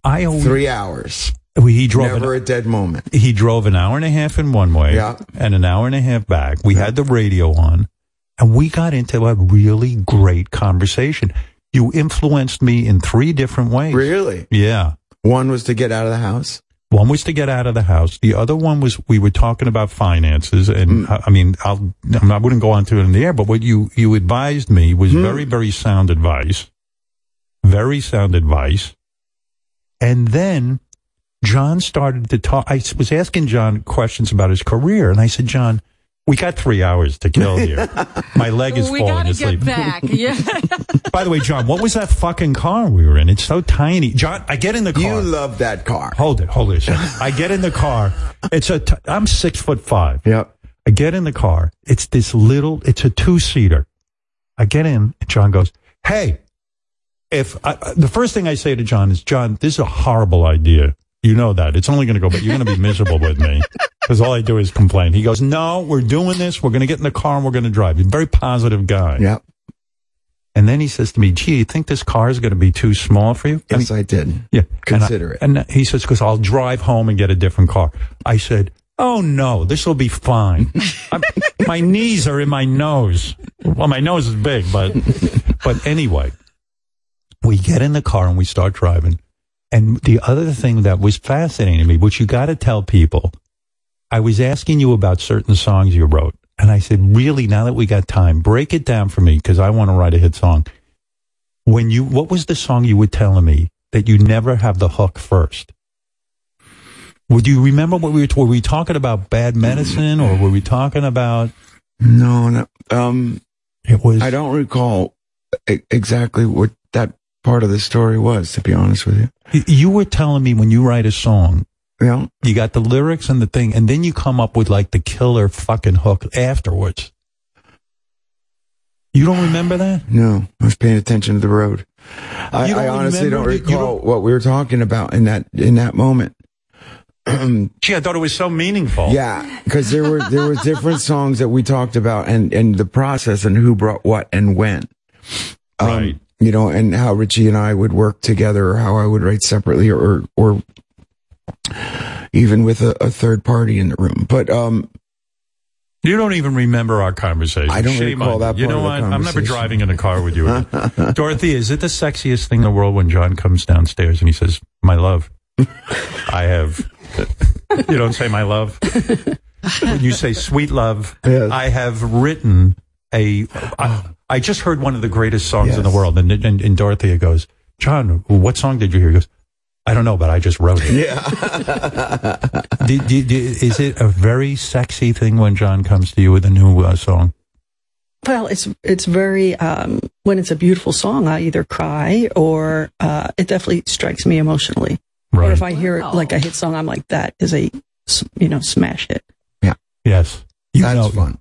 Speaker 5: I always,
Speaker 33: Three hours.
Speaker 5: He drove
Speaker 33: Never a dead moment.
Speaker 5: He drove an hour and a half in one way
Speaker 33: Yeah.
Speaker 5: and an hour and a half back. We had the radio on and we got into a really great conversation. You influenced me in three different ways.
Speaker 33: Really?
Speaker 5: Yeah.
Speaker 33: One was to get out of the house.
Speaker 5: One was to get out of the house. The other one was we were talking about finances, and I I mean, I'll, I wouldn't go on to it in the air, but what you you advised me was very, very sound advice, very sound advice. And then John started to talk. I s- was asking John questions about his career, and I said, John, we got three hours to kill here. My leg is
Speaker 6: we
Speaker 5: falling
Speaker 6: gotta
Speaker 5: asleep.
Speaker 6: get back. Yeah.
Speaker 5: By the way, John, what was that fucking car we were in? It's so tiny. John, I get in the car. You
Speaker 33: love that car.
Speaker 5: Hold it, hold it. a second. I get in the car. It's a. T- I'm six foot five.
Speaker 33: Yep.
Speaker 5: I get in the car. It's this little. It's a two seater. I get in. And John goes, "Hey, if I, I- the first thing I say to John is, John, this is a horrible idea. You know that. It's only going to go, but you're going to be miserable with me because all I do is complain. He goes, no, we're doing this. We're going to get in the car and we're going to drive. He's a very positive guy.
Speaker 33: Yeah.
Speaker 5: And then he says to me, gee, you think this car is going to be too small for you?
Speaker 33: Yes, I, did.
Speaker 5: Yeah.
Speaker 33: Consider
Speaker 5: and I- And he says, because I'll drive home and get a different car. I said, oh no, this will be fine. I'm, my knees are in my nose. Well, my nose is big, but, but anyway, we get in the car and we start driving. And the other thing that was fascinating to me, which you got to tell people, I was asking you about certain songs you wrote. And I said, really, now that we got time, break it down for me because I want to write a hit song. When you, what was the song you were telling me that you never have the hook first? Would you remember what we were, were we talking about bad medicine or were we talking about?
Speaker 33: No, no. Um,
Speaker 5: Uh, it was.
Speaker 33: I don't recall e- exactly what that part of the story was. To be honest with you,
Speaker 5: Y- You were telling me when you write a song,
Speaker 33: yeah.
Speaker 5: you got the lyrics and the thing, and then you come up with like the killer fucking hook afterwards. You don't remember that?
Speaker 33: No, I was paying attention to the road. I,
Speaker 5: You don't
Speaker 33: I honestly don't
Speaker 5: remember it? You
Speaker 33: recall what we were talking about in that in that moment. Um,
Speaker 5: Gee, I thought it was so meaningful.
Speaker 33: Yeah, because there were there were different songs that we talked about and and the process and who brought what and when. Um, right. You know, and how Richie and I would work together, or how I would write separately, or or even with a, a third party in the room. But um,
Speaker 5: You don't even remember our conversation.
Speaker 33: I don't
Speaker 5: Shame
Speaker 33: recall
Speaker 5: on
Speaker 33: that
Speaker 5: You You
Speaker 33: part
Speaker 5: know
Speaker 33: of the
Speaker 5: what? I'm never
Speaker 33: conversation.
Speaker 5: driving in a car with you. again. Dorothy, is it the sexiest thing in the world when John comes downstairs and he says, "My love, I have." you don't say "my love." When you say "sweet love," I have written a. I, I just heard one of the greatest songs in the world, and, and and Dorothea goes, "John, what song did you hear?" He goes, "I don't know, but I just wrote it."
Speaker 33: yeah,
Speaker 5: do, do, do, is it a very sexy thing when John comes to you with a new uh, song?
Speaker 9: Well, it's it's very um, when it's a beautiful song, I either cry or uh, it definitely strikes me emotionally. Or if I hear it like a hit song, I'm like, that is a s- you know smash hit.
Speaker 5: Yes, you that's
Speaker 33: fun.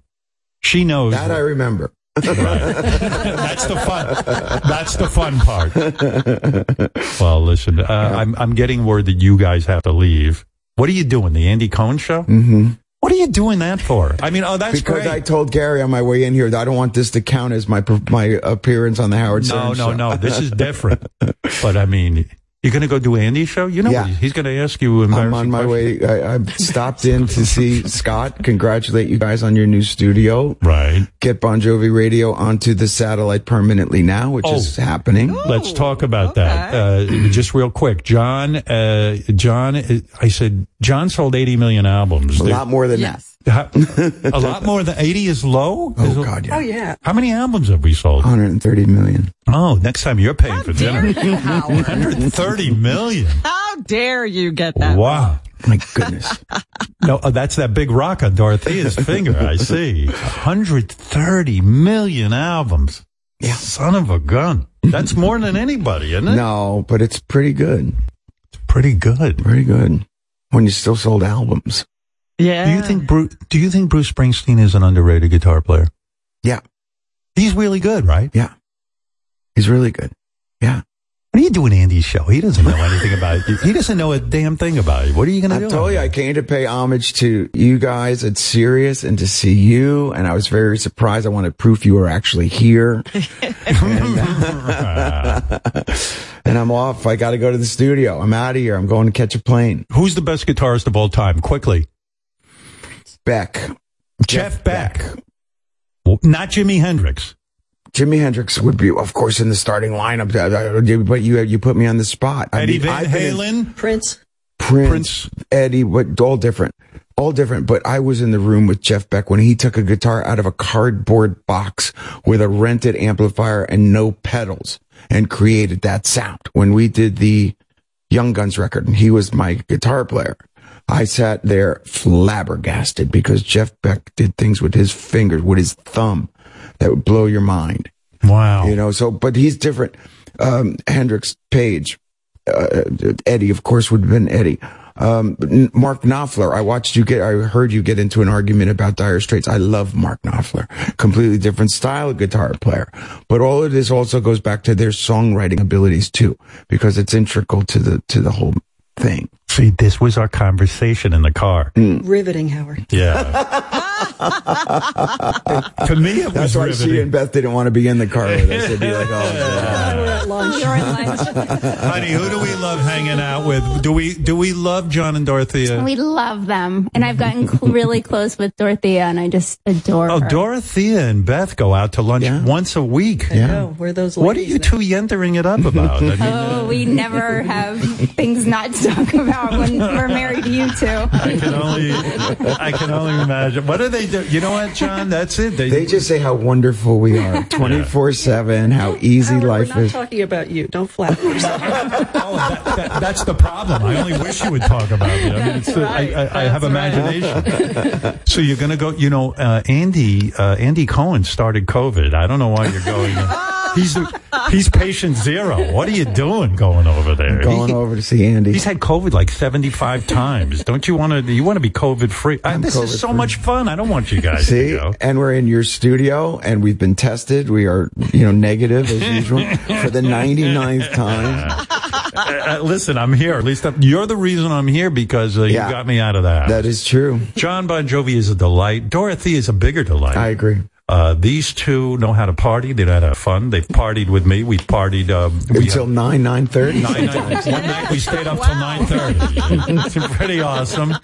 Speaker 5: She knows
Speaker 33: that I remember.
Speaker 5: That's the fun. That's the fun part. Well, listen, uh, I'm I'm getting word that you guys have to leave. What are you doing? The Andy Cohen show?
Speaker 33: Mm-hmm.
Speaker 5: What are you doing that for? I mean, oh, that's
Speaker 33: because
Speaker 5: great.
Speaker 33: I told Gary on my way in here that I don't want this to count as my per- my appearance on the Howard.
Speaker 5: no,
Speaker 33: Stern
Speaker 5: no,
Speaker 33: show.
Speaker 5: no. This is different. but I mean, you're going to go do Andy's show? You know,
Speaker 33: Yeah.
Speaker 5: he's going to ask you. Embarrassing
Speaker 33: I'm on my way. I, I stopped in to see Scott. Congratulate you guys on your new studio.
Speaker 5: Right.
Speaker 33: Get Bon Jovi Radio onto the satellite permanently now, which
Speaker 5: Oh.
Speaker 33: is happening.
Speaker 5: Let's talk about that. Uh, just real quick. John, uh, John, uh, I said, John sold 80 million albums.
Speaker 33: A lot more than Yes.
Speaker 5: that. a lot more than 80 is low? Oh,
Speaker 33: God,
Speaker 9: Oh yeah.
Speaker 5: How many albums have we sold?
Speaker 33: 130 million.
Speaker 5: Oh, next time you're paying for dinner.
Speaker 6: dare you, Howard.
Speaker 5: 130 million.
Speaker 6: How dare you get that?
Speaker 5: Wow.
Speaker 33: My goodness.
Speaker 5: No, oh, that's that big rock on Dorothea's finger. I see. 130 million albums. Yeah. Son of a gun. That's more than anybody, isn't it?
Speaker 33: No, but it's pretty good.
Speaker 5: It's pretty good.
Speaker 33: Pretty good. When you still sold albums.
Speaker 6: Yeah.
Speaker 5: Do you think Bruce, do you think Bruce Springsteen is an underrated guitar player?
Speaker 33: Yeah.
Speaker 5: He's really good, right?
Speaker 33: Yeah. He's really good. Yeah.
Speaker 5: What are you doing Andy's show? He doesn't know anything about it. He doesn't know a damn thing about it. What are you going to
Speaker 33: I
Speaker 5: do?
Speaker 33: told you I came to pay homage to you guys at Sirius and to see you, and I was very surprised. I wanted proof you were actually here. and I'm off. I got to go to the studio. I'm out of here. I'm going to catch a plane.
Speaker 5: Who's the best guitarist of all time? Quickly.
Speaker 33: Beck.
Speaker 5: Jeff, Beck. Well, Not Jimi Hendrix.
Speaker 33: Jimi Hendrix would be, of course, in the starting lineup, but you you put me on the spot. I
Speaker 5: Eddie
Speaker 33: mean,
Speaker 5: Van
Speaker 33: I've been in-
Speaker 5: Halen.
Speaker 9: Prince.
Speaker 33: Prince, Eddie, but all different, all different. But I was in the room with Jeff Beck when he took a guitar out of a cardboard box with a rented amplifier and no pedals and created that sound. When we did the Young Guns record and he was my guitar player, I sat there flabbergasted because Jeff Beck did things with his fingers, with his thumb that would blow your mind.
Speaker 5: Wow.
Speaker 33: You know, so, but he's different. Um, Hendrix, Page, uh, Eddie, of course, would have been Eddie. Um, N- Mark Knopfler, I watched you get, I heard you get into an argument about Dire Straits. I love Mark Knopfler. Completely different style of guitar player. But all of this also goes back to their songwriting abilities too, because it's integral to the, to the whole thing. Mm.
Speaker 5: See, this was our conversation in the car.
Speaker 9: Riveting, Howard.
Speaker 5: Yeah. to me, it
Speaker 33: That's
Speaker 5: was
Speaker 33: why she
Speaker 5: riveting.
Speaker 33: and Beth didn't want to be in the car with us. They'd be like, oh,
Speaker 9: We're at lunch. You're at
Speaker 5: Honey, who do we love hanging out with? Do we do we love John and Dorothea?
Speaker 31: We love them, and I've gotten cl- really close with Dorothea, and I just adore
Speaker 5: Oh,
Speaker 31: her.
Speaker 5: Dorothea and Beth go out to lunch once a week.
Speaker 9: I know. We're those
Speaker 5: What are
Speaker 9: ladies
Speaker 5: you two yentering it up about? I mean,
Speaker 31: Oh, we never have things not to talk about when we're married to you
Speaker 5: I
Speaker 31: two.
Speaker 5: can only I can only imagine. What do they do? You know what, John? That's it. They,
Speaker 33: They just say how wonderful we are 24 7, how easy life
Speaker 9: We're not
Speaker 33: is.
Speaker 9: talking about you. Don't flatter yourself.
Speaker 5: that, that's the problem. I only wish you would talk about it. I mean, it's the, I, I, I have imagination. so you're going to go. You know, uh, Andy uh, Andy Cohen started COVID. I don't know why you're going. he's the- he's patient zero. What are you doing going over there?
Speaker 33: Going over to see Andy.
Speaker 5: He's had COVID like 75 times. Don't you want to? You want to be COVID free? I,
Speaker 33: I'm
Speaker 5: this is so
Speaker 33: COVID-free.
Speaker 5: much fun. I don't want you guys
Speaker 33: See,
Speaker 5: to go.
Speaker 33: and we're in your studio, and we've been tested. We are, you know, negative as usual for the 99th time.
Speaker 5: Uh, uh, listen, I'm here. At least I'm, you're the reason I'm here because uh,
Speaker 33: Yeah.
Speaker 5: you got me out of that.
Speaker 33: That is true.
Speaker 5: John Bon Jovi is a delight. Dorothy is a bigger delight.
Speaker 33: I agree.
Speaker 5: Uh, these two know how to party. They know how to have fun. They've partied with me. We've partied. Um, we
Speaker 33: Until nine nine thirty.
Speaker 5: Nine, nine, one night we stayed up till nine thirty. It's pretty awesome,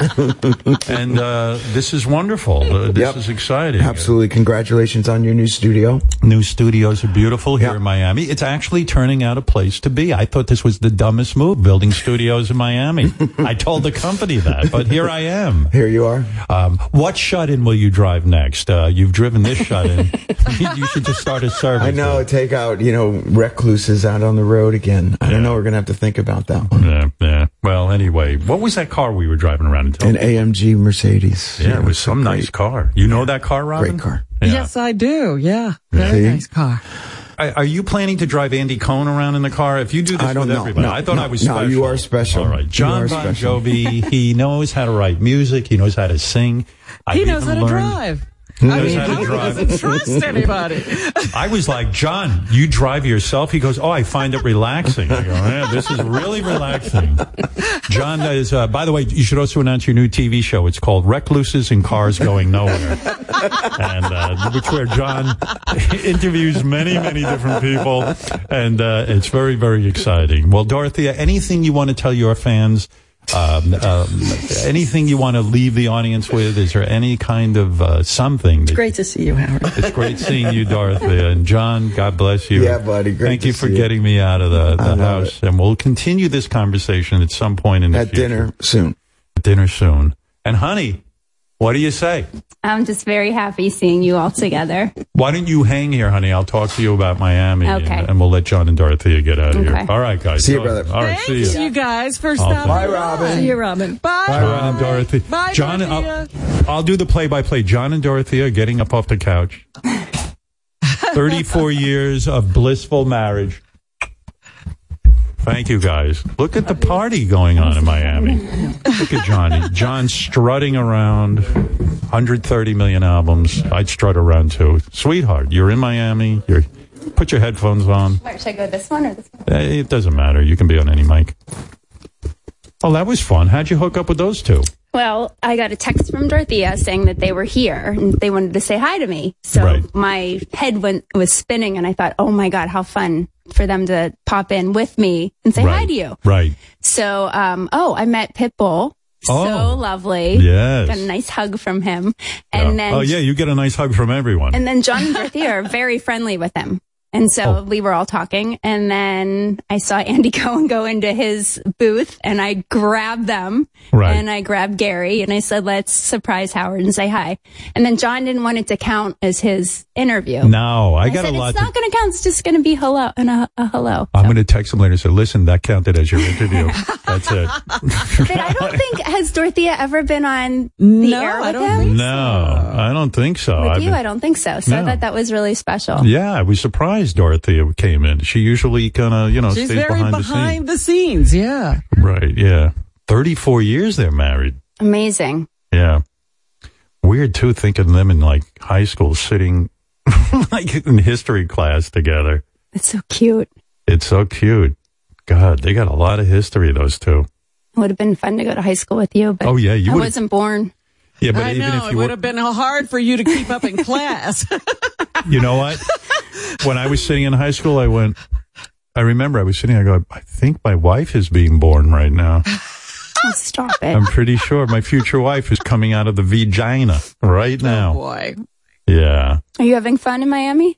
Speaker 5: and uh, this is wonderful. Uh, this
Speaker 33: Yep.
Speaker 5: is exciting.
Speaker 33: Absolutely. Congratulations on your new studio.
Speaker 5: New studios are beautiful here in Miami. It's actually turning out a place to be. I thought this was the dumbest move, building studios in Miami. I told the company that, but here I am.
Speaker 33: Here you are.
Speaker 5: Um, what shut in will you drive next? Uh, you've driven this shut in. you should just start a service.
Speaker 33: I know. Take out, you know, recluses out on the road again. I don't know. We're gonna have to think about that one.
Speaker 5: Yeah, yeah. Well, anyway, what was that car we were driving around in?
Speaker 33: An
Speaker 5: Tulsa?
Speaker 33: AMG Mercedes.
Speaker 5: yeah, it was some nice car. You know that car, Robin?
Speaker 33: Great car.
Speaker 5: Yeah.
Speaker 6: Yes, I do. Yeah. Very
Speaker 33: See?
Speaker 6: nice car.
Speaker 5: I, are you planning to drive Andy Cohn around in the car? If you do this
Speaker 33: I don't
Speaker 5: with
Speaker 33: know.
Speaker 5: everybody,
Speaker 33: No,
Speaker 5: I thought
Speaker 33: no,
Speaker 5: I was
Speaker 33: no,
Speaker 5: special.
Speaker 33: you are special.
Speaker 5: All right,
Speaker 33: You
Speaker 5: John
Speaker 33: are
Speaker 5: Bon
Speaker 33: special.
Speaker 5: Jovi. He knows how to write music. He knows how to sing. I've
Speaker 6: he knows how
Speaker 5: even
Speaker 6: to
Speaker 5: learned-
Speaker 6: drive.
Speaker 5: He
Speaker 6: I
Speaker 5: knows
Speaker 6: mean,
Speaker 5: how to
Speaker 6: how
Speaker 5: drive.
Speaker 6: doesn't trust anybody?
Speaker 5: I was like, John, you drive yourself? He goes, Oh, I find it relaxing. I go, yeah, this is really relaxing. John is, uh, by the way, you should also announce your new TV show. It's called Recluses and Cars Going Nowhere. and uh, which where John interviews many, many different people. And uh, it's very, very exciting. Well, Dorothea, anything you want to tell your fans? Um, um, anything you want to leave the audience with? Is there any kind of uh, something? That
Speaker 9: Great to see you, Howard.
Speaker 5: it's great seeing you, Dorothea. And John, God bless you.
Speaker 33: Yeah, buddy, great
Speaker 5: Thank
Speaker 33: to
Speaker 5: you for
Speaker 33: see you.
Speaker 5: getting me out of the,
Speaker 33: I
Speaker 5: the
Speaker 33: love
Speaker 5: house. And we'll continue this conversation at some point in the
Speaker 33: At
Speaker 5: future.
Speaker 33: dinner soon.
Speaker 5: At dinner soon. And honey, what do you say?
Speaker 31: I'm just very happy seeing you all together.
Speaker 5: Why don't you hang here, honey? I'll talk to you about Miami. and-
Speaker 31: Okay.
Speaker 5: And, we'll let John and Dorothea get out of here.
Speaker 31: Okay.
Speaker 5: All right, guys.
Speaker 33: See you,
Speaker 5: All
Speaker 33: brother.
Speaker 5: All right,
Speaker 6: Thanks,
Speaker 5: see you.
Speaker 6: you guys, for
Speaker 5: Awesome.
Speaker 6: stopping
Speaker 5: Bye,
Speaker 6: by.
Speaker 33: Robin.
Speaker 9: See you, Robin.
Speaker 6: Bye.
Speaker 5: John and Dorothy.
Speaker 6: Bye,
Speaker 5: John, and-
Speaker 6: Dorothea.
Speaker 5: I'll, I'll do the play by play. John and Dorothea getting up off the couch. 34 years of blissful marriage. Thank you guys. Look at the party going on in Miami. Look at Johnny. John strutting around. 130 million albums. I'd strut around too. Sweetheart, you're in Miami. You're put your headphones on.
Speaker 31: Where should I go? This one or this one?
Speaker 5: Eh, It doesn't matter. You can be on any mic. Oh, that was fun. How'd you hook up with those two?
Speaker 31: Well, I got a text from Dorothea saying that they were here and they wanted to say hi to me. So
Speaker 5: Right.
Speaker 31: my head went was spinning, and I thought, oh my god, how fun for them to pop in with me and say hi
Speaker 5: Right.
Speaker 31: to you.
Speaker 5: Right.
Speaker 31: So, um, oh, I met Pitbull.
Speaker 5: Oh.
Speaker 31: So lovely.
Speaker 5: Yes.
Speaker 31: Got a nice hug from him.
Speaker 5: Yeah.
Speaker 31: And then
Speaker 5: oh yeah, you get a nice hug from everyone.
Speaker 31: And then John and Dorothea are very friendly with him. And
Speaker 5: Oh.
Speaker 31: so we were all talking. And then I saw Andy Cohen go into his booth and I grabbed them.
Speaker 5: Right.
Speaker 31: And I grabbed Gary and I said, let's surprise Howard and say hi. And then John didn't want it to count as his interview.
Speaker 5: no, I, got
Speaker 31: said,
Speaker 5: a lot.
Speaker 31: It's
Speaker 5: To,
Speaker 31: not going to count. It's just going to be hello and a, a hello.
Speaker 5: I'm going to text him later and say, "Listen, that counted as your interview. That's it."
Speaker 31: But I don't think, has Dorothea ever been on the
Speaker 6: No,
Speaker 31: air with
Speaker 6: I don't
Speaker 31: him?
Speaker 6: think
Speaker 5: No, I don't think so.
Speaker 31: With
Speaker 5: I've
Speaker 31: you,
Speaker 5: been-
Speaker 31: I don't think so. So I
Speaker 5: No.
Speaker 31: thought that was really special.
Speaker 5: yeah, I was surprised Dorothea came in. She usually kind of, you know,
Speaker 6: She's
Speaker 5: stays
Speaker 6: very behind,
Speaker 5: behind,
Speaker 6: the, scenes. Yeah.
Speaker 5: the scene. Right? Yeah. Thirty-four years they're married.
Speaker 31: Amazing.
Speaker 5: Yeah. Weird too, thinking them in like high school, sitting like in history class together.
Speaker 31: It's so cute.
Speaker 5: It's so cute. God, they got a lot of history. Those two.
Speaker 31: It would have been fun to go to high school with you, but
Speaker 5: Oh, yeah, you
Speaker 31: I
Speaker 5: would've-
Speaker 31: wasn't born.
Speaker 5: Yeah, but
Speaker 6: I
Speaker 5: even
Speaker 6: know
Speaker 5: if
Speaker 6: it
Speaker 5: you
Speaker 6: would
Speaker 5: were,
Speaker 6: have been hard for you to keep up in class.
Speaker 5: you know what? when I was sitting in high school, I went. I remember I was sitting. I go. I think my wife is being born right now.
Speaker 31: Oh, stop it!
Speaker 5: I'm pretty sure my future wife is coming out of the vagina right now.
Speaker 6: Oh, boy,
Speaker 5: Yeah.
Speaker 31: are you having fun in Miami?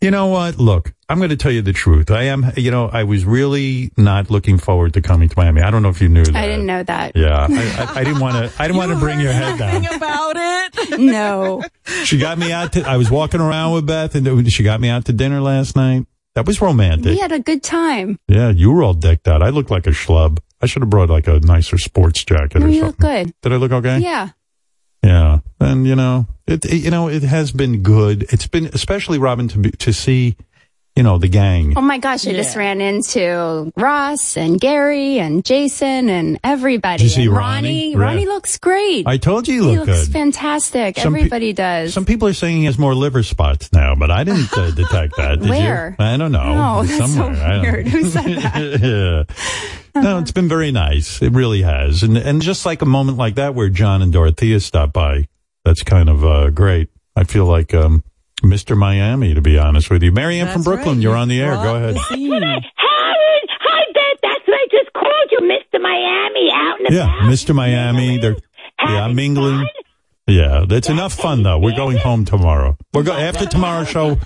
Speaker 5: You know what? Look, I'm going to tell you the truth. I am, you know, I was really not looking forward to coming to Miami. I don't know if you knew that.
Speaker 31: I didn't know that.
Speaker 5: Yeah, I, I, I didn't want to. I didn't want to bring your head down.
Speaker 6: about it?
Speaker 31: No.
Speaker 5: She got me out to. I was walking around with Beth, and she got me out to dinner last night. That was romantic.
Speaker 31: We had a good time.
Speaker 5: Yeah, you were all decked out. I looked like a schlub. I should have brought like a nicer sports jacket
Speaker 31: No,
Speaker 5: or
Speaker 31: you
Speaker 5: something.
Speaker 31: look good.
Speaker 5: Did I look okay?
Speaker 31: Yeah.
Speaker 5: Yeah. And you know, it, it- you know it has been good. It's been especially Robin to be, to see, you know, the gang.
Speaker 31: Oh my gosh, I just ran into Ross and Gary and Jason and everybody.
Speaker 5: Did you see
Speaker 31: And
Speaker 5: Ronnie?
Speaker 31: Ronnie,
Speaker 5: Yeah.
Speaker 31: Ronnie looks great.
Speaker 5: I told you he
Speaker 31: he
Speaker 5: looked
Speaker 31: looks
Speaker 5: good.
Speaker 31: fantastic.
Speaker 5: Some pe-
Speaker 31: everybody does.
Speaker 5: Some people are saying he has more liver spots now, but I didn't uh, detect that. Did
Speaker 31: Where?
Speaker 5: you? I don't know.
Speaker 31: No, that's so
Speaker 5: Somewhere. I don't
Speaker 31: weird. Who said
Speaker 5: that? yeah. No, it's been very nice. It really has. And and just like a moment like that where John and Dorothea stop by, that's kind of uh, great. I feel like um, Mr. Miami, to be honest with you. Marianne from
Speaker 3: That's
Speaker 5: Brooklyn,
Speaker 3: right.
Speaker 5: you're on the air. Go ahead.
Speaker 3: Howard, hi, Beth. That's what I just called you, Mr. Miami, out in the
Speaker 5: Yeah, Mr. Miami. They're yeah, I'm mingling. Yeah, that's enough fun though. We're going home tomorrow. We're go after tomorrow's show.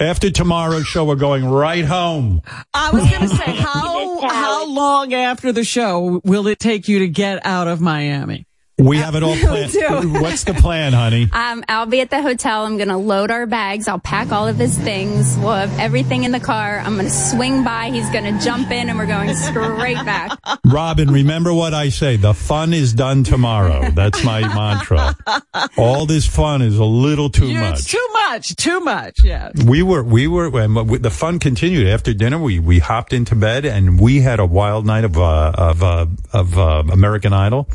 Speaker 5: After tomorrow's show, we're going right home.
Speaker 6: I was going to say how how long after the show will it take you to get out of Miami?
Speaker 5: We have it all
Speaker 31: Me
Speaker 5: planned.
Speaker 31: too.
Speaker 5: What's the plan, honey?
Speaker 31: Um, I'll be at the hotel. I'm going to load our bags. I'll pack all of his things. We'll have everything in the car. I'm going to swing by. He's going to jump in and we're going straight back.
Speaker 5: Robin, remember what I say. The fun is done tomorrow. That's my mantra. All this fun is a little too
Speaker 6: Yeah,
Speaker 5: much.
Speaker 6: It's too much. Too much. Yeah.
Speaker 5: We were, we were, um, we- the fun continued after dinner. We, we hopped into bed and we had a wild night of, uh, of, uh, of, uh, American Idol.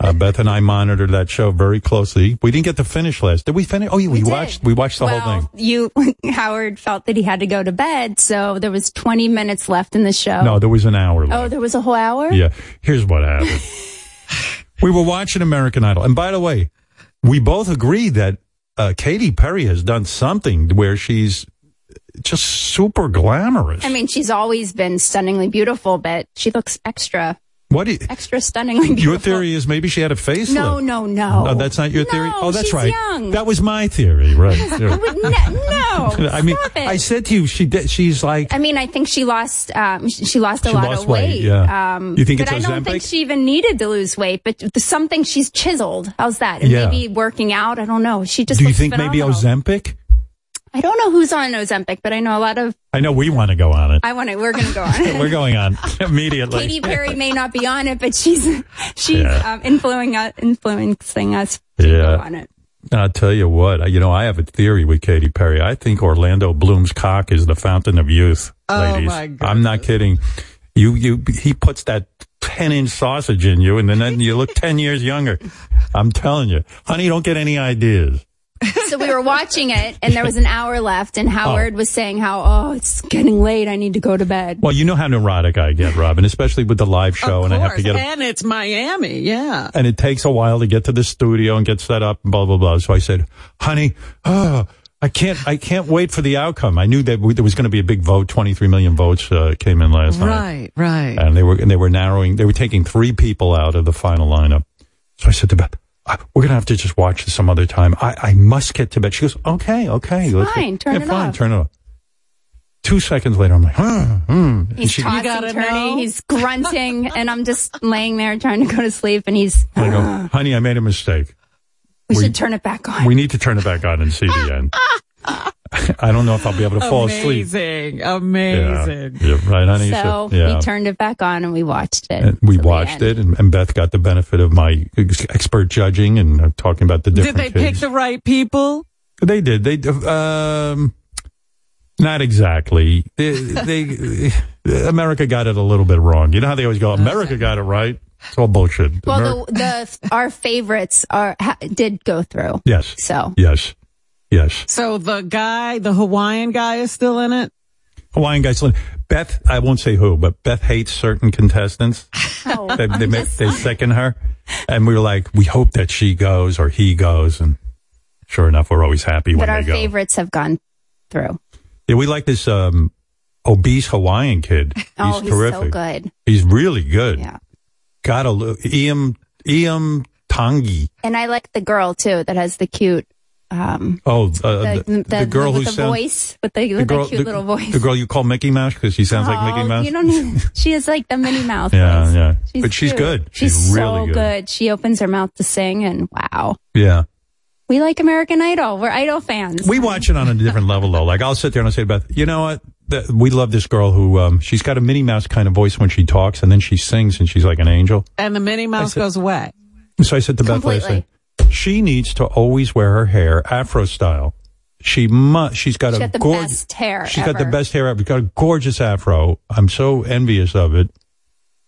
Speaker 5: Uh, Beth and I monitored that show very closely. We didn't get to finish last. Did we finish? Oh yeah, we, watched, we watched the whole
Speaker 31: well,
Speaker 5: thing.
Speaker 31: you, Howard felt that he had to go to bed. So there was 20 minutes left in the show.
Speaker 5: No, there was an hour left.
Speaker 31: Oh, there was a whole oh. hour?
Speaker 5: Yeah. Here's what happened. we were watching American Idol. And by the way, we both agree that uh, Katy Perry has done something where she's just super glamorous.
Speaker 31: I mean, she's always been stunningly beautiful, but she looks extra,
Speaker 5: What do you,
Speaker 31: extra stunningly beautiful.
Speaker 5: Your theory is maybe she had a facelift.
Speaker 31: No, no, no.
Speaker 5: Oh, that's not your theory.
Speaker 31: No,
Speaker 5: Oh, that's
Speaker 31: she's
Speaker 5: right.
Speaker 31: young.
Speaker 5: That was my theory, right?
Speaker 31: I would ne- no,
Speaker 5: I mean,
Speaker 31: stop it.
Speaker 5: I said to you, she did, she's like
Speaker 31: I mean, I think she lost. Um, sh- she lost a
Speaker 5: She
Speaker 31: lot
Speaker 5: lost
Speaker 31: of
Speaker 5: weight,
Speaker 31: weight.
Speaker 5: yeah.
Speaker 31: Um,
Speaker 5: You think
Speaker 31: but
Speaker 5: it's
Speaker 31: I don't think
Speaker 5: Ozempic?
Speaker 31: she even needed to lose weight. But th- something she's chiseled. How's that? And
Speaker 5: Yeah.
Speaker 31: Maybe working out. I don't know. She just.
Speaker 5: Do you
Speaker 31: looks
Speaker 5: think
Speaker 31: phenomenal.
Speaker 5: maybe Ozempic?
Speaker 31: I don't know who's on Ozempic, but I know a lot of.
Speaker 5: I know we want to go on it.
Speaker 31: I want to. We're going to go on it.
Speaker 5: We're going on immediately.
Speaker 31: Katy Perry may not be on it, but she's she's
Speaker 5: Yeah.
Speaker 31: um, influencing us, influencing us
Speaker 5: Yeah.
Speaker 31: on it.
Speaker 5: I'll tell you what, I- you know, I have a theory with Katy Perry. I think Orlando Bloom's cock is the fountain of youth,
Speaker 6: Oh,
Speaker 5: ladies.
Speaker 6: my
Speaker 5: I'm not kidding. You, you, he puts that 10 inch sausage in you and then you look 10 years younger. I'm telling you. Honey, don't get any ideas.
Speaker 31: so we were watching it, and there was an hour left,
Speaker 5: Oh.
Speaker 31: and Howard was saying how oh it's getting late, I need to go to bed.
Speaker 5: Well, you know how neurotic I get, Robin, especially with the live show and I have to get a
Speaker 6: and it's Miami. Yeah.
Speaker 5: and it takes a while to get to the studio and get set up and blah blah blah so i said honey oh, i can't i can't wait for the outcome i knew that we, there was going to be a big vote 23 million votes uh, came in last night
Speaker 6: Right. Right.
Speaker 5: and they were and they were narrowing they were taking three people out of the final lineup so i said to beth "I- we're going to have to just watch this some other time i, I must get to bed she goes okay okay let's get-
Speaker 31: fine, turn
Speaker 5: yeah,
Speaker 31: it
Speaker 5: fine,
Speaker 31: off."
Speaker 5: turn it off two seconds later i'm like huh, hmm. And
Speaker 31: He's
Speaker 5: she-
Speaker 31: tossing, turning, he's grunting, and I'm just laying there trying to go to sleep, and he's
Speaker 5: I go, honey i made a mistake
Speaker 31: we should turn it back on.
Speaker 5: We need to turn it back on and see the end. I don't know if I'll be able to fall asleep.
Speaker 6: Amazing. Amazing.
Speaker 5: Yeah, yeah, right, honey.
Speaker 31: So
Speaker 5: yeah.
Speaker 31: we turned it back on and we watched it.
Speaker 5: And we watched it, and, and Beth got the benefit of my ex- expert judging and uh, talking about the
Speaker 6: Did
Speaker 5: different
Speaker 6: they pick
Speaker 5: kids.
Speaker 6: the right people?
Speaker 5: they did. They um, not exactly. They, they America got it a little bit wrong. You know how they always go, America got it right. It's all bullshit. Ameri-
Speaker 31: Well, the, the our favorites are ha, did go through.
Speaker 5: yes.
Speaker 31: So
Speaker 5: Yes. Yes.
Speaker 6: So the guy, the Hawaiian guy, is still in it.
Speaker 5: Hawaiian guy. Slim. Beth, I won't say who, but Beth hates certain contestants.
Speaker 31: Oh,
Speaker 5: they, they,
Speaker 31: I'm
Speaker 5: make,
Speaker 31: just
Speaker 5: they second her. And we were like, we hope that she goes or he goes. And sure enough, we're always happy when
Speaker 31: But our
Speaker 5: they go.
Speaker 31: favorites have gone through.
Speaker 5: yeah, we like this um, obese Hawaiian kid. He's
Speaker 31: oh, he's
Speaker 5: terrific.
Speaker 31: so good.
Speaker 5: He's really good. Yeah. Gotta look. Iam, Iam Tangi.
Speaker 31: And I like the girl too that has the cute, um,
Speaker 5: Oh, uh,
Speaker 31: the,
Speaker 5: the, the girl
Speaker 31: with
Speaker 5: who
Speaker 31: the
Speaker 5: sounds.
Speaker 31: voice with the, with
Speaker 5: the girl,
Speaker 31: the cute
Speaker 5: the-
Speaker 31: little voice.
Speaker 5: The girl you call Mickey Mouse because she sounds like Mickey
Speaker 31: Oh,
Speaker 5: Mouse.
Speaker 31: You don't need, she is like the Minnie Mouse.
Speaker 5: yeah,
Speaker 31: voice.
Speaker 5: yeah. but she's
Speaker 31: cute.
Speaker 5: good.
Speaker 31: She's, so
Speaker 5: really
Speaker 31: good. She opens her mouth to sing, and wow,
Speaker 5: Yeah.
Speaker 31: we like American Idol. We're Idol fans.
Speaker 5: We watch it on a different level though. Like I'll sit there and I'll say to Beth, you know what? The, we love this girl who, um, she's got a Minnie Mouse kind of voice when she talks and then she sings and she's like an angel.
Speaker 6: And the Minnie Mouse goes away.
Speaker 5: So I said to Beth last night, she needs to always wear her hair afro style. She must, she's got
Speaker 31: She
Speaker 5: a
Speaker 31: got the
Speaker 5: gorgeous,
Speaker 31: best hair.
Speaker 5: she's got the
Speaker 31: ever.
Speaker 5: best hair ever. She's got a gorgeous afro. I'm so envious of it.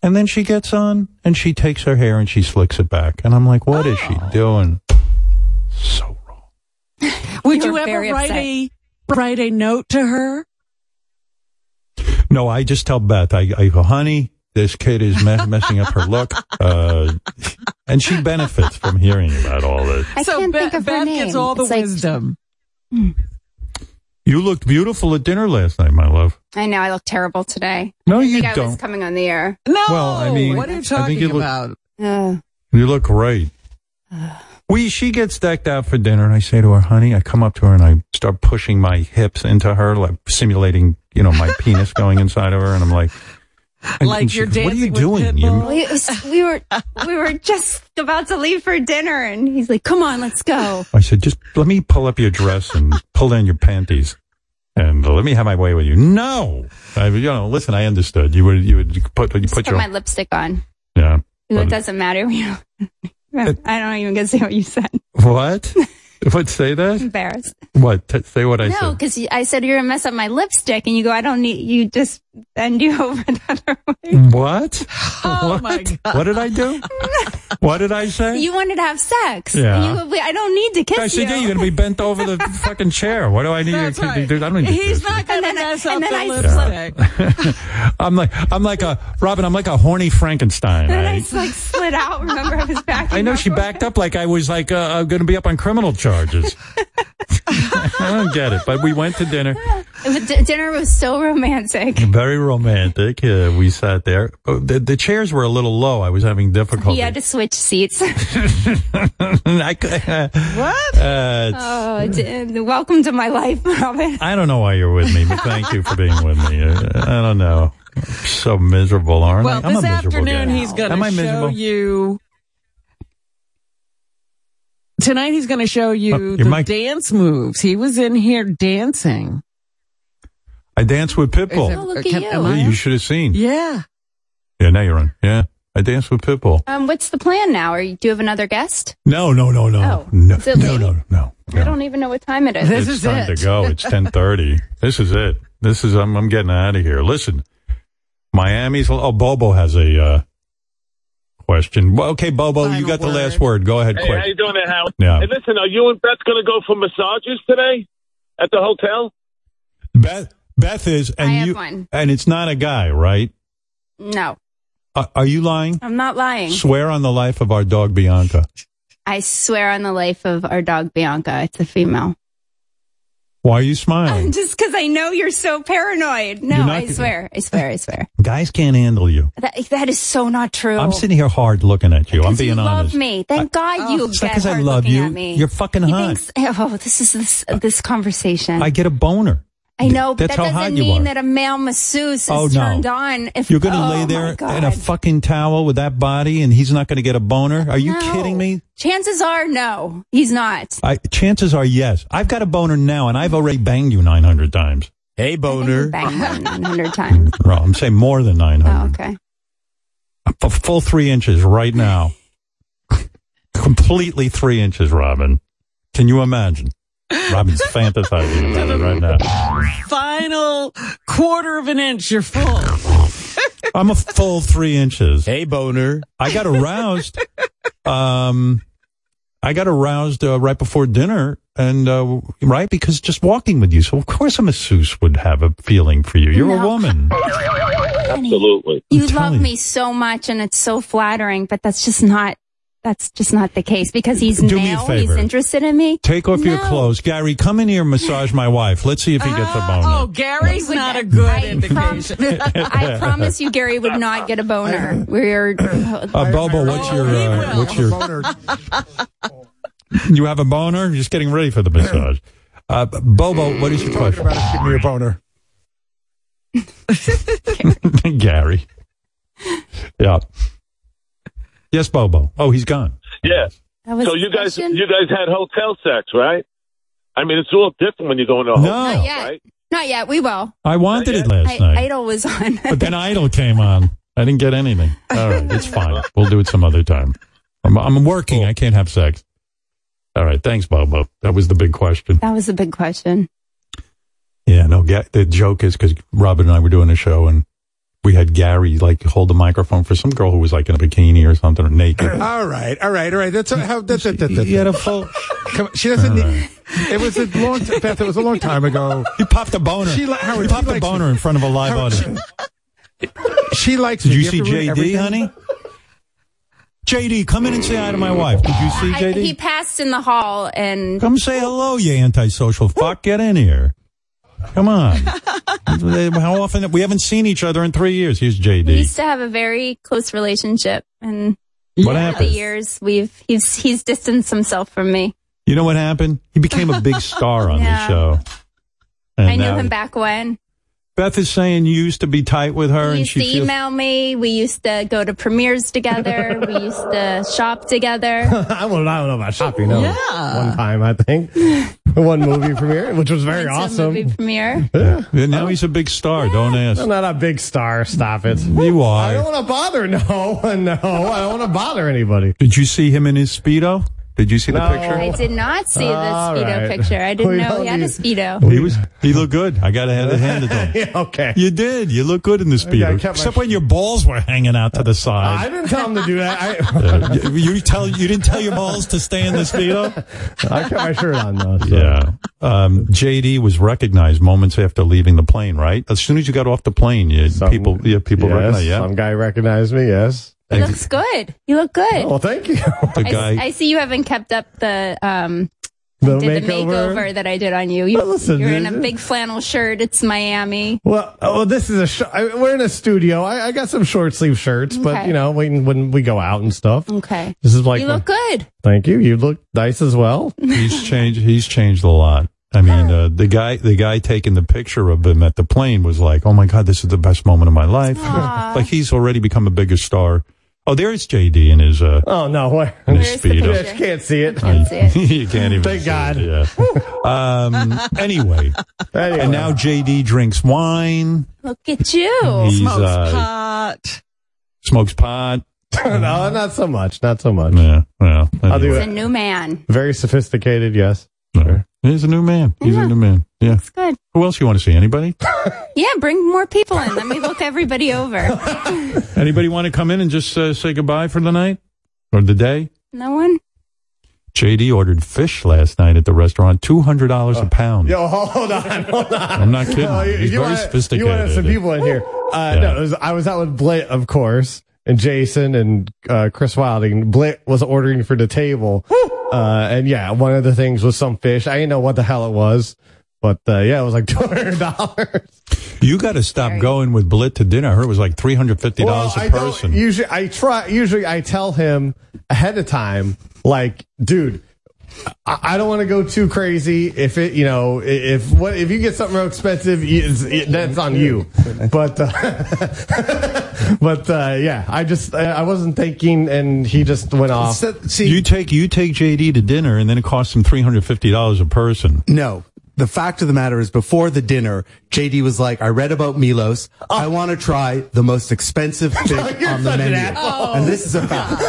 Speaker 5: And then she gets on and she takes her hair and she slicks it back. And I'm like, what is she
Speaker 31: Oh.
Speaker 5: doing?
Speaker 6: Would
Speaker 31: You
Speaker 6: you,
Speaker 31: were
Speaker 6: ever
Speaker 31: very
Speaker 6: write
Speaker 31: upset.
Speaker 6: a write a note to her?
Speaker 5: No, I just tell Beth, I, I go, honey, this kid is me- messing up her look. Uh, and she benefits from hearing about all this.
Speaker 31: I
Speaker 6: so
Speaker 31: can't
Speaker 6: Beth,
Speaker 31: think of her
Speaker 6: Beth
Speaker 31: name.
Speaker 6: gets all the
Speaker 31: It's like-
Speaker 6: wisdom.
Speaker 5: You looked beautiful at dinner last night, my love.
Speaker 31: I know I look terrible today.
Speaker 5: No,
Speaker 31: I
Speaker 5: you
Speaker 31: think I was
Speaker 5: don't.
Speaker 31: coming on the air.
Speaker 6: No.
Speaker 5: Well, I mean, what are you I think talking you look- about? You look great. We, she gets decked out for dinner and I say to her, honey, I come up to her and I start pushing my hips into her, like simulating, you know, my penis going inside of her. And I'm like, and-
Speaker 6: Like
Speaker 5: and she
Speaker 6: you're
Speaker 5: goes, What are you
Speaker 6: dancing with
Speaker 5: doing?
Speaker 6: Pitbull?"
Speaker 5: You-
Speaker 31: we, it was- we were we were just about to leave for dinner, and he's like, "Come on, let's go."
Speaker 5: I said, just let me pull up your dress and pull down your panties and let me have my way with you. No, I, you know, listen, I understood. You would, you would put, you
Speaker 31: Put
Speaker 5: put your,
Speaker 31: my lipstick on.
Speaker 5: yeah.
Speaker 31: It doesn't matter. You know, I don't even gonna say what you said.
Speaker 5: What? what? Say that?
Speaker 31: Embarrassed.
Speaker 5: What? T- say what I
Speaker 31: no,
Speaker 5: said.
Speaker 31: because I said you're gonna mess up my lipstick, and you go, "I don't need." You just bend you over.
Speaker 5: What?
Speaker 31: Oh
Speaker 5: what?
Speaker 31: my God.
Speaker 5: What did I do? what did I say?
Speaker 31: You wanted to have sex.
Speaker 5: Yeah.
Speaker 31: And you go, "Wait, I don't need to kiss
Speaker 5: I said,
Speaker 31: you.
Speaker 5: yeah, you're going to be bent over the fucking chair. What do I need to do? I don't need to kiss
Speaker 6: He's
Speaker 5: you.
Speaker 6: not going to mess up
Speaker 31: and
Speaker 6: the
Speaker 31: then I
Speaker 6: lipstick.
Speaker 5: I'm like, I'm like a, Robin, I'm like a horny Frankenstein.
Speaker 31: Then I
Speaker 5: I-
Speaker 31: just, like slid out. Remember, I was back.
Speaker 5: I know she backed up like I was like uh, uh, going to be up on criminal charges. I don't get it, but we went to dinner.
Speaker 31: D- dinner was so romantic.
Speaker 5: Very romantic. Uh, we sat there. Oh, the, the chairs were a little low. I was having difficulty.
Speaker 31: He had to switch seats.
Speaker 5: I, cou- uh,
Speaker 31: what?
Speaker 5: uh,
Speaker 31: Oh, d- welcome to my life, Robin.
Speaker 5: I don't know why you're with me, but thank you for being with me. Uh, I don't know. I'm so miserable, aren't
Speaker 6: Well,
Speaker 5: I? I'm
Speaker 6: this
Speaker 5: a miserable
Speaker 6: afternoon
Speaker 5: guy.
Speaker 6: he's going
Speaker 5: Am I
Speaker 6: to show
Speaker 5: miserable?
Speaker 6: you. Tonight he's going to show you
Speaker 5: Oh, your
Speaker 6: the
Speaker 5: mic-
Speaker 6: dance moves. He was in here dancing.
Speaker 5: I danced with
Speaker 6: Is
Speaker 5: Pitbull.
Speaker 6: it- Oh, look at can- you. am I
Speaker 5: Yeah,
Speaker 6: on?
Speaker 5: you should have seen.
Speaker 6: Yeah.
Speaker 5: Yeah, now you're on. Yeah. I danced with Pitbull.
Speaker 31: Um, what's the plan now? Are you, do you have another guest?
Speaker 5: No, no, no, no.
Speaker 31: Oh.
Speaker 5: no,
Speaker 31: Is it
Speaker 5: no,
Speaker 31: late?
Speaker 5: no, no.
Speaker 31: I don't even know what time it is.
Speaker 5: it's time to go. It's ten thirty. this is it. This is I'm, I'm getting out of here. Listen, Miami's. Oh, Bobo has a uh, question. Well, okay, Bobo, you got the last word. Go ahead,
Speaker 8: Hey,
Speaker 5: quick.
Speaker 8: how you doing there, Howard?
Speaker 5: Yeah.
Speaker 8: Hey, listen, are you and Beth going to go for massages today at the hotel?
Speaker 5: Beth, Beth is, and
Speaker 31: I have
Speaker 5: you,
Speaker 31: one.
Speaker 5: and it's not a guy, right? Uh,
Speaker 31: No,
Speaker 5: Are, are you lying?
Speaker 31: I'm not lying.
Speaker 5: Swear on the life of our dog Bianca.
Speaker 31: I swear on the life of our dog Bianca. It's a female.
Speaker 5: Why are you smiling?
Speaker 31: Just because I know you're so paranoid. No,
Speaker 5: You're not-
Speaker 31: I swear. I swear. I swear.
Speaker 5: Guys can't handle you.
Speaker 31: That, that is so not true.
Speaker 5: I'm sitting here hard looking at you. I'm
Speaker 31: you
Speaker 5: being
Speaker 31: love
Speaker 5: honest.
Speaker 31: me. Thank God you
Speaker 5: It's not
Speaker 31: get
Speaker 5: 'cause I
Speaker 31: hard
Speaker 5: love
Speaker 31: looking
Speaker 5: you.
Speaker 31: at me.
Speaker 5: You're fucking
Speaker 31: He
Speaker 5: hot.
Speaker 31: thinks, oh, this is this this conversation.
Speaker 5: I get a boner.
Speaker 31: I know, but
Speaker 5: That's
Speaker 31: that
Speaker 5: how hot
Speaker 31: doesn't
Speaker 5: you
Speaker 31: mean
Speaker 5: are.
Speaker 31: that a male masseuse is
Speaker 5: Oh, no.
Speaker 31: turned on. If
Speaker 5: You're going to
Speaker 31: oh,
Speaker 5: lay
Speaker 31: my
Speaker 5: there
Speaker 31: God.
Speaker 5: in a fucking towel with that body, and he's not going to get a boner. Are you
Speaker 31: No.
Speaker 5: kidding me?
Speaker 31: Chances are, no, he's not.
Speaker 5: I, chances are yes. I've got a boner now, and I've already banged you 900 times. Hey, boner.
Speaker 31: Bang nine hundred times.
Speaker 5: No, I'm saying more than 900.
Speaker 31: Oh, okay.
Speaker 5: A full three inches right now. Completely three inches, Robin. Can you imagine? Robin's fantasizing about it right now.
Speaker 6: Final quarter of an inch, you're full.
Speaker 5: I'm a full three inches. Hey, boner. I got aroused. Um, I got aroused uh, right before dinner And uh, right, because just walking with you, so of course a masseuse would have a feeling for you. You're a
Speaker 31: No.
Speaker 5: woman.
Speaker 8: Absolutely.
Speaker 31: You love me so much, and it's so flattering, but that's just not that's just not the case because he's
Speaker 5: Do me a
Speaker 31: male. He's
Speaker 5: favor.
Speaker 31: interested in me.
Speaker 5: Take off your
Speaker 31: No.
Speaker 5: clothes, Gary. Come in here, and massage my wife. Let's see if he gets a boner.
Speaker 6: Oh, Gary's not a good indication.
Speaker 31: I promise you, Gary would not get a boner. We're Oh.
Speaker 5: Uh, Bobo, what's your uh, what's your Oh. You have a boner. You're just getting ready for the massage. Uh, Bobo, what is your question? give me a boner, Gary. Yeah. Yes, Bobo. Oh, he's gone.
Speaker 8: Yeah.
Speaker 31: That was
Speaker 8: so
Speaker 31: the
Speaker 8: you guys,
Speaker 31: question?
Speaker 8: you guys had hotel sex, right? I mean, it's a little different when you go into a
Speaker 5: No.
Speaker 8: hotel,
Speaker 5: Not
Speaker 31: yet.
Speaker 8: right?
Speaker 31: not yet. We will.
Speaker 5: I wanted it last
Speaker 31: I,
Speaker 5: night,
Speaker 31: Idol was on.
Speaker 5: but then Idol came on. I didn't get anything. All right, it's fine. We'll do it some other time. I'm, I'm working. I can't have sex. All right. Thanks, Bobo. That was the big question.
Speaker 31: That was a big question.
Speaker 5: Yeah, no, Ga- the joke is because Robin and I were doing a show and we had Gary like hold the microphone for some girl who was like in a bikini or something or naked.
Speaker 13: All right, all right, all right. That's how. That's it. That's, that's, Come on, she doesn't. Need, it was a long. T- Beth, it was a long time ago.
Speaker 5: You popped a boner.
Speaker 13: She li- Howard,
Speaker 5: You
Speaker 13: she
Speaker 5: popped a
Speaker 13: likes
Speaker 5: boner
Speaker 13: me.
Speaker 5: in front of a live
Speaker 13: Howard,
Speaker 5: audience.
Speaker 13: She, she likes.
Speaker 5: Did
Speaker 13: me.
Speaker 5: you
Speaker 13: have
Speaker 5: see
Speaker 13: to ruin
Speaker 5: JD,
Speaker 13: everything.
Speaker 5: honey? JD, come in and say hi to my wife. Did you see
Speaker 31: I,
Speaker 5: JD?
Speaker 31: he passed in the hall, and
Speaker 5: Come say hello, you antisocial fuck. Get in here. Come on. How often? We haven't seen each other in three years. Here's
Speaker 31: we
Speaker 5: JD.
Speaker 31: used to have a very close relationship, and
Speaker 5: What
Speaker 31: over the
Speaker 5: happened?
Speaker 31: years we've he's he's distanced himself from me.
Speaker 5: You know what happened? He became a big star on the
Speaker 31: Yeah.
Speaker 5: show. And
Speaker 31: I knew
Speaker 5: now-
Speaker 31: him back when.
Speaker 5: Beth is saying you used to be tight with her,
Speaker 31: He
Speaker 5: and
Speaker 31: used
Speaker 5: she
Speaker 31: to
Speaker 5: feels.
Speaker 31: email me. We used to go to premieres together. we used to shop together.
Speaker 17: I don't, I don't know about shopping. No,
Speaker 31: Yeah.
Speaker 17: one time I think one movie premiere, which was very
Speaker 31: Went to a
Speaker 17: awesome.
Speaker 31: Movie premiere.
Speaker 5: Yeah. Now he's a big star. Don't ask.
Speaker 17: I'm not a big star. Stop it.
Speaker 5: You
Speaker 17: I don't
Speaker 5: are.
Speaker 17: want to bother. No, no, Oh, I don't want to bother anybody.
Speaker 5: Did you see him in his speedo? Did you see the
Speaker 17: No.
Speaker 31: I
Speaker 5: picture?
Speaker 31: did not see the
Speaker 17: All
Speaker 31: speedo
Speaker 17: right.
Speaker 31: picture. I didn't
Speaker 17: We
Speaker 31: know
Speaker 17: don't
Speaker 31: he had a
Speaker 17: need-
Speaker 31: speedo.
Speaker 5: He was. He looked good. I got to have a hand it to him.
Speaker 17: okay.
Speaker 5: You did. You look good in the
Speaker 17: I
Speaker 5: speedo,
Speaker 17: kept my-
Speaker 5: except when your balls were hanging out to the
Speaker 17: I
Speaker 5: side.
Speaker 17: didn't tell him to do that. I,
Speaker 5: Uh, you- you tell you didn't tell your balls to stay in the speedo.
Speaker 17: I kept my shirt on though. so.
Speaker 5: Yeah. Um, JD was recognized moments after leaving the plane. Right as soon as you got off the plane, you, people yeah people
Speaker 17: Yes,
Speaker 5: recognized. Yeah,
Speaker 17: Some guy recognized me. Yes.
Speaker 31: He looks good. You look good.
Speaker 17: Well, thank you.
Speaker 5: Oh, the
Speaker 31: I,
Speaker 5: guy.
Speaker 31: I see you haven't kept up the um
Speaker 17: The
Speaker 31: did the
Speaker 17: makeover.
Speaker 31: makeover that I did on you. you
Speaker 17: Well, listen,
Speaker 31: you're in a
Speaker 17: dude.
Speaker 31: big flannel shirt. It's Miami.
Speaker 17: Well, oh, this is a. Sh- I, we're in a studio. I, I got some short sleeve shirts, but
Speaker 31: Okay.
Speaker 17: you know, when when we go out and stuff,
Speaker 31: Okay.
Speaker 17: this is like.
Speaker 31: you look good.
Speaker 17: Thank you. You look nice as well.
Speaker 5: he's changed. He's changed a lot. I mean, uh, the guy, the guy taking the picture of him at the plane was like, "Oh my god, this is the best moment of my life."
Speaker 31: Aw.
Speaker 5: like he's already become a bigger star. Oh, there's JD in his uh,
Speaker 17: Oh no, where?
Speaker 5: in
Speaker 17: You
Speaker 5: his
Speaker 31: Where's the
Speaker 5: speedo.
Speaker 31: picture?
Speaker 17: can't see it.
Speaker 31: Can't see it.
Speaker 5: you can't even.
Speaker 17: Thank
Speaker 5: see
Speaker 17: God.
Speaker 5: it, Yeah. um. Anyway,
Speaker 17: Anyway.
Speaker 5: and now JD drinks wine.
Speaker 31: Look at you.
Speaker 5: He's,
Speaker 6: Smokes
Speaker 5: uh,
Speaker 6: pot.
Speaker 5: Smokes pot.
Speaker 17: no, not so much. Not so much.
Speaker 5: Yeah. Well,
Speaker 17: I'll
Speaker 5: anyway.
Speaker 17: do
Speaker 31: He's
Speaker 17: it.
Speaker 31: a new man.
Speaker 17: Very sophisticated. Yes.
Speaker 5: He's a new man. He's a new man. Yeah.
Speaker 31: It's good.
Speaker 5: Who else you want to see? Anybody?
Speaker 31: Yeah, bring more people in. Let me look everybody over.
Speaker 5: Anybody want to come in and just uh, say goodbye for the night or the day?
Speaker 31: No one?
Speaker 5: JD ordered fish last night at the restaurant, two hundred dollars
Speaker 17: Oh.
Speaker 5: a pound.
Speaker 17: Yo, hold on, hold on.
Speaker 5: I'm not kidding.
Speaker 17: No,
Speaker 5: He's very
Speaker 17: wanted-
Speaker 5: sophisticated.
Speaker 17: You wanted some people in here. Uh,
Speaker 5: Yeah.
Speaker 17: no, it was, I was out with Blit, of course, and Jason and uh, Chris Wilding. Blit was ordering for the table, uh, and yeah, one of the things was some fish. I didn't know what the hell it was, but uh, yeah, it was like two hundred dollars.
Speaker 5: You got to stop going with Blit to dinner. I heard it was like three hundred fifty dollars a
Speaker 17: I don't-
Speaker 5: person.
Speaker 17: Usually, I try. Usually, I tell him ahead of time, like, dude. I I don't want to go too crazy. If it, you know, i- if what if you get something real expensive, you- it's, it, that's on you. But, uh, but uh, yeah, I just I, I wasn't thinking, and he just went off.
Speaker 13: So- see,
Speaker 5: you take you take JD to dinner, and then it costs him three hundred fifty dollars a person.
Speaker 13: no. The fact of the matter is, before the dinner, JD was like, "I read about Milos. I want to try the most expensive fish
Speaker 17: Oh. You're
Speaker 13: on the
Speaker 17: such an
Speaker 13: menu,
Speaker 17: asshole.
Speaker 13: and this is a fact,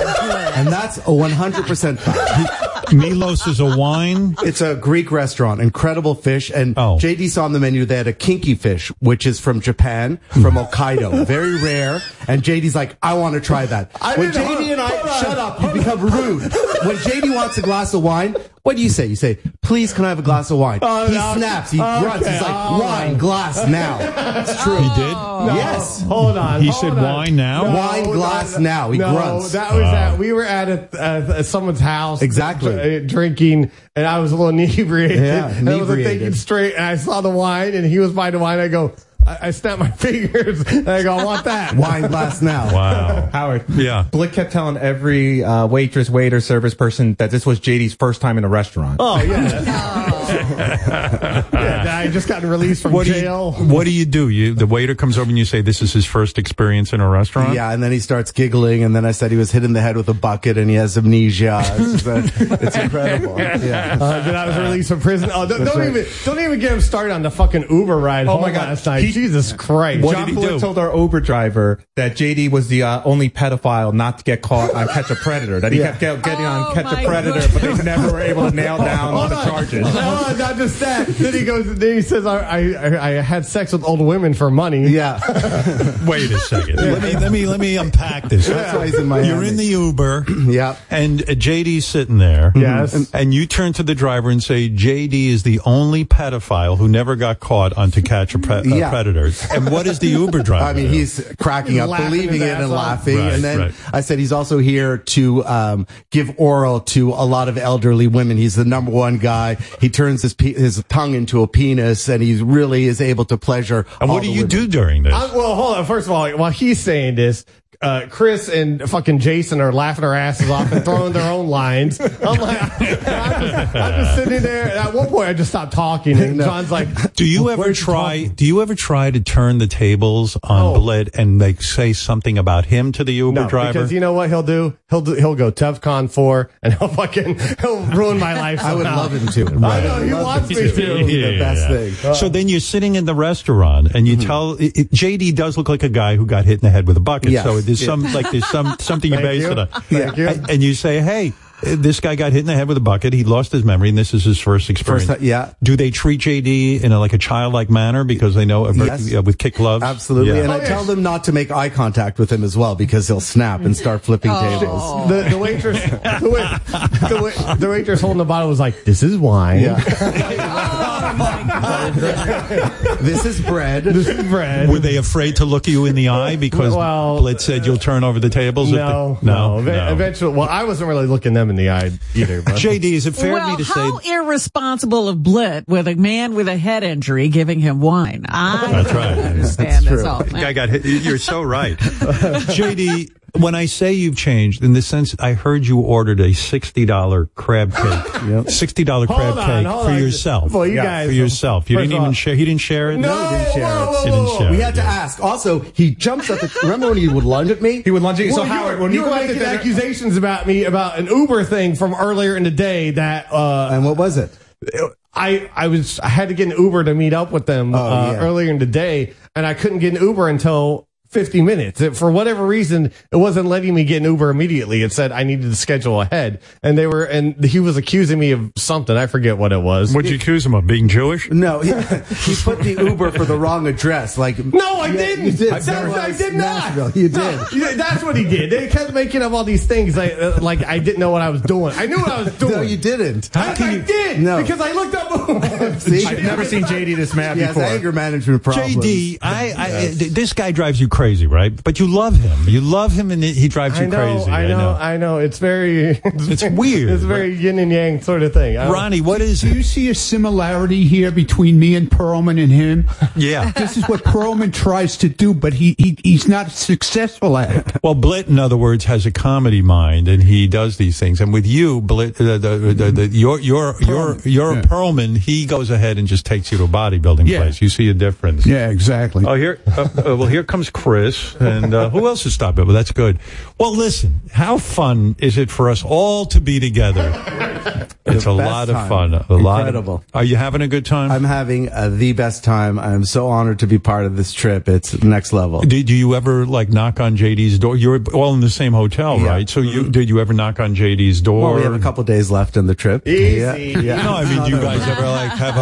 Speaker 13: and that's a 100 percent fact."
Speaker 5: Milos is a wine.
Speaker 13: It's a Greek restaurant, incredible fish. And
Speaker 5: Oh.
Speaker 13: JD saw on the menu they had a kinky fish, which is from
Speaker 5: Hmm.
Speaker 13: Japan, from Hokkaido, very rare. And JD's like, I want to try that.
Speaker 17: I
Speaker 13: when
Speaker 17: didn't
Speaker 13: JD
Speaker 17: want-
Speaker 13: and and I shut up. You become rude. When JD wants a glass of wine, what do you say? You say, "Please, can I have a glass of wine?"
Speaker 17: Oh,
Speaker 13: he
Speaker 17: no.
Speaker 13: snaps. He
Speaker 17: Okay.
Speaker 13: grunts. He's like,
Speaker 17: Oh.
Speaker 13: "Wine, glass now." It's true.
Speaker 5: He did?
Speaker 4: Oh.
Speaker 17: No.
Speaker 13: Yes.
Speaker 17: Hold on.
Speaker 5: He
Speaker 17: Uh, hold
Speaker 5: said
Speaker 17: on.
Speaker 5: wine now?
Speaker 13: Wine glass now. He
Speaker 17: no,
Speaker 13: grunts.
Speaker 17: That was
Speaker 5: Oh.
Speaker 17: at, we were at a, uh, someone's house.
Speaker 13: Exactly.
Speaker 17: dr- uh, drinking, and I was a little inebriated.
Speaker 13: Yeah,
Speaker 17: and I wasn't thinking
Speaker 13: inebriated.
Speaker 17: straight, and I saw the wine, and he was buying the wine. I go, I, I snap my fingers, and I go, I want that.
Speaker 13: Wine glass now.
Speaker 5: Wow.
Speaker 34: Howard.
Speaker 5: Yeah.
Speaker 34: Blick kept telling every uh, waitress, waiter, service person that this was JD's first time in a restaurant.
Speaker 17: Oh, yeah.
Speaker 5: Yeah,
Speaker 17: I just gotten released from
Speaker 5: what do
Speaker 17: jail.
Speaker 5: you What do you do? You the waiter comes over and you say this is his first experience in a restaurant.
Speaker 13: Yeah, and then he starts giggling, and then I said he was hit in the head with a bucket, and he has amnesia. It's, just, uh, it's incredible. Yeah.
Speaker 17: Uh, then I was released from prison. Oh, don't,
Speaker 13: That's
Speaker 17: don't
Speaker 13: right.
Speaker 17: even don't even get him started on the fucking Uber ride
Speaker 34: Oh
Speaker 17: home
Speaker 34: my God.
Speaker 17: last night.
Speaker 34: He-
Speaker 17: Jesus Christ!
Speaker 34: John Fuller told our Uber driver that JD was the uh, only pedophile not to get caught on Catch a Predator. That he
Speaker 17: Yeah.
Speaker 34: kept get- getting on Catch
Speaker 17: Oh my
Speaker 34: a Predator, but they never were able to nail down all
Speaker 17: Hold
Speaker 34: the
Speaker 17: on.
Speaker 34: charges.
Speaker 17: Hold on, not just that. Then he goes. Then he says, "I, I, I- I had sex with old women for money."
Speaker 13: Yeah.
Speaker 5: Wait a second. Let me let me let me unpack this.
Speaker 13: That's why he's in Miami.
Speaker 5: You're in the Uber.
Speaker 13: yeah.
Speaker 5: And uh, JD's sitting there.
Speaker 17: Yes.
Speaker 5: And, and you turn to the driver and say, JD is the only pedophile who never got caught on To Catch a, pre- a
Speaker 13: Yeah.
Speaker 5: Predator. And what is the Uber driver?
Speaker 13: I mean,
Speaker 5: do?
Speaker 13: he's cracking
Speaker 17: He's
Speaker 13: up,
Speaker 17: laughing
Speaker 13: believing
Speaker 17: his
Speaker 13: it
Speaker 17: ass
Speaker 13: and
Speaker 17: off.
Speaker 13: laughing.
Speaker 5: Right,
Speaker 13: and then
Speaker 5: right.
Speaker 13: I said he's also here to um, give oral to a lot of elderly women. He's the number one guy. He turns his pe- his tongue into a penis, and he really is able to pleasure.
Speaker 5: And
Speaker 13: all
Speaker 5: what do
Speaker 13: the
Speaker 5: you
Speaker 13: women.
Speaker 5: do during this?
Speaker 17: I, well, hold on. First of all, while he's saying this, uh, Chris and fucking Jason are laughing their asses off and throwing their own lines. I'm like, I'm just, I'm just sitting there. At one point, I just stopped talking, and John's like,
Speaker 5: do you ever try? do you ever try to turn the tables on Bled and like say something about him to the Uber
Speaker 17: No,
Speaker 5: driver?
Speaker 17: because you know what he'll do? He'll do, he'll go TevCon four and he'll fucking he'll ruin my life.
Speaker 13: I would
Speaker 17: somehow.
Speaker 13: love him to.
Speaker 17: I know he
Speaker 13: Love
Speaker 17: wants
Speaker 13: him
Speaker 17: me to.
Speaker 13: The best thing. Mm-hmm.
Speaker 5: So then you're sitting in the restaurant and you tell it, it- JD does look like a guy who got hit in the head with a bucket.
Speaker 13: Yes.
Speaker 5: So there's
Speaker 13: Yeah.
Speaker 5: some like there's some something you
Speaker 17: Thank
Speaker 5: base
Speaker 17: you.
Speaker 5: it on.
Speaker 17: Thank you.
Speaker 5: And, and you say, hey. uh, This guy got hit in the head with a bucket. He lost his memory, and this is his first experience.
Speaker 13: ti- yeah.
Speaker 5: Do they treat JD in a, like a childlike manner because they know
Speaker 13: Yes.
Speaker 5: uh, with kick gloves?
Speaker 13: Absolutely.
Speaker 5: Yeah.
Speaker 13: And I tell them not to make eye contact with him as well because he'll snap and start flipping tables.
Speaker 17: The, the waitress, the, wait, the, wait, the waitress holding the bottle was like, "This is wine.
Speaker 5: Oh,
Speaker 13: This is bread.
Speaker 17: This is bread."
Speaker 5: Were they afraid to look you in the eye because
Speaker 17: Well,
Speaker 5: Blitz said you'll turn over the tables? if
Speaker 17: no,
Speaker 5: they- no,
Speaker 17: no, Ev-
Speaker 5: no.
Speaker 17: Eventually, well, I wasn't really looking them in the eye either. But
Speaker 5: JD, is it fair
Speaker 6: well,
Speaker 5: of me to
Speaker 6: how
Speaker 5: say?
Speaker 6: irresponsible of Blit with a man with a head injury giving him wine. I
Speaker 5: That's right.
Speaker 6: don't understand
Speaker 13: That's
Speaker 6: this
Speaker 13: true.
Speaker 6: all.
Speaker 5: I got hit. You're so right, JD. When I say you've changed, in the sense I heard you ordered a sixty dollar crab cake, sixty dollar crab
Speaker 17: Hold on,
Speaker 5: cake
Speaker 17: hold
Speaker 5: for
Speaker 17: on.
Speaker 5: yourself.
Speaker 17: Well, you guys-
Speaker 5: for yourself. You
Speaker 17: First
Speaker 5: didn't
Speaker 17: of all-
Speaker 5: even share. He didn't share it.
Speaker 17: No,
Speaker 13: didn't share it.
Speaker 17: whoa,
Speaker 5: He
Speaker 17: whoa,
Speaker 5: didn't
Speaker 17: whoa.
Speaker 5: share
Speaker 13: We
Speaker 5: it,
Speaker 13: had to
Speaker 5: yeah.
Speaker 13: ask. Also, he jumps at the. Remember when he would lunge at me?
Speaker 34: He would lunge at you.
Speaker 17: Well,
Speaker 34: so, Howard, when
Speaker 17: you
Speaker 34: you
Speaker 17: were
Speaker 34: go out to
Speaker 17: making
Speaker 34: dinner,
Speaker 17: accusations about me about an Uber thing from earlier in the day that uh,
Speaker 13: And what was it?
Speaker 17: I I was I had to get an Uber to meet up with them uh,
Speaker 13: Oh, yeah.
Speaker 17: earlier in the day, and I couldn't get an Uber until. 50 minutes. It, for whatever reason, it wasn't letting me get an Uber immediately. It said I needed to schedule ahead. And they were, and he was accusing me of something. I forget what it was.
Speaker 5: What'd you accuse him of? Being Jewish?
Speaker 13: No, he, he put the Uber for the wrong address. Like
Speaker 17: No, I
Speaker 13: Yeah,
Speaker 17: didn't.
Speaker 13: You did.
Speaker 17: That's- I did not.
Speaker 13: Nashville. You did.
Speaker 17: No, yeah, that's what he did. They kept making up all these things like, uh, like I didn't know what I was doing. I knew what I was doing.
Speaker 13: No, you didn't.
Speaker 17: I, I did
Speaker 13: No.
Speaker 17: because I looked up.
Speaker 13: See?
Speaker 34: I've never seen JD this mad
Speaker 13: He has
Speaker 34: before.
Speaker 13: anger management problems.
Speaker 5: JD, I, I th- this guy drives you crazy, right? But you love him. You love him, and he drives
Speaker 17: I
Speaker 5: you
Speaker 17: know,
Speaker 5: crazy.
Speaker 17: I know, I know. It's very,
Speaker 5: It's weird,
Speaker 17: It's very yin and yang sort of thing. I don't-
Speaker 5: Ronnie, what is
Speaker 35: Do you see a similarity here between me and Perlman and him?
Speaker 5: Yeah.
Speaker 35: This is what Perlman tries to do, but he, he he's not successful at it.
Speaker 5: Well, Blit, in other words, has a comedy mind, and he does these things. And with you, Blit, uh, the, the, the, the, your your your your
Speaker 35: Yeah.
Speaker 5: Perlman, he goes ahead and just takes you to a bodybuilding
Speaker 35: Yeah.
Speaker 5: place. You see a difference.
Speaker 35: Yeah, exactly.
Speaker 5: Oh, here. Uh, uh, well, here comes Chris, and uh, who else is stopping? Well, that's good. Well, listen, how fun is it for us all to be together? It's
Speaker 13: The
Speaker 5: a
Speaker 13: best
Speaker 5: lot of
Speaker 13: time.
Speaker 5: fun. A lot.
Speaker 13: Incredible.
Speaker 5: Of, are you having a good time?
Speaker 13: I'm having uh, the best time. I'm so honored to be part of this trip. It's next level.
Speaker 5: Did do you ever like knock on JD's door? You're all in the same hotel,
Speaker 13: Yeah. Mm-hmm.
Speaker 5: right? So you did you ever knock on JD's door?
Speaker 13: Well, we have a couple days left in the trip.
Speaker 17: Easy.
Speaker 13: Yeah, yeah.
Speaker 5: No, I mean, do you guys ever like have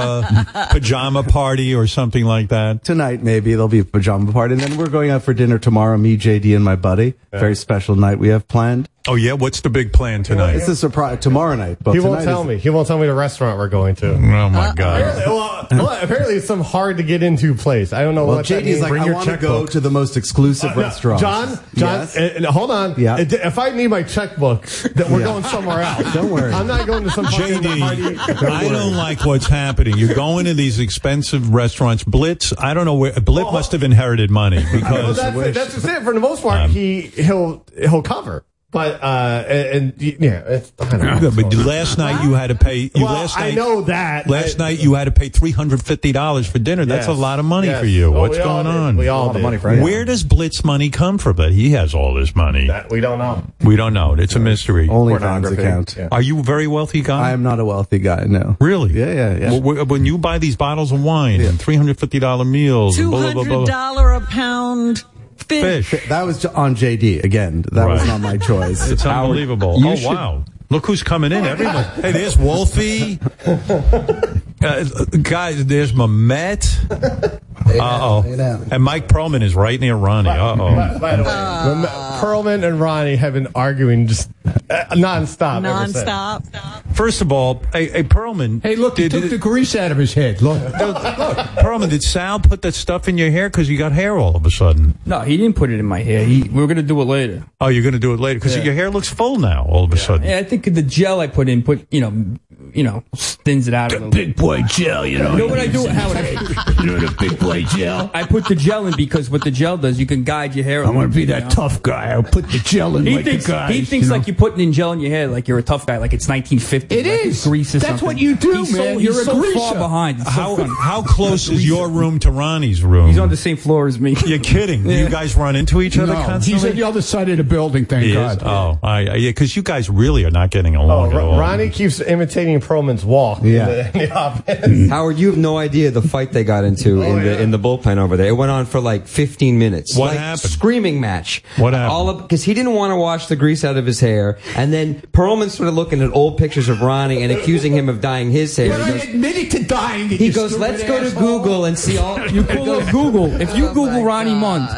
Speaker 5: a pajama party or something like that?
Speaker 13: Tonight, maybe there'll be a pajama party, and then we're going out for dinner tomorrow. Me, JD, and my buddy. Very special night we have planned.
Speaker 5: Oh yeah, what's the big plan tonight?
Speaker 13: It's a surprise tomorrow night. But
Speaker 17: he won't
Speaker 13: tonight
Speaker 17: tell
Speaker 13: is-
Speaker 17: me. He won't tell me the restaurant we're going to. Uh,
Speaker 5: Oh my
Speaker 17: Apparently, well, well, apparently it's some hard to get into place. I don't know
Speaker 13: Well,
Speaker 17: what that
Speaker 13: JD's
Speaker 17: means.
Speaker 13: like, I want to go to the most exclusive
Speaker 17: No,
Speaker 13: restaurant.
Speaker 17: John, John,
Speaker 13: Yes.
Speaker 17: eh, eh, hold on.
Speaker 13: Yeah.
Speaker 17: Eh, d- If I need my checkbook, that we're
Speaker 13: Yeah.
Speaker 17: going somewhere else.
Speaker 13: Don't worry.
Speaker 17: I'm not going to some fucking
Speaker 5: JD,
Speaker 17: party.
Speaker 5: I don't like what's happening. You're going to these expensive restaurants. Blitz, I don't know where. Blitz must have inherited money
Speaker 17: Well,
Speaker 5: because
Speaker 17: that's, that's just it. For the most
Speaker 5: Um,
Speaker 17: part, he he'll he'll cover. But uh, and, and yeah, it's, I don't know.
Speaker 5: But last night you had to pay. You
Speaker 17: Well,
Speaker 5: last
Speaker 17: I
Speaker 5: night,
Speaker 17: know that.
Speaker 5: Last
Speaker 17: I-
Speaker 5: night you had to pay three hundred fifty dollars for dinner. That's a
Speaker 17: Yes.
Speaker 5: lot of money
Speaker 17: Yes.
Speaker 5: for you.
Speaker 17: Oh,
Speaker 5: What's
Speaker 17: we all
Speaker 5: going
Speaker 17: did.
Speaker 5: on?
Speaker 17: We all A lot of did. money for him.
Speaker 5: Where does Blitz money come from? That he has all this money.
Speaker 17: That we don't know.
Speaker 5: We don't know. It's a mystery.
Speaker 13: Only John's account.
Speaker 5: Are you a very wealthy guy?
Speaker 13: I am not a wealthy guy. No.
Speaker 5: Really?
Speaker 13: Yeah, yeah, yeah.
Speaker 5: Wh- wh- When you buy these bottles of wine and three hundred fifty dollar meals, and
Speaker 6: Two
Speaker 5: blah, blah, blah,
Speaker 6: hundred
Speaker 5: blah.
Speaker 6: dollar a pound fish.
Speaker 13: That was on JD again. That was
Speaker 5: Right.
Speaker 13: not my choice.
Speaker 5: It's
Speaker 13: Howard,
Speaker 5: unbelievable.
Speaker 13: you
Speaker 5: oh
Speaker 13: should-
Speaker 5: wow! Look who's coming in. Everyone. Hey, there's Wolfie. Uh, guys, there's Mamet. Uh oh. And Mike Perlman is right near Ronnie. Uh
Speaker 17: By,
Speaker 5: oh.
Speaker 17: by the way, Rem- Perlman and Ronnie have been arguing just uh, nonstop. ever since.
Speaker 5: First of all, hey, hey Perlman. Hey,
Speaker 9: look, he
Speaker 5: did,
Speaker 9: took the grease out of his head. Look.
Speaker 5: Perlman, did Sal put that stuff in your hair because you got hair all of a sudden?
Speaker 15: No, he didn't put it in my hair. He, we were going to do it later.
Speaker 5: Oh, you're going to do it later because
Speaker 15: Yeah.
Speaker 5: your hair looks full now all of a sudden.
Speaker 15: Yeah, I think the gel I put in put you know you know thins it out a little big boy gel. You know, what I do? How you know the big boy gel. I put the gel in because what the gel does, you can guide your hair. I want to be that tough guy. I'll put the gel in He like the thinks guys, he you thinks know? like you're putting in gel in your hair, like you're a tough guy, like it's 1950. It like is. grease or That's something. what you do, He's man. So, You're he's a so far greaser. behind. It's so
Speaker 5: How,
Speaker 15: funny.
Speaker 5: how close is your room to Ronnie's room?
Speaker 15: He's on the same floor as me.
Speaker 5: You're kidding. You guys run into each other
Speaker 9: No,
Speaker 5: constantly?
Speaker 9: he's at the other side of the building. Thank
Speaker 5: He is?
Speaker 9: God.
Speaker 5: Oh, I, I, yeah, because you guys really are not getting
Speaker 17: Oh,
Speaker 5: along at
Speaker 17: Ro-
Speaker 5: all.
Speaker 17: Ronnie keeps imitating Perlman's walk. in
Speaker 10: Yeah.
Speaker 17: the- in the office.
Speaker 10: Howard, you have no idea the fight they got into in the in the bullpen over there. It went on for like 15 minutes.
Speaker 5: Oh, What
Speaker 10: Like,
Speaker 5: happened?
Speaker 10: Screaming match.
Speaker 5: What happened?
Speaker 10: All because he didn't want to wash the grease out of his hair, and then Perlman started looking at old pictures of Ronnie and accusing him of dyeing his hair.
Speaker 9: But
Speaker 10: He
Speaker 9: I
Speaker 10: goes-
Speaker 9: admitted to dying.
Speaker 10: He goes, let's go to Google and see all. "Oh
Speaker 15: You pull up Google. If you Google Ronnie Mund,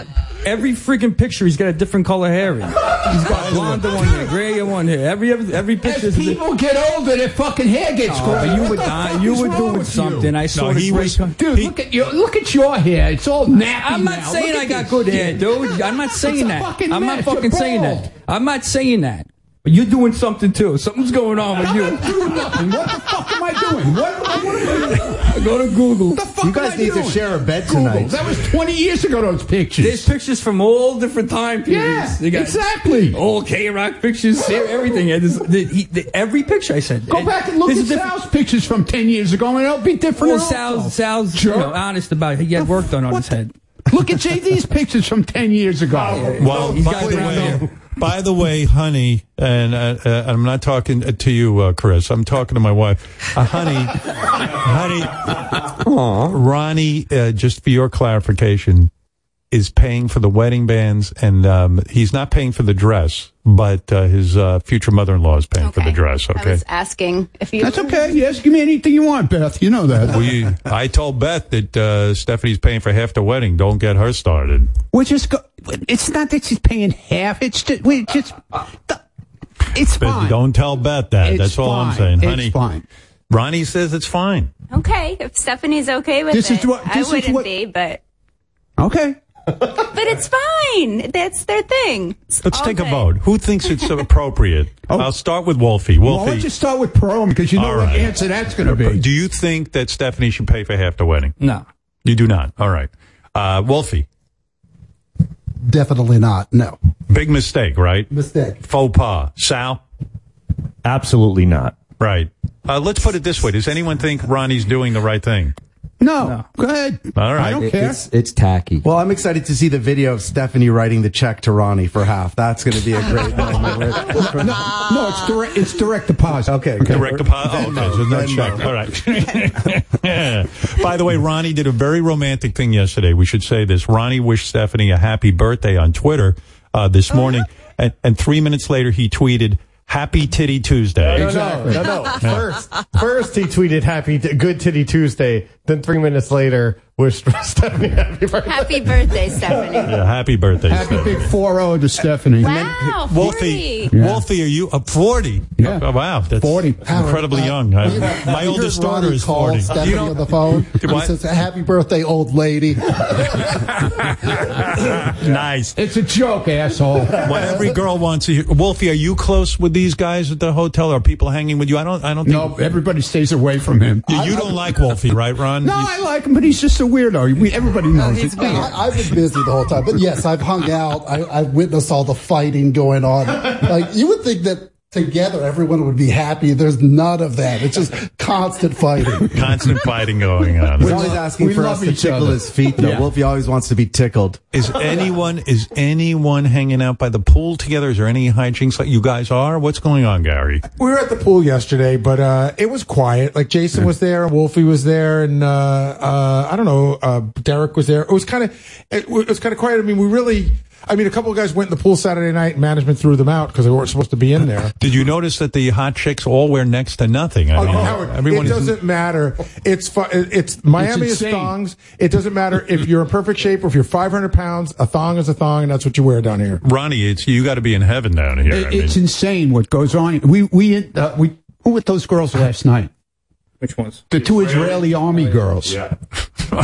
Speaker 15: every freaking picture he's got a different color hair in. He's got blonde in one hair, gray in one hair. Every every, every picture. is a-
Speaker 9: People get older, their fucking hair gets
Speaker 15: No,
Speaker 9: gray.
Speaker 15: but you
Speaker 9: What
Speaker 15: were
Speaker 9: the
Speaker 15: dying-
Speaker 9: fuck
Speaker 15: you
Speaker 9: is
Speaker 15: were
Speaker 9: wrong
Speaker 15: doing
Speaker 9: with
Speaker 15: something. I saw the
Speaker 9: he
Speaker 15: gray
Speaker 9: was-
Speaker 15: co-
Speaker 9: dude.
Speaker 15: he-
Speaker 9: look at your look at your hair. It's all nappy.
Speaker 15: I'm not
Speaker 9: now.
Speaker 15: saying
Speaker 9: Look
Speaker 15: I
Speaker 9: at
Speaker 15: got
Speaker 9: this
Speaker 15: good hair,
Speaker 9: shit.
Speaker 15: dude. I'm not saying
Speaker 9: It's a
Speaker 15: that.
Speaker 9: fucking
Speaker 15: I'm
Speaker 9: mess.
Speaker 15: not fucking
Speaker 9: You're
Speaker 15: saying
Speaker 9: bald.
Speaker 15: that. I'm not saying that. But you're doing something too. Something's going on with
Speaker 9: I'm
Speaker 15: you.
Speaker 9: not doing nothing. What the fuck am I doing? What, what, am I doing?
Speaker 15: Go to Google.
Speaker 9: The fuck
Speaker 13: You guys
Speaker 9: am I
Speaker 13: need to
Speaker 9: doing?
Speaker 13: share a bed
Speaker 9: Google.
Speaker 13: tonight.
Speaker 9: That was 20 years ago. Those pictures.
Speaker 15: There's pictures from all different time
Speaker 9: Yeah,
Speaker 15: periods. They got
Speaker 9: exactly.
Speaker 15: All K Rock pictures, Sarah, everything. Yeah, this- the- he- the- every picture I said.
Speaker 9: Go back and look
Speaker 15: This
Speaker 9: at
Speaker 15: is different-
Speaker 9: Sal's pictures from 10 years ago, and it'll be different.
Speaker 15: Well,
Speaker 9: also.
Speaker 15: Sal's, Sal's you
Speaker 9: Jerk.
Speaker 15: know, honest about it. He had work done on his head.
Speaker 9: Look at JD's pictures from 10 years ago.
Speaker 5: Well, by, the way, by the way, honey, and uh, uh, I'm not talking to you, uh, Chris. I'm talking to my wife, uh, honey, honey. Ronnie, uh, just for your clarification, is paying for the wedding bands, and um, he's not paying for the dress, but uh, his uh, future mother-in-law is paying for the dress.
Speaker 31: I
Speaker 5: Okay.
Speaker 31: was asking if you.
Speaker 9: That's okay. Yes, give me anything you want, Beth. You know that.
Speaker 5: We, I told Beth that uh, Stephanie's paying for half the wedding. Don't get her started.
Speaker 9: We're just go- It's not that she's paying half. It's just, we just. It's
Speaker 5: But
Speaker 9: fine.
Speaker 5: Don't tell Beth that.
Speaker 9: It's
Speaker 5: That's all I'm
Speaker 9: fine.
Speaker 5: saying,
Speaker 9: It's
Speaker 5: honey.
Speaker 9: fine.
Speaker 5: Ronnie says it's fine.
Speaker 31: Okay, if Stephanie's okay with
Speaker 9: This
Speaker 31: it,
Speaker 9: is what-
Speaker 31: I
Speaker 9: this is
Speaker 31: wouldn't
Speaker 9: what-
Speaker 31: be, but
Speaker 9: Okay.
Speaker 31: but it's fine. That's their thing. It's
Speaker 5: Let's
Speaker 31: all
Speaker 5: take
Speaker 31: good.
Speaker 5: a vote. Who thinks it's appropriate? I'll start with Wolfie.
Speaker 9: Oh. Well, why
Speaker 5: Wolfie,
Speaker 9: don't you start with Perlman because you know
Speaker 5: All
Speaker 9: what
Speaker 5: right.
Speaker 9: answer that's going to be.
Speaker 5: do you think that Stephanie should pay for half the wedding?
Speaker 15: No.
Speaker 5: You do not. All right. Uh, Wolfie,
Speaker 36: Definitely not. No.
Speaker 5: big mistake, right?
Speaker 36: Mistake.
Speaker 5: Faux pas. Sal?
Speaker 37: Absolutely not.
Speaker 5: Right. Uh, let's put it this way. Does anyone think Ronnie's doing the right thing?
Speaker 9: No. Go ahead.
Speaker 5: All right.
Speaker 10: It- It's, it's tacky.
Speaker 13: Well, I'm excited to see the video of Stephanie writing the check to Ronnie for half. That's going to be a great moment.
Speaker 9: no, no, it's direct. It's direct deposit.
Speaker 13: Okay,
Speaker 5: Direct deposit. Oh, okay. So no check. All right. Yeah. By the way, Ronnie did a very romantic thing yesterday. We should say this. Ronnie wished Stephanie a happy birthday on Twitter uh, this morning, and, and three minutes later he tweeted, "Happy Titty Tuesday."
Speaker 17: No, no, no, no. First, first he tweeted happy t- good titty Tuesday Then three minutes later, wished Stephanie happy birthday.
Speaker 31: Happy birthday, Stephanie.
Speaker 5: Yeah, happy birthday,
Speaker 12: Happy
Speaker 5: Stephanie.
Speaker 12: big 4-0 to Stephanie.
Speaker 31: Wow,
Speaker 5: Wolfie,
Speaker 31: 40. Yeah.
Speaker 5: Wolfie, are you up forty?
Speaker 12: Yeah.
Speaker 5: Oh, wow, that's
Speaker 12: 40.
Speaker 5: incredibly
Speaker 12: Uh,
Speaker 5: young. I-
Speaker 12: you-
Speaker 5: my
Speaker 12: you heard
Speaker 5: oldest
Speaker 12: Ronnie
Speaker 5: daughter is
Speaker 12: call
Speaker 5: forty.
Speaker 12: Stephanie
Speaker 5: You know-
Speaker 12: on the phone.
Speaker 5: Do
Speaker 12: He
Speaker 5: what?
Speaker 12: says, "Happy birthday, old lady."
Speaker 17: Oh,
Speaker 5: nice.
Speaker 12: It's a joke, asshole.
Speaker 5: What every girl wants to hear. Wolfie, are you close with these guys at the hotel? Are people hanging with you? I don't. I don't think.
Speaker 12: No, everybody stays away from him.
Speaker 5: You, you don't like Wolfie, right, Ron?
Speaker 12: No,
Speaker 5: You-
Speaker 12: I like him, but he's just a weirdo. We, everybody
Speaker 31: Oh,
Speaker 12: knows it.
Speaker 13: I, I've been busy the whole time, but yes, I've hung out. I, I've witnessed all the fighting going on. Like you would think that together everyone would be happy. There's none of that. It's just constant fighting.
Speaker 5: constant fighting going on.
Speaker 38: He's always asking for us to tickle his feet, though.
Speaker 5: Yeah.
Speaker 38: Wolfie always wants to be tickled.
Speaker 5: Is anyone is anyone hanging out by the pool together? Is there any hijinks like you guys are? What's going on, Gary?
Speaker 11: We were at the pool yesterday, but uh, it was quiet. Like Jason was there, and Wolfie was there, and uh, uh, I don't know, uh, Derek was there. It was kind of it, w- it was kind of quiet. I mean, we really. I mean, a couple of guys went in the pool Saturday night, and management threw them out because they weren't supposed to be in there.
Speaker 5: Did you notice that the hot chicks all wear next to nothing?
Speaker 12: Oh,
Speaker 5: I mean,
Speaker 11: Howard, it doesn't matter. It's fu- it's Miami is
Speaker 5: insane.
Speaker 11: thongs. It doesn't matter if you're in perfect shape or if you're 500 pounds. A thong is a thong, and that's what you wear down here.
Speaker 5: Ronnie, it's you got to be in heaven down here. I
Speaker 12: It-
Speaker 5: mean,
Speaker 12: it's insane what goes on. We we uh, we who were those girls last night?
Speaker 5: which ones?
Speaker 12: The two Israeli army girls.
Speaker 5: Yeah.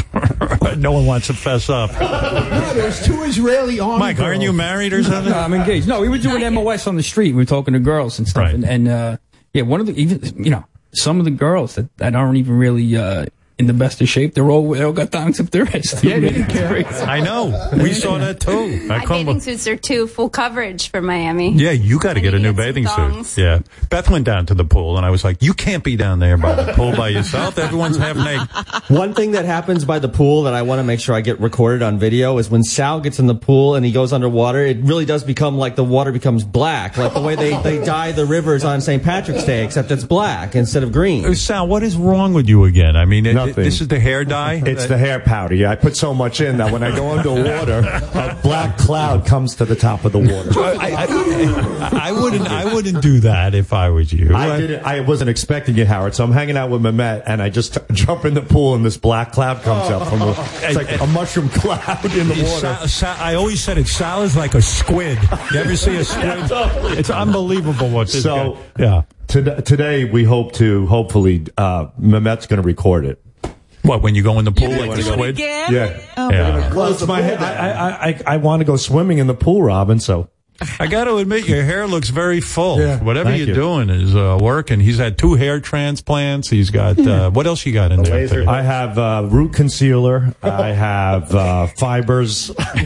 Speaker 5: no one wants to fess up.
Speaker 12: No, there was two Israeli army
Speaker 5: Mike, aren't you married or something? No,
Speaker 12: No, I'm
Speaker 5: I'm
Speaker 12: engaged.
Speaker 15: No, we were doing MOS on the street. We were talking to girls and stuff. And, and uh, yeah, one of the even you know some of the girls that, that aren't even really uh, in the best of shape. They're all they all got thongs up their wrist.
Speaker 5: Yeah, they
Speaker 15: It's crazy.
Speaker 5: I know. We saw that too. I
Speaker 31: My
Speaker 5: couldn't
Speaker 31: bathing suits are too full coverage for Miami.
Speaker 5: Yeah, you got to get a new bathing
Speaker 31: thongs.
Speaker 5: suit. Yeah. Beth went down to the pool and I was like, you can't be down there by the pool by yourself. Everyone's half naked.
Speaker 16: One thing that happens by the pool that I want to make sure I get recorded on video is when Sal gets in the pool and he goes underwater, it really does become like the water becomes black, like the way they, they dye the rivers on St. Patrick's Day, except it's black instead of green.
Speaker 5: Oh, Sal, what is wrong with you again? I mean, it- this is the hair dye?
Speaker 12: It's the hair powder. Yeah, I put so much in that when I go underwater, a black cloud comes to the top of the water.
Speaker 5: I, I- I wouldn't. I wouldn't do that if I was you.
Speaker 12: I didn't. I wasn't expecting it, Howard. So I'm hanging out with Mehmet, and I just jump in the pool, and this black cloud comes up from the. It's like a mushroom cloud in the
Speaker 5: It's Sal,
Speaker 12: water.
Speaker 5: Sal, I always said it. Sal is like a squid. You ever see a squid? It's unbelievable what this
Speaker 12: So
Speaker 5: guy. Yeah.
Speaker 12: Today, today we hope to hopefully uh, Mehmet's going to record it.
Speaker 5: What when you go in the pool
Speaker 12: gonna
Speaker 5: like a
Speaker 12: do it
Speaker 5: squid?
Speaker 12: again? Yeah.
Speaker 5: Oh,
Speaker 12: Well, it's my head. I, I, I, I want to go swimming in the pool, Robin. So
Speaker 5: I got to admit, your hair looks very full.
Speaker 12: Yeah.
Speaker 5: Whatever
Speaker 12: Thank
Speaker 5: you're
Speaker 12: you.
Speaker 5: doing is uh, working. He's had two hair transplants. He's got uh, what else you got in there? today?
Speaker 12: I have uh, root concealer. I have uh, fibers. I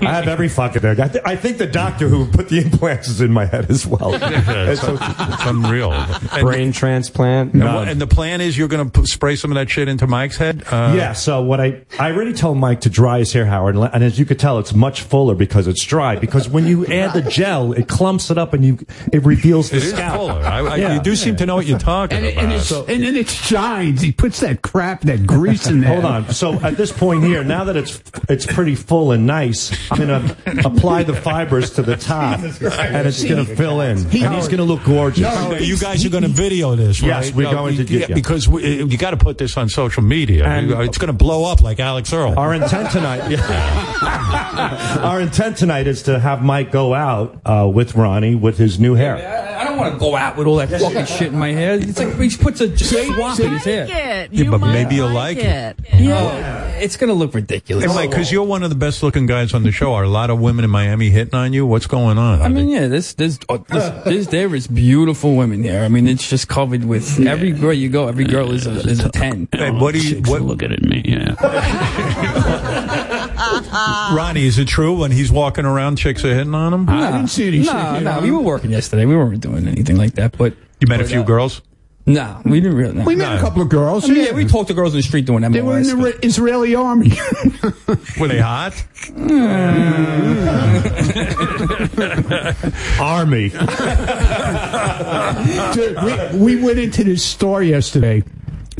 Speaker 12: have every fucking thing. I, th- I think the doctor who put the implants is in my head as well.
Speaker 5: Yeah, it's,
Speaker 12: It's so-
Speaker 5: it's unreal. And,
Speaker 16: Brain transplant.
Speaker 5: and what- and the plan is you're going to spray some of that shit into Mike's head. Uh,
Speaker 12: yeah. So what I I already told Mike to dry his hair, Howard, and, and as you could tell, it's much fuller because it's dry. Because when you add the gel, it clumps it up and you it reveals the
Speaker 5: It is
Speaker 12: scalp.
Speaker 5: fuller. I, I,
Speaker 12: Yeah.
Speaker 5: You do seem to know what you're talking
Speaker 12: And it-
Speaker 5: about.
Speaker 12: and it's-
Speaker 5: So-
Speaker 12: and it- it- And And it it shines. He puts that crap, that grease in there. Hold on. So at this point here, now that it's it's pretty full and nice, I'm gonna apply the fibers to the top,
Speaker 5: Jesus Christ.
Speaker 12: and it's gonna fill in,
Speaker 5: He-
Speaker 12: and he's gonna look gorgeous.
Speaker 5: Now, you guys are going to video this,
Speaker 12: Yes,
Speaker 5: right?
Speaker 12: we're going to do-
Speaker 5: yeah,
Speaker 12: yeah.
Speaker 5: because we, you got to put this on social media.
Speaker 12: And-
Speaker 5: it's going to blow up like Alex Earl.
Speaker 12: Our intent tonight, our intent tonight is to have Mike go out uh, with Ronnie with his new hair.
Speaker 15: I don't want to go out with all that fucking shit in my hair. It's like he puts a swamp in his hair.
Speaker 6: It.
Speaker 5: Yeah,
Speaker 6: You
Speaker 5: but
Speaker 6: might
Speaker 5: maybe you'll
Speaker 6: like
Speaker 5: like
Speaker 6: it.
Speaker 15: Yeah. It's going to look ridiculous.
Speaker 5: Hey, Mike, because you're one of the best looking guys on the show. Are a lot of women in Miami hitting on you? What's going on?
Speaker 15: I mean, yeah, this, this, uh, this, this, there is beautiful women here. I mean, it's just covered with every girl you go, every girl is a, is a 10.
Speaker 5: Hey, what do you, what,
Speaker 15: Looking at me, yeah.
Speaker 5: Ronnie, is it true when he's walking around, chicks are hitting on him?
Speaker 15: No, no, we were working yesterday. We weren't doing anything like that. But
Speaker 5: You met a
Speaker 15: but,
Speaker 5: few
Speaker 15: uh,
Speaker 5: girls?
Speaker 15: No, we didn't really. No.
Speaker 12: We met a
Speaker 15: No.
Speaker 12: couple of girls,
Speaker 15: I mean, yeah.
Speaker 12: yeah.
Speaker 15: we talked to girls in the street doing that.
Speaker 12: They were in the Re- Israeli army.
Speaker 5: Were they hot?
Speaker 12: Army. Dude, we, we went into this store yesterday,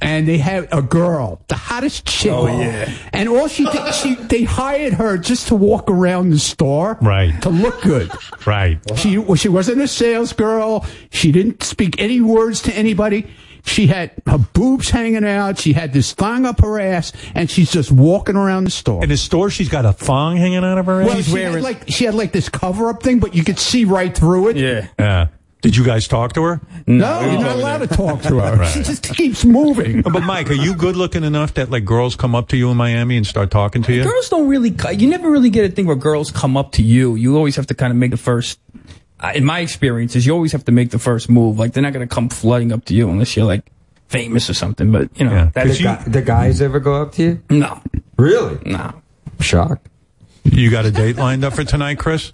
Speaker 12: and they had a girl, the hottest chick. Oh, yeah. And all she did, she they hired her just to walk around the store,
Speaker 5: right,
Speaker 12: to look good,
Speaker 5: right.
Speaker 12: She well, she wasn't a sales girl. She didn't speak any words to anybody. She had her boobs hanging out. She had this thong up her ass, and she's just walking around the store.
Speaker 5: In the store, she's got a thong hanging out of her ass.
Speaker 12: Well, she had like she had like this cover up thing, but you could see right through it. Yeah.
Speaker 5: Yeah. Did you guys talk to her?
Speaker 12: No, you're not allowed to talk to her.
Speaker 5: Right.
Speaker 12: She just keeps moving.
Speaker 5: But Mike, are you good looking enough that like girls come up to you in Miami and start talking to you?
Speaker 11: Girls don't really. cu- You never really get a thing where girls come up to you. You always have to kind of make the first. I- In my experiences, you always have to make the first move. Like they're not gonna come flooding up to you unless you're like famous or something. But you know,
Speaker 10: Did the, guy- the guys ever go up to you?
Speaker 11: No.
Speaker 10: Really?
Speaker 11: No.
Speaker 10: Shocked.
Speaker 5: You got a date lined up for tonight, Chris?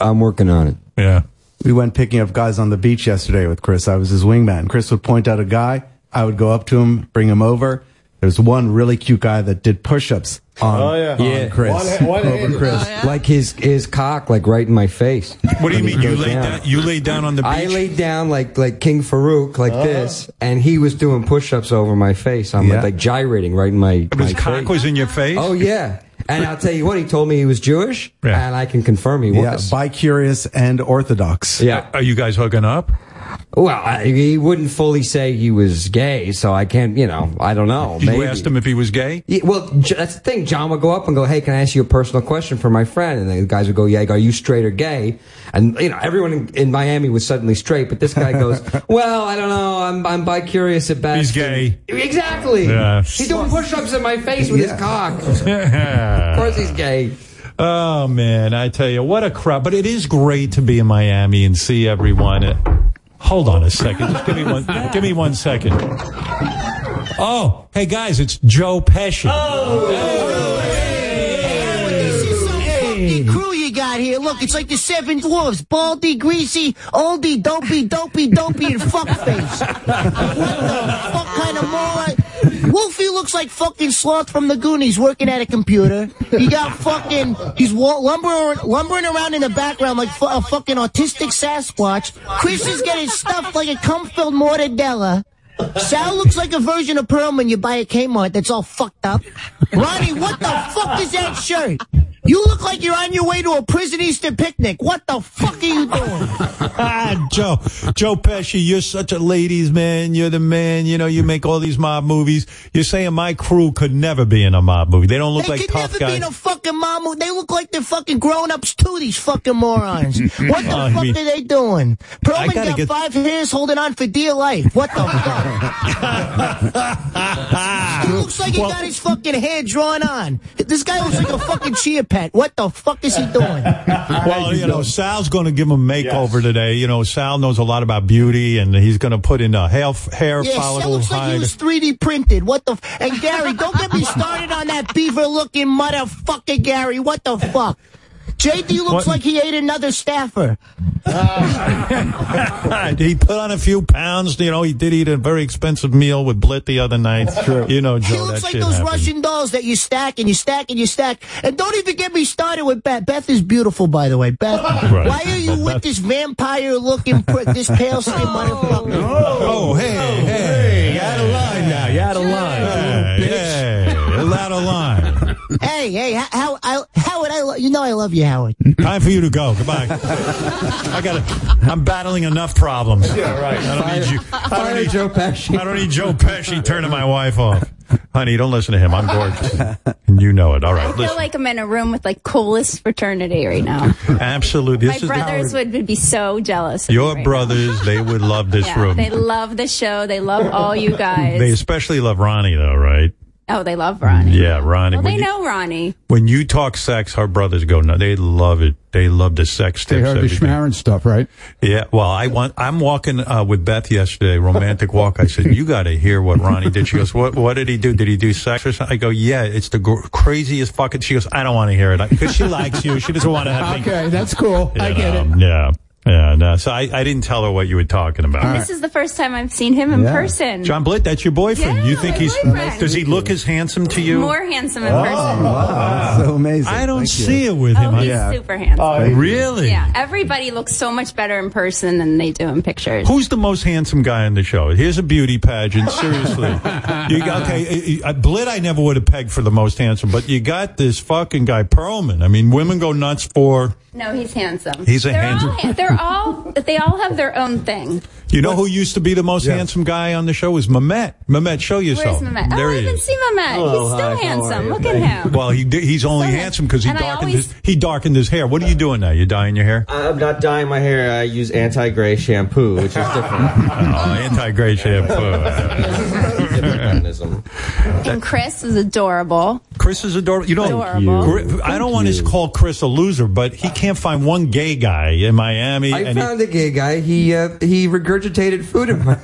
Speaker 13: I'm working on it.
Speaker 5: Yeah.
Speaker 13: We went picking up guys on the beach yesterday with Chris. I was his wingman. Chris would point out a guy. I would go up to him, bring him over. There's one really cute guy that did push-ups on,
Speaker 10: oh yeah,
Speaker 13: on Chris.
Speaker 17: Oh,
Speaker 13: over Chris.
Speaker 10: like his his cock, like right in my face.
Speaker 5: What do you
Speaker 10: When he
Speaker 5: mean? You
Speaker 10: goes
Speaker 5: laid down. You laid down on the beach.
Speaker 10: I laid down like like King Farouk, like
Speaker 5: Uh-huh.
Speaker 10: this, and he was doing push-ups over my face. I'm
Speaker 5: Yeah.
Speaker 10: like gyrating right in my.
Speaker 5: But his
Speaker 10: my
Speaker 5: cock
Speaker 10: face.
Speaker 5: was in your face.
Speaker 10: Oh yeah, and I'll tell you what, he told me he was Jewish, and I can confirm he
Speaker 13: Yeah,
Speaker 10: was.
Speaker 13: bi-curious and orthodox.
Speaker 10: Yeah.
Speaker 5: Are you guys hooking up?
Speaker 10: Well, I, he wouldn't fully say he was gay, so I can't. You know, I don't know.
Speaker 5: Did you
Speaker 10: maybe.
Speaker 5: asked him if he was gay?
Speaker 10: Yeah, well, J- that's the thing. John would go up and go, "Hey, can I ask you a personal question for my friend?" And the guys would go, "Yeah." He'd go, Are you straight or gay? And you know, everyone in, in Miami was suddenly straight, but this guy goes, "Well, I don't know. I'm I'm bi curious at best."
Speaker 5: He's gay.
Speaker 10: Exactly.
Speaker 5: Yeah.
Speaker 10: He's doing push-ups in my face with
Speaker 5: Yeah.
Speaker 10: his cock.
Speaker 5: of
Speaker 10: course, he's gay.
Speaker 5: Oh man, I tell you what a crowd! But it is great to be in Miami and see everyone. Uh, Hold on a second. Just give me one. give me one second. Oh, hey guys, it's Joe Pesci.
Speaker 19: Fucking crew you got here. Look, it's like the seven dwarves. Baldy, greasy, oldie, dopey, dopey, dopey, and fuckface. what the fuck kind of moron? Wolfie looks like fucking Sloth from the Goonies working at a computer. You got fucking, he's wa- lumbering, lumbering around in the background like fu- a fucking autistic Sasquatch. Chris is getting stuffed like a cum-filled mortadella. Sal looks like a version of Perlman you buy at Kmart that's all fucked up. Ronnie, what the fuck is that shirt? You look like you're on your way to a prison Easter picnic. What the fuck are you doing?
Speaker 5: Ah, Joe, Joe Pesci, you're such a ladies' man. You're the man. You know, you make all these mob movies. You're saying my crew could never be in a mob movie. They don't look
Speaker 19: they
Speaker 5: like
Speaker 19: could
Speaker 5: tough
Speaker 19: never be
Speaker 5: guys.
Speaker 19: in a fucking mom movie. They look like they're fucking grown ups too, these fucking morons. What the
Speaker 5: Oh, you
Speaker 19: fuck
Speaker 5: mean-
Speaker 19: are they doing?
Speaker 5: I
Speaker 19: Perlman
Speaker 5: gotta
Speaker 19: got
Speaker 5: get-
Speaker 19: five hairs holding on for dear life. What the fuck? he looks like he got his fucking hair drawn on. This guy looks like a fucking chia pet. What the fuck is he doing?
Speaker 5: well, you know, Sal's going to give him a makeover today. You know, Sal knows a lot about beauty, and he's going to put in a hair, hair
Speaker 19: Yeah, Seth
Speaker 5: follicle
Speaker 19: looks like he
Speaker 5: hide.
Speaker 19: was 3D printed. What the? F- and Gary, don't get me started on that beaver-looking motherfucker, Gary. What the fuck? JD looks
Speaker 5: What?
Speaker 19: like he ate another staffer.
Speaker 5: he put on a few pounds. You know, he did eat a very expensive meal with Blit the other night. true. You know, Joe,
Speaker 19: He looks
Speaker 5: that
Speaker 19: like
Speaker 5: shit
Speaker 19: those
Speaker 5: happens.
Speaker 19: Russian dolls that you stack and you stack and you stack. And don't even get me started with Beth. Beth is beautiful, by the way. Beth,
Speaker 5: Right.
Speaker 19: why are you with this vampire-looking, prick, this pale-skinned motherfucker?
Speaker 5: Oh, hey, hey, you out of line now. You out of line. Hey, hey, out of line.
Speaker 19: Hey, hey, how, how, I, Howard, I lo- you know I love you, Howard.
Speaker 5: Time for you to go. Goodbye. I got. to I'm battling enough problems. Yeah, right. I don't need you. I don't need Joe Pesci. I don't need Joe Pesci turning my wife off. Honey, don't listen to him. I'm gorgeous, and you know it. All
Speaker 31: I
Speaker 5: right,
Speaker 31: feel
Speaker 5: listen.
Speaker 31: like I'm in a room with like coolest fraternity right now.
Speaker 5: Absolutely,
Speaker 31: My
Speaker 5: this is
Speaker 31: brothers would be so jealous. of me
Speaker 5: your
Speaker 31: right
Speaker 5: brothers. They would love
Speaker 31: now.
Speaker 5: this
Speaker 31: Yeah,
Speaker 5: room.
Speaker 31: They love the show. They love all you guys.
Speaker 5: Um, They especially love Ronnie, though, right?
Speaker 31: oh, they love Ronnie.
Speaker 5: Yeah, Ronnie.
Speaker 31: Well,
Speaker 5: when
Speaker 31: they
Speaker 5: you-
Speaker 31: know Ronnie.
Speaker 5: When you talk sex, her brothers go. No, they love it. They love the sex.
Speaker 12: They
Speaker 5: tips,
Speaker 12: heard the
Speaker 5: everything.
Speaker 12: Schmarin stuff, right?
Speaker 5: Yeah, well, I want. I'm walking uh, with Beth yesterday, romantic walk. I said, "You got to hear what Ronnie did." She goes, "What? What did he do? Did he do sex or something?" I go, "Yeah, it's the gr- craziest fucking." She goes, "I don't want to hear it because she likes you. She doesn't want to have."
Speaker 12: Okay, that's cool. I
Speaker 5: You
Speaker 12: get it.
Speaker 5: know, Yeah, yeah. No, so I, I didn't tell her what you were talking about.
Speaker 31: This is the first time I've seen him in
Speaker 5: Yeah.
Speaker 31: person.
Speaker 5: John Blitt, that's your boyfriend. you think he's?
Speaker 31: boyfriend.
Speaker 5: Does he look as handsome to you?
Speaker 31: More handsome in
Speaker 5: Oh,
Speaker 31: person.
Speaker 5: wow.
Speaker 13: So amazing.
Speaker 5: I don't
Speaker 13: Thank you.
Speaker 5: see it with him.
Speaker 31: Oh, he's super handsome.
Speaker 5: really?
Speaker 31: Yeah, everybody looks so much better in person than they do in pictures.
Speaker 5: Who's the most handsome guy on the show? Here's a beauty pageant. Seriously, you, okay? I, I, Blit, I never would have pegged for the most handsome, but you got this fucking guy Perlman. I mean, women go nuts for.
Speaker 31: No, he's handsome.
Speaker 5: He's a
Speaker 31: they're
Speaker 5: handsome.
Speaker 31: All, ha- they're they're all they all have their own thing.
Speaker 5: You know who used to be the most handsome guy on the show was Mamet. Mamet, show yourself.
Speaker 31: Where's Mamet? Oh,
Speaker 5: There
Speaker 31: I
Speaker 5: he
Speaker 31: haven't
Speaker 5: is. Oh,
Speaker 31: seen Mamet. He's still handsome. Look at him.
Speaker 5: Well, he did, he's only handsome because he
Speaker 31: And I
Speaker 5: darkened
Speaker 31: always-
Speaker 5: his he darkened his hair. What are you doing now? You dyeing your hair?
Speaker 16: I'm not dyeing my hair. I use anti-gray shampoo, which is different.
Speaker 5: oh, anti-gray shampoo.
Speaker 31: And Chris is adorable.
Speaker 5: Chris is adorable. You know,
Speaker 31: Adorable.
Speaker 5: Chris- I don't want to call Chris a loser, but he can't find one gay guy in Miami.
Speaker 10: I
Speaker 5: and he-
Speaker 10: found a gay guy. He uh, he regurgitated food in my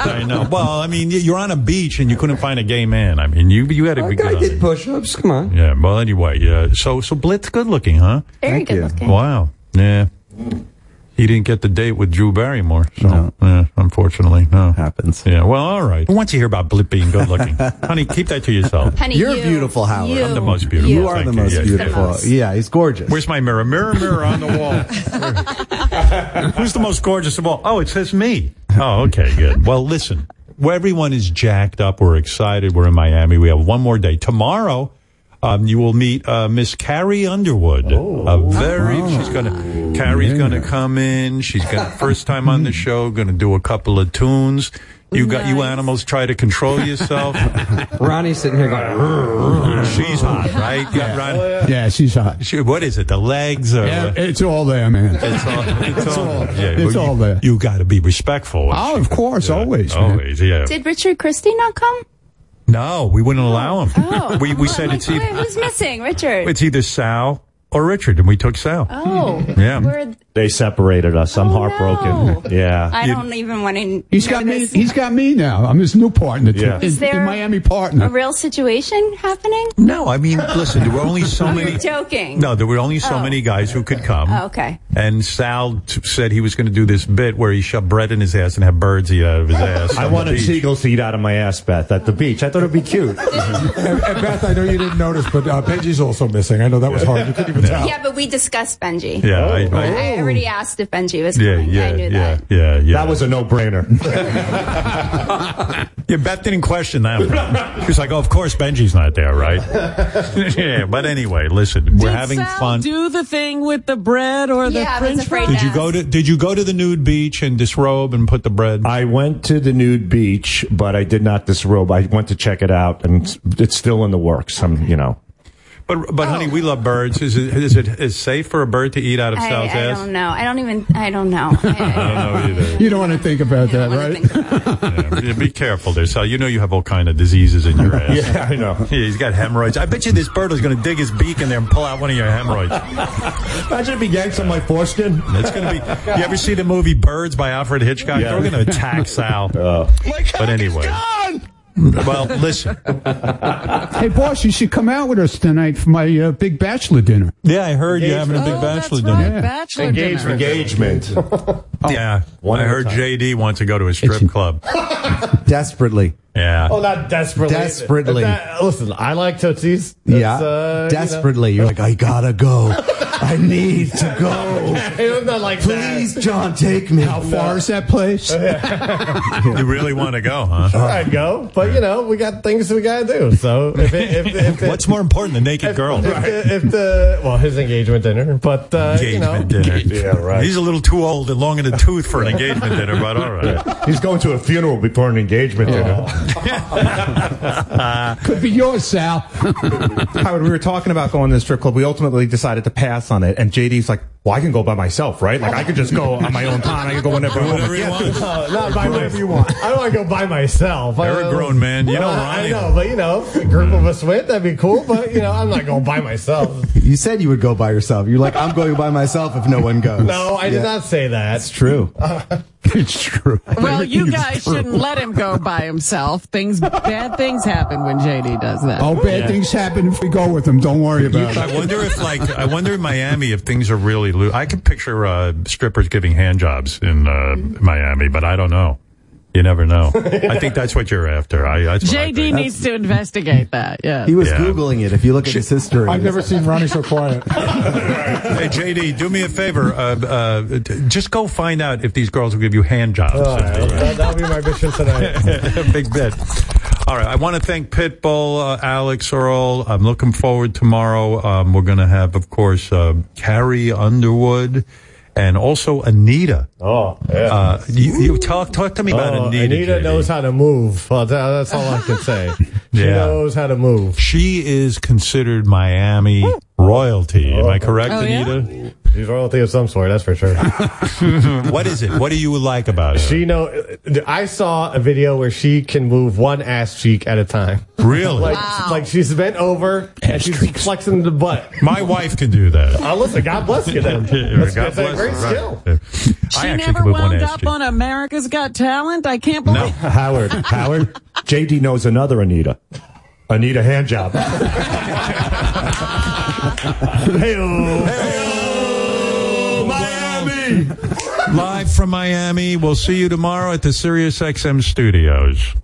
Speaker 5: I know. Well, I mean, you're on a beach and you couldn't find a gay man. I mean, you you had to be good.
Speaker 10: I
Speaker 5: on it.
Speaker 10: did push-ups. Come on.
Speaker 5: Yeah. Well, anyway, yeah. So so Blitz, good looking, huh?
Speaker 10: Very Thank good you. looking.
Speaker 5: Wow. Yeah. He didn't get the date with Drew Barrymore, so yeah, unfortunately, no happens. Yeah. Well, all right. Once you hear about Blitz being good looking, honey, keep that to yourself.
Speaker 13: Honey, You're you- beautiful, Howard. you-
Speaker 5: I'm the most beautiful.
Speaker 13: you are
Speaker 5: Thank
Speaker 13: the most
Speaker 5: Yes,
Speaker 13: beautiful.
Speaker 5: yes.
Speaker 13: Yeah, he's gorgeous.
Speaker 5: Where's my mirror? Mirror, mirror on the wall. Who's the most gorgeous of all? Oh, it says me. Oh, okay, good. Well, listen, where everyone is jacked up. We're excited. We're in Miami. We have one more day. Tomorrow, um, you will meet uh, Miss Carrie Underwood.
Speaker 13: Oh.
Speaker 5: a very she's gonna Carrie's gonna come in. She's gonna first time on the show. Gonna do a couple of tunes. You got you animals try to control yourself.
Speaker 10: Ronnie's sitting here going.
Speaker 5: She's hot, right? You got Ron-
Speaker 12: Yeah, she's hot.
Speaker 5: She- what is it? The legs or
Speaker 12: Yeah, it's all there, man.
Speaker 5: uh, It's all. It's, all. Yeah,
Speaker 12: It's
Speaker 5: well,
Speaker 12: all
Speaker 5: you,
Speaker 12: there.
Speaker 5: You got to be respectful.
Speaker 12: Oh, of course, always. man.
Speaker 5: Always, yeah.
Speaker 31: Did Richard Christie not come?
Speaker 5: No, we wouldn't allow him.
Speaker 31: Oh.
Speaker 5: we we said
Speaker 31: Like,
Speaker 5: it's either
Speaker 31: where- who's missing? Richard.
Speaker 5: it's either Sal or Richard, and we took Sal.
Speaker 31: oh.
Speaker 5: Yeah.
Speaker 31: Where-
Speaker 17: They separated us. I'm heartbroken. Yeah.
Speaker 31: Oh, I don't even want to.
Speaker 12: He's got me. He's got me now. I'm his new partner.
Speaker 17: Yeah.
Speaker 12: His-
Speaker 31: Is there
Speaker 12: his Miami
Speaker 31: a
Speaker 12: partner.
Speaker 31: real situation happening?
Speaker 5: No, I mean, listen, there were only so
Speaker 31: You're
Speaker 5: many.
Speaker 31: joking.
Speaker 5: No, there were only so
Speaker 31: Oh.
Speaker 5: many guys who could come.
Speaker 31: Oh, okay.
Speaker 5: And Sal t- said he was going to do this bit where he shoved bread in his ass and had birds eat out of his ass.
Speaker 17: I
Speaker 5: on the
Speaker 17: wanted
Speaker 5: beach.
Speaker 17: seagulls to eat out of my ass, Beth, at the beach. I thought it'd be cute.
Speaker 15: And- and Beth, I know you didn't notice, but uh, Benji's also missing. I know that was hard. You couldn't even tell.
Speaker 31: Yeah, but we discussed Benji.
Speaker 5: Yeah, I-
Speaker 31: I,
Speaker 5: I- Oh.
Speaker 31: already asked if Benji was
Speaker 5: Yeah,
Speaker 31: coming.
Speaker 5: yeah,
Speaker 31: I knew
Speaker 5: yeah,
Speaker 31: that.
Speaker 5: yeah, yeah.
Speaker 17: That was a no-brainer.
Speaker 5: Yeah, Beth didn't question that. One. She was like, "Oh, of course, Benji's not there, right?" yeah, but anyway, listen, we're
Speaker 6: Did
Speaker 5: having
Speaker 6: Sal
Speaker 5: fun.
Speaker 6: Do the thing with the bread or the
Speaker 31: Yeah, I
Speaker 6: French
Speaker 31: was afraid
Speaker 6: fries.
Speaker 5: Did you go to Did you go to the nude beach and disrobe and put the bread?
Speaker 17: I went to the nude beach, but I did not disrobe. I went to check it out, and it's- it's still in the works. I'm, you know.
Speaker 5: But but honey, we love birds. Is it is it is safe for a bird to eat out of
Speaker 31: I,
Speaker 5: Sal's
Speaker 31: I
Speaker 5: ass?
Speaker 31: don't know. I don't even. I don't know. I-
Speaker 5: I don't know either.
Speaker 12: You don't want to think about that, right?
Speaker 5: Yeah, be careful there, Sal. You know you have all kind of diseases in your ass.
Speaker 17: Yeah, I know.
Speaker 5: Yeah, he's got hemorrhoids. I bet you this bird is going to dig his beak in there and pull out one of your hemorrhoids.
Speaker 17: Imagine if he yanks on my foreskin.
Speaker 5: It's going to be. You ever see the movie Birds by Alfred Hitchcock?
Speaker 17: Yeah.
Speaker 5: They're going to attack Sal. but anyway. Well, listen.
Speaker 12: Hey, boss, you should come out with us tonight for my uh, big bachelor dinner.
Speaker 5: Yeah, I heard you're having a big bachelor dinner.
Speaker 6: Oh, Bachelor dinner.
Speaker 17: Engagement.
Speaker 5: Yeah, I heard JD wants to go to a strip club.
Speaker 13: Desperately.
Speaker 5: Yeah.
Speaker 17: Oh, not desperately.
Speaker 13: Desperately.
Speaker 17: That- listen, I like tootsies. That's,
Speaker 13: Yeah.
Speaker 17: uh, you know.
Speaker 13: Desperately. You are like, I gotta go. I need to go.
Speaker 17: I'm not like
Speaker 13: Please, John, take me.
Speaker 12: How far is that place?
Speaker 5: You really want to go, huh?
Speaker 17: I'd go, but you know we got things we gotta do. So if it, if, if,
Speaker 5: What's more important, the naked girl?
Speaker 17: if, the, if the well his engagement dinner, but uh,
Speaker 5: Engagement
Speaker 17: you know,
Speaker 5: dinner.
Speaker 17: Yeah, right.
Speaker 5: He's a little too old and long in the tooth for an engagement dinner, but all right.
Speaker 17: He's going to a funeral before an engagement dinner.
Speaker 12: Could be yours, Sal.
Speaker 34: Howard, we were talking about going to the strip club. We ultimately decided to pass on it. And JD's like, well, I can go by myself, right? Like, I could just go on my own time. I can go whenever I want. Uh,
Speaker 5: Whatever he wants.
Speaker 17: No, not buy whatever you want. I don't want to go by myself. I-
Speaker 5: You're a grown man. You know
Speaker 17: Well,
Speaker 5: Ronnie.
Speaker 17: I know, but you know, if a group
Speaker 5: Mm.
Speaker 17: of us went, that'd be cool. But you know, I'm not going by myself.
Speaker 13: You said you would go by yourself. You're like, I'm going by myself if no one goes.
Speaker 17: No, I did
Speaker 13: Yeah.
Speaker 17: not say that. That's
Speaker 13: True.
Speaker 12: it's true.
Speaker 6: Well, you
Speaker 12: It's
Speaker 6: guys
Speaker 12: true.
Speaker 6: shouldn't let him go by himself. Things bad things happen when JD does that.
Speaker 12: Oh, bad things happen if we go with them. Don't worry about
Speaker 5: I
Speaker 12: it.
Speaker 5: wonder if, like, I wonder in Miami if things are really loose. I can picture uh, strippers giving hand jobs in uh, Miami, but I don't know. You never know. I think that's what you're after. I, that's what I
Speaker 6: JD
Speaker 5: think.
Speaker 6: needs to investigate that. Yeah.
Speaker 13: He was
Speaker 5: Yeah.
Speaker 13: Googling it. If you look at his history,
Speaker 15: I've never seen Ronnie so quiet.
Speaker 5: Hey, JD, do me a favor. Uh, uh, d- just go find out if these girls will give you hand jobs.
Speaker 17: Oh, that, that'll be my mission tonight.
Speaker 5: Big bit. All right. I want to thank Pitbull, uh, Alex Earl. I'm looking forward tomorrow. Um, we're going to have, of course, uh, Carrie Underwood. and also Anita.
Speaker 17: Oh, yeah.
Speaker 5: Uh, you, you talk talk to me about
Speaker 17: Oh,
Speaker 5: Anita. JD.
Speaker 17: knows how to move. Well, tha- that's all I can say. She
Speaker 5: Yeah.
Speaker 17: knows how to move.
Speaker 5: She is considered Miami royalty. Am I correct,
Speaker 17: Oh, yeah?
Speaker 5: Anita?
Speaker 17: She's royalty of some sort, that's for sure.
Speaker 5: what is it? What do you like about her?
Speaker 17: She know. I saw a video where she can move one ass cheek at a time.
Speaker 5: Really?
Speaker 17: like, like she's bent over and she's flexing the butt.
Speaker 5: My wife can do that.
Speaker 17: Uh, listen, God bless you. Then that's,
Speaker 5: God
Speaker 17: that's a
Speaker 5: bless
Speaker 17: great
Speaker 5: her, right.
Speaker 17: skill.
Speaker 5: I
Speaker 6: She
Speaker 5: actually
Speaker 6: never
Speaker 5: can move one
Speaker 6: wound
Speaker 5: ass
Speaker 6: up on America's Got Talent. I can't believe.
Speaker 4: Howard, Howard, JD knows another Anita. Anita Handjob.
Speaker 5: Miami! Live from Miami. We'll see you tomorrow at the Sirius XM studios.